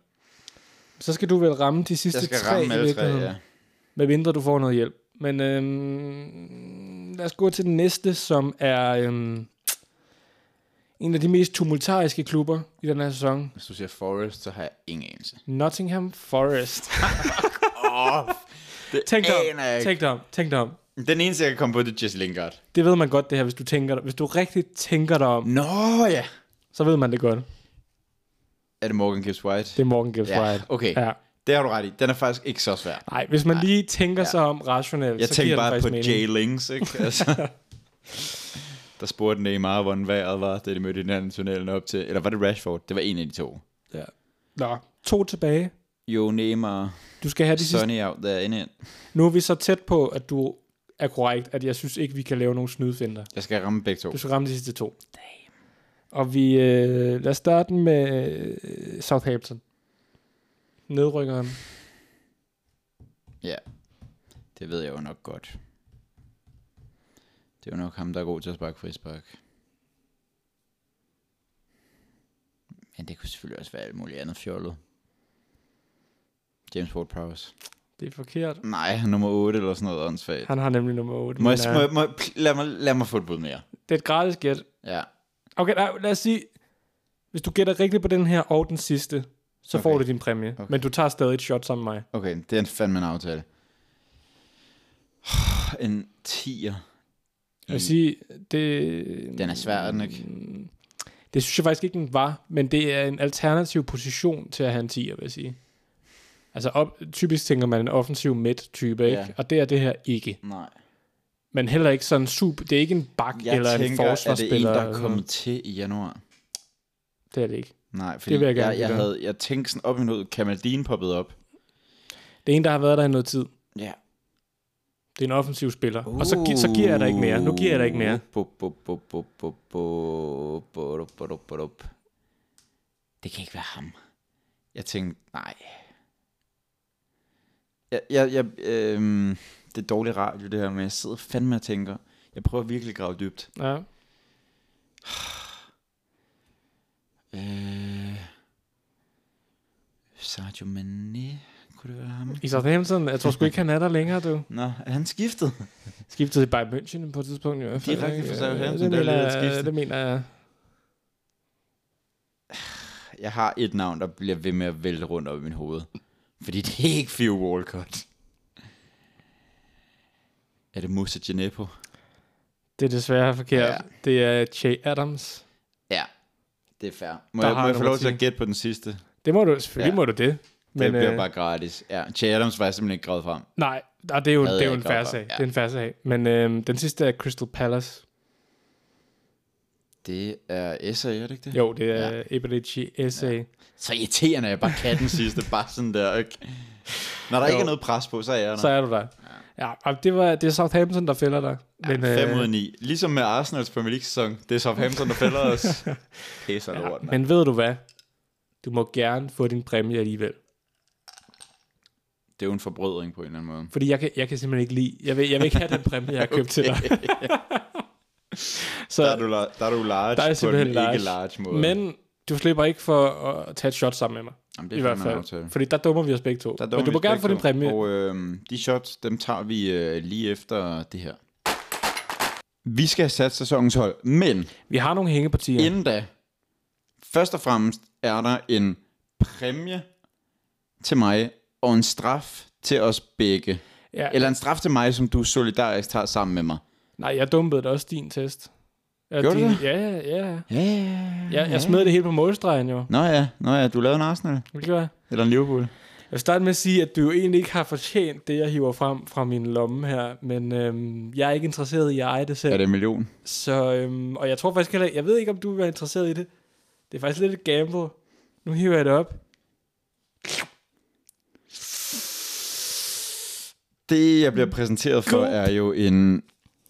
Så skal du vel ramme de sidste
Jeg skal
tre
ramme
i
alle tre,
virkeligheden.
ja.
Med mindre du får noget hjælp. Men øhm, lad os gå til den næste, som er øhm, en af de mest tumultariske klubber i den her sæson.
Hvis du siger Forrest, så har jeg ingen anelse.
Nottingham Forest.
Åh, det
Tænk dig om,
aner jeg ikke.
tænk dig om, tænk dig om.
Den eneste, jeg kan komme på, det er Jesse Lingard.
Det ved man godt det her, hvis du tænker dig. Hvis du rigtig tænker dig om,
Nå ja.
så ved man det godt.
Er det Morgan Gibbs White?
Det er Morgan Gibbs
Ja,
White.
okay.
Ja.
Det har du ret i. Den er faktisk ikke så svær.
Nej, hvis man lige tænker sig om rationelt,
Jeg
så
tænkte
giver det
bare på
faktisk mening.
Jay Links,
(laughs)
ikke? Altså, der spurgte Neymar, hvordan vejret var, da de mødte hinanden i tunnelen op til. Eller var det Rashford? Det var en af de to.
Ja. Nå, to tilbage.
Jo, Neymar,
Du skal have de sidste.
Sonny out there, in it.
Nu er vi så tæt på, at du er korrekt, at jeg synes ikke, vi kan lave nogen snydefinder.
Jeg skal ramme begge to.
Du skal ramme de sidste to. Damn. Og vi, øh, lad os starte med øh, Southampton. Nedrykkeren.
Ja, det ved jeg jo nok godt. Det er jo nok ham, der er god til at sparke frispark. Men det kunne selvfølgelig også være alt muligt andet fjollet. James Ward-Prowse.
Det er forkert.
Nej, han er nummer 8 eller sådan noget åndssvagt.
Han øh, har nemlig nummer 8.
Må jeg, må, jeg- må, jeg- pl- lad, mig, lad mig få et bud mere.
Det er et gratis gæt.
Ja.
Okay, nej, lad os sige, hvis du gætter rigtigt på den her og den sidste, så okay. får
Okay.
du din præmie.
Okay.
Okay. Men du tager stadig et shot sammen med mig.
Okay, det er en fandme en aftale. (sighs) En 10'er.
Jeg vil sige, det...
Den er svær, er den ikke?
Mm. Det synes jeg faktisk ikke, den var, men det er en alternativ position til at have en 10'er, vil jeg sige. Altså op, typisk tænker man en offensiv midt-type, ikke?
Ja.
Og det er det her ikke.
Nej.
Men heller ikke sådan super... Det er ikke en bak
Jeg
eller en
tænker, er det en,
forsvarsspiller.
der er
eller
kommet til i januar?
sådan. det er det ikke.
Nej, fordi
Det vil jeg gerne
jeg, jeg,
gøre.
havde, jeg tænkte sådan op i noget, Kamaldin poppede op.
Det er en, der har været der i noget tid.
Ja.
Det er en offensiv spiller. Uh. Og så, gi- så giver jeg dig ikke mere. Nu giver jeg dig ikke mere.
Bup, bup, bup, bup, bup, bup, bup, bup, bup, bup. Det kan ikke være ham. Jeg tænkte, nej. Jeg, jeg, jeg, øhm, det er dårlig radio det her, men jeg sidder fandme og tænker, jeg prøver virkelig at grave dybt.
Ja.
Øh, Sergio Mané, kunne det være ham?
I Southampton, jeg tror sgu ikke, han er der længere, du.
Nå, er han skiftet?
Skiftet til Bayern München på et tidspunkt. i hvert fald,
Direkte
ikke?
fra Southampton, det er
Øh, Det, mener,
lidt et skifte.
jeg- det mener jeg.
Jeg har et navn, der bliver ved med at vælte rundt op i min hoved. Fordi det er ikke Theo Walcott. Er det Musa Geneppo?
Det er desværre forkert.
Ja.
Ja. Det er Che Adams.
Ja, det er fair. Må
Der
jeg,
har
må jeg få
nummer
lov til
10.
at gætte på den sidste? Det
Det må du, selvfølgelig
Ja.
ja. må du det. Men,
bliver
øh,
bare gratis. Ja, Che Adams var jeg simpelthen ikke gravet frem.
Nej, og det er jo,
Havde
det er jo
jeg
en
ikke
færre
godt
sag.
for,
Ja.
ja.
Det er en færre sag. Men øhm, den sidste er Crystal Palace.
Det er SA, er det ikke det?
Jo, det er ja. Ebelici SA. Ja.
Så irriterende, at jeg bare kan den (laughs) sidste. bare sådan der. Ikke? Når der jo. ikke er noget pres på, så er jeg der.
Så er du der. Ja, og det, var, det er Southampton, der fælder dig. Men, øh,
Ja, 5 ud af 9. Ligesom med Arsenals Premier League-sæson. Det er Southampton, der fælder
(laughs)
os. Pisser ja, lort, mand.
men ved du hvad? Du må gerne få din præmie alligevel.
Det er jo en forbrødring på en eller anden måde.
Fordi jeg kan, jeg kan simpelthen ikke lide... Jeg vil, jeg vil ikke have den præmie, jeg har købt til dig. Så
Der er du, la- der er du large
Der er
på den
simpelthen large.
ikke large måde.
Men du slipper ikke for at tage et shot sammen med mig.
Jamen,
I hvert
fandme en
fald.
aftale.
Fordi der dummer vi os begge to.
Der
Men du må
dommer vi
gerne få din
begge to.
præmie.
Og øh, de shots, dem tager vi øh, lige efter det her. Vi skal have sat sæsonens hold, men
Vi har nogle hængepartier.
inden da, først og fremmest er der en præmie til mig, og en straf til os begge.
ja,
Eller en straf til mig, som du solidarisk tager sammen med mig.
Nej, jeg dumpede da også din test. Ja,
Gjorde du
din,
det?
Ja, ja, ja.
Ja, ja,
Jeg, jeg smed det hele på målstregen jo.
Nå ja, nå ja, du lavede en Arsenal,
Det gjorde jeg.
eller en Liverpool.
Jeg vil starte med at sige, at du jo egentlig ikke har fortjent det, jeg hiver frem fra min lomme her, men øhm, jeg er ikke interesseret i at eje det selv.
Er det en million?
Så, øhm, og jeg tror faktisk heller jeg ved ikke, om du vil være interesseret i det. Det er faktisk lidt et gamble. Nu hiver jeg det op.
Det, jeg bliver præsenteret for,
God.
er jo en,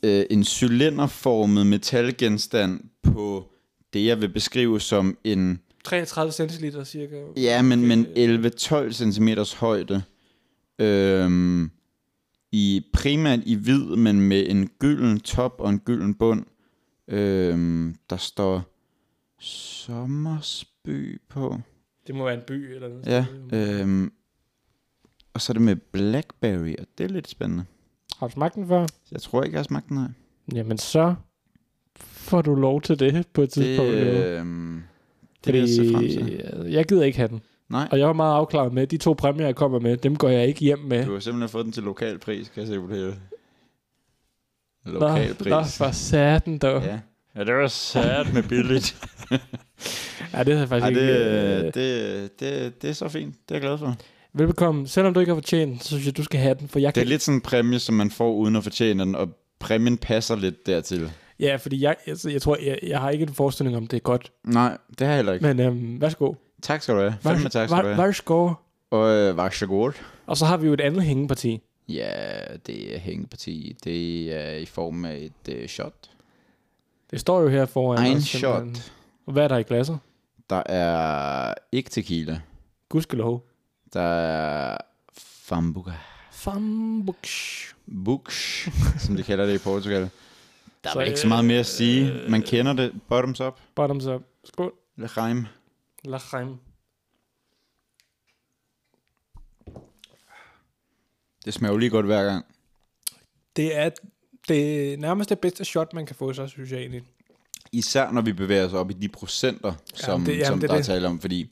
øh, en cylinderformet metalgenstand på det, jeg vil beskrive som en,
33 centiliter cirka.
ja, men, men 11-12 cm højde. Øhm, i primært i hvid, men med en gylden top og en gylden bund. Øhm, der står Sommersby på.
Det må være en by eller noget.
Ja,
Øh.
øhm, og så er det med Blackberry, og det er lidt spændende.
Har du smagt den før?
Jeg tror ikke, jeg har smagt den her.
Jamen så får du lov til det på et tidspunkt.
Det,
Det,
øh, det vil jeg se frem til.
jeg gider ikke have den.
Nej,
Og jeg var meget afklaret med, at de to præmier, jeg kommer med, dem går jeg ikke hjem med.
du har simpelthen fået den til lokal pris, kan jeg se på det hele.
Nå,
Lokal pris.
Nå, for satan dog. Ja.
Ja. ja, det var sat med
(laughs)
billigt.
ja, det havde jeg
Ej,
faktisk
det,
Altså, ikke... Øh,
det, det, det er så fint. Det er jeg glad for.
velbekomme. Selvom du ikke har fortjent den, så synes jeg, du skal have den, for jeg
Det
kan...
er lidt sådan en præmie, som man får uden at fortjene den, og præmien passer lidt dertil.
Ja, fordi jeg, altså, jeg tror, jeg, jeg har ikke en forestilling om, det er godt.
Nej, det har jeg heller ikke.
Men øhm, værsgo.
Tak skal du have. Fandme tak skal du have.
Værsgo.
Og øh, var så godt.
Og så har vi jo et andet hængeparti.
Ja, det er hængeparti. Det er i form af et øh, shot.
Det står jo her foran.
Ein
os, simpelthen.
shot.
Og hvad er der i glasset?
Der er ikke tequila.
Gudskelov.
Der er Fambuca.
Fambuks.
Bux, som de kalder det i Portugal. Der er
Så, øh,
vel ikke så meget mere at sige. Man kender det. Bottoms up.
Bottoms up. Skål.
Lechaim.
Lachem.
Det smager jo lige godt hver gang.
Det er det nærmeste bedste shot, man kan få, så synes jeg egentlig.
Især når vi bevæger os op i de procenter, som,
Jamen, det- jamen,
som
det er
der er
det.
tale om. Fordi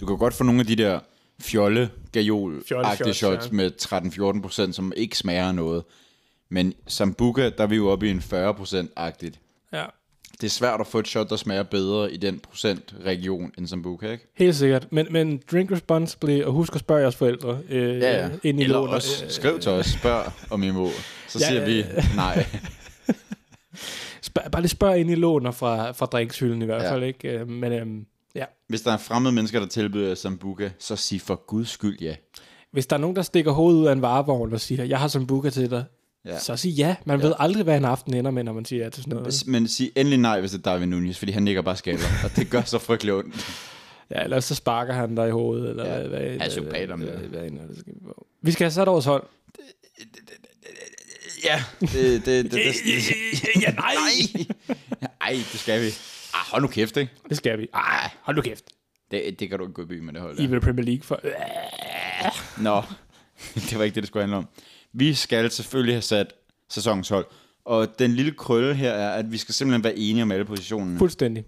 du kan godt få nogle af de der fjolle gajol agtige
Fjolle-shots,
shots
ja.
med 13-14 procent, som ikke smager af noget. Men Sambuca, der er vi jo oppe i en 40 procent-agtigt.
Ja.
det er svært at få et shot, der smager bedre i den procentregion end Sambuca, ikke?
Helt sikkert. Men, men drink responsibly, og husk at spørge jeres forældre. Øh,
Ja, ja.
øh, Inden I
Eller
låner.
også,
Øh,
skriv til os, spørg om I må. Så
Ja,
ja, siger
ja,
vi nej.
Spørg, bare lige spørg ind i låner fra, fra drinkshylden i hvert
Ja.
fald, ikke? Øh, Men øhm, ja,
Hvis der er fremmede mennesker, der tilbyder jer Sambuca, så sig for guds skyld ja.
hvis der er nogen, der stikker hovedet ud af en varevogn og siger, jeg har Sambuca til dig,
Ja.
ja. så sig ja. Man ja. ved aldrig, hvad en aften ender med, når man siger ja til sådan noget.
Men sig endelig nej, hvis det er Darwin Nunez, fordi han nikker bare skaller, og det gør så frygtelig ondt.
Ja, ellers så sparker han dig i hovedet, eller
Ja,
ja. hvad, hvad,
er psykopat
hvad,
om det.
hvad, hvad, end det skal vi på. Vi skal have sat årets hold.
Ja, det, det, det, det, det,
(laughs) ja, nej.
nej. Ej, det skal vi. Ah, hold nu kæft, ikke?
Det skal vi.
Ej,
Hold nu kæft.
det, det kan du ikke gå i by med det hold.
I
Der.
vil Premier League for...
Nå, (laughs) det var ikke det, det skulle handle om. Vi skal selvfølgelig have sat sæsonens hold. Og den lille krølle her er, at vi skal simpelthen være enige om alle positionerne.
Fuldstændig.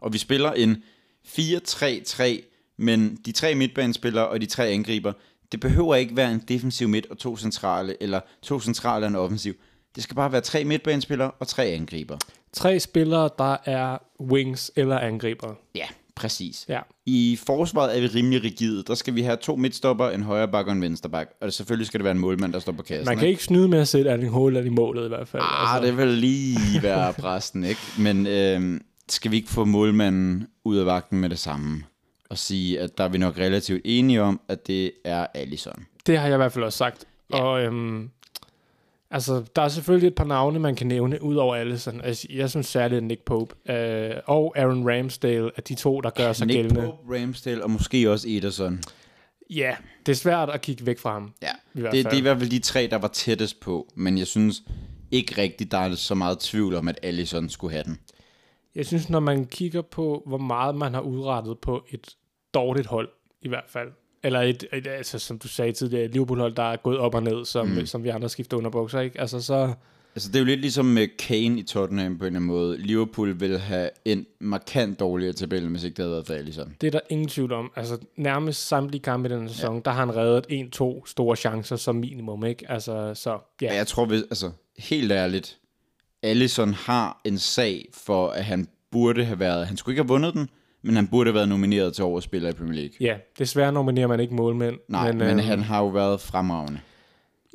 Og vi spiller en 4-3-3, men de tre midtbanespillere og de tre angriber, det behøver ikke være en defensiv midt og to centrale, eller to centrale og en offensiv. Det skal bare være tre midtbanespillere og tre angriber.
Tre spillere, der er wings eller angriber.
Ja, præcis.
Ja.
I forsvaret er vi rimelig rigide. Der skal vi have to midtstopper, en højre bak og en venstre bak. Og selvfølgelig skal det være en målmand, der står på kassen.
Man kan ikke snyde med at sætte Erling Haaland i målet i hvert fald. altså.
Ah, det vil lige være præsten, ikke? Men øh, skal vi ikke få målmanden ud af vagten med det samme? Og sige, at der er vi nok relativt enige om, at det er Allison.
det har jeg i hvert fald også sagt.
Ja.
Ja. Og øhm, altså, der er selvfølgelig et par navne, man kan nævne, ud over Allison. Altså, jeg synes særligt, at Nick Pope øh, og Aaron Ramsdale er de to, der gør sig
Ah, Nick
gældende.
Pope, Ramsdale og måske også Ederson.
Ja, det er svært at kigge væk fra ham.
Ja,
I hvert
det,
fald.
det er i hvert fald de tre, der var tættest på. Men jeg synes ikke rigtigt, der er så meget tvivl om, at Allison skulle have den.
Jeg synes, når man kigger på, hvor meget man har udrettet på et dårligt hold, i hvert fald, eller et, et altså, som du sagde tidligere, et Liverpool-hold, der er gået op og ned, som, mm. som vi andre skifter underbukser, ikke? Altså, så...
Altså, det er jo lidt ligesom med Kane i Tottenham på en eller anden måde. Liverpool ville have en markant dårligere tabel, hvis ikke det havde været for Allison.
Det er der ingen tvivl om. Altså, nærmest samtlige kampe i den sæson, ja. der har han reddet 1-2 store chancer som minimum, ikke? Altså, så ja.
Ja,
ja.
jeg tror, hvis, altså, helt ærligt, Allison har en sag for, at han burde have været, han skulle ikke have vundet den, men han burde have været nomineret til årets spiller i Premier League.
Ja, desværre nominerer man ikke målmænd.
Nej, men, men
øhm,
øh, han har jo været fremragende.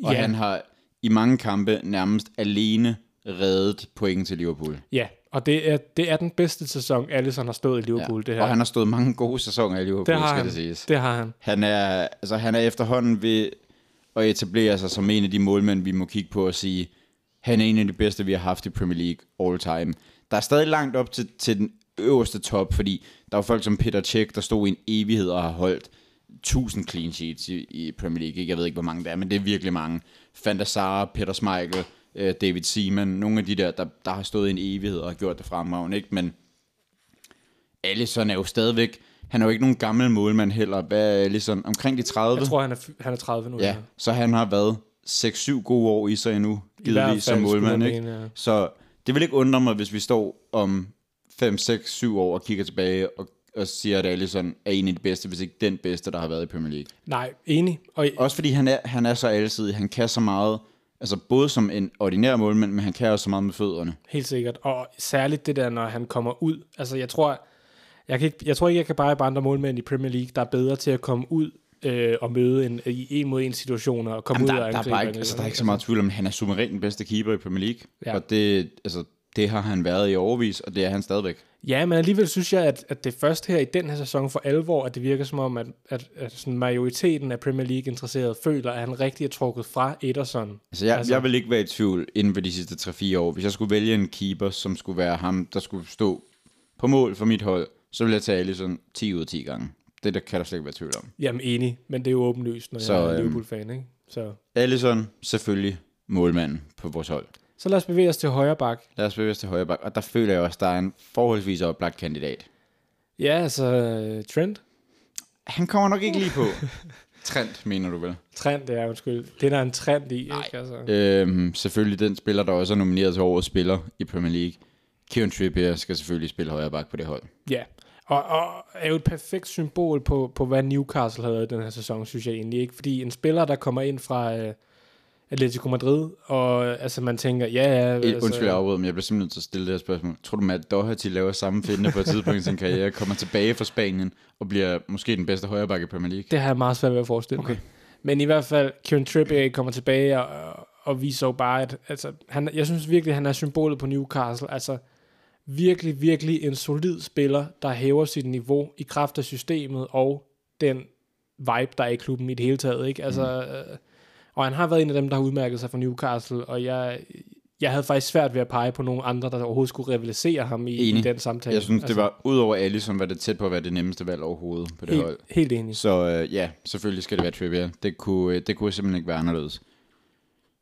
Og
ja,
han har i mange kampe nærmest alene reddet point til Liverpool.
ja, og det er, det er den bedste sæson, Alisson har stået i Liverpool, det her.
Og han har stået mange gode sæsoner i Liverpool,
det har
skal
han.
det siges.
Det har han.
Han er, altså, han er efterhånden ved at etablere sig som en af de målmænd, vi må kigge på og sige, han er en af de bedste, vi har haft i Premier League all time. Der er stadig langt op til, til den øverste top, fordi der var folk som Peter Cech, der stod i en evighed og har holdt 1000 clean sheets i, i Premier League. Ikke? Jeg ved ikke, hvor mange det er, men det er virkelig mange. Fanta Sara, Peter Schmeichel, øh, David Seaman, nogle af de der, der, der har stået i en evighed og har gjort det fremragende. Ikke? Men Allison er jo stadigvæk, han er jo ikke nogen gammel målmand heller. Hvad er Allison? Omkring de 30?
Jeg tror, han er, f- han er 30 nu.
ja. Så han har været 6-7 gode år i sig endnu,
hvert
givetvis som
fald, skulle
målmand.
man
Ikke?
mene, ja.
Så det vil ikke undre mig, hvis vi står om 5, 6, 7 år og kigger tilbage og, og siger, at Allison er en af de bedste, hvis ikke den bedste, der har været i Premier League.
Nej, enig. Og
Også fordi han er, han er så alsidig, han kan så meget, altså både som en ordinær målmand, men han kan også så meget med fødderne.
Helt sikkert. Og særligt det der, når han kommer ud. Altså, jeg tror, jeg, kan ikke, jeg tror ikke, jeg kan pege på andre målmænd i Premier League, der er bedre til at komme ud øh, og møde en, i en mod en situationer og komme
Jamen,
ud og
der, der, er
angribe.
bare
en
ikke, altså, der er
eller
ikke så
anden.
meget tvivl om, at han er suverænt den bedste keeper i Premier League. Ja.
Ja.
Og det, altså, det har han været i overvis, og det er han stadigvæk.
Ja, men alligevel synes jeg, at, at det er først her i den her sæson for alvor, at det virker som om, at, at, at sådan majoriteten af Premier League-interesserede føler, at han rigtig er trukket fra Ederson.
Altså, jeg, altså,
Altså-
jeg vil ikke være i tvivl inden for de sidste 3-4 år. Hvis jeg skulle vælge en keeper, som skulle være ham, der skulle stå på mål for mit hold, så ville jeg tage Alisson 10 ud af 10 gange. Det der kan der slet ikke være tvivl om.
Jamen enig, men det er jo åbenlyst, når
Så,
så, jeg er
øhm,
en Liverpool-fan, ikke? Så.
Alisson, selvfølgelig målmanden på vores hold.
så lad os bevæge os til højre bak.
Lad os bevæge os til højre bak, og der føler jeg også, der er en forholdsvis oplagt kandidat.
Ja, altså øh, Trent.
Han kommer nok ikke lige på. Trent, mener du vel?
Trend, det er, undskyld. Det er der en trend i, ikke? Altså.
Øhm, selvfølgelig den spiller, der også er nomineret til årets spiller i Premier League. Kieran Trippier skal selvfølgelig spille højre bak på det hold.
Ja, og, og er jo et perfekt symbol på, på, hvad Newcastle havde i den her sæson, synes jeg egentlig. ikke, Fordi en spiller, der kommer ind fra, øh, Atletico Madrid, og øh, altså man tænker, ja, ja.
Altså,
Altså,
Undskyld, jeg afbryder, men jeg bliver simpelthen nødt til at stille det her spørgsmål. Tror du, Matt Doherty laver samme finde på et tidspunkt i sin
(laughs)
karriere, kommer tilbage fra Spanien og bliver måske den bedste højrebakke i Premier League?
Det har jeg meget svært ved at forestille okay. mig. Men i hvert fald, Kieran Trippier kommer tilbage og, og viser jo bare, at altså, han, jeg synes virkelig, han er symbolet på Newcastle. Altså, virkelig, virkelig en solid spiller, der hæver sit niveau i kraft af systemet og den vibe, der er i klubben i det hele taget. Ikke? Altså, mm. øh, og han har været en af dem, der har udmærket sig for Newcastle, og jeg, jeg havde faktisk svært ved at pege på nogen andre, der overhovedet skulle rivalisere ham i, i
Enig.
den samtale. Altså,
Jeg synes, det var, udover Alisson, var det tæt på at være det nemmeste valg overhovedet på det hold.
helt, helt enig.
Så øh, ja, selvfølgelig skal det være Trippier. Det kunne, øh, det kunne simpelthen ikke være anderledes.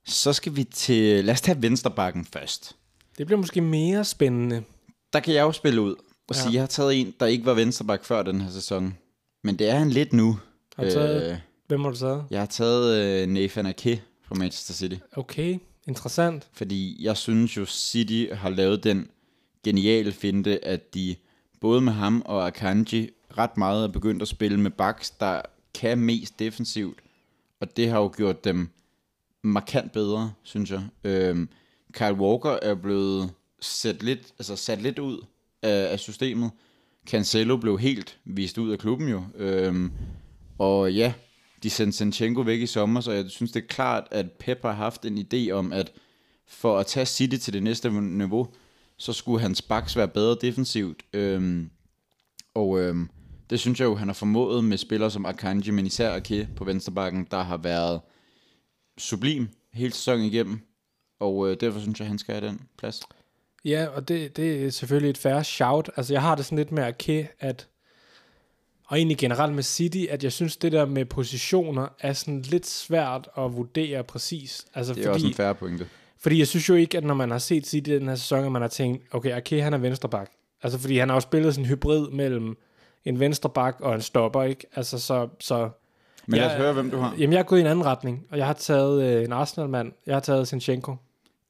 Så skal vi til... Lad os tage vensterbakken først.
Det bliver måske mere spændende.
Der kan jeg jo spille ud og
Ja.
sige, at jeg har taget en, der ikke var vensterbak før den her sæson. Men det er han lidt nu.
Har du taget-
Øh,
Hvem har du taget?
jeg har taget øh, Nathan Ake fra Manchester City.
Okay, interessant.
Fordi jeg synes jo, City har lavet den geniale finte, at de både med ham og Akanji ret meget er begyndt at spille med backs, der kan mest defensivt. Og det har jo gjort dem markant bedre, synes jeg. Øhm, Kyle Walker er blevet sat lidt, altså sat lidt ud af, af systemet. Cancelo blev helt vist ud af klubben jo. Øhm, og ja, de sendte Sanchenko væk i sommer, så jeg synes, det er klart, at Pep har haft en idé om, at for at tage City til det næste niveau, så skulle hans backs være bedre defensivt. Øhm, og øhm, det synes jeg jo, han har formået med spillere som Akanji, men især Ake på vensterbakken, der har været sublim hele sæsonen igennem. Og øh, derfor synes jeg, han skal have den plads.
Ja, og det, det er selvfølgelig et færre shout. Altså, jeg har det sådan lidt med Ake, at... Og egentlig generelt med City, at jeg synes, det der med positioner er sådan lidt svært at vurdere præcis. Altså,
Det er
fordi,
også en færre pointe.
fordi jeg synes jo ikke, at når man har set City den her sæson, at man har tænkt, okay, Ake han er venstreback. Altså, fordi han har jo spillet sådan en hybrid mellem en venstreback og en stopper, ikke? Altså, så, så
Men ja,
Jeg-
lad os høre, hvem du har.
Jamen, jeg er gået i en anden retning, og jeg har taget øh, en Arsenal-mand. Jeg har taget Sinchenko.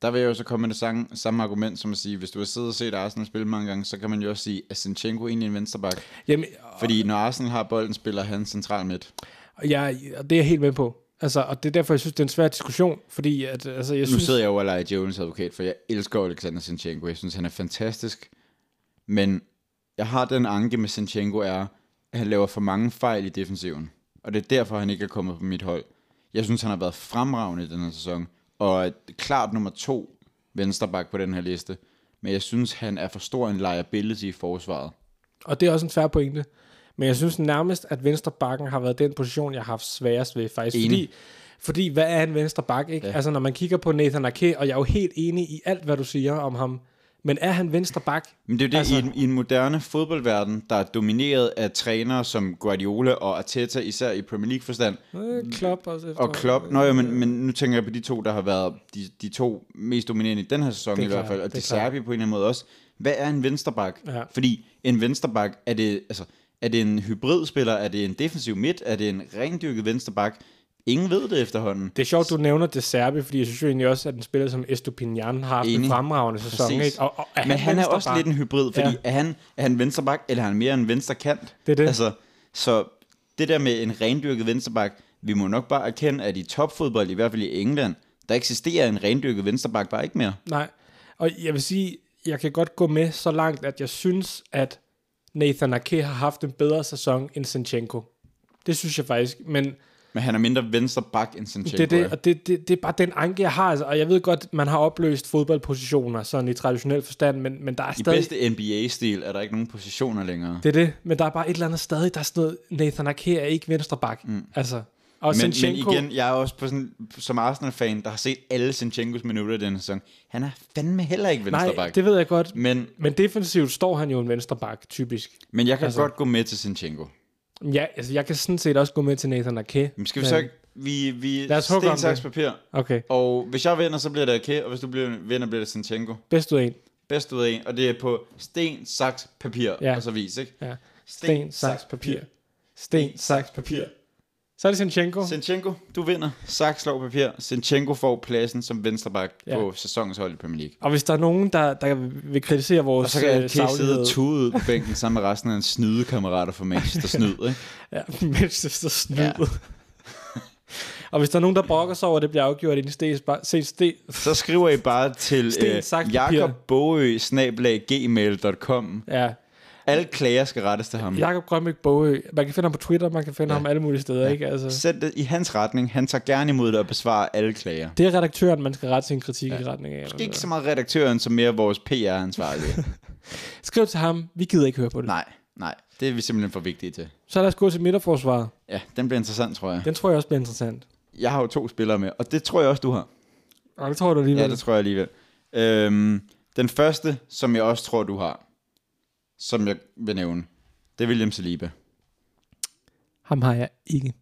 Der vil jeg jo så komme med det samme, samme argument, som at sige, hvis du har siddet og set Arsenal spille mange gange, så kan man jo også sige, at Sinchenko egentlig er en vensterbak.
Jamen,
Fordi når Arsenal har bolden, spiller han central midt.
Og jeg, og det er jeg helt med på. Altså, og det er derfor, jeg synes, det er en svær diskussion, fordi at, altså, jeg
Nu
synes,
sidder jeg jo og leger djævelens advokat, for jeg elsker Alexander Sinchenko. Jeg synes, han er fantastisk. Men jeg har den anke med Sinchenko er, at han laver for mange fejl i defensiven. Og det er derfor, han ikke er kommet på mit hold. Jeg synes, han har været fremragende i den her sæson. Og er klart nummer to vensterbak på den her liste. Men jeg synes, han er for stor en liability i forsvaret.
og det er også en færre pointe, men jeg synes nærmest, at venstre bakken har været den position, jeg har haft sværest ved, faktisk.
Enig.
Fordi, fordi, hvad er en venstre bak, ikke? Ja. Altså, når man kigger på Nathan Ake, og jeg er jo helt enig i alt, hvad du siger om ham, men er han venstre bak?
Men det er jo det,
Altså-
altså... i, en, i en moderne fodboldverden, der er domineret af trænere som Guardiola og Arteta, især i Premier League-forstand,
Øh, Klopp og,
Mm. Og
øh,
Klopp, nå ja, men, men nu tænker jeg på de to, der har været de, de to mest dominerende i den her sæson
Det
i
er
hvert
klart,
fald, og
det er
de Serbi på en eller anden måde også. Hvad er en vensterbak?
Ja.
Fordi en vensterbak, er det, altså, er det en hybridspiller? Er det en defensiv midt? Er det en rendyrket vensterbak? Ingen ved det efterhånden.
Det er sjovt, du nævner det Serbi, fordi jeg synes jo egentlig også, at en spiller som Estupinian har haft en
Enig.
fremragende sæson.
Præcis.
Ikke? Og, og,
men han er også
venstreback?
lidt en hybrid, fordi
Ja.
ja. er, han, er han vensterbak, eller er han mere en venstrekant?
Det er det.
Altså, så det der med en rendyrket vensterbak, vi må nok bare erkende, at i topfodbold, i hvert fald i England, der eksisterer en rendyrket vensterbak bare ikke mere.
Nej, og jeg vil sige, jeg kan godt gå med så langt, at jeg synes, at Nathan Ake har haft en bedre sæson end Sinchenko. Det synes jeg faktisk, men
Men han er mindre venstre bak end Sinchenko.
det, er det, og det, det, det er bare den anke, jeg har. Altså, og jeg ved godt, man har opløst fodboldpositioner sådan i traditionel forstand, men, men der er
I
stadig...
bedste NBA-stil er der ikke nogen positioner længere.
Det er det, men der er bare et eller andet stadig, der er sådan noget, Nathan Ake er ikke venstre bak. Mm. Altså, og
Men, men
Sinchenko,
igen, jeg er også på sådan, som Arsenal-fan, der har set alle Sinchenkos minutter i denne sæson. Han er fandme heller ikke venstre
nej,
bak.
det ved jeg godt.
Men,
Men defensivt står han jo en venstre bak, typisk.
men jeg kan altså... godt gå med til Sinchenko.
Ja, altså, jeg kan sådan set også gå med til Nathan Ake.
Men skal vi så ikke... Vi, vi
Lad os hugge om
sten,
det.
saks, papir.
Okay,
Og hvis jeg vinder, så bliver det Ake, og hvis du bliver vinder, bliver det Sinchenko.
bedst ud af en.
Bedst ud af en, og det er på sten, saks, papir,
Ja.
ja. og så vis, ikke?
Ja. Sten, saks, papir. Sten, saks, papir.
papir.
Så er det Sinchenko.
Sinchenko, du vinder. Saks slår papir. Sinchenko får pladsen som venstreback
Ja.
ja. på sæsonens hold i Premier League.
Og hvis der er nogen, der, der vil kritisere vores
Og så kan
øh,
jeg kan sidde
saglighed-
og tude ud på bænken sammen med resten af hans
(laughs)
snyde kammerater fra Manchester Snyd, ikke?
Ja, Manchester snyd. Ja.
Ja.
Og hvis der er nogen, der brokker sig over, at det bliver afgjort i en sten, sten, sten,
Så skriver I bare til
Sten,
øh,
saks, papir.
jakobboe-gmail.com.
ja.
Alle klager skal rettes til ham.
Jakob Grønbæk Bogø, man kan finde ham på Twitter, man kan finde ja. ham alle mulige steder, ja. ikke? Altså,
Sæt det i hans retning. Han tager gerne imod det og besvarer alle klager.
det er redaktøren, man skal rette sin kritik ja. i retning af.
Ikke
Altså.
så meget redaktøren, som mere vores
(laughs)
PR-ansvarlige.
Skriv til ham, vi gider ikke høre på det.
nej, nej. Det er vi simpelthen for vigtige til.
Så lad os gå til midterforsvaret.
Ja, den bliver interessant, tror jeg.
Den tror jeg også bliver interessant.
Jeg har jo to spillere med, og det tror jeg også, du har.
Og det tror du alligevel.
Ja, det tror jeg alligevel. Øhm, den første, som jeg også tror, du har, som jeg vil nævne, det er William Saliba.
Ham har jeg ikke.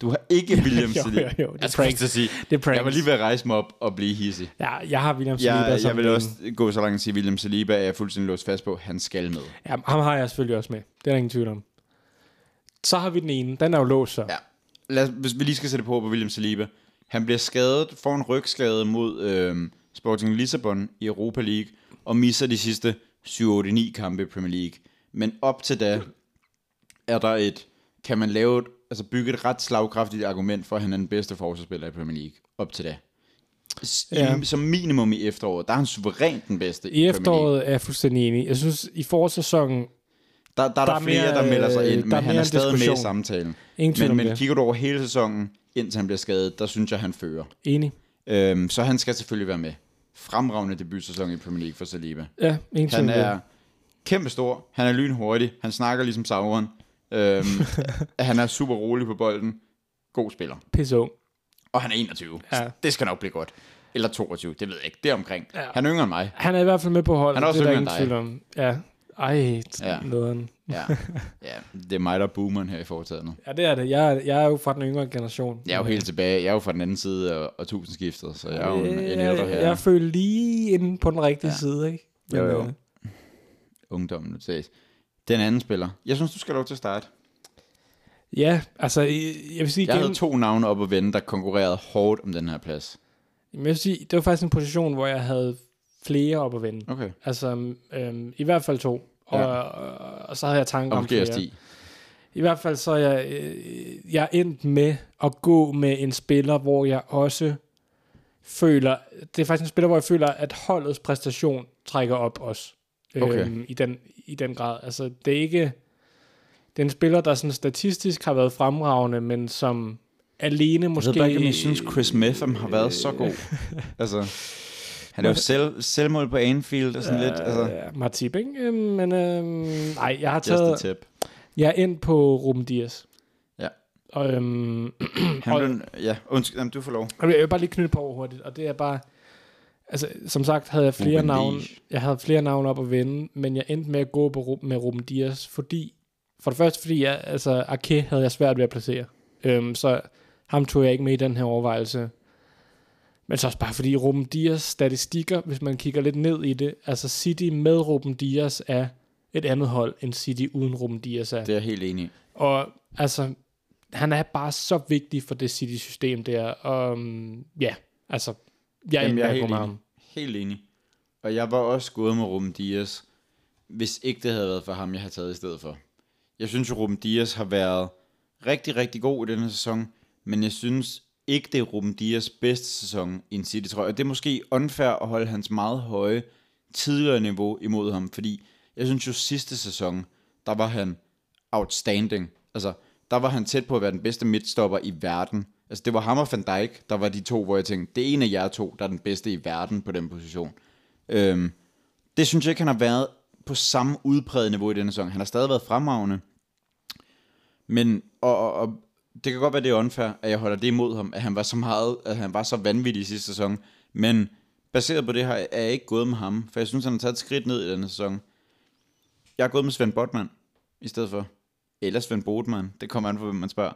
Du har
(laughs)
ikke William
Jo,
Saliba.
jo, jo. Det
Jeg
er
skulle
pranks.
ikke sige,
Det er pranks.
jeg var lige ved at rejse mig op og blive hissig.
Ja, jeg har William Saliba
Jeg,
som
jeg vil
den-
også gå så langt og sige, at William Saliba er jeg fuldstændig låst fast på. Han skal med.
Ja, ham har jeg selvfølgelig også med. Det er der ingen tvivl om. Så har vi den ene. Den er jo låst så.
Ja. Lad os, hvis vi lige skal sætte på på William Saliba. Han bliver skadet, får en rygskade mod øhm, Sporting Lissabon i Europa League, og misser de sidste 7-8-9 kampe i Premier League. Men op til da er der et, kan man lave et, altså bygge et ret slagkraftigt argument for, at han er den bedste forsvarsspiller i Premier League. Op til da. S-
Ja.
I, som minimum i efteråret, der er han suverænt den bedste
I
Premier League.
efteråret er jeg fuldstændig enig. Jeg synes, i forårssæsonen,
Der, der, er der,
der er
flere,
mere,
der melder sig
øh,
ind,
der
men
er
han
mere
er
en
stadig med i
diskussion.
samtalen.
ingen tvivl
Men,
om
men
det.
kigger du over hele sæsonen, indtil han bliver skadet, der synes jeg, han fører.
Enig.
Øhm, så han skal selvfølgelig være med. Fremragende debutsæson i Premier League for Saliba.
Ja, ingen tvivl om
Han
det.
er kæmpestor, han er lynhurtig, han snakker ligesom Sauron.
(laughs)
Øhm, han er super rolig på bolden. God spiller.
Pisse ung.
Og han er 21.
Ja.
Ja. Det skal nok blive godt. Eller 22, det ved jeg ikke. Det er omkring.
Ja.
Ja. Han er yngre end mig.
Han er i hvert fald med på holdet.
Han er også
det er der
yngre
ingen
end
tvivl om. Ja. Ej,
Ja.
ja. nederen. (laughs)
Ja. ja. Det er mig, der er boomeren her i foretaget nu.
Ja, det er det. Jeg er, jeg er jo fra den yngre generation.
Jeg er jo helt tilbage. Jeg er jo fra den anden side og, og tusindskiftet, så jeg er jo en, en ældre
jeg,
her.
jeg, jeg føler lige inde på den rigtige
Ja.
ja. side, ikke?
Jo, jo.
øh,
Ungdommen nu ses. Den anden spiller. Jeg synes, du skal have lov til at starte.
Ja, altså, øh, jeg vil sige,
Jeg
igen,
havde to navne op at vende, der konkurrerede hårdt om den her plads.
jeg vil sige, det var faktisk en position, hvor jeg havde flere op at vende.
Okay.
Altså, øhm, i hvert fald to. Og,
Ja.
ja. og, og så havde jeg tanker
Og
om
måske også
flere.
10.
I hvert fald så er jeg, øh, jeg er endt med at gå med en spiller, hvor jeg også føler, det er faktisk en spiller, hvor jeg føler, at holdets præstation trækker op også.
Okay.
Øhm, i, den, I den grad. Altså, det er ikke... Det er en spiller, der sådan statistisk har været fremragende, men som alene
Jeg
måske...
ved bare ikke, om jeg synes, Chris Metham har været så
(laughs)
god. Altså, han er jo selv, selvmål på Anfield og sådan lidt. Altså,
Øh, Martip, ikke? Øh, Men øhm, nej, jeg har
just a
taget...
tip.
Jeg er ind på Ruben Dias.
Ja.
Og, øhm,
Han
og-
blev, ja, undskyld, jamen, du får lov.
jeg vil bare lige knytte på hurtigt, og det er bare... Altså, som sagt havde jeg flere
Ruben
navne,
Dias.
jeg havde flere navne op at vende, men jeg endte med at gå på, Ru- med Ruben Dias, fordi, for det første, fordi jeg, altså, Ake havde jeg svært ved at placere. Øhm, så ham tog jeg ikke med i den her overvejelse. Men så også bare fordi Ruben Dias statistikker, hvis man kigger lidt ned i det, altså City med Ruben Dias er et andet hold, end City uden Ruben Dias er.
Det er jeg helt enig i.
Og altså, han er bare så vigtig for det City-system der. Og um, ja, altså, jeg er
Jamen,
ikke
jeg er
med på
helt
med
enig.
ham.
Helt enig. Og jeg var også gået med Ruben Dias, hvis ikke det havde været for ham, jeg havde taget i stedet for. Jeg synes jo, Ruben Dias har været rigtig, rigtig god i denne sæson, men jeg synes ikke, det er Ruben Dias bedste sæson i en City, tror jeg. Og det er måske unfair at holde hans meget høje tidligere niveau imod ham, fordi jeg synes jo sidste sæson, der var han outstanding. Altså, der var han tæt på at være den bedste midtstopper i verden. Altså, det var ham og Van Dijk, der var de to, hvor jeg tænkte, det er en af jer to, der er den bedste i verden på den position. Øhm, det synes jeg ikke, han har været på samme udpræget niveau i denne sæson. Han har stadig været fremragende. Men, og, og, og det kan godt være, det er unfair, at jeg holder det imod ham, at han var så meget, at han var så vanvittig i sidste sæson. Men baseret på det her, er jeg ikke gået med ham, for jeg synes, han har taget et skridt ned i denne sæson. Jeg er gået med Svend Botman i stedet for. Eller Svend Botman, det kommer an på, hvem man spørger.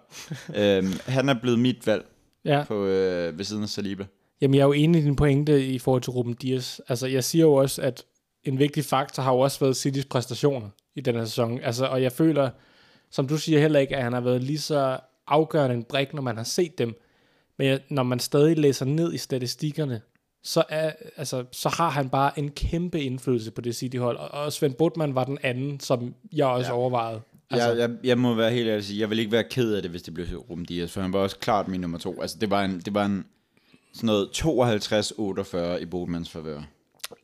øhm, han er blevet mit valg
Ja.
på, øh, ved siden af Saliba.
Jamen, jeg er jo enig i din pointe i forhold til Ruben Dias. Altså, jeg siger jo også, at en vigtig faktor har jo også været Citys præstationer i den her sæson. Altså, og jeg føler, som du siger heller ikke, at han har været lige så afgørende en brik, når man har set dem. Men jeg, når man stadig læser ned i statistikkerne, så, er, altså, så har han bare en kæmpe indflydelse på det City-hold. Og, og Svend Botman var den anden, som jeg også ja. overvejede.
Altså,
Altså-
jeg, jeg, jeg, må være helt ærlig og sige, jeg vil ikke være ked af det, hvis det blev til Ruben Dias, for han var også klart min nummer to. Altså, det var en, det var en sådan noget 52-48 i Bodmans favør.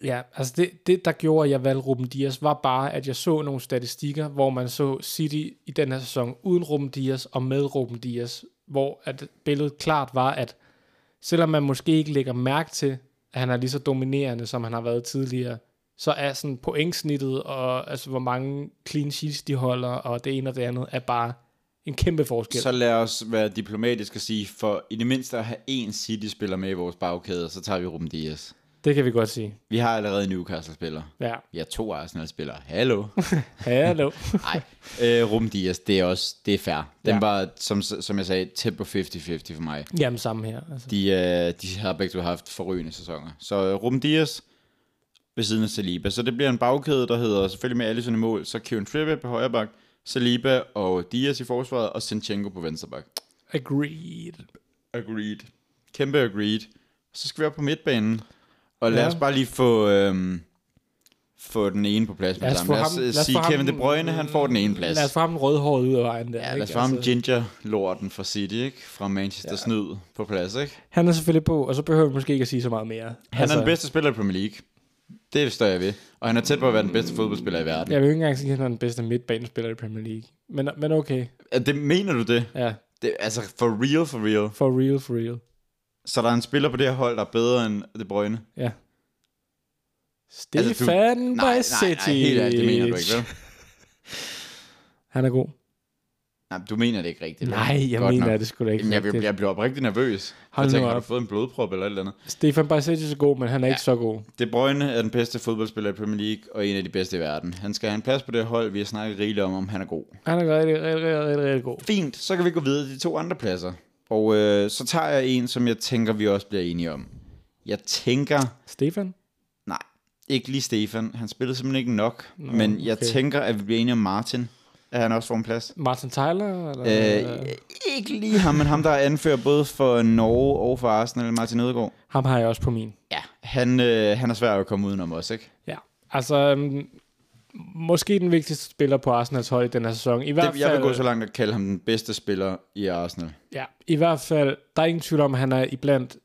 Ja, altså det, det, der gjorde, at jeg valgte Ruben Dias, var bare, at jeg så nogle statistikker, hvor man så City i den her sæson uden Ruben Dias og med Ruben Dias, hvor at billedet klart var, at selvom man måske ikke lægger mærke til, at han er lige så dominerende, som han har været tidligere, så er sådan pointsnittet og altså, hvor mange clean sheets de holder, og det ene og det andet, er bare en kæmpe forskel.
Så lad os være diplomatiske og sige, for i det mindste at have én City-spiller med i vores bagkæde, så tager vi Ruben Dias.
Det kan vi godt sige.
Vi har allerede en Newcastle-spiller.
Ja,
Vi har to Arsenal-spillere. Hallo.
hallo. (laughs)
Nej, (laughs) øh, Ruben Dias, det er også, det er fair. Den
Ja.
ja. var, som, som jeg sagde, tæt på 50-50 for mig.
Jamen samme her. Altså.
De, øh, de har begge to haft forrygende sæsoner. Så øh, Ruben Dias ved siden af Saliba. Så det bliver en bagkæde, der hedder selvfølgelig med Alisson i mål, så Kieran Trippier på højre bak, Saliba og Dias i forsvaret, og Sinchenko på venstre bak.
Agreed.
Agreed. Kæmpe agreed. Så skal vi op på midtbanen. Og lad
Ja.
ja. os bare lige få, øhm, få den ene på plads med
Lad os
sammen.
få
Lad os,
ham-
øh,
lad os
sige,
få ham-
Kevin De Bruyne, han får den ene plads.
Lad os få ham rødhåret ud af vejen der.
Ja,
ikke? Altså,
lad os få ham ginger-lorten fra City, ikke? Fra Manchester ja. Snyd på plads, ikke?
Han er selvfølgelig på, og så behøver vi måske ikke at sige så meget mere.
Han altså, er den bedste spiller i Premier League. Det står jeg ved. Og han er tæt på at være den bedste fodboldspiller i verden.
Jeg vil ikke engang sige, at han er den bedste midtbanespiller i Premier League. Men, men okay,
Ja. Det mener du det?
ja.
det? Altså, for real, for real.
For real, for real.
Så der er en spiller på det her hold, der er bedre end De Bruyne?
Ja. Stefan altså,
du-
du...
Nej, nej, nej, helt ærligt, det mener du ikke, vel?
Han er god.
Nej, du mener det ikke rigtigt. vel?
Nej, jeg
Godt
mener
nok.
det skulle da ikke.
Jamen, jeg,
rigtigt.
jeg, jeg blev oprigtig nervøs.
Hold
jeg tænkte,
nu
har du
op.
fået en blodprop eller et eller andet?
Stefan Bajsetic er god, men han er ja. ikke så god.
De Bruyne er den bedste fodboldspiller i Premier League, og en af de bedste i verden. Han skal have en plads på det hold, vi har snakket rigeligt om, om han er god.
Han er rigtig, rigtig, rigtig, rigtig, rigtig god.
Fint, så kan vi gå videre til de to andre pladser. Og øh, så tager jeg en, som jeg tænker, vi også bliver enige om. Jeg tænker,
Stefan?
nej, ikke lige Stefan. Han spillede simpelthen ikke nok. Nå, men okay. jeg
okay.
tænker, at vi bliver enige om Martin. At han også får en plads.
Martin Tyler? Eller,
Øh, ikke lige ham, men ham, der anfører både for Norge og for Arsenal, Martin Ødegaard.
Ham har jeg også på min.
Ja, han, øh, han er svær at komme udenom også, ikke?
Ja, altså øhm, måske den vigtigste spiller på Arsenals hold i den her sæson. I hvert
Det,
fald,
jeg vil gå så langt at kalde ham den bedste spiller i Arsenal.
Ja, i hvert fald, der er ingen tvivl om, at han er iblandt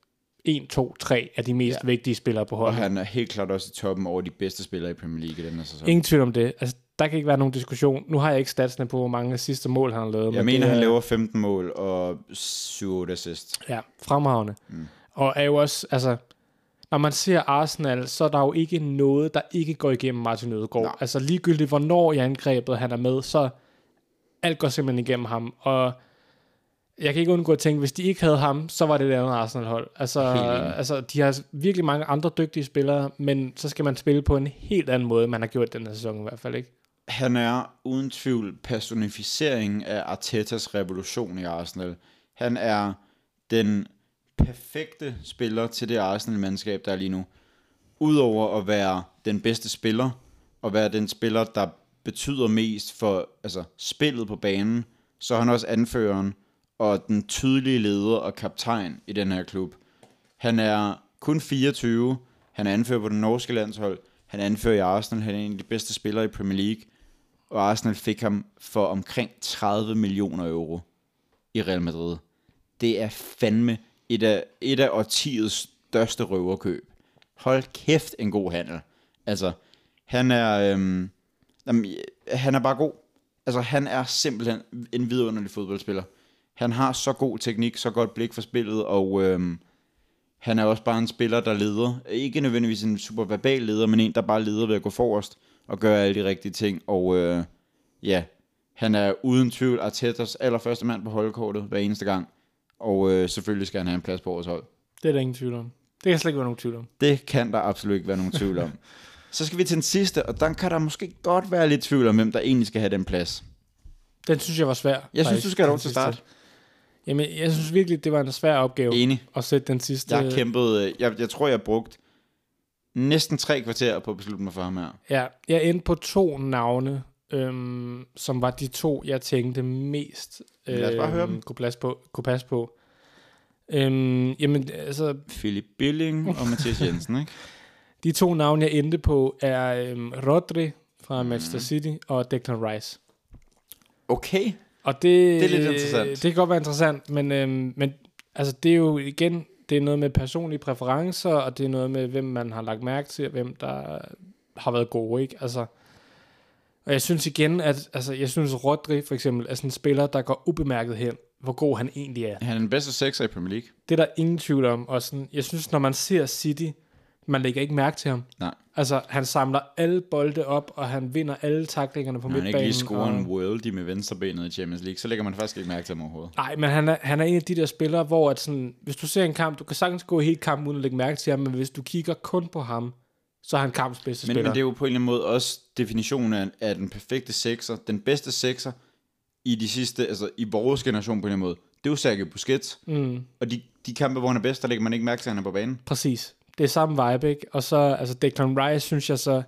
1, 2, 3 af de mest ja. vigtige spillere på
Og
holdet.
han er helt klart også i toppen over de bedste spillere i Premier League i den her sæson.
Ingen tvivl om det. Altså, der kan ikke være nogen diskussion. Nu har jeg ikke statsene på, hvor mange sidste mål han har lavet.
Jeg
men
mener,
det
han
er-
laver 15 mål og 7-8 assist.
Ja, fremragende. Mm. Og er jo også, altså, når man ser Arsenal, så er der jo ikke noget, der ikke går igennem Martin Ødegaard. Nej. Altså ligegyldigt, hvornår i angrebet han er med, så alt går simpelthen igennem ham. Og jeg kan ikke undgå at tænke, hvis de ikke havde ham, så var det et andet Arsenal-hold. Altså,
Helt enig.
altså, de har virkelig mange andre dygtige spillere, men så skal man spille på en helt anden måde, end man har gjort den her sæson i hvert fald, ikke?
Han er uden tvivl personificeringen af Artetas revolution i Arsenal. Han er den perfekte spiller til det Arsenal-mandskab, der er lige nu. Udover at være den bedste spiller, og være den spiller, der betyder mest for altså, spillet på banen, så er han også anføreren og den tydelige leder og kaptajn i den her klub. Han er kun 24. Han er anfører på det norske landshold. Han er anfører i Arsenal. Han er en af de bedste spillere i Premier League. Og Arsenal fik ham for omkring 30 millioner euro i Real Madrid. Det er fandme et af, et af årtiets største røverkøb. Hold kæft, en god handel. Altså, han er, øhm, jamen, øh, han er bare god. Altså, han er simpelthen en vidunderlig fodboldspiller. Han har så god teknik, så godt blik for spillet, og øhm, han er også bare en spiller, der leder. Ikke nødvendigvis en super verbal leder, men en, der bare leder ved at gå forrest og gøre alle de rigtige ting. Og øh, ja, han er uden tvivl Artetas allerførste mand på holdkortet hver eneste gang. Og øh, selvfølgelig skal han have en plads på vores hold.
Det er der ingen tvivl om. Det kan slet ikke være nogen tvivl om.
Det kan der absolut ikke være nogen tvivl om. Så skal vi til den sidste, og der kan der måske godt være lidt tvivl om, hvem der egentlig skal have den plads.
Den synes jeg var svær.
Jeg synes,
faktisk,
du skal have lov
den
til at
sidste.
starte.
Jamen, jeg synes virkelig, det var en svær opgave
Enig.
at sætte den sidste.
Jeg har kæmpet, øh, jeg, jeg tror, jeg har brugt næsten tre kvarter på at beslutte mig for ham her.
Ja, jeg endte på to navne, øhm, som var de to, jeg tænkte mest øhm,
Lad os bare høre dem.
Kunne, plads på, kunne passe på. Øhm, jamen, altså,
Philip Billing og Mathias Jensen, ikke?
de to navne, jeg
Mhm.
endte på, er øhm, Rodri fra Manchester City og Declan Rice.
Okay.
Og det,
Det er lidt interessant.
Det kan godt være interessant, men, øhm, men altså, det er jo igen, det er noget med personlige præferencer, og det er noget med, hvem man har lagt mærke til, og hvem der har været gode, ikke? Altså, og jeg synes igen, at altså, jeg synes, Rodri for eksempel er sådan en spiller, der går ubemærket hen, hvor god han egentlig er.
Han er den bedste sekser i Premier League.
Det er der ingen tvivl om. Og sådan, jeg synes, når man ser City, man lægger ikke mærke til ham.
Nej.
Altså, han samler alle bolde op, og han vinder alle taklingerne på
Når han
midtbanen.
ikke lige scorer
og-
en worldie med venstrebenet i Champions League, så lægger man faktisk ikke mærke til ham overhovedet.
Nej, men han er, han er en af de der spillere, hvor at sådan, hvis du ser en kamp, du kan sagtens gå hele kampen uden at lægge mærke til ham, men hvis du kigger kun på ham, så er han kampens bedste
Men, men
spiller.
det er jo på en eller anden måde også definitionen af, af den perfekte sekser, den bedste sekser i de sidste, altså i vores generation på en eller anden måde. Det er jo Sergio Busquets,
mm,
og de, de kampe, hvor han er bedst, der lægger man ikke mærke til, at han er på banen.
præcis. Det er samme vibe, ikke? Og så, altså Declan Rice, synes jeg så,
Han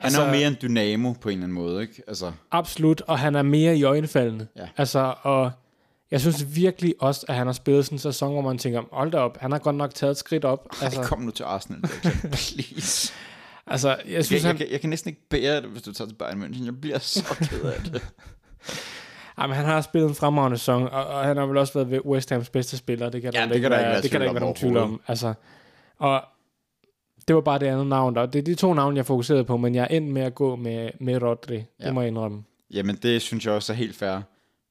altså, er jo
Altså-
mere en dynamo på en eller anden måde, ikke? Altså,
absolut, og han er mere i øjenfaldende.
Ja.
Altså, og jeg synes virkelig også, at han har spillet sådan en sæson, hvor man tænker, hold da op, han har godt nok taget et skridt op.
altså.
Altså,
(laughs) kom nu til Arsenal, (laughs) Jackson, please.
altså jeg
Jeg,
synes,
jeg,
han,
kan, jeg kan næsten ikke bære det, hvis du tager til Bayern München. Jeg bliver så ked af det.
Jamen, han har spillet en fremragende sæson, og, og han har vel også været ved West Hams bedste spiller. Det kan
Ja,
der, vel
det kan der ikke være
det kan der ikke
tvivl
være
om
nogen tvivl om. Altså, og det var bare det andet navn, der. og det er de to navne, jeg fokuserede på, men jeg er endt med at gå med, med Rodri. Det
Ja.
må jeg indrømme.
Jamen, det synes jeg også er helt fair.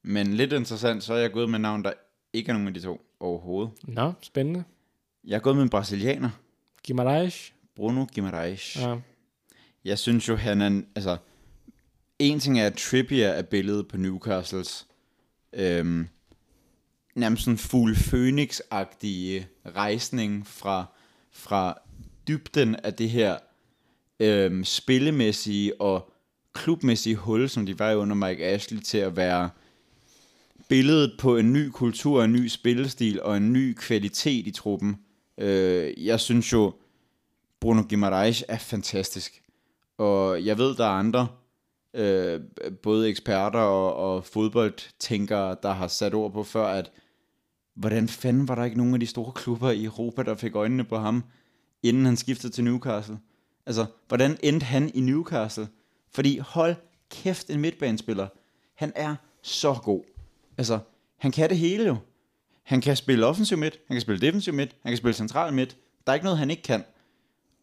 Men lidt interessant, så er jeg gået med navn, der ikke er nogen af de to overhovedet.
Nå, spændende.
Jeg er gået med en brasilianer,
Gimarães.
Bruno Guimaraes. Ja.
Ja.
Jeg synes jo, han er... en- Altså, en ting er, at Trippier er billedet på Newcastles øhm, nærmest sådan fugl phoenix agtige rejsning fra, fra dybden af det her øhm, spillemæssige og klubmæssige hul, som de var i under Mike Ashley, til at være billedet på en ny kultur, en ny spillestil og en ny kvalitet i truppen. Øh, jeg synes jo, Bruno Guimaraes er fantastisk. Og jeg ved, der er andre, øh, både eksperter og, og fodboldtænkere, der har sat ord på før, at hvordan fanden var der ikke nogen af de store klubber i Europa, der fik øjnene på ham, inden han skiftede til Newcastle? Altså, hvordan endte han i Newcastle? Fordi hold kæft en midtbanespiller. Han er så god. Altså, han kan det hele jo. Han kan spille offensiv midt, han kan spille defensiv midt, han kan spille central midt. Der er ikke noget, han ikke kan.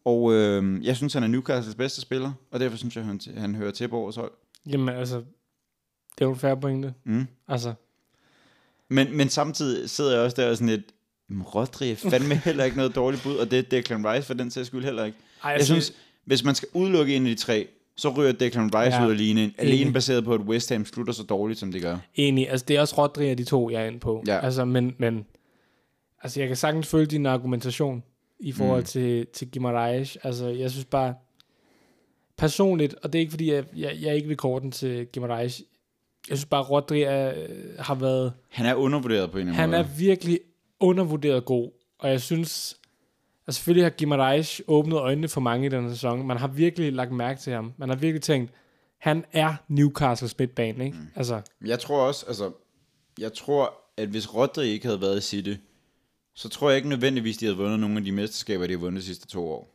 Og øh, jeg synes, han er Newcastles bedste spiller, og derfor synes jeg, han, han hører til på vores hold.
Jamen, altså, det er jo en færre pointe.
Mm.
Altså,
Men, men samtidig sidder jeg også der og sådan lidt, "Jamen, Rodri er
(laughs)
fandme heller ikke noget dårligt bud, og det er Declan Rice for den sags skyld heller ikke.
ej,
Jeg synes, hvis man skal udelukke en af de tre, så ryger Declan Rice
Ja.
ja. ud af lignen, alene
Enig.
baseret på, at West Ham slutter så dårligt, som det gør.
Enig, altså det er også Rodri af de to, jeg er inde på.
Ja.
Altså, men, men altså, jeg kan sagtens følge din argumentation i forhold mm. til, til Gimarães. Altså, jeg synes bare, personligt, og det er ikke fordi, jeg, jeg, jeg ikke vil kåre den til Gimarães, jeg synes bare, Rodri er, øh, har været,
Han er undervurderet på en eller anden
han
måde.
er virkelig undervurderet god, og jeg synes, altså selvfølgelig har Gimarães åbnet øjnene for mange i den her sæson, man har virkelig lagt mærke til ham, man har virkelig tænkt, han er Newcastles midtbane, ikke? Mm. Altså,
Jeg tror også, altså, jeg tror, at hvis Rodri ikke havde været i City, så tror jeg ikke nødvendigvis, de havde vundet nogle af de mesterskaber, de har vundet de sidste to år.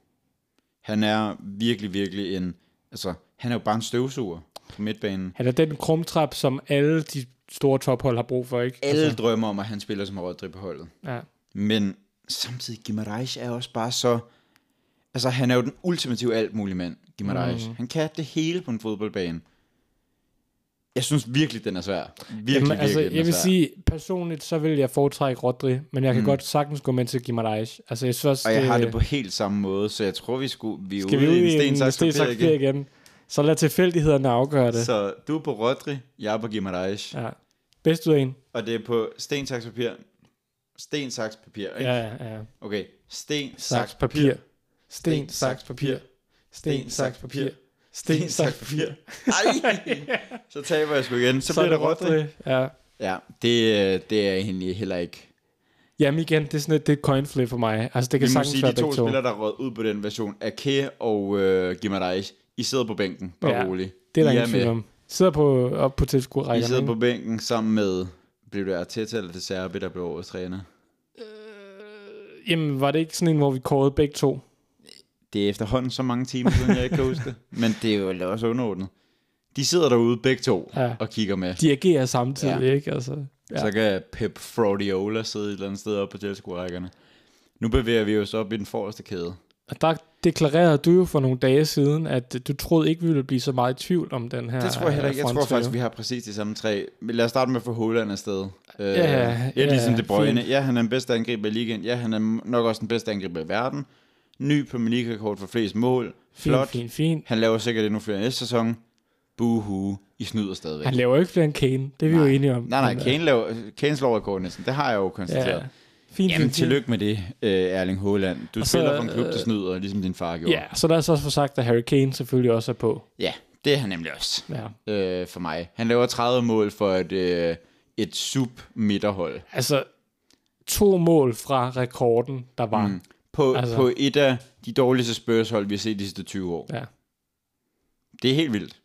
Han er virkelig, virkelig en, altså, han er jo bare en støvsuger på midtbanen.
Han er den krumtrap, som alle de store tophold har brug for, ikke? Altså,
Alle altså. drømmer om, at han spiller som Rodri på holdet.
ja.
Men samtidig, Gimarães er også bare så... Altså, han er jo den ultimative alt mulig mand,
Mhm.
Gimarães. Mm. Han kan det hele på en fodboldbane. Jeg synes virkelig, den er svær. Virkelig, Jamen, virkelig,
altså,
den er
jeg vil
svær.
sige, personligt, så vil jeg foretrække Rodri, men jeg kan mm. godt sagtens gå med til Gimarães. Altså, jeg synes også,
Og jeg
det-
har det på helt samme måde, så jeg tror, vi skulle vi er
Skal vi ud i en sten,
saks, papir igen.
igen. igen? Så lad tilfældighederne afgøre det. Så.
Så du er på Rodri, jeg er på Gimarães. Ja.
Ja. Bedst ud af en.
Og det er på sten, saks, papir. Sten, saks, papir, ikke?
Ja,
Ja.
ja, ja.
Okay, sten,
Saks,
saks,
papir.
Sten,
Sten, saks, papir. Sten, saks, papir.
sten, saks, papir. Ej,
(laughs)
så taber jeg sgu igen. Så, så bliver det Rodri.
Ja.
Ja, det, det er egentlig heller ikke.
Jamen igen, det er sådan et, det er et coin flip for mig. Altså, det kan
Vi må
sagtens
sige,
være
de to
begge to.
spillere, der er røget ud på den version, Ake og øh, Gimarães, I sidder på bænken, bare
Ja,
roligt.
Det er der
I
ingen
med.
tvivl om. Sidder på, op på
I
tilskuerrækkerne.
sidder
ikke?
på bænken sammen med, blev det Arteta eller det Serbi, der blev årets træner?
Jamen, var det ikke sådan en, hvor vi kårede begge to? (laughs)
Det er efterhånden så mange timer siden, jeg ikke kan huske det. Men det er jo også underordnet. De sidder derude begge to
Ja.
og kigger med.
De agerer samtidig,
Ja.
ja. ikke? Altså, ja.
Så kan Pep Fraudiola sidde et eller andet sted oppe på tilskuerrækkerne. Nu bevæger vi os op i den forreste kæde.
Og der deklarerede du jo for nogle dage siden, at øh, du troede ikke, vi ville blive så meget i tvivl om den her
Det tror jeg heller ikke. Jeg tror
fronttrio.
faktisk, vi har præcis de samme tre. Men Lad os starte med at få Holland afsted. Øh,
ja,
ja, ligesom
ja,
De Bruyne.
fint.
Ja, han er den bedste angriber i ligaen. Ja, han er nok også den bedste angriber i verden. Ny Premier League-rekord for flest mål. Flot.
Fint, fint, fint.
Han laver sikkert endnu flere næste sæson. Buhu. I snyder stadigvæk.
Han laver ikke flere end Kane. Det er vi nej. jo enige om.
Nej,
Men,
nej,
øh,
Kane, laver, Kane slår rekord næsten. Det har jeg jo konstateret.
Ja.
Ja.
Fint,
Jamen,
fint, fint.
tillykke med det, øh, Erling Haaland. Du
Og så,
spiller for en klub, der
øh,
snyder, ligesom din far gjorde.
Ja, så lad os også få sagt, at Harry Kane selvfølgelig også er på.
ja det er han nemlig også
Ja.
øh, for mig. Han laver 30 mål for et, øh, et sub-midterhold.
Altså, to mål fra rekorden, der var. Mm.
På, altså.
Altså.
på et af de dårligste spørgsmål, vi har set de sidste 20 år.
Ja.
Det er helt vildt.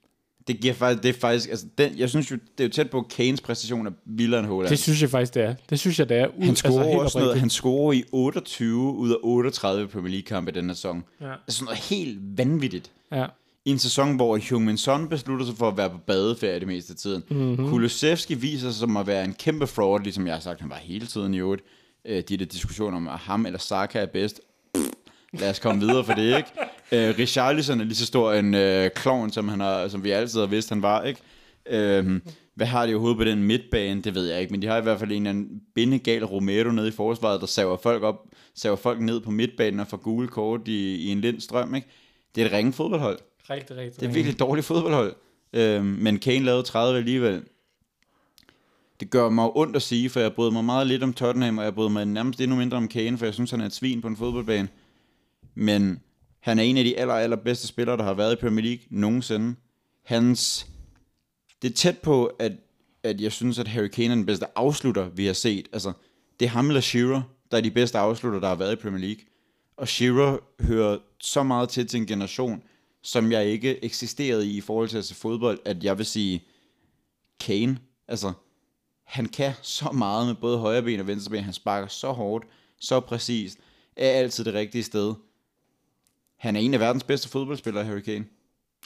Det giver faktisk, det er faktisk, altså den, jeg synes jo, det er jo tæt på at Kanes præstation af vildere end Haaland.
Det synes jeg faktisk, det er. Det synes jeg, det er. Ud-
Han scorer
helt
altså, også noget,
oprigtigt.
han scorer i 28 ud af 38 Premier League-kampe i den her sæson.
Ja.
Altså noget helt vanvittigt.
Ja.
I en sæson, hvor Heung-Min Son beslutter sig for at være på badeferie det meste af tiden. Mm-hmm. Kulusevski viser sig som at være en kæmpe fraud, ligesom jeg har sagt, han var hele tiden i øvrigt. Øh, de der diskussioner om, at ham eller Saka er bedst. Pff, Lad os komme videre for det, ikke? Øh, Richarlison er lige så stor en øh, klovn, som, han har, som vi altid har vidst, han var, ikke? Øhm, hvad har de overhovedet på den midtbane? Det ved jeg ikke, men de har i hvert fald en eller anden bindegal Romero nede i forsvaret, der saver folk, op, saver folk ned på midtbanen og får gule kort i, i en lindstrøm, ikke? Det er et ringe fodboldhold.
Rigtig, rigtig.
Det er virkelig et dårligt fodboldhold. Øhm, men Kane lavede 30 alligevel. Det gør mig ondt at sige, for jeg brød mig meget lidt om Tottenham, og jeg brød mig nærmest endnu mindre om Kane, for jeg synes, han er et svin på en fodboldbane. Men han er en af de aller, aller bedste spillere, der har været i Premier League nogensinde. Hans... Det er tæt på, at, at jeg synes, at Harry Kane er den bedste afslutter, vi har set. Altså, det er ham eller Shearer, der er de bedste afslutter, der har været i Premier League. Og Shearer hører så meget til til en generation, som jeg ikke eksisterede i i forhold til at se fodbold, at jeg vil sige, Kane, altså, han kan så meget med både højre ben og venstre ben. Han sparker så hårdt, så præcist, er altid det rigtige sted. Han er en af verdens bedste fodboldspillere, Harry Kane.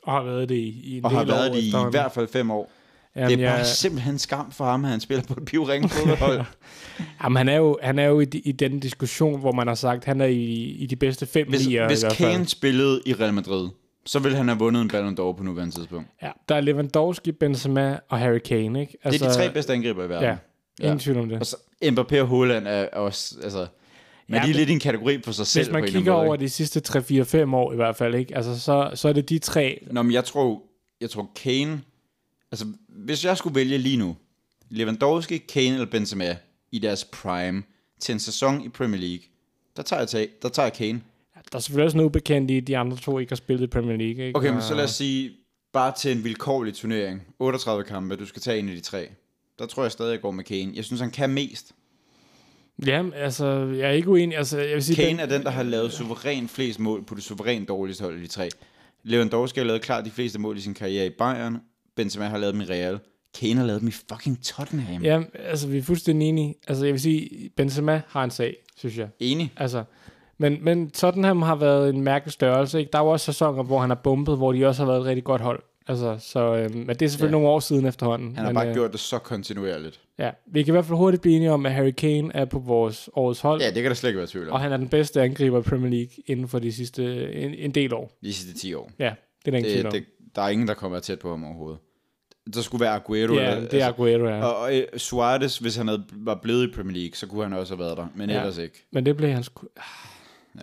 Og har været det i, i en
Og
del
har været
år
det i, i
efterhånden.
hvert fald fem år.
Jamen,
det er bare simpelthen en skam for ham, at han spiller på et pivring
(laughs)
fodboldhold.
Jamen, han er jo, han er jo i, de- i den diskussion, hvor man har sagt, han er i, i de bedste fem
Hvis,
nier i
hvis
hvert fald.
Kane spillede i Real Madrid, så ville han have vundet en Ballon d'Or på nuværende tidspunkt.
Ja, der er Lewandowski, Benzema og Harry Kane, ikke? Altså,
Det er de tre bedste angriber i verden.
Ja, ingen tvivl om det.
Og så Mbappé og Haaland er også, altså... Men
Ja,
ja, de er
men-
lidt i en kategori for sig selv.
Hvis man
på en
kigger
eller anden
over
måde,
de sidste 3-4-5 år i hvert fald, ikke? Altså, så, så er det de tre.
ikke? Nå, men jeg tror, jeg tror Kane... Altså, hvis jeg skulle vælge lige nu, Lewandowski, Kane eller Benzema i deres prime til en sæson i Premier League, der tager jeg, tag, der tager jeg Kane.
Der er selvfølgelig også noget ubekendt i, at de andre to ikke har spillet i Premier League, ikke?
Okay, men så
Og-
lad os sige, bare til en vilkårlig turnering, 38 kampe, du skal tage en af de tre. Der tror jeg stadig, jeg går med Kane. Jeg synes, han kan mest.
Jamen, altså, jeg er ikke uenig. Altså, jeg vil sige,
Kane er den, der har lavet suverænt flest mål på det suverænt dårligste hold af de tre. Lewandowski har lavet klart de fleste mål i sin karriere i Bayern. Benzema har lavet dem i Real. Kane har lavet dem i fucking Tottenham. Ja.
Ja, altså, vi er fuldstændig enige. Altså, jeg vil sige, Benzema har en sag, synes jeg.
Enig?
Altså, men, men Tottenham har været en mærkelig størrelse, ikke? Der er jo også sæsoner, hvor han har bumpet, hvor de også har været et rigtig godt hold. Altså, så, øh, men det er selvfølgelig
Ja.
ja. nogle år siden efterhånden.
Han har
men,
bare
øh,
gjort det så kontinuerligt.
Ja, vi kan i hvert fald hurtigt blive enige om, at Harry Kane er på vores årets hold,
Ja, det kan der slet ikke være tvivl
og
om.
han er den bedste angriber i Premier League inden for de sidste en, en del år.
De sidste 10 år.
Ja, det er der ingen tvivl
Det,
om.
det, der er ingen, der kommer tæt på ham overhovedet. Der altså, skulle være Aguero.
ja,
eller,
det er Aguero, ja.
Og, og øh, Suarez, hvis han havde, var blevet i Premier League, så kunne han også have været der. Men ja.
Ja.
ellers ikke.
Men det blev han sgu... ah,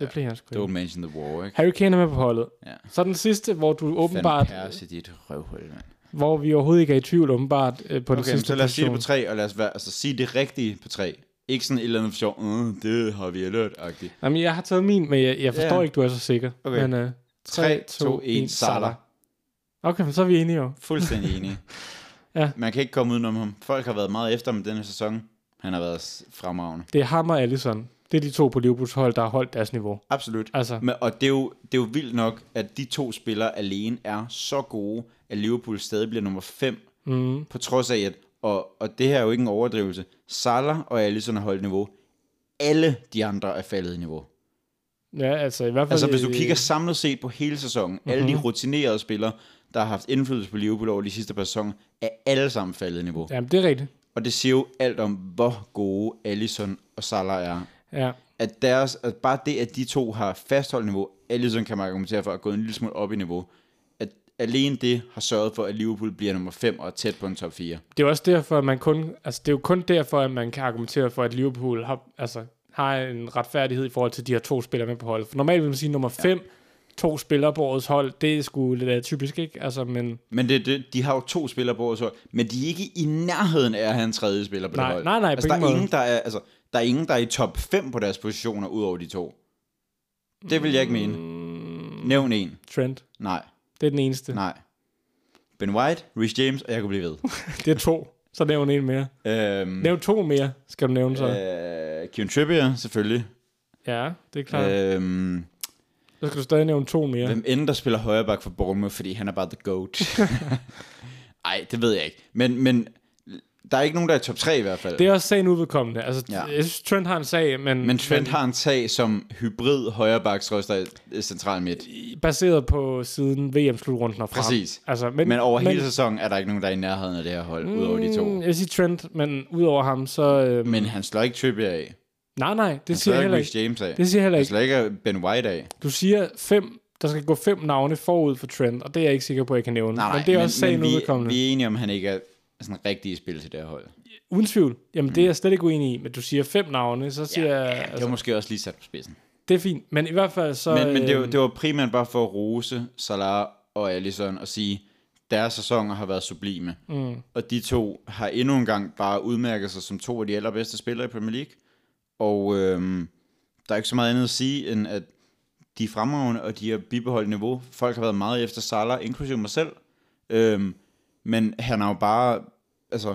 Det
Ja,
blev han sgu
Don't
ikke.
mention the war, ikke?
Harry Kane er med på holdet.
Ja.
Så den sidste, hvor du
Åbenbart.
åbenbart,
Fan Persie, dit røvhul, mand.
hvor vi overhovedet ikke er i tvivl åbenbart øh, på den
Okay, men
sidste
så lad os sige det på
position.
tre, og lad os være, altså, sige det rigtige på tre. Ikke sådan et eller andet sjovt, mm, det har vi alert -agtigt.
Jamen, jeg har taget min, men jeg, jeg forstår
Ja.
yeah. ikke, du er så sikker.
Okay.
Men, uh,
3, 2, 1, Salah.
Okay, men så er vi enige jo.
Fuldstændig enig.
(laughs) Ja.
Man kan ikke komme udenom ham. Folk har været meget efter ham denne sæson. Han har været s- fremragende.
Det er ham og Allison. Det er de to på Liverpools hold, der har holdt deres niveau.
Absolut.
Altså,
Men, og det er, jo, det er jo vildt nok, at de to spillere alene er så gode, at Liverpool stadig bliver nummer 5
mm,
på trods af, at, og, og det her er jo ikke en overdrivelse, Salah og Alisson har holdt niveau. Alle de andre er faldet i niveau.
Ja, altså i hvert fald...
Altså, hvis du
øh,
kigger samlet set på hele sæsonen, mm-hmm. alle de rutinerede spillere, der har haft indflydelse på Liverpool over de sidste par sæsoner, er alle sammen faldet i niveau. Ja.
Jamen, det er rigtigt.
Og det siger jo alt om, hvor gode Allison og Salah er.
Ja.
At, deres, at bare det, at de to har fastholdt niveau, Allison kan man argumentere for, er gået en lille smule op i niveau, at alene det har sørget for, at Liverpool bliver nummer 5 og er tæt på en top 4.
Det er jo også derfor, at man kun... Altså, det er jo kun derfor, at man kan argumentere for, at Liverpool har, altså, har en retfærdighed i forhold til de her to spillere med på holdet. For normalt vil man sige, nummer 5, ja. to spillere på årets hold, det er sgu lidt øh, typisk, ikke? Altså, men...
Men det, det, de har jo to spillere på så, men de er ikke i nærheden af at have en tredje spiller på
Nej,
det hold.
nej, nej, på
altså, der
ingen
er
måde.
ingen, der er, altså, der er ingen, der er i top 5 på deres positioner, ud over de to. Det vil jeg ikke mene.
Mm.
Nævn en.
Trent,
Nej,
det er den eneste.
nej. Ben White, Rich James, og jeg kunne blive
(laughs)
ved.
Det er to. Så nævn en mere.
øhm,
Mm. Nævn to mere, skal du nævne så.
øh, Kieran Trippier, selvfølgelig.
ja, det er klart.
Øhm,
så skal du stadig nævne to mere.
hvem end der spiller højre bak for Bournemouth, fordi han er bare the
(laughs)
goat. Nej, det ved jeg ikke. Men, men der er ikke nogen, der er i top 3 i hvert fald.
Det er også sagen udvedkommende. Altså,
Ja.
ja. jeg synes, Trent har en sag, men,
Men Trent har en tag som hybrid højrebaksrøster i central midt.
baseret på siden VM-slutrunden og frem.
Præcis.
Altså, men,
Men over hele sæsonen er der ikke nogen, der er i nærheden af det her hold, mm. udover de
Mm,
to.
Jeg vil sige Trent, men udover ham, så... Øh,
Men han slår ikke Trippier af.
nej, nej, det
Han
siger
slår
jeg
ikke
heller ikke.
Rich James af.
Det siger jeg heller
Han
ikke.
slår ikke Ben White af.
Du siger fem, der skal gå fem navne forud for Trent, og det er jeg ikke sikker på, at jeg kan nævne.
Nej, nej,
men det er også sagen
vi,
udvedkommende.
vi er enige om, at han ikke er sådan rigtig i spil til det her hold.
Uden tvivl. Jamen, det er
Mm.
jeg slet ikke uenig i, men du siger fem navne, så siger ja, jeg... altså,
Det var måske også lige sat på spidsen.
Det er fint, men i hvert fald så...
Men, men det, var,
øhm,
det var primært bare for at rose Salah og Allison og sige, deres sæsoner har været sublime. Mm. Og de to har endnu en gang bare udmærket sig som to af de allerbedste spillere i Premier League. Og øhm, der er ikke så meget andet at sige, end at de er fremragende, og de har bibeholdt niveau. Folk har været meget efter Salah, inklusive mig selv. Øhm, men han har jo bare altså,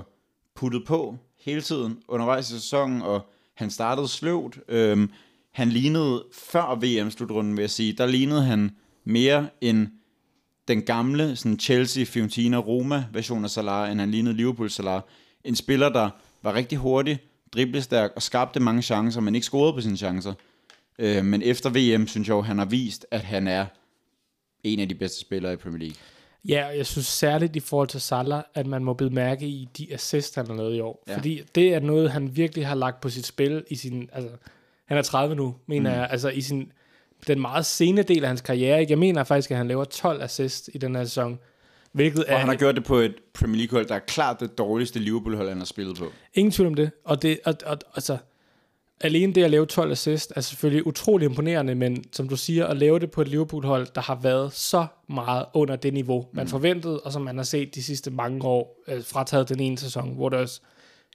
puttet på hele tiden undervejs i sæsonen, og han startede sløvt. Øhm, han lignede før VM-slutrunden, vil jeg sige, der lignede han mere end den gamle sådan Chelsea, Fiorentina, Roma version af Salah, end han lignede Liverpool Salah. En spiller, der var rigtig hurtig, driblestærk og skabte mange chancer, men ikke scorede på sine chancer. Øh, men efter VM, synes jeg jo, han har vist, at han er en af de bedste spillere i Premier League.
Ja, og jeg synes særligt i forhold til Salah, at man må bide mærke i de assist, han har lavet i år.
Ja.
Ja. Fordi det er noget, han virkelig har lagt på sit spil i sin... Altså, han er 30 nu, mener mm. jeg. Altså i sin, den meget sene del af hans karriere. Ikke? Jeg mener faktisk, at han laver 12 assist i den her sæson. Hvilket er
Og han har gjort det på et Premier League-hold, der er klart det dårligste Liverpool-hold, han har spillet på.
Ingen tvivl om det. Og, det, og, og altså, alene det at lave 12 assist er selvfølgelig utrolig imponerende, men som du siger, at lave det på et Liverpool-hold, der har været så meget under det niveau, man mm. forventede, og som man har set de sidste mange år, øh, frataget den ene sæson, hvor det også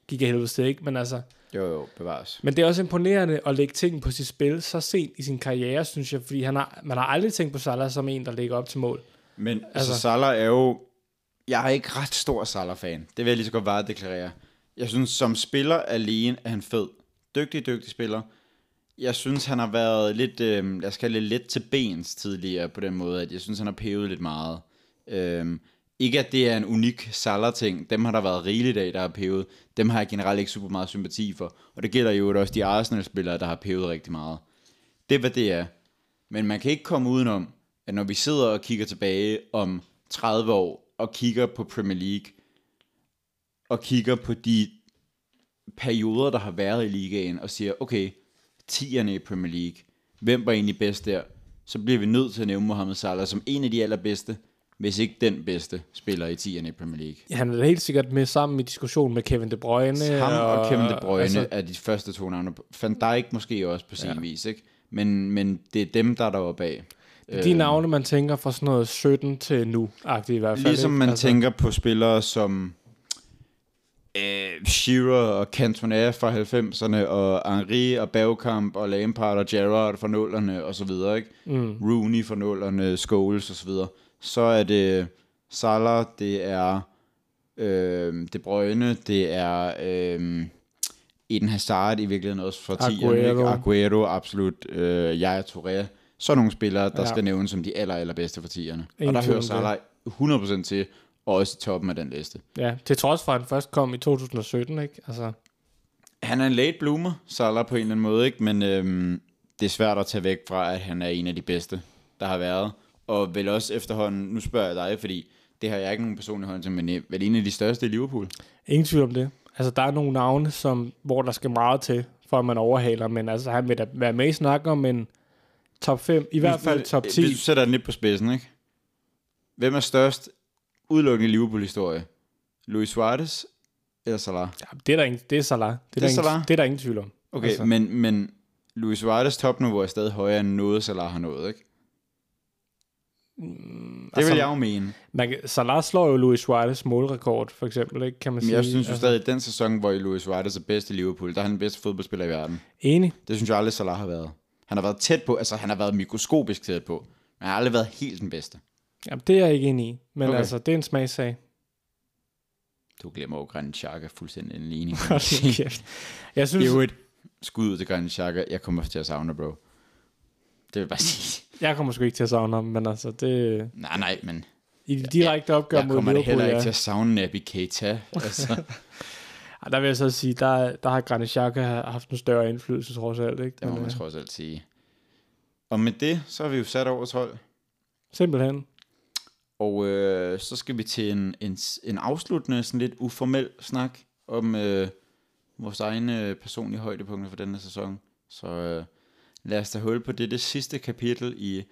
gik af helvede til, ikke? Men, altså,
Jo, jo, bevares.
men det er også imponerende at lægge ting på sit spil så sent i sin karriere, synes jeg, fordi han har, man har aldrig tænkt på Salah som en, der ligger op til mål.
Men altså, altså Salah er jo... Jeg er ikke ret stor Salah-fan. Det vil jeg lige så godt bare deklarere. Jeg synes, som spiller alene er han fed. Dygtig, dygtig spiller. Jeg synes, han har været lidt, øh, jeg skal lidt let til bens tidligere på den måde, at jeg synes, han har pevet lidt meget. Øh, ikke at det er en unik Salah-ting. Dem har der været rigeligt af, der har pevet. Dem har jeg generelt ikke super meget sympati for. Og det gælder jo også de Arsenal-spillere, der har pevet rigtig meget. Det er, hvad det er. Men man kan ikke komme udenom, at når vi sidder og kigger tilbage om 30 år, og kigger på Premier League, og kigger på de perioder, der har været i ligaen, og siger, okay, 10'erne i Premier League, hvem var egentlig bedst der? Så bliver vi nødt til at nævne Mohamed Salah som en af de allerbedste, hvis ikke den bedste spiller i 10'erne i Premier League.
Han er da helt sikkert med sammen i diskussionen med Kevin De Bruyne.
Ham og Kevin De Bruyne altså, er de første to navne. Van Dijk måske også på sin ja. vis, ikke? Men, men det er dem, der er deroppe bag.
De
Øhm.
navne, man tænker fra sådan noget 17 til nu, agtigt i hvert fald.
Ligesom
ikke?
man altså. tænker på spillere som øh, Shearer og Cantona fra 90'erne, og Henri og Bagkamp og Lampard og Gerrard fra 0'erne og så videre, ikke? Mm. Rooney fra 0'erne, Scholes og så videre. Så er det Salah, det er øh, De Bruyne, det er øh, Eden Hazard i virkeligheden også fra 10'erne, ikke?
Aguero.
Aguero, absolut, øh, Yaya Touré. Sådan nogle spillere, der ja.
Ja.
skal nævnes som de aller, allerbedste for 10'erne. Og
Ingen
der
tvivl
hører
om det.
Salah 100% til, og også i toppen af den liste.
Ja, til trods for, at han først kom i 2017, ikke? Altså,
Han er en late bloomer, Salah på en eller anden måde, ikke? men øhm, det er svært at tage væk fra, at han er en af de bedste, der har været. Og vel også efterhånden, nu spørger jeg dig, fordi det har jeg ikke nogen personlig hånd til, men øh, vel en af de største i Liverpool.
Ingen tvivl om det. Altså, der er nogle navne, som, hvor der skal meget til, for at man overhaler, men altså, han vil da være med i snakken om en top 5, i hvert fald top 10.
Øh, Hvis du sætter den lidt på spidsen, ikke? Hvem er størst udelukkende i Liverpool-historie? Luis Suarez eller Salah?
Ja, det er der ingen, det er Salah. Det er,
Det
der
er
ingen,
Salah.
det er der ingen tvivl om.
Okay, altså. men, men Luis Suarez topniveau er stadig højere end noget, Salah har nået, ikke? Mm, det
altså-
vil jeg jo mene.
Man, kan- Salah slår jo Luis Suarez målrekord, for eksempel, ikke? kan man
Men
sige.
jeg synes jo
Altså,
stadig, at den sæson, hvor Luis Suarez er bedst i Liverpool, der er han den bedste fodboldspiller i verden.
Enig.
Det synes jeg aldrig, Salah har været. Han har været tæt på, altså han har været mikroskopisk tæt på, men han har aldrig været helt den bedste.
Jamen, det er jeg ikke enig i, men
Okay.
okay. altså, det er en
(laughs)
smagssag.
Du glemmer jo Granit Xhaka fuldstændig en ligning. kan man
(laughs) Hold nu
sige.
kæft. jeg
det
synes,
er jo et skud ud til Granit Xhaka. Jeg kommer til at savne, bro. Det vil jeg bare
(laughs)
sige.
jeg kommer sgu ikke til at savne ham, men altså, det,
Nej, nej, men
i de direkte opgør
jeg
mod
kommer da
Liverpool,
heller ikke
ja.
til at savne Naby
(laughs)
Keita. Altså,
Ej, der vil jeg så sige, der, der har Granit Xhaka haft en større indflydelse, trods alt. Ikke?
det må
Men,
man
øh,
trods alt sige. Og med det, så har vi jo sat over 12.
Simpelthen.
Og øh, så skal vi til en, en, en afsluttende, sådan lidt uformel snak om øh, vores egne øh, personlige højdepunkter for denne sæson. Så øh, lad os da hul på det, det sidste kapitel i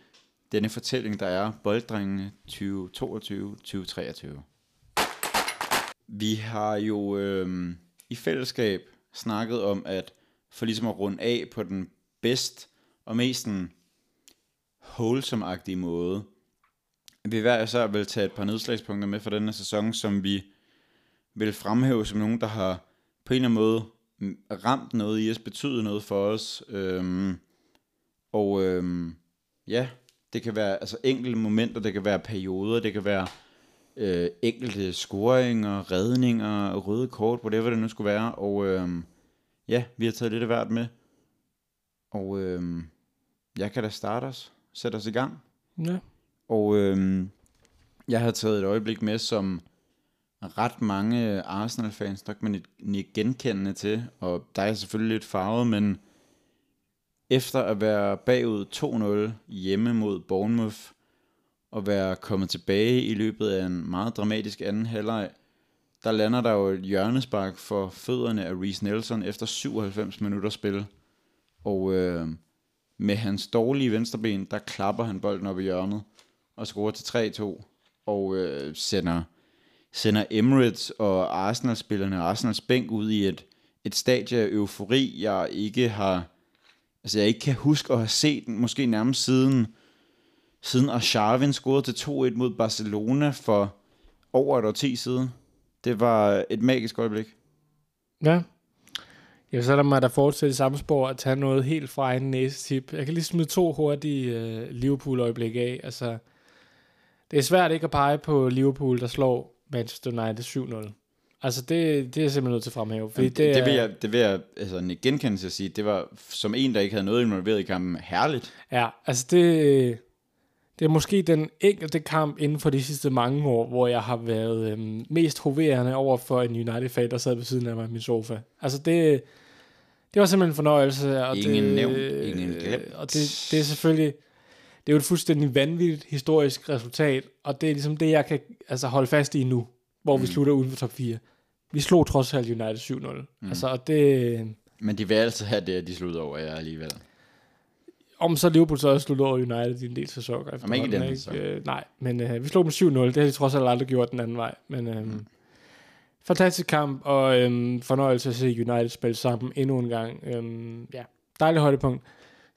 denne fortælling, der er Bolddrengene 2022-2023. Vi har jo øh, i fællesskab snakket om, at for ligesom at runde af på den bedst og mest sådan wholesome-agtige måde, vi hver især vil tage et par nedslagspunkter med fra denne sæson, som vi vil fremhæve som nogen, der har på en eller anden måde mm, ramt noget i os, betydet noget for os. Øhm, og øhm, ja, det kan være altså enkelte momenter, det kan være perioder, det kan være øh, enkelte scoringer, redninger, røde kort, whatever det nu skulle være. Og øhm, ja, vi har taget lidt af hvert med. Og øhm, jeg kan da starte os, sætte os i gang.
Ja.
Og øhm, jeg havde taget et øjeblik med, som ret mange Arsenal-fans nok man ikke genkendende til, og der er jeg selvfølgelig lidt farvet, men efter at være bagud 2-0 hjemme mod Bournemouth, og være kommet tilbage i løbet af en meget dramatisk anden halvleg, der lander der jo et hjørnespark for fødderne af Reece Nelson efter 97 minutter spil. Og øh, med hans dårlige venstreben, der klapper han bolden op i hjørnet og scorer til 3-2 og øh, sender, sender Emirates og Arsenal-spillerne og Arsenals bænk ud i et, et stadie af eufori, jeg ikke har altså jeg ikke kan huske at have set den, måske nærmest siden siden Arshavin scorede til 2-1 mod Barcelona for over et årti siden. Det var et magisk øjeblik.
ja. Jeg så er der mig, der fortsætter i samme spor at tage noget helt fra egen næsetip. Jeg kan lige smide to hurtige øh, Liverpool-øjeblikke af. Altså, det er svært ikke at pege på Liverpool, der slår Manchester United 7-0. Altså, det, det er jeg simpelthen nødt til at fremhæve. Fordi
Det, det,
er,
vil jeg, det vil jeg altså, Nick genkende til at sige. Det var som en, der ikke havde noget involveret i kampen. Herligt.
Ja, altså det, det er måske den enkelte kamp inden for de sidste mange år, hvor jeg har været øhm, mest hoverende over for en United-fan, der sad ved siden af mig i min sofa. Altså det, det var simpelthen en fornøjelse. Og
Ingen
det,
nævnt, ingen glemt.
Og det, det er selvfølgelig, det er jo et fuldstændig vanvittigt historisk resultat, og det er ligesom det, jeg kan altså, holde fast i nu, hvor mm. vi slutter uden for top 4. Vi slog trods alt United 7-0. Mm. Altså, og det...
Men de vil altid have det, at de slutter over jer alligevel.
Om så Liverpool så også sluttede over United i en del sæsoner.
Jamen, ikke i den
efterhånden,
sæson.
Øh, nej, men øh, vi slog dem 7-0. Det har de trods alt aldrig gjort den anden vej. Men øh, mm. fantastisk kamp, og øh, fornøjelse at se United spille sammen endnu en gang. Øh, ja, dejlig højdepunkt.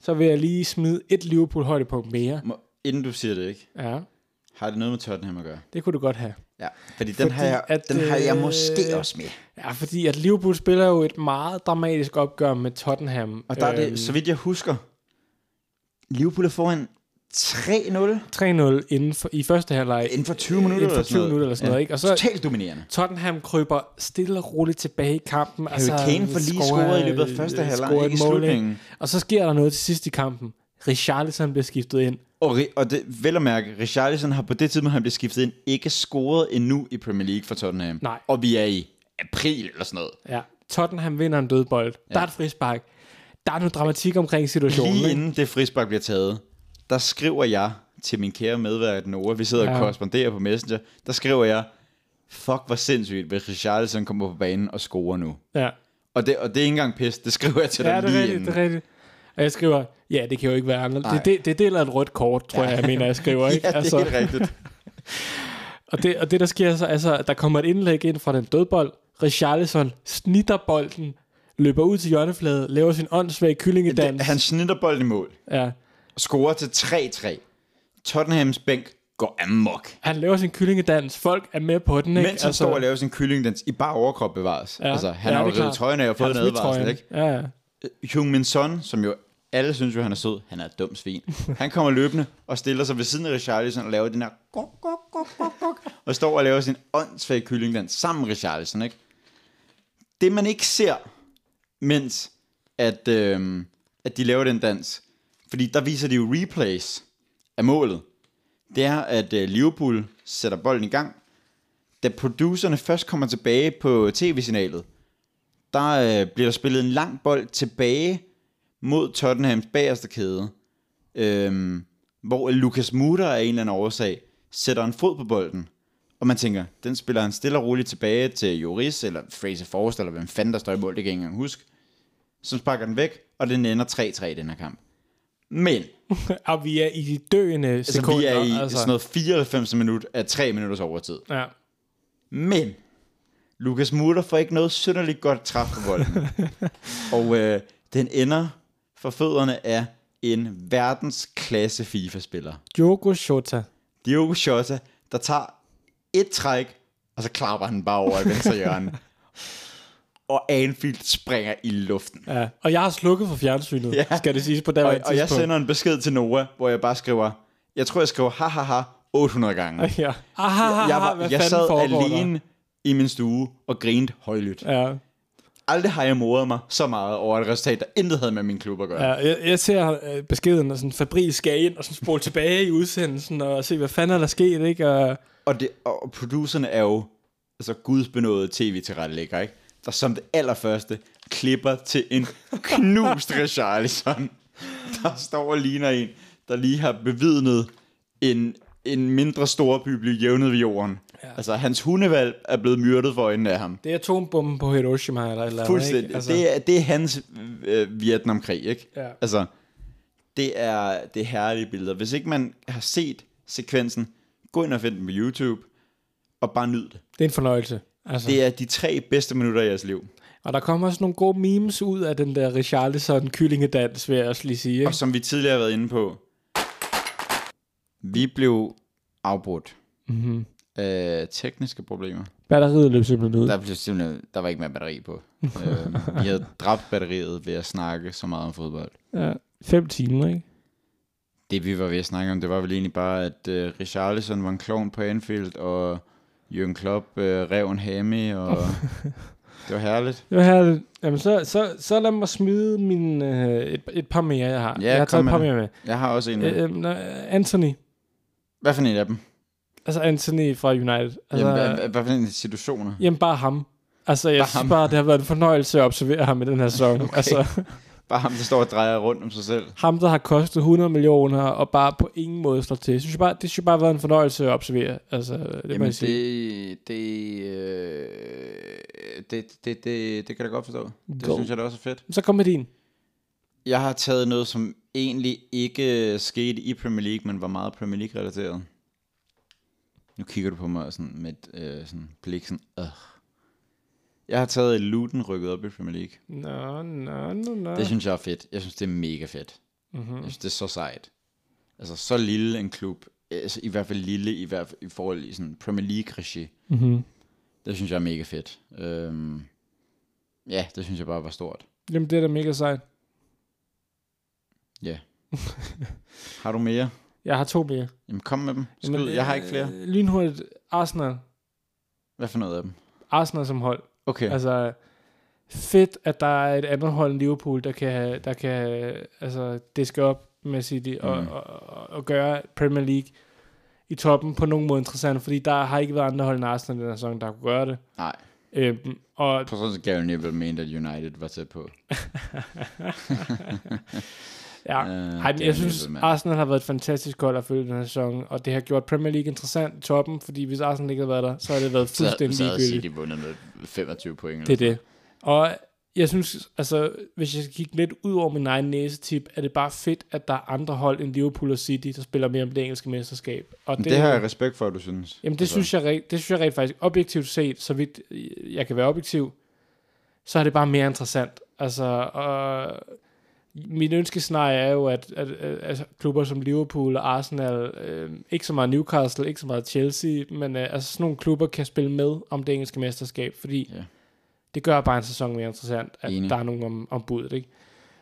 Så vil jeg lige smide et Liverpool-højdepunkt mere.
Må, inden du siger det, ikke?
Ja,
Har det noget med Tottenham at gøre?
det kunne du godt have.
Ja, fordi,
Fordi at, øh,
også med.
Ja, fordi at Liverpool spiller jo et meget dramatisk opgør med Tottenham.
Og der er
Øhm,
det, så vidt jeg husker, Liverpool er foran 3-0
3-0 inden for, i første halvleg.
inden for 20 minutter
Øh, Inden for
eller
20
sådan noget.
minutter eller sådan noget, ikke? Og så-
Totalt dominerende.
Tottenham kryber stille og roligt tilbage i kampen.
Harry Altså, Kane får lige scoret i løbet af første
Altså, øh,
halvleg,
scorer
ikke
et
i
mål,
slutningen.
ikke? Og så sker der noget til sidst i kampen. Richarlison bliver skiftet ind.
Og, ri- og det, vel at mærke, Richarlison har på det tidspunkt, han blev skiftet ind, ikke scoret endnu i Premier League for Tottenham.
Nej.
Og vi er i april eller sådan noget.
Ja. Tottenham vinder en dødbold. Ja. Der er et frispark. der er noget dramatik omkring situationen.
Lige
ikke?
inden det frisbak bliver taget, der skriver jeg til min kære medvært Nora, vi sidder ja.
Ja.
og korresponderer på Messenger, der skriver jeg, fuck hvor sindssygt, hvis Richarlison kommer på banen og scorer nu.
Ja.
Og det, og det er ikke engang pis, det skriver jeg til
Ja,
dig
det er
lige
rigtigt,
inden.
det er rigtigt. Og jeg skriver, ja, det kan jo ikke være anderledes.
Nej.
Det, det, det deler et rødt kort, tror ja. jeg, jeg mener, jeg skriver. Ikke?
(laughs)
Altså,
ja, det er helt
(laughs)
rigtigt.
og, det, og det, der sker så, altså, der kommer et indlæg ind fra den dødbold. Richarlison snitter bolden, løber ud til hjørnefladen, laver sin åndssvage kyllingedans.
Det, han snitter bolden i mål,
Ja.
scorer til 3-3. Tottenhams bænk går amok.
Han laver sin kyllingedans. Folk er med på den, ikke?
Mens han altså, står og laver sin kyllingdans i bare overkrop bevares. Ja, altså, han ja, har jo
det er
reddet
klart.
trøjen af og fået en
Han har smidt
advarsel,
trøjen.
ikke?
Ja, ja.
Jung Øh, Min Son, som jo alle synes jo, han er sød, han er et dumt svin. Han kommer løbende og stiller sig ved siden af Richarlison og laver den her gok, gok, gok, gok, gok, og står og laver sin åndssvage kyllingdans sammen med Richarlison, ikke? Det man ikke ser, mens at, øh, at de laver den dans, fordi der viser de jo replays af målet, det er, at øh, Liverpool sætter bolden i gang. Da producerne først kommer tilbage på tv-signalet, der øh, bliver der spillet en lang bold tilbage mod Tottenhams bagerste kæde, øhm, hvor Lucas Mutter af en eller anden årsag sætter en fod på bolden, og man tænker, den spiller han stille og roligt tilbage til Joris, eller Fraser Forrest, eller hvem fanden der står i mål, det kan jeg ikke engang huske, som sparker den væk, og den ender 3-3 i den her kamp. Men,
Og vi er i de døende
så
sekunder.
vi er i
altså.
sådan noget 94 minut af 3 minutters overtid.
Ja.
Men Lukas Mutter får ikke noget synderligt godt træf på
(laughs)
bolden. og øh, den ender for fødderne af en verdensklasse FIFA-spiller.
Diogo Jota.
Diogo Jota, der tager et træk, og så klapper han den bare over i venstre hjørne. og Anfield springer i luften.
Ja. Og jeg har slukket for fjernsynet,
Ja.
ja. skal det siges på det
Og,
her
og jeg
tidspunkt.
sender en besked til Nora, hvor jeg bare skriver, jeg tror jeg skriver ha ha ha 800 gange.
(laughs) Ja. Aha, aha,
jeg,
aha,
var,
hvad
jeg
fanden
sad
foregår der?
alene i min stue og grinede højlydt.
Ja.
Aldrig har jeg moret mig så meget over et resultat, der intet havde med min klub at gøre.
Ja, jeg, jeg ser øh, beskeden, og sådan, Fabrice skal ind, og sådan spole tilbage i udsendelsen, og se, hvad fanden er der sket, ikke? Og,
Og, det, og producerne er jo altså gudsbenåede tv tilrettelægger ikke? Der som det allerførste klipper til en knust Richarlison, der står og ligner en, der lige har bevidnet en, en mindre storby blive jævnet ved jorden. Ja. Altså, hans hundevalg er blevet myrdet for øjnene af ham.
det er atombomben på Hiroshima, eller et eller andet,
Fuldstændig.
ikke?
Altså. Det, er, det er hans øh, Vietnamkrig, ikke?
Ja.
Altså, det er, det er herlige billeder. Hvis ikke man har set sekvensen, gå ind og find den på YouTube, og bare nyd det.
det er en fornøjelse. Altså.
Det er de tre bedste minutter i jeres liv.
Og der kommer også nogle gode memes ud af den der Richarlison kyllingedans, vil jeg også lige sige.
Og som vi tidligere har været inde på, vi blev afbrudt
Mm-hmm.
af tekniske problemer.
Batteriet løb simpelthen ud.
Der, blev simpelthen, der var ikke mere batteri
(laughs)
på. øh, vi havde dræbt batteriet ved at snakke så meget om fodbold.
Ja, fem timer, ikke?
Det vi var ved at snakke om, det var vel egentlig bare, at øh, Richarlison var en klovn på Anfield, og Jürgen Klopp øh, rev en Hammy,
(laughs)
og det var herligt.
Det var herligt. Jamen, så, så, så lad mig smide min, øh, et, et par mere, jeg har.
Ja,
jeg har
kom
taget et par
med
mere med.
Jeg har også en.
Øh,
Øh,
øh, nå, øh, Anthony.
hvad for en af dem?
Altså Anthony fra United. Altså, øh,
Jamen, hvad, hvad- hvad for en af situationer?
Jamen bare ham. Altså jeg
Bare
bare
ham.
synes bare, det har været en fornøjelse at observere ham i den her
(laughs)
sæson. okay. Altså
Bare ham, der står og drejer rundt om sig selv.
ham, der har kostet 100 millioner og bare på ingen måde slår til. Jeg synes bare, det synes jeg bare har været en fornøjelse at observere. Altså det må
Jamen,
jeg sige.
det, det, øh, det, det, det, det kan jeg da godt forstå. Det
Go.
synes jeg da også er fedt.
Så kom med din.
Jeg har taget noget, som egentlig ikke skete i Premier League, men var meget Premier League-relateret. Nu kigger du på mig sådan med et øh, sådan blik sådan, øh. Jeg har taget at Luton rykket op i Premier League.
Nå, nå, nå, nå.
Det synes jeg er fedt. Jeg synes, det er mega fedt.
Mhm.
Mm-hmm. Jeg synes, det er så sejt. Altså, så lille en klub. Altså, I hvert fald lille i, hvert fald, i forhold til sådan Premier League-regi.
Mm-hmm.
Det synes jeg er mega fedt. Øhm, ja, det synes jeg bare var stort.
Jamen det er da mega sejt.
Ja. har du mere?
Jeg har to mere.
Jamen kom med dem. Skyd.
Jamen,
Jamen, jeg har ikke flere.
øh, Lynhurtigt. Arsenal.
Hvad for noget af dem?
Arsenal som hold.
Okay. Altså,
Altså, fedt, at der er et andet hold end Liverpool, der kan, der kan altså, det skal op med City og,
Mm.
og, og, og gøre Premier League i toppen på nogen måde interessant, fordi der har ikke været andre hold end Arsenal i den her sæson, der kunne gøre det.
Nej.
Øhm, og
På sådan, at Gary Neville mente, at United var tæt på.
Ja,
Øh,
øh,
det
Ej,
er en
jeg synes,
helvede, mand.
Arsenal har været et fantastisk hold at følge den her sæson, og det har gjort Premier League interessant i toppen, fordi hvis Arsenal ikke havde været der, så havde det været
(laughs) Så,
fuldstændig
så havde
ligegyldigt.
City vundet med 25 point.
Det er det. Og jeg synes, altså, hvis jeg skal kigge lidt ud over min egen næsetip, er det bare fedt, at der er andre hold end Liverpool og City, der spiller mere om det engelske mesterskab. Og
Men det har jeg respekt for, at du synes.
Jamen, det, synes jeg, rigt- det synes jeg rent faktisk, objektivt set, så vidt øh, jeg kan være objektiv, så er det bare mere interessant. Altså, og min ønskescenarie er jo, at, at, at, at klubber som Liverpool og Arsenal, øh, ikke så meget Newcastle, ikke så meget Chelsea, men øh, altså sådan nogle klubber kan spille med om det engelske mesterskab, fordi
Ja.
yeah. det gør bare en sæson mere interessant, at
Enig.
Enig. der er nogen om, om budet, ikke?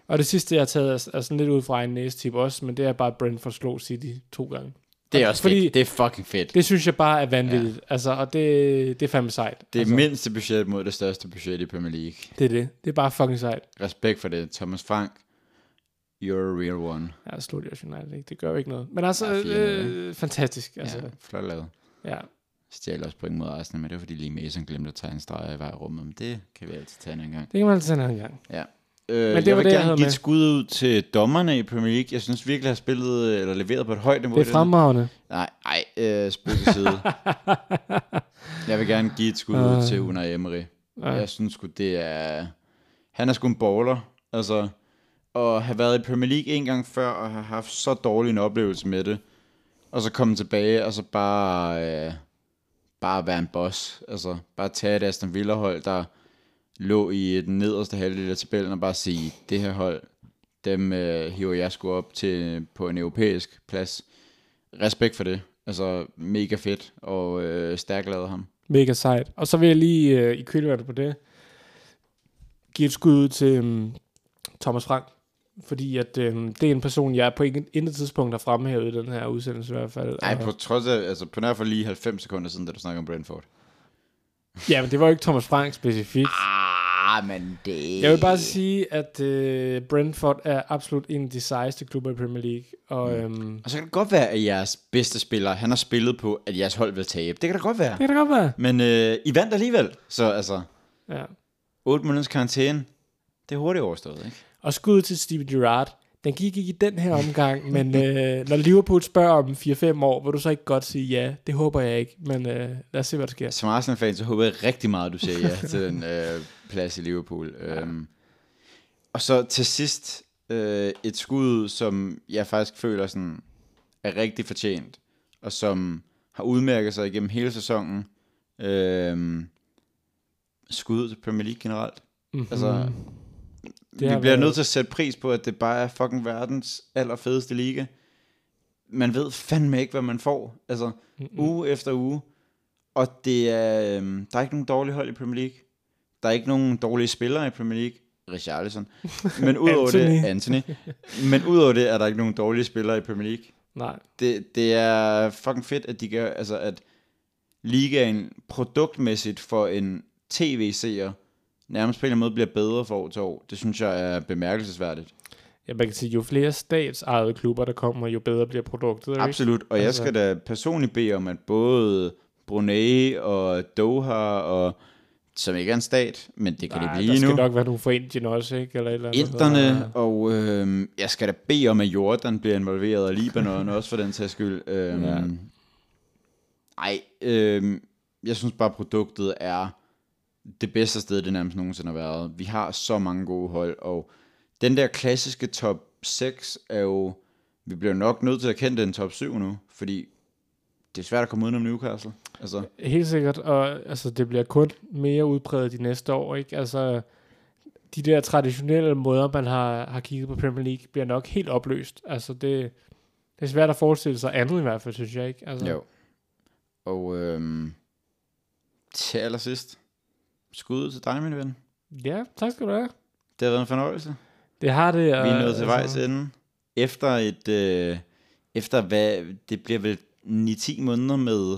Og det sidste, jeg har taget, er, er sådan lidt ud fra en næstip også, men det er bare, at Brentford slog City to gange.
Det er også
Fordi-
fedt. Det er fucking fedt.
Det synes jeg bare er vanvittigt. Ja. Altså, og det, det er fandme sejt.
Det er
altså,
mindste budget mod det største budget i Premier League.
det er det. Det er bare fucking sejt.
Respekt for det. Thomas Frank, you're a real one.
Ja, slut Josh United, ikke? Det gør jo ikke noget. Men altså,
Ja, fire nul,
øh, fantastisk. Altså,
Ja, flot lavet.
ja. ja.
Stjal også point mod Arsenal, men det var fordi lige Mason glemte at tage en streg i vej af rummet. Men det kan vi altid tage en anden gang.
Det kan man altid tage en anden gang.
Øh,
var
jeg
det,
vil
jeg
gerne
havde
give
med.
et skud ud til dommerne i Premier League. Jeg synes virkelig, at har spillet øh, eller leveret på et højt niveau. i
Det er
den.
fremragende.
Nej, ej, øh, spil til side. jeg vil gerne give et skud ud til Unai Emery. Jeg synes sgu, det er... Han er sgu en baller. Altså, at have været i Premier League en gang før, og have haft så dårlig en oplevelse med det, og så komme tilbage, og så bare, øh, bare være en boss. Altså, bare tage et Aston Villa-hold, der lå i den nederste halvdel af tabellen, og bare sige, det her hold, dem øh, hiver jeg sgu op til, på en europæisk plads. Respekt for det. Altså, mega fedt, og øh, stærk lavet ham.
Mega sejt. Og så vil jeg lige øh, i kølvandet på det give et skud ud til øhm, Thomas Frank. Fordi at øhm, det er en person, jeg på ingen- intet tidspunkt har fremhævet i den her udsendelse i hvert fald.
Nej,
Og-
på trods af, altså på nær for lige 90 sekunder siden, da du snakkede om Brentford.
Ja, men det var jo ikke Thomas Frank specifikt.
Ah, men det...
Jeg vil bare sige, at øh, Brentford er absolut en af de sejeste klubber i Premier League. Og mm. øhm,
Og så kan det godt være, at jeres bedste spiller, han har spillet på, at jeres hold vil tabe. Det kan da godt være.
det kan da godt være.
Men øh, I vandt alligevel. Så altså,
Ja.
8 måneders karantæne, det er hurtigt overstået, ikke?
Og skud til Steven Gerrard. Den gik ikke i den her omgang, (laughs) men øh, når Liverpool spørger om 4-5 år, vil du så ikke godt sige ja? Det håber jeg ikke, men øh, lad os se, hvad der sker.
Som Arsenal-fan, så håber jeg rigtig meget, at du siger
(laughs)
ja til den øh, plads i Liverpool. Ja. Øhm, og så til sidst øh, et skud, som jeg faktisk føler sådan, er rigtig fortjent, og som har udmærket sig igennem hele sæsonen. Øhm, skud ud til Premier League generelt.
Mm-hmm.
Altså, Vi
har
bliver
været-
nødt til at sætte pris på, at det bare er fucking verdens allerfedeste liga. Man ved fandme ikke, hvad man får. Altså, mm. uge efter uge. Og det er, øhm, der er ikke nogen dårlige hold i Premier League. Der er ikke nogen dårlige spillere i Premier League. Richarlison. Men udover det,
Anthony.
Anthony. Men udover det, er der ikke nogen dårlige spillere i Premier League.
Nej,
Det, det er fucking fedt, at de gør, altså at ligaen produktmæssigt for en tv-seer nærmest på en eller anden måde bliver bedre for år til år. Det synes jeg er bemærkelsesværdigt.
ja, man kan sige, jo flere statsejede klubber, der kommer, jo bedre bliver produktet. ikke?
Absolut, og jeg
Altså-
skal da personligt bede om, at både Brunei og Doha, og som ikke er en stat, men det kan
Nej,
det
der
blive
skal
nu,
nok være nogle for Indien også, ikke? Eller et eller andet.
Inderne, og øh, jeg skal da bede om, at Jordan bliver involveret, og Libanon også for den sags skyld. Øh, ja.
Ja.
Ej, øh, jeg synes bare, produktet er det bedste sted, det nærmest nogensinde har været. Vi har så mange gode hold, og den der klassiske top 6 er jo... Vi bliver nok nødt til at kende den top 7 nu, fordi det er svært at komme udenom Newcastle. Altså,
Helt sikkert, og altså, det bliver kun mere udpræget de næste år. Ikke? Altså, de der traditionelle måder, man har, har kigget på Premier League, bliver nok helt opløst. Altså, det, det er svært at forestille sig andet i hvert fald, synes jeg. Ikke? Altså,
Jo. Og øhm, til allersidst, skud ud til dig, min ven.
Ja, tak skal du have.
Det har været en fornøjelse.
Det har det. altså,
Vi er nået til vejs ende. Efter et, øh, efter hvad, det bliver vel 9-10 måneder med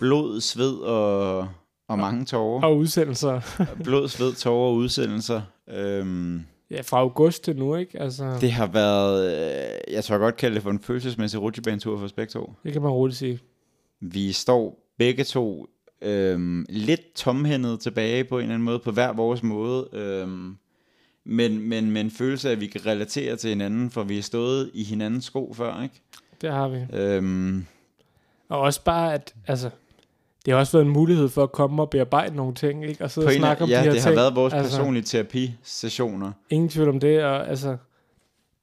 blod, sved og, og mange tårer.
Og udsendelser
Blod, sved, tårer og udsendelser. Øhm,
ja, fra august til nu, ikke? Altså, det,
det har været, øh, jeg tror godt kalde det for en følelsesmæssig rutsjebanetur for os begge to.
det kan man roligt sige.
Vi står begge to Øhm, lidt tomhændet tilbage på en eller anden måde, på hver vores måde. Øhm, men, men, men følelse af, at vi kan relatere til hinanden, for vi har stået i hinandens sko før, ikke?
Det har vi.
Øhm,
Og også bare, at altså, det har også været en mulighed for at komme og bearbejde nogle ting, ikke? Og sidde
på
og
en,
snakke om
ja,
de her
det
ting.
har været vores
altså.
altså. personlige terapisessioner.
Ingen tvivl om det, og altså,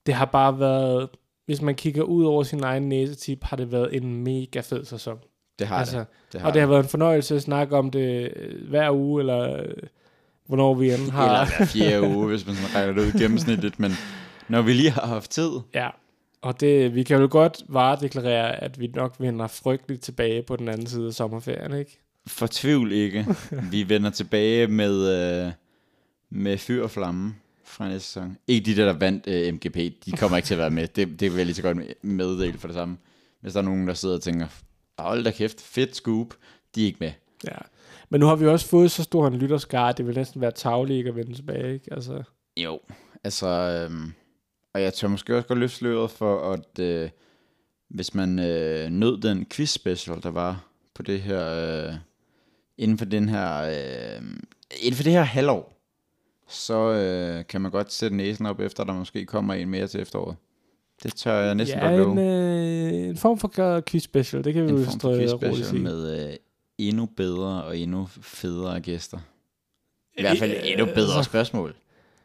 det har bare været, hvis man kigger ud over sin egen næsetip, har det været en mega fed sæson.
Det har
altså,
det. det har
og det har været en fornøjelse at snakke om det øh, hver uge, eller øh, hvornår vi end har.
Eller hver fjerde uge, hvis man sådan regner det ud gennemsnitligt, men når vi lige har haft tid,
Ja, og det, vi kan jo godt varedeklarere, at vi nok vender frygteligt tilbage på den anden side af sommerferien, ikke?
fortvivl ikke. Vi vender tilbage med, øh, med fyr og flamme fra næste sæson. Ikke de der, der vandt øh, MGP, de kommer ikke til at være med. Det, det vil jeg lige så godt meddele for det samme. Hvis der er nogen, der sidder og tænker, hold da kæft, fedt scoop, de er ikke med.
Ja. Men nu har vi også fået så stor en lytterskare, at det vil næsten være tavlig ikke at vende tilbage, ikke? Altså,
Jo, altså, øhm, og jeg tør måske også godt løfte sløret for, at øh, hvis man øh, nød den quiz special, der var på det her, øh, inden for den her, øh, inden for det her halvår, så øh, kan man godt sætte næsen op efter, at der måske kommer en mere til efteråret. Det tør jeg næsten
ja,
godt love.
en, øh, en form for quiz special, det kan vi
en
jo
form for quiz
strø- roligt
special
sige.
med øh, endnu bedre og endnu federe gæster. I hvert fald
Øh,
endnu bedre
altså-
spørgsmål.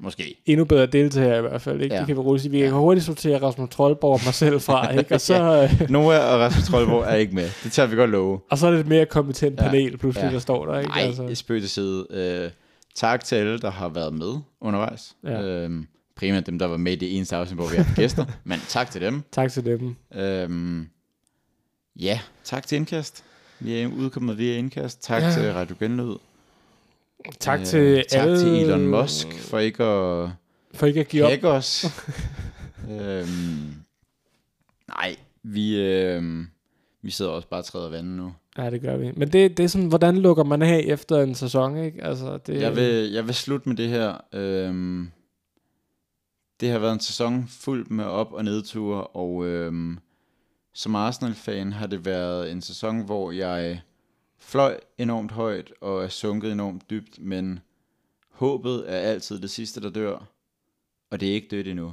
Måske.
Endnu bedre deltagere i hvert fald, ikke? Ja.
Ja.
Det kan vi roligt sige. Vi kan hurtigt sortere Rasmus Troldborg og mig selv fra,
(laughs)
ikke? Og så, øh,
Noah og Rasmus Troldborg er ikke med. Det tør vi godt love.
og så er det et mere kompetent
Ja,
panel, pludselig,
ja.
der står der, ikke?
Nej, altså. spøg til side. Øh, tak til alle, der har været med undervejs.
Ja.
Ja. Øhm, primært dem, der var med i det eneste afsnit, hvor vi havde (laughs) gæster. Men tak til dem.
Tak til dem.
Øhm, ja, tak til Indkast. Vi er udkommet via Indkast. Tak
Ja.
ja. til Radio Genlyd.
Tak til
Øh, tak
alle...
til Elon Musk for ikke at
For ikke at give op.
hacke
(laughs)
os. øhm, nej, vi, øhm, vi sidder også bare og træder vandet nu.
Ja, det gør vi. Men det, det er sådan, hvordan lukker man af efter en sæson, ikke? Altså, det,
Jeg vil, jeg vil slutte med det her. Øhm, det har været en sæson fuld med op- og nedture, og øhm, som Arsenal-fan har det været en sæson, hvor jeg fløj enormt højt og er sunket enormt dybt, men håbet er altid det sidste, der dør, og det er ikke dødt endnu.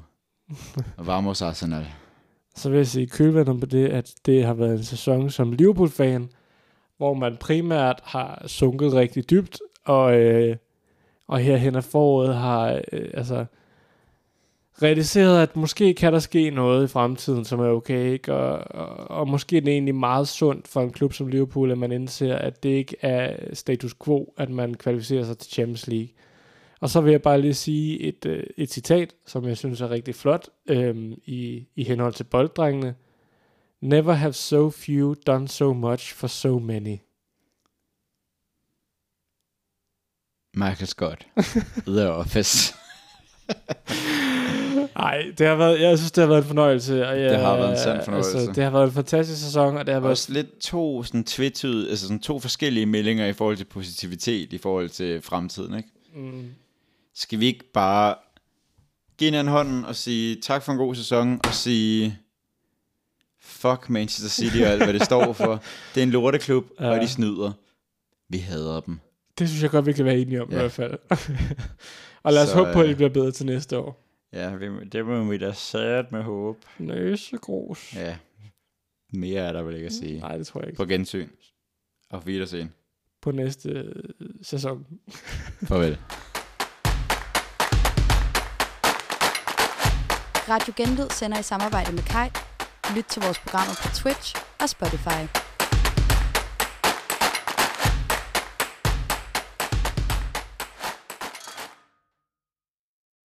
Og Vamos Arsenal.
Så vil jeg sige kølvandet på det, at det har været en sæson som Liverpool-fan, hvor man primært har sunket rigtig dybt, og, øh, og her hen ad foråret har øh, altså, realiseret, at måske kan der ske noget i fremtiden, som er okay, ikke? Og, og, og måske er det egentlig meget sundt for en klub som Liverpool, at man indser, at det ikke er status quo, at man kvalificerer sig til Champions League. Og så vil jeg bare lige sige et, øh, et citat, som jeg synes er rigtig flot øhm, i, i henhold til bolddrengene. Never have so few done so much for so
(laughs)
many.
Michael Scott. The Office.
Nej, det har været, jeg synes, det har været en fornøjelse. Og jeg,
Det har været en sand fornøjelse.
Altså, det har været en fantastisk sæson, og det har været...
også lidt to sådan tvetydige, altså sådan to forskellige meldinger i forhold til positivitet, i forhold til fremtiden, ikke?
Mm,
Skal vi ikke bare give hinanden hånden og sige tak for en god sæson, og sige fuck Manchester City og alt, hvad det står (laughs) for. Det er en lorteklub, ja. og
Ja.
de snyder. Vi hader dem.
det synes jeg godt, vi kan være enige om i
Ja.
hvert fald. (laughs) og lad os
Så,
håbe på, at det
øh,
bliver bedre til næste år.
Ja, vi- det må vi da sat med håb.
Nøsegrus. Ja.
Ja, mere er der vel ikke at sige.
Nej, det tror jeg ikke.
På gensyn. Og wiedersehen.
På næste øh, sæson.
Farvel.
Radio Genlyd sender i samarbejde med Kai. Lyt til vores programmer på Twitch og Spotify.